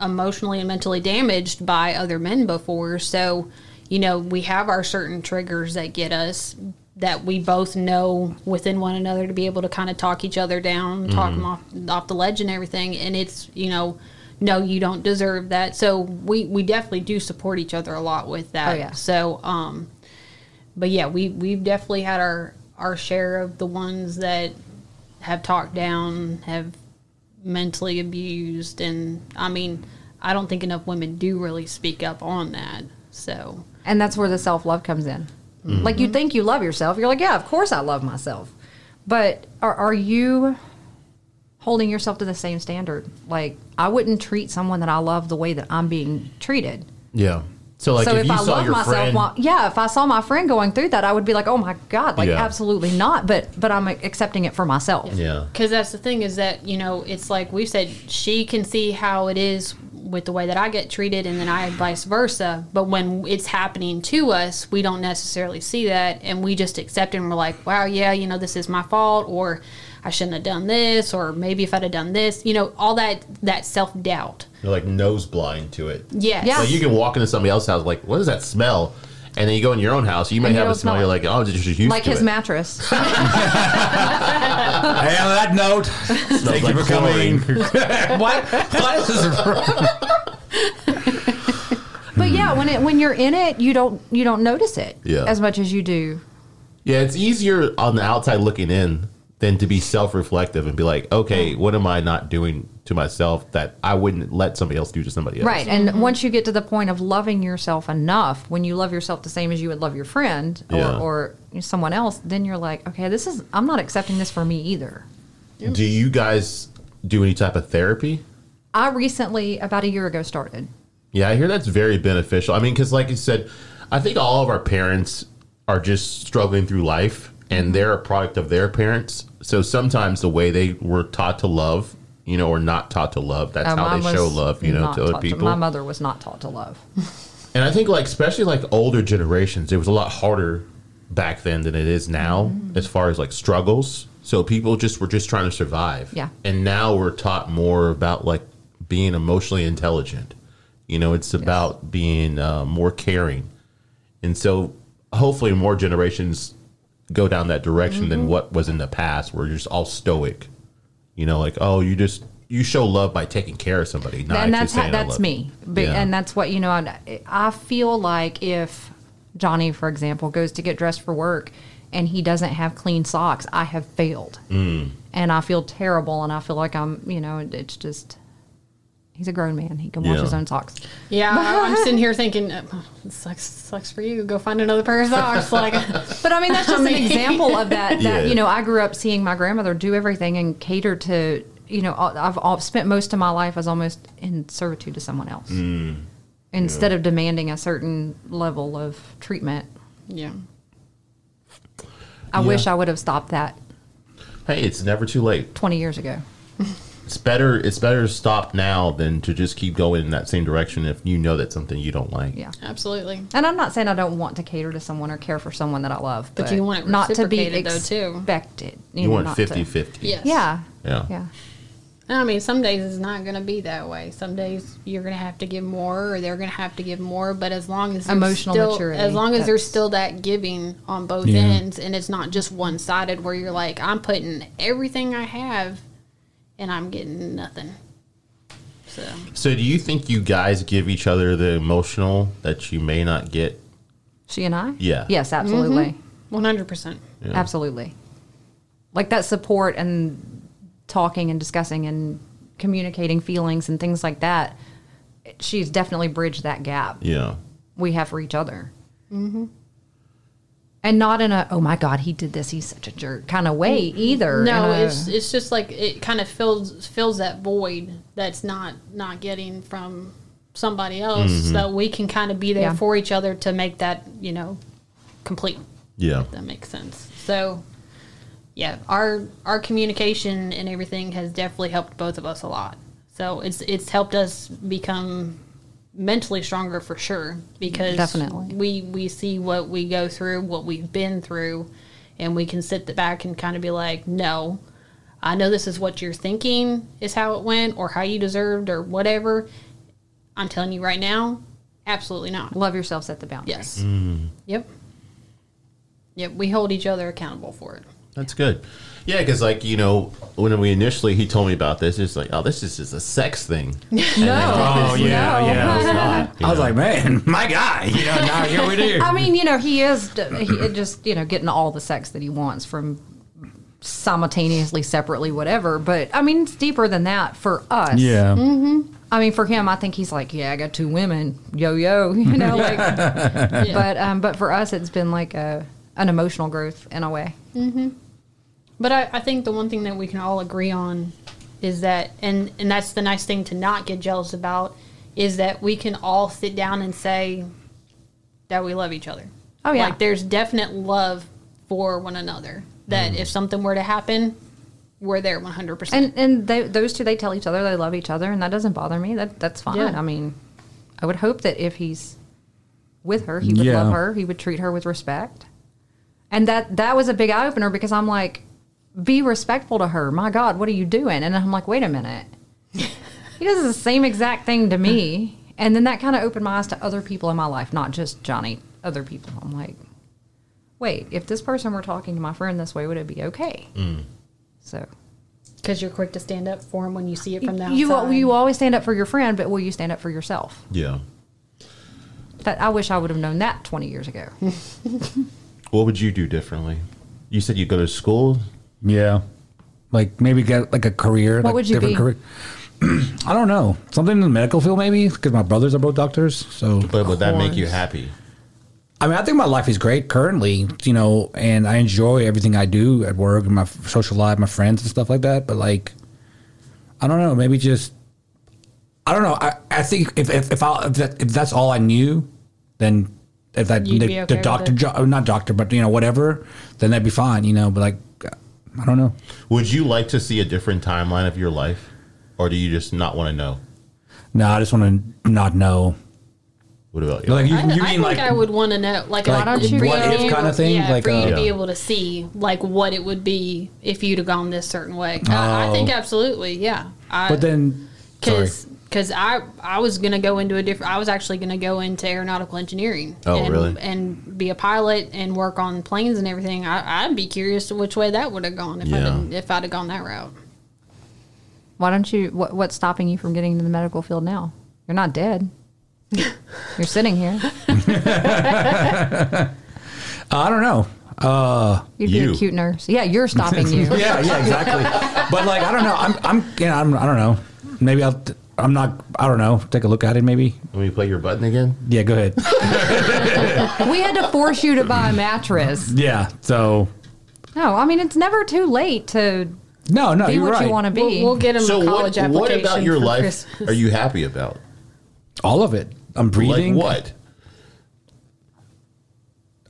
[SPEAKER 3] emotionally and mentally damaged by other men before so you know we have our certain triggers that get us that we both know within one another to be able to kind of talk each other down talk 'em talk them off, off the ledge and everything and it's you know no you don't deserve that so we we definitely do support each other a lot with that
[SPEAKER 4] Oh, yeah.
[SPEAKER 3] so um but yeah we we've definitely had our our share of the ones that have talked down, have mentally abused, and I mean, I don't think enough women do really speak up on that. So
[SPEAKER 4] And that's where the self love comes in. Like you think you love yourself. You're like, yeah, of course I love myself. But are, are you holding yourself to the same standard? Like, I wouldn't treat someone that I love the way that I'm being treated.
[SPEAKER 2] Yeah. So like
[SPEAKER 4] so
[SPEAKER 2] if,
[SPEAKER 4] if,
[SPEAKER 2] you
[SPEAKER 4] I
[SPEAKER 2] saw
[SPEAKER 4] love
[SPEAKER 2] your
[SPEAKER 4] myself,
[SPEAKER 2] friend,
[SPEAKER 4] well, yeah, if I saw my friend going through that, I would be like, oh my God, like,
[SPEAKER 2] Yeah.
[SPEAKER 4] absolutely not. But, but I'm accepting it for myself.
[SPEAKER 2] yeah,
[SPEAKER 3] Because that's the thing is that, you know, it's like we said, she can see how it is with the way that I get treated and then I vice versa. But when it's happening to us, we don't necessarily see that. And we just accept it and we're like, wow, yeah, you know, this is my fault or I shouldn't have done this or maybe if I'd have done this, you know, all that, that self doubt.
[SPEAKER 2] you're like nose blind to it.
[SPEAKER 3] Yes.
[SPEAKER 4] Yeah.
[SPEAKER 2] Like you can walk into somebody else's house, like what does that smell? And then you go in your own house, you may
[SPEAKER 4] And you
[SPEAKER 2] have a
[SPEAKER 4] don't smell
[SPEAKER 2] smell. You're like,
[SPEAKER 4] it.
[SPEAKER 2] oh, just used
[SPEAKER 4] like
[SPEAKER 2] to
[SPEAKER 4] his
[SPEAKER 2] it.
[SPEAKER 4] mattress.
[SPEAKER 1] Hey, on that note, thank you for
[SPEAKER 2] like
[SPEAKER 1] coming. what? What is
[SPEAKER 4] but yeah, when it when you're in it, you don't you don't notice it
[SPEAKER 2] Yeah.
[SPEAKER 4] as much as you do.
[SPEAKER 2] Yeah, it's easier on the outside looking in than to be self-reflective and be like, okay,
[SPEAKER 4] Mm.
[SPEAKER 2] what am I not doing to myself that I wouldn't let somebody else do to somebody else?
[SPEAKER 4] Right. And once you get to the point of loving yourself enough, when you love yourself the same as you would love your friend or,
[SPEAKER 2] Yeah.
[SPEAKER 4] or someone else, then you're like, okay, this is I'm not accepting this for me either.
[SPEAKER 2] Do you guys do any type of therapy?
[SPEAKER 4] I recently about a year ago started.
[SPEAKER 2] Yeah, I hear that's very beneficial. I mean, because like you said, I think all of our parents are just struggling through life,
[SPEAKER 4] Mm-hmm.
[SPEAKER 2] and they're a product of their parents. So sometimes the way they were taught to love, you know, or not taught to love, that's
[SPEAKER 4] Uh,
[SPEAKER 2] how
[SPEAKER 4] mine
[SPEAKER 2] they
[SPEAKER 4] was
[SPEAKER 2] show love, you know,
[SPEAKER 4] not
[SPEAKER 2] to other
[SPEAKER 4] taught
[SPEAKER 2] people.
[SPEAKER 4] my mother was not taught to love.
[SPEAKER 2] And I think like especially like older generations, it was a lot harder back then than it is now
[SPEAKER 4] Mm-hmm.
[SPEAKER 2] as far as like struggles. So people just were just trying to survive.
[SPEAKER 4] Yeah.
[SPEAKER 2] And now we're taught more about like being emotionally intelligent. You know, it's about being uh, more caring. And so hopefully more generations go down that direction
[SPEAKER 4] Mm-hmm.
[SPEAKER 2] than what was in the past where you're just all stoic. You know, like, oh, you just you show love by taking care of somebody, not
[SPEAKER 4] and
[SPEAKER 2] actually
[SPEAKER 4] that's how,
[SPEAKER 2] saying I
[SPEAKER 4] that's
[SPEAKER 2] love
[SPEAKER 4] me.
[SPEAKER 2] you.
[SPEAKER 4] But,
[SPEAKER 2] Yeah.
[SPEAKER 4] And that's what you know. I, I feel like if Johnny, for example, goes to get dressed for work and he doesn't have clean socks, I have failed,
[SPEAKER 2] Mm.
[SPEAKER 4] and I feel terrible, and I feel like I'm you know it's just. He's a grown man. He can wash
[SPEAKER 2] Yeah.
[SPEAKER 4] his own socks.
[SPEAKER 3] Yeah, I- I'm sitting here thinking, "Oh, it sucks, sucks for you. Go find another pair of socks. Like,
[SPEAKER 4] But I mean, that's just an example of that. That
[SPEAKER 2] Yeah.
[SPEAKER 4] you know, I grew up seeing my grandmother do everything and cater to you know, I- I've all, spent most of my life as almost in servitude to someone else
[SPEAKER 2] Mm.
[SPEAKER 4] instead of demanding a certain level of treatment.
[SPEAKER 3] Yeah.
[SPEAKER 4] I
[SPEAKER 2] Yeah.
[SPEAKER 4] wish I would have stopped that
[SPEAKER 2] Hey, it's never too late.
[SPEAKER 4] 20 years ago.
[SPEAKER 2] It's better. It's better to stop now than to just keep going in that same direction if you know that's something you don't like.
[SPEAKER 4] Yeah.
[SPEAKER 3] Absolutely.
[SPEAKER 4] And I'm not saying I don't want to cater to someone or care for someone that I love, but,
[SPEAKER 3] But you want it
[SPEAKER 4] not to be
[SPEAKER 3] reciprocated, though, too.
[SPEAKER 4] expected.
[SPEAKER 2] You
[SPEAKER 4] know,
[SPEAKER 2] want
[SPEAKER 4] not to-
[SPEAKER 2] 50 50.
[SPEAKER 3] Yes.
[SPEAKER 4] Yeah.
[SPEAKER 2] Yeah.
[SPEAKER 4] Yeah.
[SPEAKER 3] I mean, some days it's not going to be that way. Some days you're going to have to give more, or they're going to have to give more. But as long as there's
[SPEAKER 4] Emotional
[SPEAKER 3] still,
[SPEAKER 4] maturity,
[SPEAKER 3] as long as there's
[SPEAKER 4] that's-
[SPEAKER 3] still that giving on both
[SPEAKER 1] Yeah.
[SPEAKER 3] ends, and it's not just one sided where you're like, I'm putting everything I have, and I'm getting nothing. So
[SPEAKER 2] So, do you think you guys give each other the emotional that you may not get?
[SPEAKER 4] She and I?
[SPEAKER 2] Yeah.
[SPEAKER 4] Yes, absolutely.
[SPEAKER 3] Mm-hmm. 100. percent
[SPEAKER 4] Absolutely. Like that support and talking and discussing and communicating feelings and things like that. it- She's definitely bridged that gap
[SPEAKER 2] Yeah.
[SPEAKER 4] we have for each other.
[SPEAKER 3] Mm-hmm.
[SPEAKER 4] And not in a, oh my God, he did this. He's such a jerk kind of way either.
[SPEAKER 3] Mm-hmm. No,
[SPEAKER 4] in a-
[SPEAKER 3] it's it's just like it kind of fills fills that void that's not not getting from somebody else, so we can kind of be there
[SPEAKER 4] Yeah.
[SPEAKER 3] for each other to make that you know complete.
[SPEAKER 2] Yeah.
[SPEAKER 3] That makes sense. So, yeah, our our communication and everything has definitely helped both of us a lot. So it's it's helped us become mentally stronger for sure because
[SPEAKER 4] Definitely.
[SPEAKER 3] we we see what we go through, what we've been through, and we can sit back and kind of be like, no. I know this is what you're thinking is how it went or how you deserved or whatever. I'm telling you right now, absolutely not.
[SPEAKER 4] love yourself, set the boundary.
[SPEAKER 3] Yes.
[SPEAKER 1] Mm.
[SPEAKER 3] Yep. Yep. We hold each other accountable for it.
[SPEAKER 2] That's good. Yeah, because like you know, when we initially he told me about this, it's like, oh, this is just a sex thing. no,
[SPEAKER 1] Oh yeah, yeah.
[SPEAKER 2] it's not. you
[SPEAKER 1] I was
[SPEAKER 2] know?
[SPEAKER 1] like, man, my guy. You know, now here we do.
[SPEAKER 4] I mean, you know, he is he it just, you know, getting all the sex that he wants from simultaneously, separately, whatever. But I mean, it's deeper than that for us.
[SPEAKER 1] Hmm?
[SPEAKER 4] I mean, for him, I think he's like, yeah, I got two women, yo yo, you know. Like, But um, but for us, it's been like a an emotional growth in a way.
[SPEAKER 3] But I, I think the one thing that we can all agree on is that, and, and that's the nice thing to not get jealous about, is that we can all sit down and say that we love each other.
[SPEAKER 4] Oh, yeah.
[SPEAKER 3] Like there's definite love for one another. That
[SPEAKER 1] Mm.
[SPEAKER 3] if something were to happen, we're there 100%.
[SPEAKER 4] And and they, those two, they tell each other they love each other, and that doesn't bother me. That that's fine.
[SPEAKER 3] Yeah.
[SPEAKER 4] I mean, I would hope that if he's with her, he would
[SPEAKER 1] Yeah.
[SPEAKER 4] love her. He would treat her with respect. And that that was a big eye opener because I'm like, be respectful to her. My God, what are you doing? And I'm like, wait a minute. he does the same exact thing to me. And then that kind of opened my eyes to other people in my life, not just Johnny, other people. I'm like, wait, if this person were talking to my friend this way, would it be okay? So
[SPEAKER 3] Because you're quick to stand up for them when you see it from the outside.
[SPEAKER 4] you al- you always stand up for your friend, but will you stand up for yourself?
[SPEAKER 2] yeah.
[SPEAKER 4] That I wish I would have known that twenty years ago.
[SPEAKER 2] What would you do differently? You said you go to school.
[SPEAKER 1] Yeah. Like maybe get like a career. like
[SPEAKER 4] would you
[SPEAKER 1] different
[SPEAKER 4] be?
[SPEAKER 1] Career. I don't know. Something in the medical field maybe because my brothers are both doctors. So
[SPEAKER 2] But would that make you
[SPEAKER 4] course.
[SPEAKER 2] happy?
[SPEAKER 1] I mean, I think my life is great currently, you know, and I enjoy everything I do at work and my f- social life, my friends and stuff like that. But like, I don't know, maybe just, I don't know. I, I think if if if, I, if, that, if that's all I knew, then if that
[SPEAKER 3] You'd
[SPEAKER 1] the,
[SPEAKER 3] be
[SPEAKER 1] the
[SPEAKER 3] okay with
[SPEAKER 1] doctor
[SPEAKER 3] it.
[SPEAKER 1] job, not doctor, but you know whatever, then that'd be fine, you know. But like, I don't know.
[SPEAKER 2] Would you like to see a different timeline of your life, or do you just not want to know?
[SPEAKER 1] No, I just want to not know.
[SPEAKER 2] What about you?
[SPEAKER 1] Like you,
[SPEAKER 3] I,
[SPEAKER 1] you mean
[SPEAKER 3] I think
[SPEAKER 1] like
[SPEAKER 3] I would want to know, like,
[SPEAKER 1] like
[SPEAKER 3] I don't
[SPEAKER 1] what
[SPEAKER 3] you be
[SPEAKER 1] if
[SPEAKER 3] able-
[SPEAKER 1] kinda thing?
[SPEAKER 3] Yeah,
[SPEAKER 1] Like,
[SPEAKER 3] for you
[SPEAKER 1] uh,
[SPEAKER 3] to be
[SPEAKER 2] Yeah.
[SPEAKER 3] able to see like what it would be if you'd have gone this certain way. I, I think absolutely, yeah. I,
[SPEAKER 1] Oh. But then, sorry.
[SPEAKER 3] because because I I was gonna go into a different. I was actually gonna go into aeronautical engineering.
[SPEAKER 2] Oh,
[SPEAKER 3] and,
[SPEAKER 2] really?
[SPEAKER 3] And be a pilot and work on planes and everything. I, I'd be curious to which way that would have gone if I
[SPEAKER 2] Yeah.
[SPEAKER 3] didn't, if I'd have gone that route.
[SPEAKER 4] Why don't you? What, what's stopping you from getting into the medical field now? You're not dead. You're sitting here.
[SPEAKER 1] I don't know.
[SPEAKER 4] You'd be
[SPEAKER 2] You.
[SPEAKER 4] a cute nurse. Yeah, you're stopping you.
[SPEAKER 1] yeah, yeah, exactly. but like, I don't know. I'm, I'm, you know, I'm, I don't know. Maybe I'll, I'm not. I don't know. Take a look at it. Maybe.
[SPEAKER 2] Let me play your button again.
[SPEAKER 1] Yeah. Go ahead.
[SPEAKER 4] We had to force you to buy a mattress.
[SPEAKER 1] yeah. So
[SPEAKER 4] No, I mean it's never too late to
[SPEAKER 1] No,
[SPEAKER 2] Oh,
[SPEAKER 1] no,
[SPEAKER 4] Be
[SPEAKER 1] you're
[SPEAKER 4] what
[SPEAKER 1] right.
[SPEAKER 4] you want to be.
[SPEAKER 8] We'll, we'll get him
[SPEAKER 2] So
[SPEAKER 8] a college
[SPEAKER 2] what?
[SPEAKER 8] application.
[SPEAKER 2] What about your
[SPEAKER 8] for
[SPEAKER 2] life
[SPEAKER 8] Christmas.
[SPEAKER 2] are you happy about?
[SPEAKER 1] All of it. I'm breathing.
[SPEAKER 2] Like what?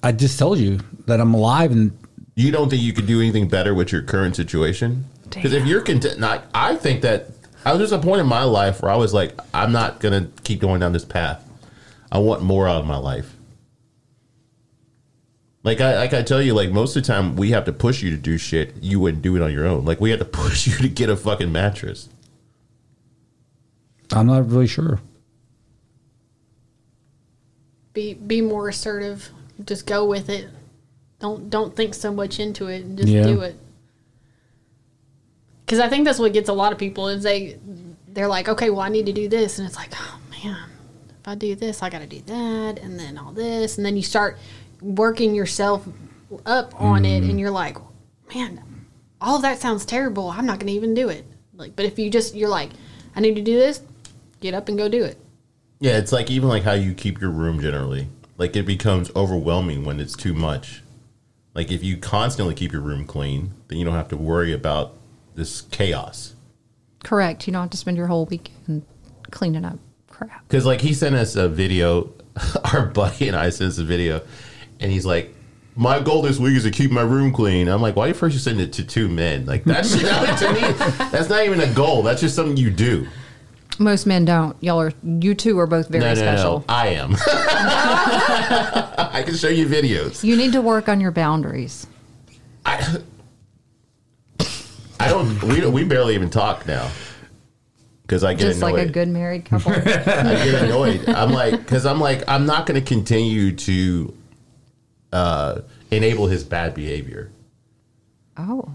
[SPEAKER 1] I just told you that I'm alive and
[SPEAKER 2] You don't think you could do anything better with your current situation? Because if you're content, not, I think that I was just a point in my life where I was like, I'm not gonna keep going down this path. I want more out of my life. Like I like I tell you, like most of the time we have to push you to do shit you wouldn't do it on your own. Like we had to push you to get a fucking mattress.
[SPEAKER 1] I'm not really sure.
[SPEAKER 8] be be more assertive. Just go with it. Don't don't think so much into it. and Just
[SPEAKER 1] Yeah.
[SPEAKER 8] do it. Because I think that's what gets a lot of people is they they're like, okay, well, I need to do this, and it's like, oh man, if I do this, I got to do that, and then all this, and then you start working yourself up on it,
[SPEAKER 2] Mm.
[SPEAKER 8] and you're like, man, all of that sounds terrible. I'm not going to even do it. Like, but if you just you're like, I need to do this, get up and go do it.
[SPEAKER 2] Yeah, it's like even like how you keep your room generally. Like it becomes overwhelming when it's too much. Like if you constantly keep your room clean, then you don't have to worry about this chaos.
[SPEAKER 4] Correct. You don't have to spend your whole weekend cleaning up crap.
[SPEAKER 2] Because like he sent us a video, our buddy and I sent us a video, and he's like, "My goal this week is to keep my room clean." I'm like, "Why you first you send it to two men? Like that's not, to me, that's not even a goal. That's just something you do."
[SPEAKER 4] Most men don't. Y'all are you two are both very
[SPEAKER 2] No, no,
[SPEAKER 4] special.
[SPEAKER 2] no, I am. I can show you videos.
[SPEAKER 4] You need to work on your boundaries.
[SPEAKER 2] I, I don't. We don't, we barely even talk now because I get
[SPEAKER 4] Just
[SPEAKER 2] annoyed.
[SPEAKER 4] like a good married couple.
[SPEAKER 2] I get annoyed. I'm like because I'm like I'm not going to continue to uh, enable his bad behavior.
[SPEAKER 4] oh.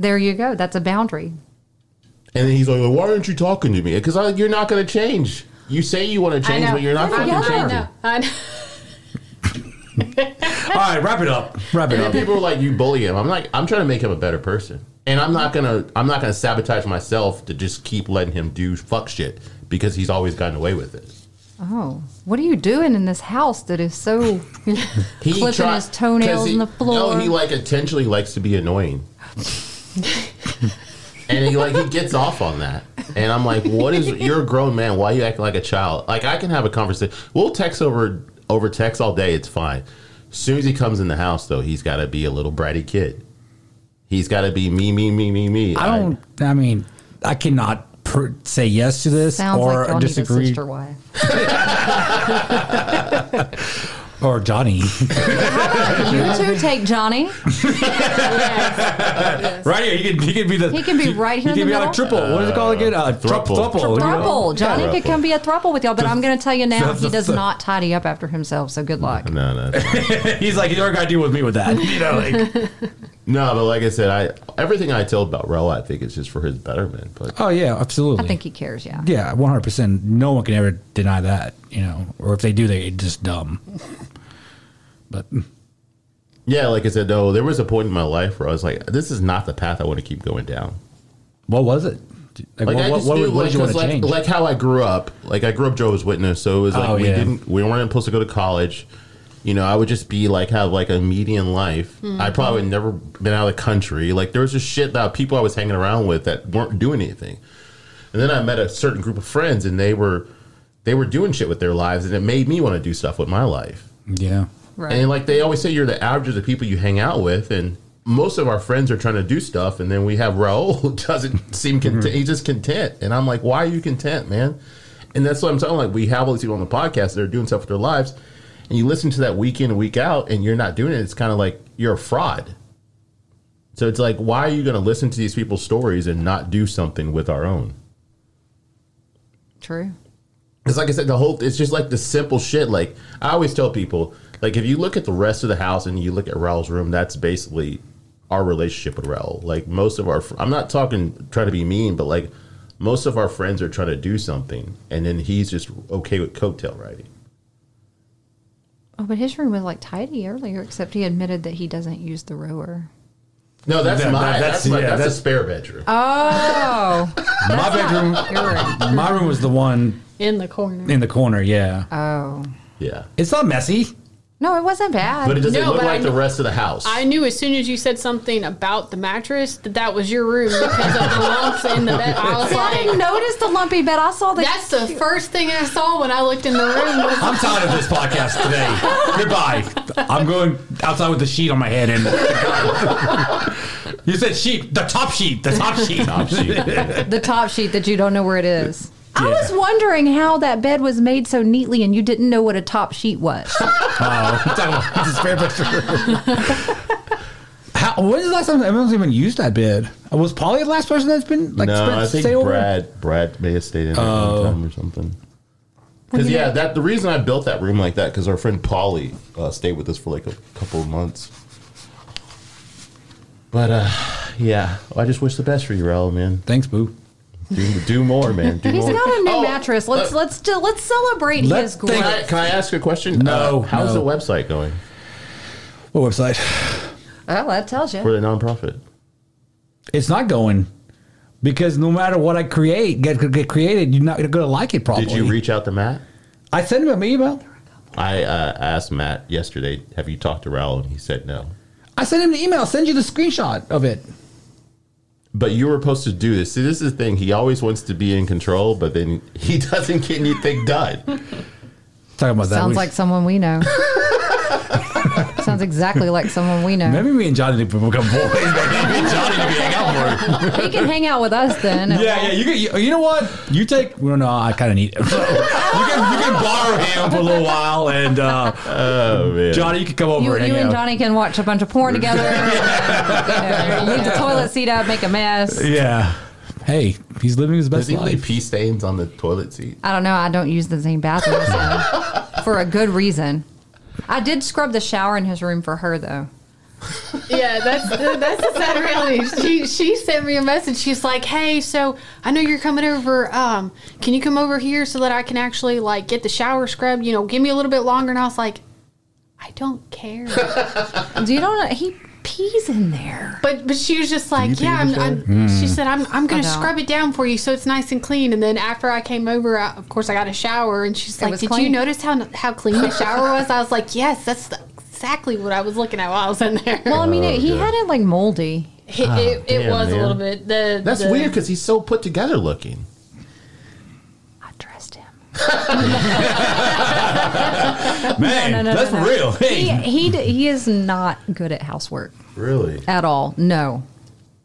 [SPEAKER 4] There you go. That's a boundary.
[SPEAKER 2] And then he's like, well, "Why aren't you talking to me?" Because you're not going to change. You say you want to change,
[SPEAKER 8] know.
[SPEAKER 2] but you're not
[SPEAKER 4] We're
[SPEAKER 2] fucking
[SPEAKER 4] together.
[SPEAKER 8] I
[SPEAKER 2] changing.
[SPEAKER 8] know. I know.
[SPEAKER 1] All right, wrap it up. Wrap it
[SPEAKER 2] And then
[SPEAKER 1] up.
[SPEAKER 2] people are like, "You bully him." I'm like, I'm trying to make him a better person, and I'm not gonna I'm not gonna sabotage myself to just keep letting him do fuck shit because he's always gotten away with it.
[SPEAKER 4] Oh. What are you doing in this house that is so
[SPEAKER 2] he
[SPEAKER 4] clipping his toenails
[SPEAKER 2] 'cause
[SPEAKER 4] in the floor.
[SPEAKER 2] No, he like intentionally likes to be annoying, and he like he gets off on that. And I'm like, what is? You're a grown man. Why are you acting like a child? Like I can have a conversation. We'll text over over text all day. It's fine. soon as he comes in the house, though, he's got to be a little bratty kid. He's got to be me, me, me, me, me.
[SPEAKER 1] I don't. I mean, I cannot per, say yes to this
[SPEAKER 4] sounds
[SPEAKER 1] or
[SPEAKER 4] like y'all need a
[SPEAKER 1] disagree
[SPEAKER 4] sister wife?
[SPEAKER 1] or Johnny.
[SPEAKER 4] You two take Johnny.
[SPEAKER 1] right here, he can he can be the
[SPEAKER 4] He can be right here
[SPEAKER 1] He
[SPEAKER 4] in
[SPEAKER 1] can
[SPEAKER 4] the
[SPEAKER 1] be on a
[SPEAKER 4] middle.
[SPEAKER 1] triple. what is it called again? Uh,
[SPEAKER 2] thruple.
[SPEAKER 1] thruple. you know?
[SPEAKER 4] Thruple. Johnny could come be a thruple with y'all, but I'm going to tell you now,
[SPEAKER 1] That's
[SPEAKER 4] he
[SPEAKER 1] the
[SPEAKER 4] does
[SPEAKER 1] th-
[SPEAKER 4] not tidy up after himself. So good luck.
[SPEAKER 2] No, no, it's fine.
[SPEAKER 1] He's like, you're gonna deal with me with that. You know, like
[SPEAKER 2] no. But like I said, I everything I tell about Ro, I think it's just for his betterment. But
[SPEAKER 1] oh yeah, absolutely.
[SPEAKER 4] I think he cares. Yeah.
[SPEAKER 1] yeah, one hundred percent. No one can ever deny that. You know, or if they do, they're just dumb. But
[SPEAKER 2] Yeah, like I said, though, there was a point in my life where I was like, this is not the path I want to keep going down.
[SPEAKER 1] what was it? Like,
[SPEAKER 2] Like,
[SPEAKER 1] what,
[SPEAKER 2] I
[SPEAKER 1] what,
[SPEAKER 2] just
[SPEAKER 1] what,
[SPEAKER 2] knew,
[SPEAKER 1] what
[SPEAKER 2] like,
[SPEAKER 1] did you want
[SPEAKER 2] 'cause,
[SPEAKER 1] to
[SPEAKER 2] like,
[SPEAKER 1] change?
[SPEAKER 2] like how I grew up. Like, I grew up Jehovah's Witness, so it was like,
[SPEAKER 1] Oh,
[SPEAKER 2] we
[SPEAKER 1] yeah.
[SPEAKER 2] didn't, we weren't supposed to go to college. You know, I would just be like, have like a median life.
[SPEAKER 1] Mm-hmm.
[SPEAKER 2] I probably would never been out of the country. Like, there was just shit that people I was hanging around with that weren't doing anything. And then I met a certain group of friends, and they were, they were doing shit with their lives, and it made me want to do stuff with my life.
[SPEAKER 1] yeah,
[SPEAKER 4] Right.
[SPEAKER 2] And like they always say, you're the average of the people you hang out with, and most of our friends are trying to do stuff, and then we have Raul who doesn't seem content. He's just content, and I'm like, why are you content, man? And that's what I'm saying. Like we have all these people on the podcast that are doing stuff with their lives, and you listen to that week in and week out, and you're not doing it. It's kind of like you're a fraud. So it's like, why are you going to listen to these people's stories and not do something with our own?
[SPEAKER 4] True.
[SPEAKER 2] It's like I said, the whole it's just like the simple shit. Like I always tell people, like if you look at the rest of the house and you look at Raul's room, that's basically our relationship with Raul. Like most of our, fr- I'm not talking trying to be mean, but like most of our friends are trying to do something, and then he's just okay with coattail riding.
[SPEAKER 4] Oh, but his room was like tidy earlier, except he admitted that he doesn't use the rower.
[SPEAKER 2] No, that's
[SPEAKER 1] That-
[SPEAKER 2] my
[SPEAKER 1] that-
[SPEAKER 2] that's,
[SPEAKER 1] that's-
[SPEAKER 2] my
[SPEAKER 1] yeah,
[SPEAKER 2] that's,
[SPEAKER 1] that's-
[SPEAKER 2] a spare bedroom.
[SPEAKER 4] Oh,
[SPEAKER 1] my bedroom.
[SPEAKER 4] you're right.
[SPEAKER 1] My room was the one
[SPEAKER 8] In the corner.
[SPEAKER 1] in the corner. Yeah,
[SPEAKER 4] Oh,
[SPEAKER 2] yeah,
[SPEAKER 1] it's not messy.
[SPEAKER 4] No, it wasn't bad.
[SPEAKER 2] But it doesn't
[SPEAKER 3] No,
[SPEAKER 2] look
[SPEAKER 3] but
[SPEAKER 2] like
[SPEAKER 3] I-
[SPEAKER 2] the rest of the house.
[SPEAKER 3] I knew as soon as you said something about the mattress that that was your room because of the lumps in the bed. I was
[SPEAKER 4] I
[SPEAKER 3] like,
[SPEAKER 4] didn't notice the lumpy bed. I saw the.
[SPEAKER 3] that's the first thing I saw when I looked in the room. Was
[SPEAKER 1] I'm tired of this podcast today. Goodbye. I'm going outside with the sheet on my head and you said sheet, the top sheet, the top sheet.
[SPEAKER 2] Top sheet, yeah.
[SPEAKER 4] the top sheet that you don't know where it is. I
[SPEAKER 1] Yeah.
[SPEAKER 4] was wondering how that bed was made so neatly and you didn't know what a top sheet was.
[SPEAKER 1] Oh, it's a spare bedroom. How, when is the last time everyone's even used that bid? Was Polly the last person that's been like
[SPEAKER 2] no,
[SPEAKER 1] spent-
[SPEAKER 2] I think
[SPEAKER 1] stay over?
[SPEAKER 2] Brad Brad may have stayed in there one time or something. Because yeah, that the reason I built that room like that because our friend Polly uh, stayed with us for like a couple of months. But uh, yeah, I just wish the best for you, Raul, man.
[SPEAKER 1] Thanks, boo.
[SPEAKER 2] Do, do more, man. Do
[SPEAKER 4] He's
[SPEAKER 2] more.
[SPEAKER 4] got a new
[SPEAKER 2] Oh,
[SPEAKER 4] mattress. Let's let's still uh, let's celebrate
[SPEAKER 1] Let
[SPEAKER 4] his
[SPEAKER 1] thing-
[SPEAKER 2] Can
[SPEAKER 4] growth.
[SPEAKER 2] I, can I ask a question? Uh,
[SPEAKER 1] No,
[SPEAKER 2] how's
[SPEAKER 1] no.
[SPEAKER 2] the website going
[SPEAKER 1] What website?
[SPEAKER 4] Well, that tells
[SPEAKER 2] for
[SPEAKER 4] you.
[SPEAKER 2] the nonprofit?
[SPEAKER 1] It's not going because no matter what I create, get get created, you're not going to like it. Probably.
[SPEAKER 2] Did you reach out to Matt?
[SPEAKER 1] I sent him an email.
[SPEAKER 2] I uh, asked Matt yesterday, "Have you talked to Raul?" And he said no.
[SPEAKER 1] I sent him the email. I'll send you the screenshot of it.
[SPEAKER 2] But you were supposed to do this. See, this is the thing. He always wants to be in control, but then he doesn't get anything done.
[SPEAKER 1] Talking about that.
[SPEAKER 4] Sounds
[SPEAKER 1] we-
[SPEAKER 4] like someone we know. Sounds exactly like someone we know.
[SPEAKER 1] maybe me and Johnny need to become boys. Maybe me and Johnny need to be hang out more.
[SPEAKER 4] He can hang out with us then.
[SPEAKER 1] Yeah, yeah. You can, you, you know what? You take. Well, no, I kind of need. you can you can borrow him for a little while, and uh,
[SPEAKER 2] Oh man,
[SPEAKER 1] Johnny, you can come over
[SPEAKER 4] You,
[SPEAKER 1] and hang
[SPEAKER 4] you and
[SPEAKER 1] out.
[SPEAKER 4] Johnny can watch a bunch of porn together. You know, leave the toilet seat up, make a mess.
[SPEAKER 1] Yeah. Hey, he's living his
[SPEAKER 2] does
[SPEAKER 1] best
[SPEAKER 2] he leave
[SPEAKER 1] life.
[SPEAKER 2] pee stains on the toilet seat?
[SPEAKER 4] I don't know. I don't use the same bathroom so, for a good reason. I did scrub the shower in his room for her though.
[SPEAKER 3] Yeah, that's that's the sad reality. She she sent me a message. She's like, "Hey, so I know you're coming over. Um, can you come over here so that I can actually like get the shower scrubbed? You know, give me a little bit longer." And I was like, "I don't care."
[SPEAKER 4] Do you don't? He pees in there.
[SPEAKER 3] But but she was just like,
[SPEAKER 2] pee
[SPEAKER 3] "Yeah," I'm,
[SPEAKER 2] in the
[SPEAKER 3] I'm,
[SPEAKER 2] Hmm.
[SPEAKER 3] she said, "I'm I'm gonna
[SPEAKER 4] don't.
[SPEAKER 3] scrub it down for you so it's nice and clean." And then after I came over, I, of course I got a shower, and she's like,
[SPEAKER 4] was
[SPEAKER 3] "Did you
[SPEAKER 4] clean.
[SPEAKER 3] notice how how clean the shower was?" I was like, "Yes, that's the, exactly what I was looking at while I was in there."
[SPEAKER 4] Well, I mean, it, he
[SPEAKER 2] Okay.
[SPEAKER 4] had it like moldy.
[SPEAKER 3] it it,
[SPEAKER 2] Ah, damn,
[SPEAKER 3] it was
[SPEAKER 2] man.
[SPEAKER 3] a little bit. The
[SPEAKER 2] That's
[SPEAKER 3] the-
[SPEAKER 2] weird because he's so put together looking.
[SPEAKER 4] I dressed him.
[SPEAKER 1] Man,
[SPEAKER 4] No, no, no,
[SPEAKER 1] that's
[SPEAKER 4] no,
[SPEAKER 1] for
[SPEAKER 4] no.
[SPEAKER 1] real. Hey,
[SPEAKER 4] He he d- he is not good at housework
[SPEAKER 2] Really?
[SPEAKER 4] at all. No,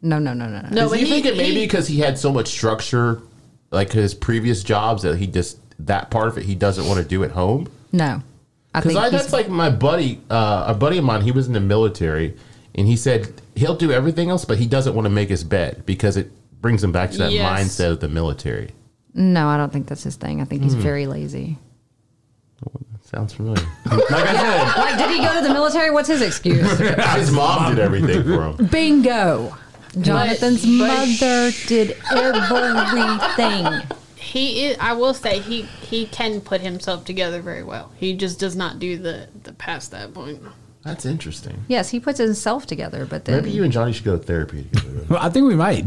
[SPEAKER 4] no, no, no, no,
[SPEAKER 3] No,
[SPEAKER 4] no.
[SPEAKER 2] Do
[SPEAKER 3] but
[SPEAKER 2] you
[SPEAKER 3] he-
[SPEAKER 2] think it may
[SPEAKER 3] he-
[SPEAKER 2] be because he had so much structure, like his previous jobs, that he just that part of it he doesn't want to do at home?
[SPEAKER 4] No, I
[SPEAKER 2] Because
[SPEAKER 4] think
[SPEAKER 2] I,
[SPEAKER 4] he's-
[SPEAKER 2] that's like my buddy, uh, a buddy of mine. He was in the military, and he said he'll do everything else, but he doesn't want to make his bed because it brings him back to that
[SPEAKER 3] Yes.
[SPEAKER 2] mindset of the military.
[SPEAKER 4] no. I don't think that's his thing. I think
[SPEAKER 2] Hmm.
[SPEAKER 4] he's very lazy.
[SPEAKER 2] Sounds familiar.
[SPEAKER 1] like I said,
[SPEAKER 4] Like, did he go to the military? What's his excuse?
[SPEAKER 2] his mom did everything for him.
[SPEAKER 4] Bingo. Jonathan's mother did everything.
[SPEAKER 3] He is, I will say he he can put himself together very well. He just does not do the the past that point.
[SPEAKER 2] That's interesting.
[SPEAKER 4] Yes, he puts himself together, but then
[SPEAKER 2] Maybe you and Johnny should go to therapy together.
[SPEAKER 1] well, I think we might.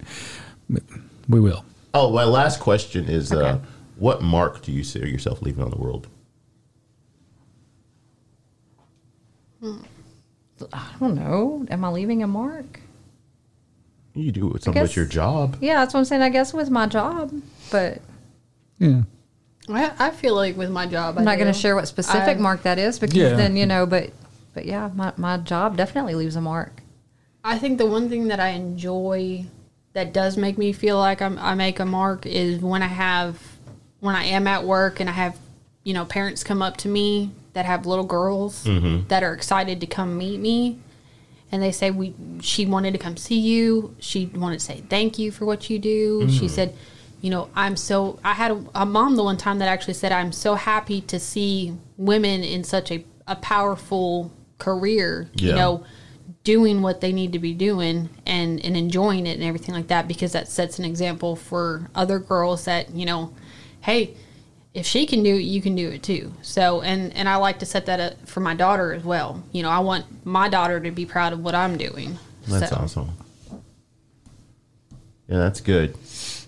[SPEAKER 1] we will.
[SPEAKER 2] oh, my last question is: uh, What mark do you see yourself leaving on the world?
[SPEAKER 4] I don't know. Am I leaving a mark?
[SPEAKER 2] You do it with something with
[SPEAKER 4] guess-
[SPEAKER 2] your job.
[SPEAKER 4] Yeah, that's what I'm saying. I guess with my job, but
[SPEAKER 1] Yeah.
[SPEAKER 3] I, I feel like with my job,
[SPEAKER 4] I'm not going to
[SPEAKER 3] do.
[SPEAKER 4] share what specific
[SPEAKER 3] I-
[SPEAKER 4] mark that is because
[SPEAKER 1] Yeah.
[SPEAKER 4] then you know. But but yeah, my my job definitely leaves a mark.
[SPEAKER 3] I think the one thing that I enjoy that does make me feel like I'm, I make a mark is when I have when I am at work and I have you know parents come up to me that have little girls that are excited to come meet me and they say we she wanted to come see you she wanted to say thank you for what you do she said you know i'm so i had a, a mom the one time that actually said i'm so happy to see women in such a, a powerful career you
[SPEAKER 2] Yeah.
[SPEAKER 3] know doing what they need to be doing and and enjoying it and everything like that because that sets an example for other girls that you know hey if she can do it, you can do it too. So, and and I like to set that up for my daughter as well. You know, I want my daughter to be proud of what I'm doing.
[SPEAKER 2] That's
[SPEAKER 3] so,
[SPEAKER 2] awesome. Yeah, that's good.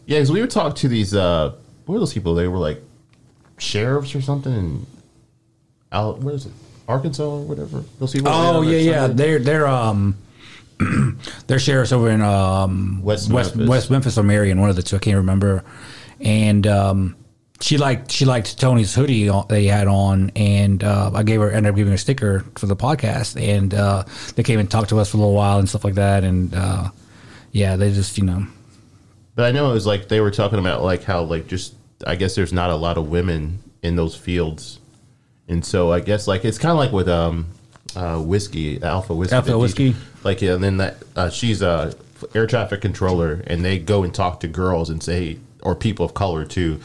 [SPEAKER 2] Yeah, because we would talk to these. Uh, what were those people? They were like sheriffs or something. And out. Where is it? Arkansas or whatever. You'll see.
[SPEAKER 1] Oh yeah, yeah. They're they're um they're sheriffs over in um
[SPEAKER 2] West
[SPEAKER 1] West
[SPEAKER 2] Memphis.
[SPEAKER 1] West Memphis or Marion, one of the two. I can't remember. And um, she liked she liked Tony's hoodie on- that he had on, and uh, I gave her ended up giving her a sticker for the podcast, and uh, they came and talked to us for a little while and stuff like that, and uh, yeah, they just you know
[SPEAKER 2] But I know it was like they were talking about like how like just I guess there's not a lot of women in those fields, and so I guess like it's kind of like with um uh, whiskey Alpha whiskey
[SPEAKER 1] Alpha
[SPEAKER 2] that teach-
[SPEAKER 1] Whiskey.
[SPEAKER 2] like yeah, and then that uh, she's a air traffic controller and they go and talk to girls and say or people of color too.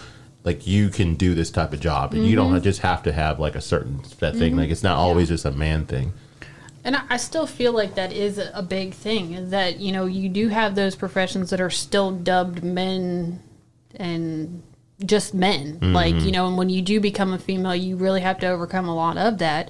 [SPEAKER 2] Like you can do this type of job, and you don't just have to have like a certain that thing. Like it's not always just a man thing.
[SPEAKER 3] And I, I still feel like that is a a big thing is that, you know, you do have those professions that are still dubbed men and just men. Like,
[SPEAKER 2] Mm-hmm.
[SPEAKER 3] you know, and when you do become a female, you really have to overcome a lot of that.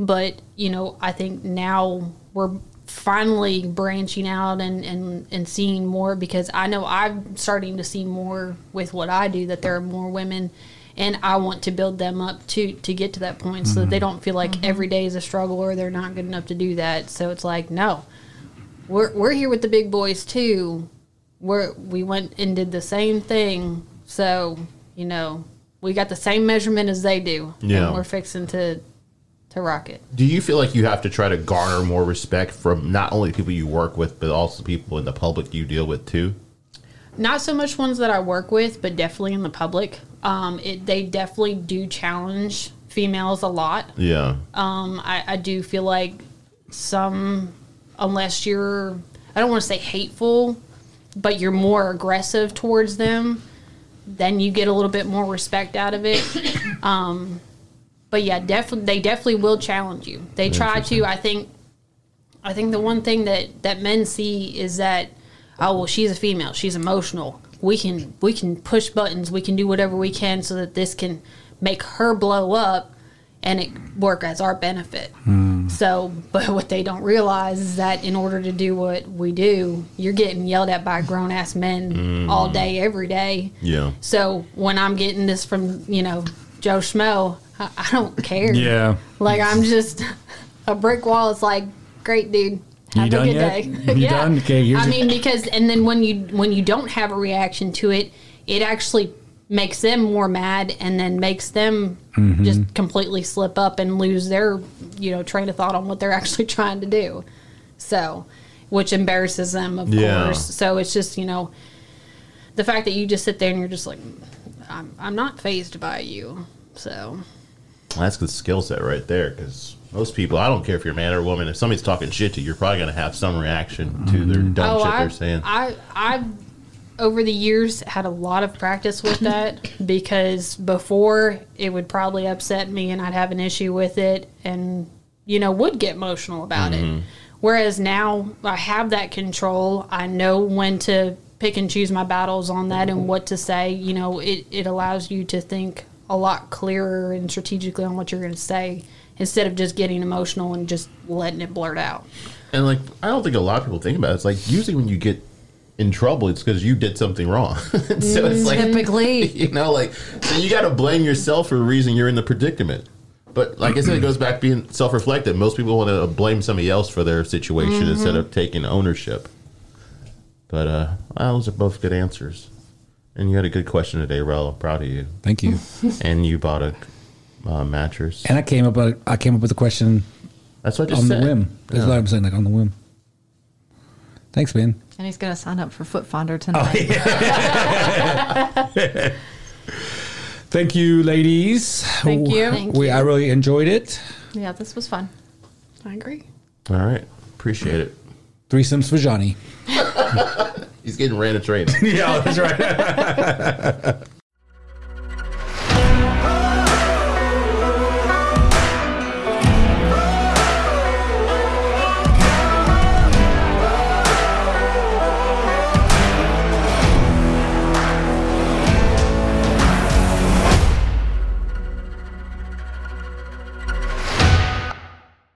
[SPEAKER 3] But, you know, I think now we're finally branching out and, and, and seeing more because I know I'm starting to see more with what I do that there are more women and I want to build them up to to get to that point so that they don't feel like every day is a struggle or they're not good enough to do that. So it's like, no, we're we're here with the big boys too. We're we went and did the same thing, so you know we got the same measurement as they do. and
[SPEAKER 2] Yeah.
[SPEAKER 3] we're fixing to to rock it.
[SPEAKER 2] Do you feel like you have to try to garner more respect from not only people you work with, but also people in the public you deal with too?
[SPEAKER 3] not so much ones that I work with, but definitely in the public. Um, it, they definitely do challenge females a lot.
[SPEAKER 2] Yeah.
[SPEAKER 3] Um, I, I do feel like some, unless you're, I don't want to say hateful, but you're more aggressive towards them, then you get a little bit more respect out of it. um, but yeah, definitely, they definitely will challenge you. They try to. I think, I think the one thing that that men see is that, oh well, she's a female. She's emotional. We can we can push buttons. We can do whatever we can so that this can make her blow up. And it work as our benefit. So, but what they don't realize is that in order to do what we do, you're getting yelled at by grown ass men all day, every day.
[SPEAKER 2] Yeah.
[SPEAKER 3] So when I'm getting this from you know Joe Schmo, I, I don't care.
[SPEAKER 1] yeah.
[SPEAKER 3] Like I'm just a brick wall. It's like great, dude. Have
[SPEAKER 1] You done
[SPEAKER 3] a good
[SPEAKER 1] yet?
[SPEAKER 3] day.
[SPEAKER 1] You done? Okay, you're
[SPEAKER 3] I
[SPEAKER 1] just-
[SPEAKER 3] mean, because and then when you when you don't have a reaction to it, it actually makes them more mad and then makes them
[SPEAKER 1] Mm-hmm.
[SPEAKER 3] just completely slip up and lose their you know train of thought on what they're actually trying to do. So, which embarrasses them, of
[SPEAKER 2] Yeah.
[SPEAKER 3] course. So it's just you know the fact that you just sit there and you're just like, I'm I'm not phased by you. So
[SPEAKER 2] That's the skill set right there. Because most people, I don't care if you're a man or a woman, if somebody's talking shit to you, you're probably going to have some reaction to their dumb shit
[SPEAKER 3] Oh, I,
[SPEAKER 2] they're saying.
[SPEAKER 3] I, I've over the years had a lot of practice with that because before it would probably upset me and I'd have an issue with it and, you know, would get emotional about
[SPEAKER 2] Mm-hmm.
[SPEAKER 3] it. Whereas now I have that control. I know when to pick and choose my battles on that
[SPEAKER 2] Mm-hmm.
[SPEAKER 3] and what to say. You know, it, it allows you to think a lot clearer and strategically on what you're going to say instead of just getting emotional and just letting it blurt out.
[SPEAKER 2] and like, I don't think a lot of people think about it. It's like usually when you get in trouble, it's because you did something wrong. so it's like,
[SPEAKER 4] Typically,
[SPEAKER 2] you know, like, so you got to blame yourself for the reason you're in the predicament. But like I said, it goes back being self reflective. Most people want to blame somebody else for their situation
[SPEAKER 1] Mm-hmm.
[SPEAKER 2] instead of taking ownership. But uh, well, those are both good answers. And you had a good question today, Rel. I'm proud of you.
[SPEAKER 1] Thank you.
[SPEAKER 2] and you bought a uh, mattress.
[SPEAKER 1] and I came up with- I came up with a question
[SPEAKER 2] That's what I just
[SPEAKER 1] on
[SPEAKER 2] said.
[SPEAKER 1] the whim. That's what I'm saying, like on the whim. Thanks, Ben.
[SPEAKER 4] and he's going to sign up for Foot Finder tonight.
[SPEAKER 1] Thank you, ladies.
[SPEAKER 4] Thank you. Thank
[SPEAKER 1] We, I really enjoyed it.
[SPEAKER 4] yeah, this was fun.
[SPEAKER 3] I agree.
[SPEAKER 2] All right, appreciate it.
[SPEAKER 1] Threesomes for Johnny.
[SPEAKER 2] He's getting ran a train.
[SPEAKER 1] Yeah, that's right.